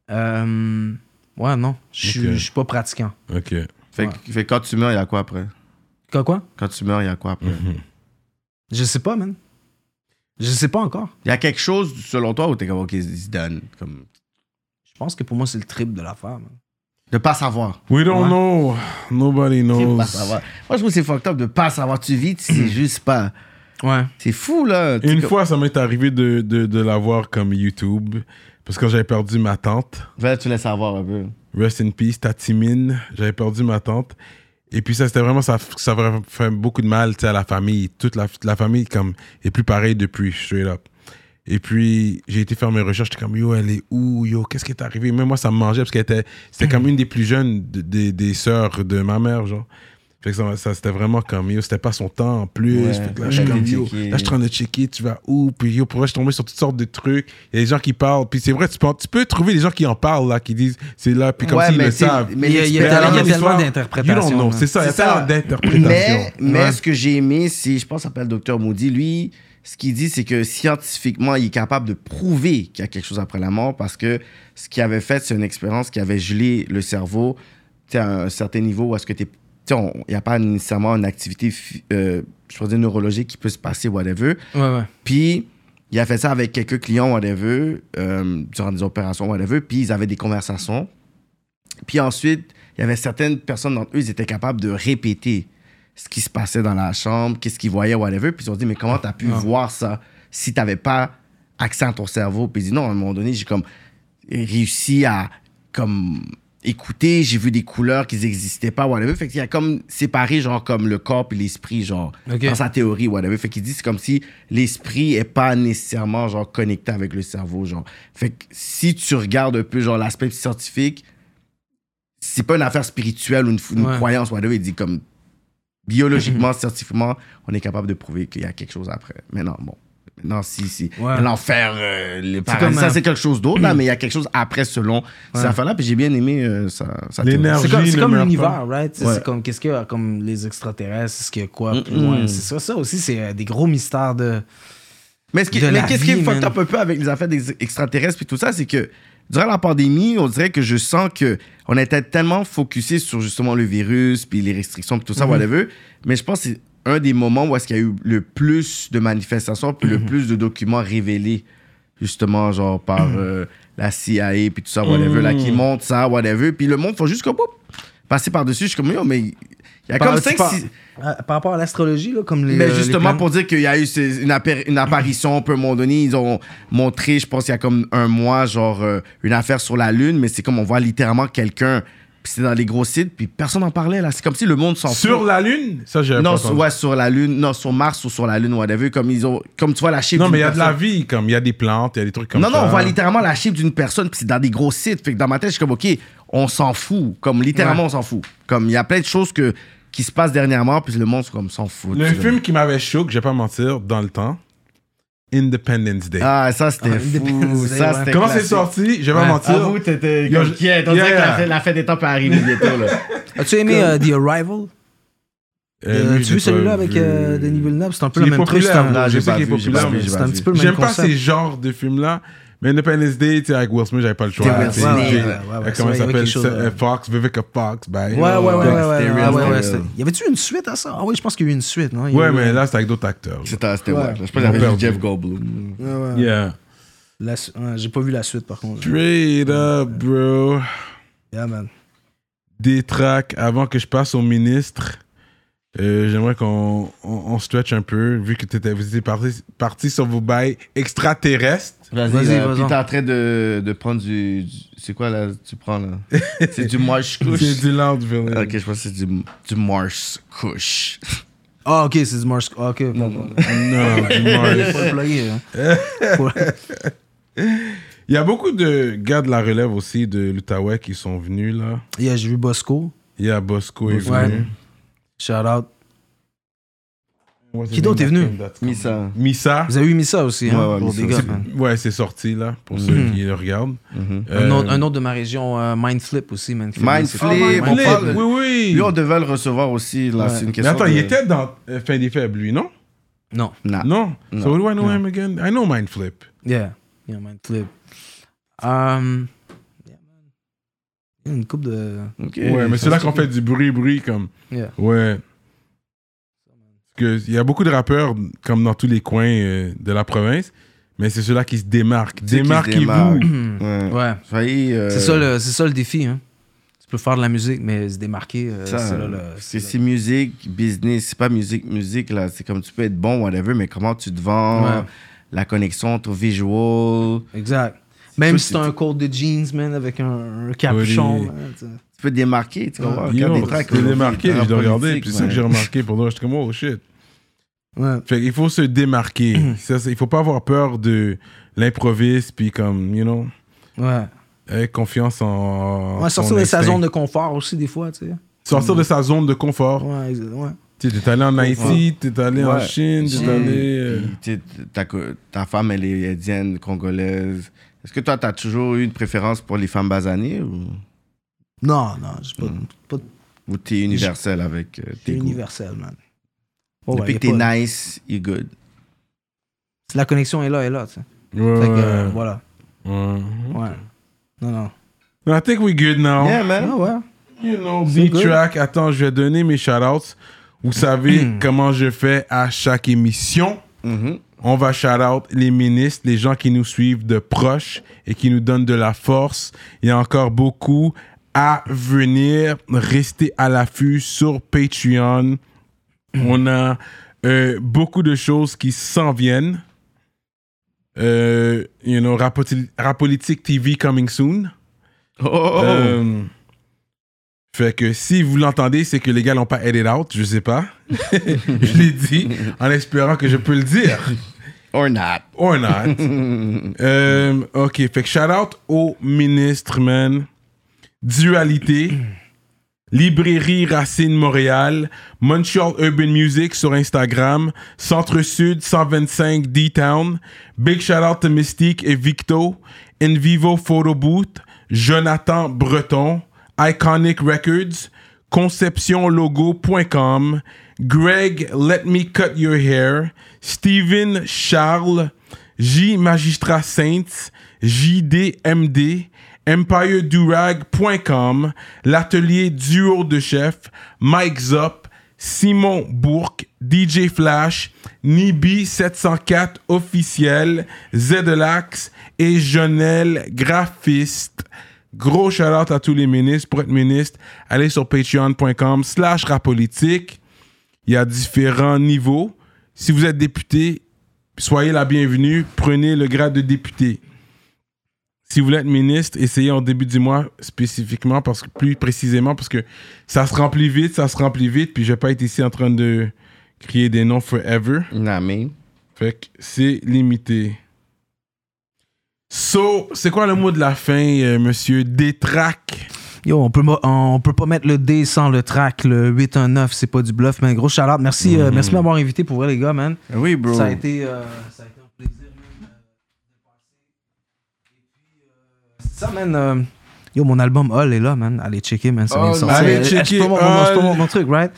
Speaker 5: Euh, ouais, non. Je suis-
Speaker 3: Ok.
Speaker 5: je suis pas pratiquant.
Speaker 3: Ok.
Speaker 4: fait, que- fait que quand tu meurs, il y a quoi après
Speaker 5: Quoi, quoi?
Speaker 4: Quand tu meurs, il y a quoi après
Speaker 3: Mhm.
Speaker 5: Je sais pas, man. Je sais pas encore.
Speaker 4: Il y a quelque chose, selon toi, où t'es comme, ok, ils se donnent. Comme...
Speaker 5: Je pense que pour moi, c'est le trip de l'affaire. man.
Speaker 4: De pas savoir.
Speaker 3: We don't
Speaker 5: Ouais.
Speaker 3: know. Nobody
Speaker 4: C'est
Speaker 3: knows.
Speaker 4: pas savoir. Moi, je trouve que c'est fucked up de pas savoir. Tu vis, tu sais juste pas.
Speaker 5: Ouais.
Speaker 4: C'est fou, là. Tu
Speaker 3: Une
Speaker 4: sais,
Speaker 3: fois, ça m'est arrivé de, de, de l'avoir comme YouTube. Parce que quand j'avais perdu ma tante,
Speaker 4: comme- Là, tu laisses savoir un peu.
Speaker 3: Rest in peace, Tatimine. J'avais perdu ma tante. Et puis ça, c'était vraiment, ça, ça aurait fait beaucoup de mal tu sais, à la famille. Toute la, la famille comme, est plus pareille depuis, straight up. Et puis, j'ai été faire mes recherches. J'étais comme, yo, elle est où? Yo, qu'est-ce qui est arrivé? Même moi, ça me mangeait parce qu'elle était, c'était comme une des plus jeunes de- des, des sœurs de ma mère, genre. Fait que ça, ça, c'était vraiment comme, yo, c'était pas son temps en plus.
Speaker 4: Ouais,
Speaker 3: Fait que là,
Speaker 4: ouais,
Speaker 3: je suis
Speaker 4: t'as
Speaker 3: comme,
Speaker 4: été
Speaker 3: yo,
Speaker 4: checké.
Speaker 3: là, je suis en train de checker, tu vas où? Puis yo, pourquoi je suis tombé sur toutes sortes de trucs? Il y a des gens qui parlent. Puis c'est vrai, tu peux, tu peux trouver des gens qui en parlent, là, qui disent, c'est là, puis comme
Speaker 4: Ouais,
Speaker 3: s'ils
Speaker 4: mais
Speaker 3: le
Speaker 4: tu sais,
Speaker 3: savent.
Speaker 4: mais
Speaker 5: Il y a- il y a
Speaker 3: Mais
Speaker 4: l'expérience-
Speaker 5: tellement-
Speaker 3: alors, l'histoire,
Speaker 5: d'interprétations,
Speaker 3: you don't know,
Speaker 5: là.
Speaker 3: c'est ça, il y a
Speaker 4: C'est ça.
Speaker 3: tellement
Speaker 4: Mais,
Speaker 3: d'interprétations.
Speaker 4: mais
Speaker 3: Ouais.
Speaker 4: ce que j'ai aimé, c'est, je pense, ça s'appelle Docteur Moody, lui, ce qu'il dit, c'est que scientifiquement, il est capable de prouver qu'il y a quelque chose après la mort parce que ce qu'il avait fait, c'est une expérience qui avait gelé le cerveau tu sais, à un certain niveau où est-ce que tu Il n'y a pas nécessairement une activité, phy- euh, je pourrais dire, neurologique qui peut se passer, whatever.
Speaker 5: Ouais, ouais.
Speaker 4: Puis, il a fait ça avec quelques clients, whatever, euh, durant des opérations, whatever. Puis, ils avaient des conversations. Puis ensuite, il y avait certaines personnes d'entre eux, ils étaient capables de répéter ce qui se passait dans la chambre, qu'est-ce qu'ils voyaient, whatever. Puis, ils ont dit, mais comment t'as pu voir ça si t'avais pas accès à ton cerveau? Puis, ils dit, non, à un moment donné, j'ai comme réussi à comme écouter, j'ai vu des couleurs qui n'existaient pas, whatever. Fait qu'il y a comme séparé, genre, comme le corps et l'esprit, genre,
Speaker 5: Ok.
Speaker 4: dans sa théorie, whatever. Fait qu'il dit, c'est comme si l'esprit est pas nécessairement, genre, connecté avec le cerveau, genre. Fait que si tu regardes un peu, genre, l'aspect scientifique, c'est pas une affaire spirituelle ou une, une
Speaker 5: Ouais. Mhm.
Speaker 4: croyance, whatever. Il dit, comme, biologiquement, scientifiquement, on est capable de prouver qu'il y a quelque chose après. Mais non, bon. Non, si, si.
Speaker 5: Ouais.
Speaker 4: L'enfer, euh, le paradis,
Speaker 5: comme
Speaker 4: ça,
Speaker 5: un-
Speaker 4: c'est quelque chose d'autre, là, mais il y a quelque chose après selon ces
Speaker 5: Ouais.
Speaker 4: affaires-là. Puis j'ai bien aimé euh, ça. ça
Speaker 3: L'énergie.
Speaker 5: C'est comme, c'est
Speaker 3: ne
Speaker 5: comme
Speaker 3: meurt
Speaker 5: l'univers, right? Tu sais,
Speaker 4: Ouais.
Speaker 5: C'est comme, qu'est-ce qu'il y a comme les extraterrestres? Est-ce qu'il y a quoi? plus
Speaker 4: Mm-mm.
Speaker 5: loin? C'est ça, ça aussi, c'est euh, des gros mystères de.
Speaker 4: Mais ce qui-
Speaker 5: de
Speaker 4: mais
Speaker 5: la
Speaker 4: qu'est-ce qui me
Speaker 5: vie,
Speaker 4: fucked
Speaker 5: man.
Speaker 4: up un peu avec les affaires des extraterrestres puis tout ça, c'est que durant la pandémie, on dirait que je sens que on était tellement focusé sur justement le virus puis les restrictions puis tout
Speaker 5: Mhm.
Speaker 4: ça, whatever. Mais je pense que c'est un des moments où est-ce qu'il y a eu le plus de manifestations puis
Speaker 5: Mhm.
Speaker 4: le plus de documents révélés justement genre par
Speaker 5: Mhm.
Speaker 4: euh, la CIA puis tout ça, whatever, là qui monte ça, whatever. Puis le monde faut juste comme boum, passer par dessus. Je suis comme yo, mais il y a comme
Speaker 5: Par-
Speaker 4: cinq,
Speaker 5: par,
Speaker 4: six-
Speaker 5: à- par rapport à l'astrologie, là, comme les.
Speaker 4: mais
Speaker 5: euh, les
Speaker 4: justement,
Speaker 5: planètes.
Speaker 4: pour dire qu'il y a eu ces- une, appar- une apparition, un peu, à un moment donné, ils ont montré, je pense, il y a comme un mois, genre, euh, une affaire sur la Lune, mais c'est comme on voit littéralement quelqu'un Puis c'était dans les gros sites, puis personne n'en parlait, là. C'est comme si le monde s'en
Speaker 3: Sur la Lune Ça, j'ai
Speaker 4: Non,
Speaker 3: pas
Speaker 4: sur,
Speaker 3: entendu.
Speaker 4: ouais, sur la Lune, non, sur Mars ou sur la Lune, whatever. Comme, ils ont, comme tu vois la chiffre
Speaker 3: Non, mais il y
Speaker 4: d'une
Speaker 3: a de la
Speaker 4: personne.
Speaker 3: vie, comme il y a des plantes, il y a des trucs comme
Speaker 4: non,
Speaker 3: ça.
Speaker 4: non, on voit littéralement la chiffre d'une personne, puis c'est dans des gros sites. Fait que dans ma tête, je suis comme, OK, on s'en fout. Comme, littéralement, on s'en fout. Comme, il y a plein de choses que, qui se passent dernièrement, puis le monde, c'est comme, s'en fout.
Speaker 3: Le
Speaker 4: Tu sais,
Speaker 3: film qui m'avait choqué, je vais pas mentir, dans le temps, Independence Day.
Speaker 4: Ah, ça, c'était
Speaker 5: Ah,
Speaker 4: fou.
Speaker 5: Independence Day,
Speaker 4: Ça,
Speaker 5: ouais.
Speaker 4: c'était
Speaker 3: Comment c'est
Speaker 4: classique.
Speaker 3: sorti Je vais pas
Speaker 5: Ouais.
Speaker 3: mentir.
Speaker 4: Avoue, t'étais
Speaker 3: Yo,
Speaker 4: comme
Speaker 3: je-
Speaker 4: inquiète. On dirait que
Speaker 3: yeah.
Speaker 4: la fête- la fête des temps peut arriver bientôt, là.
Speaker 5: As-tu aimé euh, The
Speaker 3: Euh,
Speaker 5: Arrival Euh,
Speaker 3: lui, Eh j'ai
Speaker 5: Tu vu
Speaker 3: pas
Speaker 5: celui-là avec
Speaker 3: vu.
Speaker 5: euh, Denis Villeneuve C'est un peu
Speaker 3: Il
Speaker 5: le
Speaker 3: est
Speaker 5: même truc.
Speaker 3: populaire,
Speaker 5: C'est un,
Speaker 3: là.
Speaker 4: Non,
Speaker 3: je
Speaker 4: j'ai
Speaker 3: sais
Speaker 4: pas
Speaker 3: qu'il est
Speaker 4: vu, j'ai pas
Speaker 3: populaire,
Speaker 4: vu,
Speaker 3: mais
Speaker 4: j'ai
Speaker 5: c'est
Speaker 4: pas
Speaker 5: un
Speaker 4: vu.
Speaker 5: petit peu le même
Speaker 3: J'aime pas
Speaker 5: concept.
Speaker 3: ces genres de films-là. Mais Independence Day, tu sais, avec Will Smith, j'avais pas le choix.
Speaker 4: Ouais,
Speaker 3: là, tu sais,
Speaker 4: ouais, ouais,
Speaker 3: j'ai-
Speaker 4: ouais, ouais,
Speaker 5: ouais,
Speaker 3: Comment
Speaker 5: c'est
Speaker 3: ça
Speaker 5: vrai, il y a
Speaker 3: s'appelle
Speaker 5: quelque chose,
Speaker 3: ça,
Speaker 5: euh,
Speaker 3: euh, Fox, Vivica Fox. Bah,
Speaker 5: Ouais, ouais, ouais, ouais,
Speaker 4: Black
Speaker 5: ouais,
Speaker 4: Stereo,
Speaker 5: ah, ouais, ouais,
Speaker 4: Stereo.
Speaker 5: c'est- Y avait-tu une suite à ça Ah oui, je pense qu'il y a eu une suite. non? Il y a
Speaker 3: Ouais,
Speaker 5: eu,
Speaker 3: mais
Speaker 5: euh,
Speaker 3: là, c'est avec d'autres acteurs.
Speaker 4: C'était, c'était,
Speaker 5: Ouais.
Speaker 4: ouais. Je sais pas,
Speaker 3: Ils ont
Speaker 4: j'avais vu
Speaker 3: perdu.
Speaker 4: Jeff Goldblum.
Speaker 5: ouais, ouais.
Speaker 3: Yeah.
Speaker 5: La su- ouais, J'ai pas vu la suite par contre.
Speaker 3: Straight up, bro.
Speaker 5: Yeah, man.
Speaker 3: Des tracks. Avant que je passe au ministre, euh, j'aimerais qu'on on, on stretch un peu, vu que t'étais- vous étiez parti, parti sur vos bails extraterrestres.
Speaker 4: Vas-y,
Speaker 5: Vas-y,
Speaker 4: là,
Speaker 5: vas-y.
Speaker 4: Puis t'es en train de, de prendre du, du- C'est quoi là Tu prends là C'est du Marsh
Speaker 3: C'est
Speaker 4: Kush.
Speaker 3: du loud villain.
Speaker 4: Ok, je pense que c'est du, du Marsh Kush.
Speaker 5: Ah, ok, c'est du Mars. Ah, ok. Non,
Speaker 4: Mm.
Speaker 3: Non, du Mars.
Speaker 5: Faut le plugger, hein. Faut-
Speaker 3: Il y a beaucoup de gars de la relève aussi de l'Outaouais qui sont venus là.
Speaker 5: Yeah, J'ai vu Bosco.
Speaker 3: Il y a Bosco est
Speaker 5: Ouais.
Speaker 3: venu.
Speaker 5: Shout out. Qui d'autre est venu?
Speaker 4: Misa.
Speaker 3: Misa.
Speaker 5: Vous avez eu mis ça aussi,
Speaker 4: Ouais,
Speaker 5: hein,
Speaker 4: ouais,
Speaker 5: pour
Speaker 4: mis
Speaker 5: des
Speaker 4: ça
Speaker 5: gars,
Speaker 4: aussi.
Speaker 5: man.
Speaker 3: Ouais, c'est sorti là pour
Speaker 4: Mhm.
Speaker 3: ceux qui le regardent.
Speaker 5: Un,
Speaker 3: Euh,
Speaker 5: autre, un autre de ma région, euh, Mindflip aussi, man. qui fait
Speaker 4: Mindflip,
Speaker 5: des- c'est-
Speaker 3: Oh, Mike
Speaker 4: on
Speaker 3: Flip,
Speaker 4: parle-
Speaker 3: Oui, oui.
Speaker 4: Lui, on devait le recevoir aussi. Là, c'est une
Speaker 3: Mais
Speaker 4: question.
Speaker 3: attends,
Speaker 4: de-
Speaker 3: il était dans euh, Fin des Faibles, lui, non?
Speaker 5: Non.
Speaker 4: Nah.
Speaker 3: Non.
Speaker 4: Non.
Speaker 3: So, what do I know him again? I know Mindflip.
Speaker 5: Yeah. Yeah, Mindflip. Um, yeah, man. Il y a Une coupe de.
Speaker 4: Ok.
Speaker 3: ouais, mais c'est là qu'on fait du bruit-bruit, comme.
Speaker 5: Yeah.
Speaker 3: Ouais. Parce que Il y a beaucoup de rappeurs, comme dans tous les coins euh, de la provinse, mais c'est ceux-là qui se démarquent.
Speaker 4: Ceux qui se
Speaker 3: Démarquez-vous.
Speaker 4: démarquent.
Speaker 5: Hmm.
Speaker 4: Ouais.
Speaker 5: Ouais.
Speaker 4: Failli, euh,
Speaker 5: C'est ça, le- c'est ça le défi, hein. Tu peux faire de la musique, mais se démarquer, euh,
Speaker 4: ça,
Speaker 5: c'est là le.
Speaker 4: parce que
Speaker 5: c'est
Speaker 4: c'est musique, business, c'est pas musique, musique, là, c'est comme tu peux être bon, whatever, mais comment tu te vends,
Speaker 5: Ouais.
Speaker 4: la connexion entre visual,
Speaker 5: là- Exact. Même
Speaker 4: tout,
Speaker 5: si
Speaker 4: c'est
Speaker 5: t'as un
Speaker 4: tout.
Speaker 5: code de jeans, man, avec un, un capuchon.
Speaker 3: Oui.
Speaker 5: man, tu sais.
Speaker 4: tu peux te démarquer, tu comprends?
Speaker 3: Yo,
Speaker 4: Regarde des tracks
Speaker 3: C'était
Speaker 4: aujourd'hui,
Speaker 3: démarqué,
Speaker 4: dans la
Speaker 3: je l'ai regardé,
Speaker 4: politique,
Speaker 3: puis c'est ça que
Speaker 4: ouais.
Speaker 3: j'ai remarqué pour moi. J'étais comme, oh shit.
Speaker 5: Ouais.
Speaker 3: Fait qu'il faut se
Speaker 5: Mm.
Speaker 3: démarquer. ça, c'est- il faut pas avoir peur de l'improviste, puis comme, you know,
Speaker 5: Ouais.
Speaker 3: avec confiance en.
Speaker 5: Ouais,
Speaker 3: son
Speaker 5: sortir de sa
Speaker 3: instinct.
Speaker 5: zone de confort aussi, des fois, tu sais.
Speaker 3: Sortir de sa zone de confort.
Speaker 5: Ouais, exa- ouais. Mm.
Speaker 3: Tu sais, T'es allé en Haïti, t'es allé en
Speaker 4: Ouais.
Speaker 3: Chine, t'es
Speaker 4: Chine.
Speaker 3: allé. euh,
Speaker 4: Puis, tu sais, ta, co- ta femme, elle est indienne, congolaise. Est-ce que toi, tu as toujours eu une préférence pour les femmes basanées ou,
Speaker 5: Non, non, j'ai
Speaker 4: Mm,
Speaker 5: pas, pas de
Speaker 4: ou t'es universel avec euh,
Speaker 5: C'est
Speaker 4: tes goûts?
Speaker 5: universel, man. Bon,
Speaker 4: Depuis
Speaker 5: ouais,
Speaker 4: que
Speaker 5: y
Speaker 4: t'es
Speaker 5: a Oh, pas-
Speaker 4: nice, you're good.
Speaker 5: La connexion est là, est là, tu sais.
Speaker 3: ouais,
Speaker 5: Fait que, euh,
Speaker 3: ouais.
Speaker 5: voilà.
Speaker 3: Ouais.
Speaker 5: Ouais. Non, non.
Speaker 3: I think we're good now.
Speaker 4: Yeah, man.
Speaker 5: Ah ouais.
Speaker 3: You know,
Speaker 5: C'est good.
Speaker 3: B-Track. Attends, je vais donner mes shout-outs. Vous savez
Speaker 5: Mm.
Speaker 3: comment je fais à chaque émission.
Speaker 5: oh.
Speaker 4: Mhm.
Speaker 3: On va shout-out les ministres, les gens qui nous suivent de proche et qui nous donnent de la force. Il y a encore beaucoup à venir. Restez à l'affût sur Patreon. On a euh, beaucoup de choses qui s'en viennent. Euh, you know, Rapoti- Rapolitique TV coming soon.
Speaker 4: Oh, oh, oh.
Speaker 3: Euh, fait que si vous l'entendez, c'est que les gars l'ont pas edit out, je sais pas. je l'ai dit en espérant que je peux le dire.
Speaker 4: Or not.
Speaker 3: Or not. Euh, ok, fait que shout out au ministre, man. Dualité. Librairie Racine Montréal, Montreal Urban Music sur Instagram, Centre Sud 125 D-Town, Big Shout Out to Mystique et Victo, In Vivo Photo Booth, Jonathan Breton, Iconic Records, ConceptionLogo.com, Greg Let Me Cut Your Hair, Steven Charles, J Magistrat Saints, JDMD, EmpireDurag.com, l'atelier duo de chef, Mike Zop, Simon Bourque, DJ Flash, Nibi704 officiel, Zedelax et Jonel Graphiste. Gros shout-out à tous les ministres. Pour être ministre, allez sur patreon.com slash rapolitique. Il y a différents niveaux. Si vous êtes député, soyez la bienvenue. Prenez le grade de député. si vous voulez être ministre, essayez en début du mois spécifiquement, parce que plus précisément, parce que ça se remplit vite, ça se remplit vite, puis je vais pas être ici en train de crier des noms forever.
Speaker 4: Non, mais.
Speaker 3: Fait que c'est limité. So, c'est quoi le mot de la fin, euh, monsieur Détraque
Speaker 5: Yo, on peut, mo- on peut pas mettre le D sans le track. Le 819, c'est pas du bluff, man. Gros shout Merci,
Speaker 4: Mm.
Speaker 5: euh, merci de m'avoir invité pour vrai, les gars, man.
Speaker 4: Oui, bro.
Speaker 5: Ça a été, euh, ça a été un plaisir, man, euh, de passer. Et puis, euh, c'est ça, man. euh, yo, mon album All est là, man. Allez checker, man. Ça vient de
Speaker 4: All,
Speaker 5: sortir.
Speaker 3: allez
Speaker 5: Eh, je
Speaker 3: checker
Speaker 5: peux mon- mon- je peux
Speaker 3: All.
Speaker 5: mon- mon truc, right?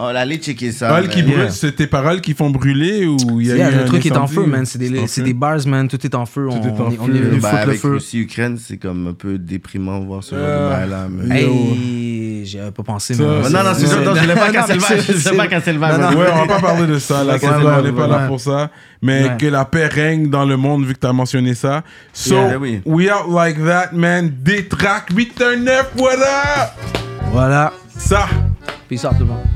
Speaker 4: Oh, là, allez checker ça.
Speaker 3: Paroles
Speaker 4: man.
Speaker 3: qui
Speaker 5: Ah, ben yeah.
Speaker 3: brûlent, c'est tes paroles qui font brûler ou il y a
Speaker 5: Yeah,
Speaker 3: eu
Speaker 5: le
Speaker 3: un
Speaker 5: truc est en
Speaker 3: incendie,
Speaker 5: feu,
Speaker 3: ou-
Speaker 5: man. C'est des, c'est des bars, man. Tout est en feu. on,
Speaker 3: est en
Speaker 5: on est, on
Speaker 3: feu.
Speaker 5: est venu
Speaker 4: Bah,
Speaker 5: foutre le
Speaker 4: avec
Speaker 5: feu.
Speaker 4: Russie-Ukraine, c'est comme un peu déprimant voir ce genre
Speaker 3: Euh,
Speaker 4: de bail-là. mais-
Speaker 3: Hey.
Speaker 5: Hey, j'y avais pas pensé,
Speaker 3: Ça,
Speaker 5: man.
Speaker 3: c'est-
Speaker 4: Non, non, c'est ça.
Speaker 3: Ouais.
Speaker 4: Non, je l'ai pas qu'à
Speaker 5: Non, mais
Speaker 4: Sylvain.
Speaker 5: c'est-
Speaker 4: Je l'ai pas qu'à Sylvain,
Speaker 5: Ah Non, non.
Speaker 4: man.
Speaker 3: Ouais, on va pas parler de ça, là,
Speaker 5: Ouais,
Speaker 3: c'est
Speaker 5: ouais,
Speaker 3: ça, on
Speaker 5: ouais,
Speaker 3: n'est pas là
Speaker 5: ouais.
Speaker 3: pour ça. Mais
Speaker 5: Ouais.
Speaker 3: que la paix règne dans le monde, vu que t'as mentionné ça. So,
Speaker 4: Yeah, ben oui.
Speaker 3: we out like that, man. Détraque 819, what up?
Speaker 5: Voilà.
Speaker 3: Ça.
Speaker 5: Peace out, tout le monde.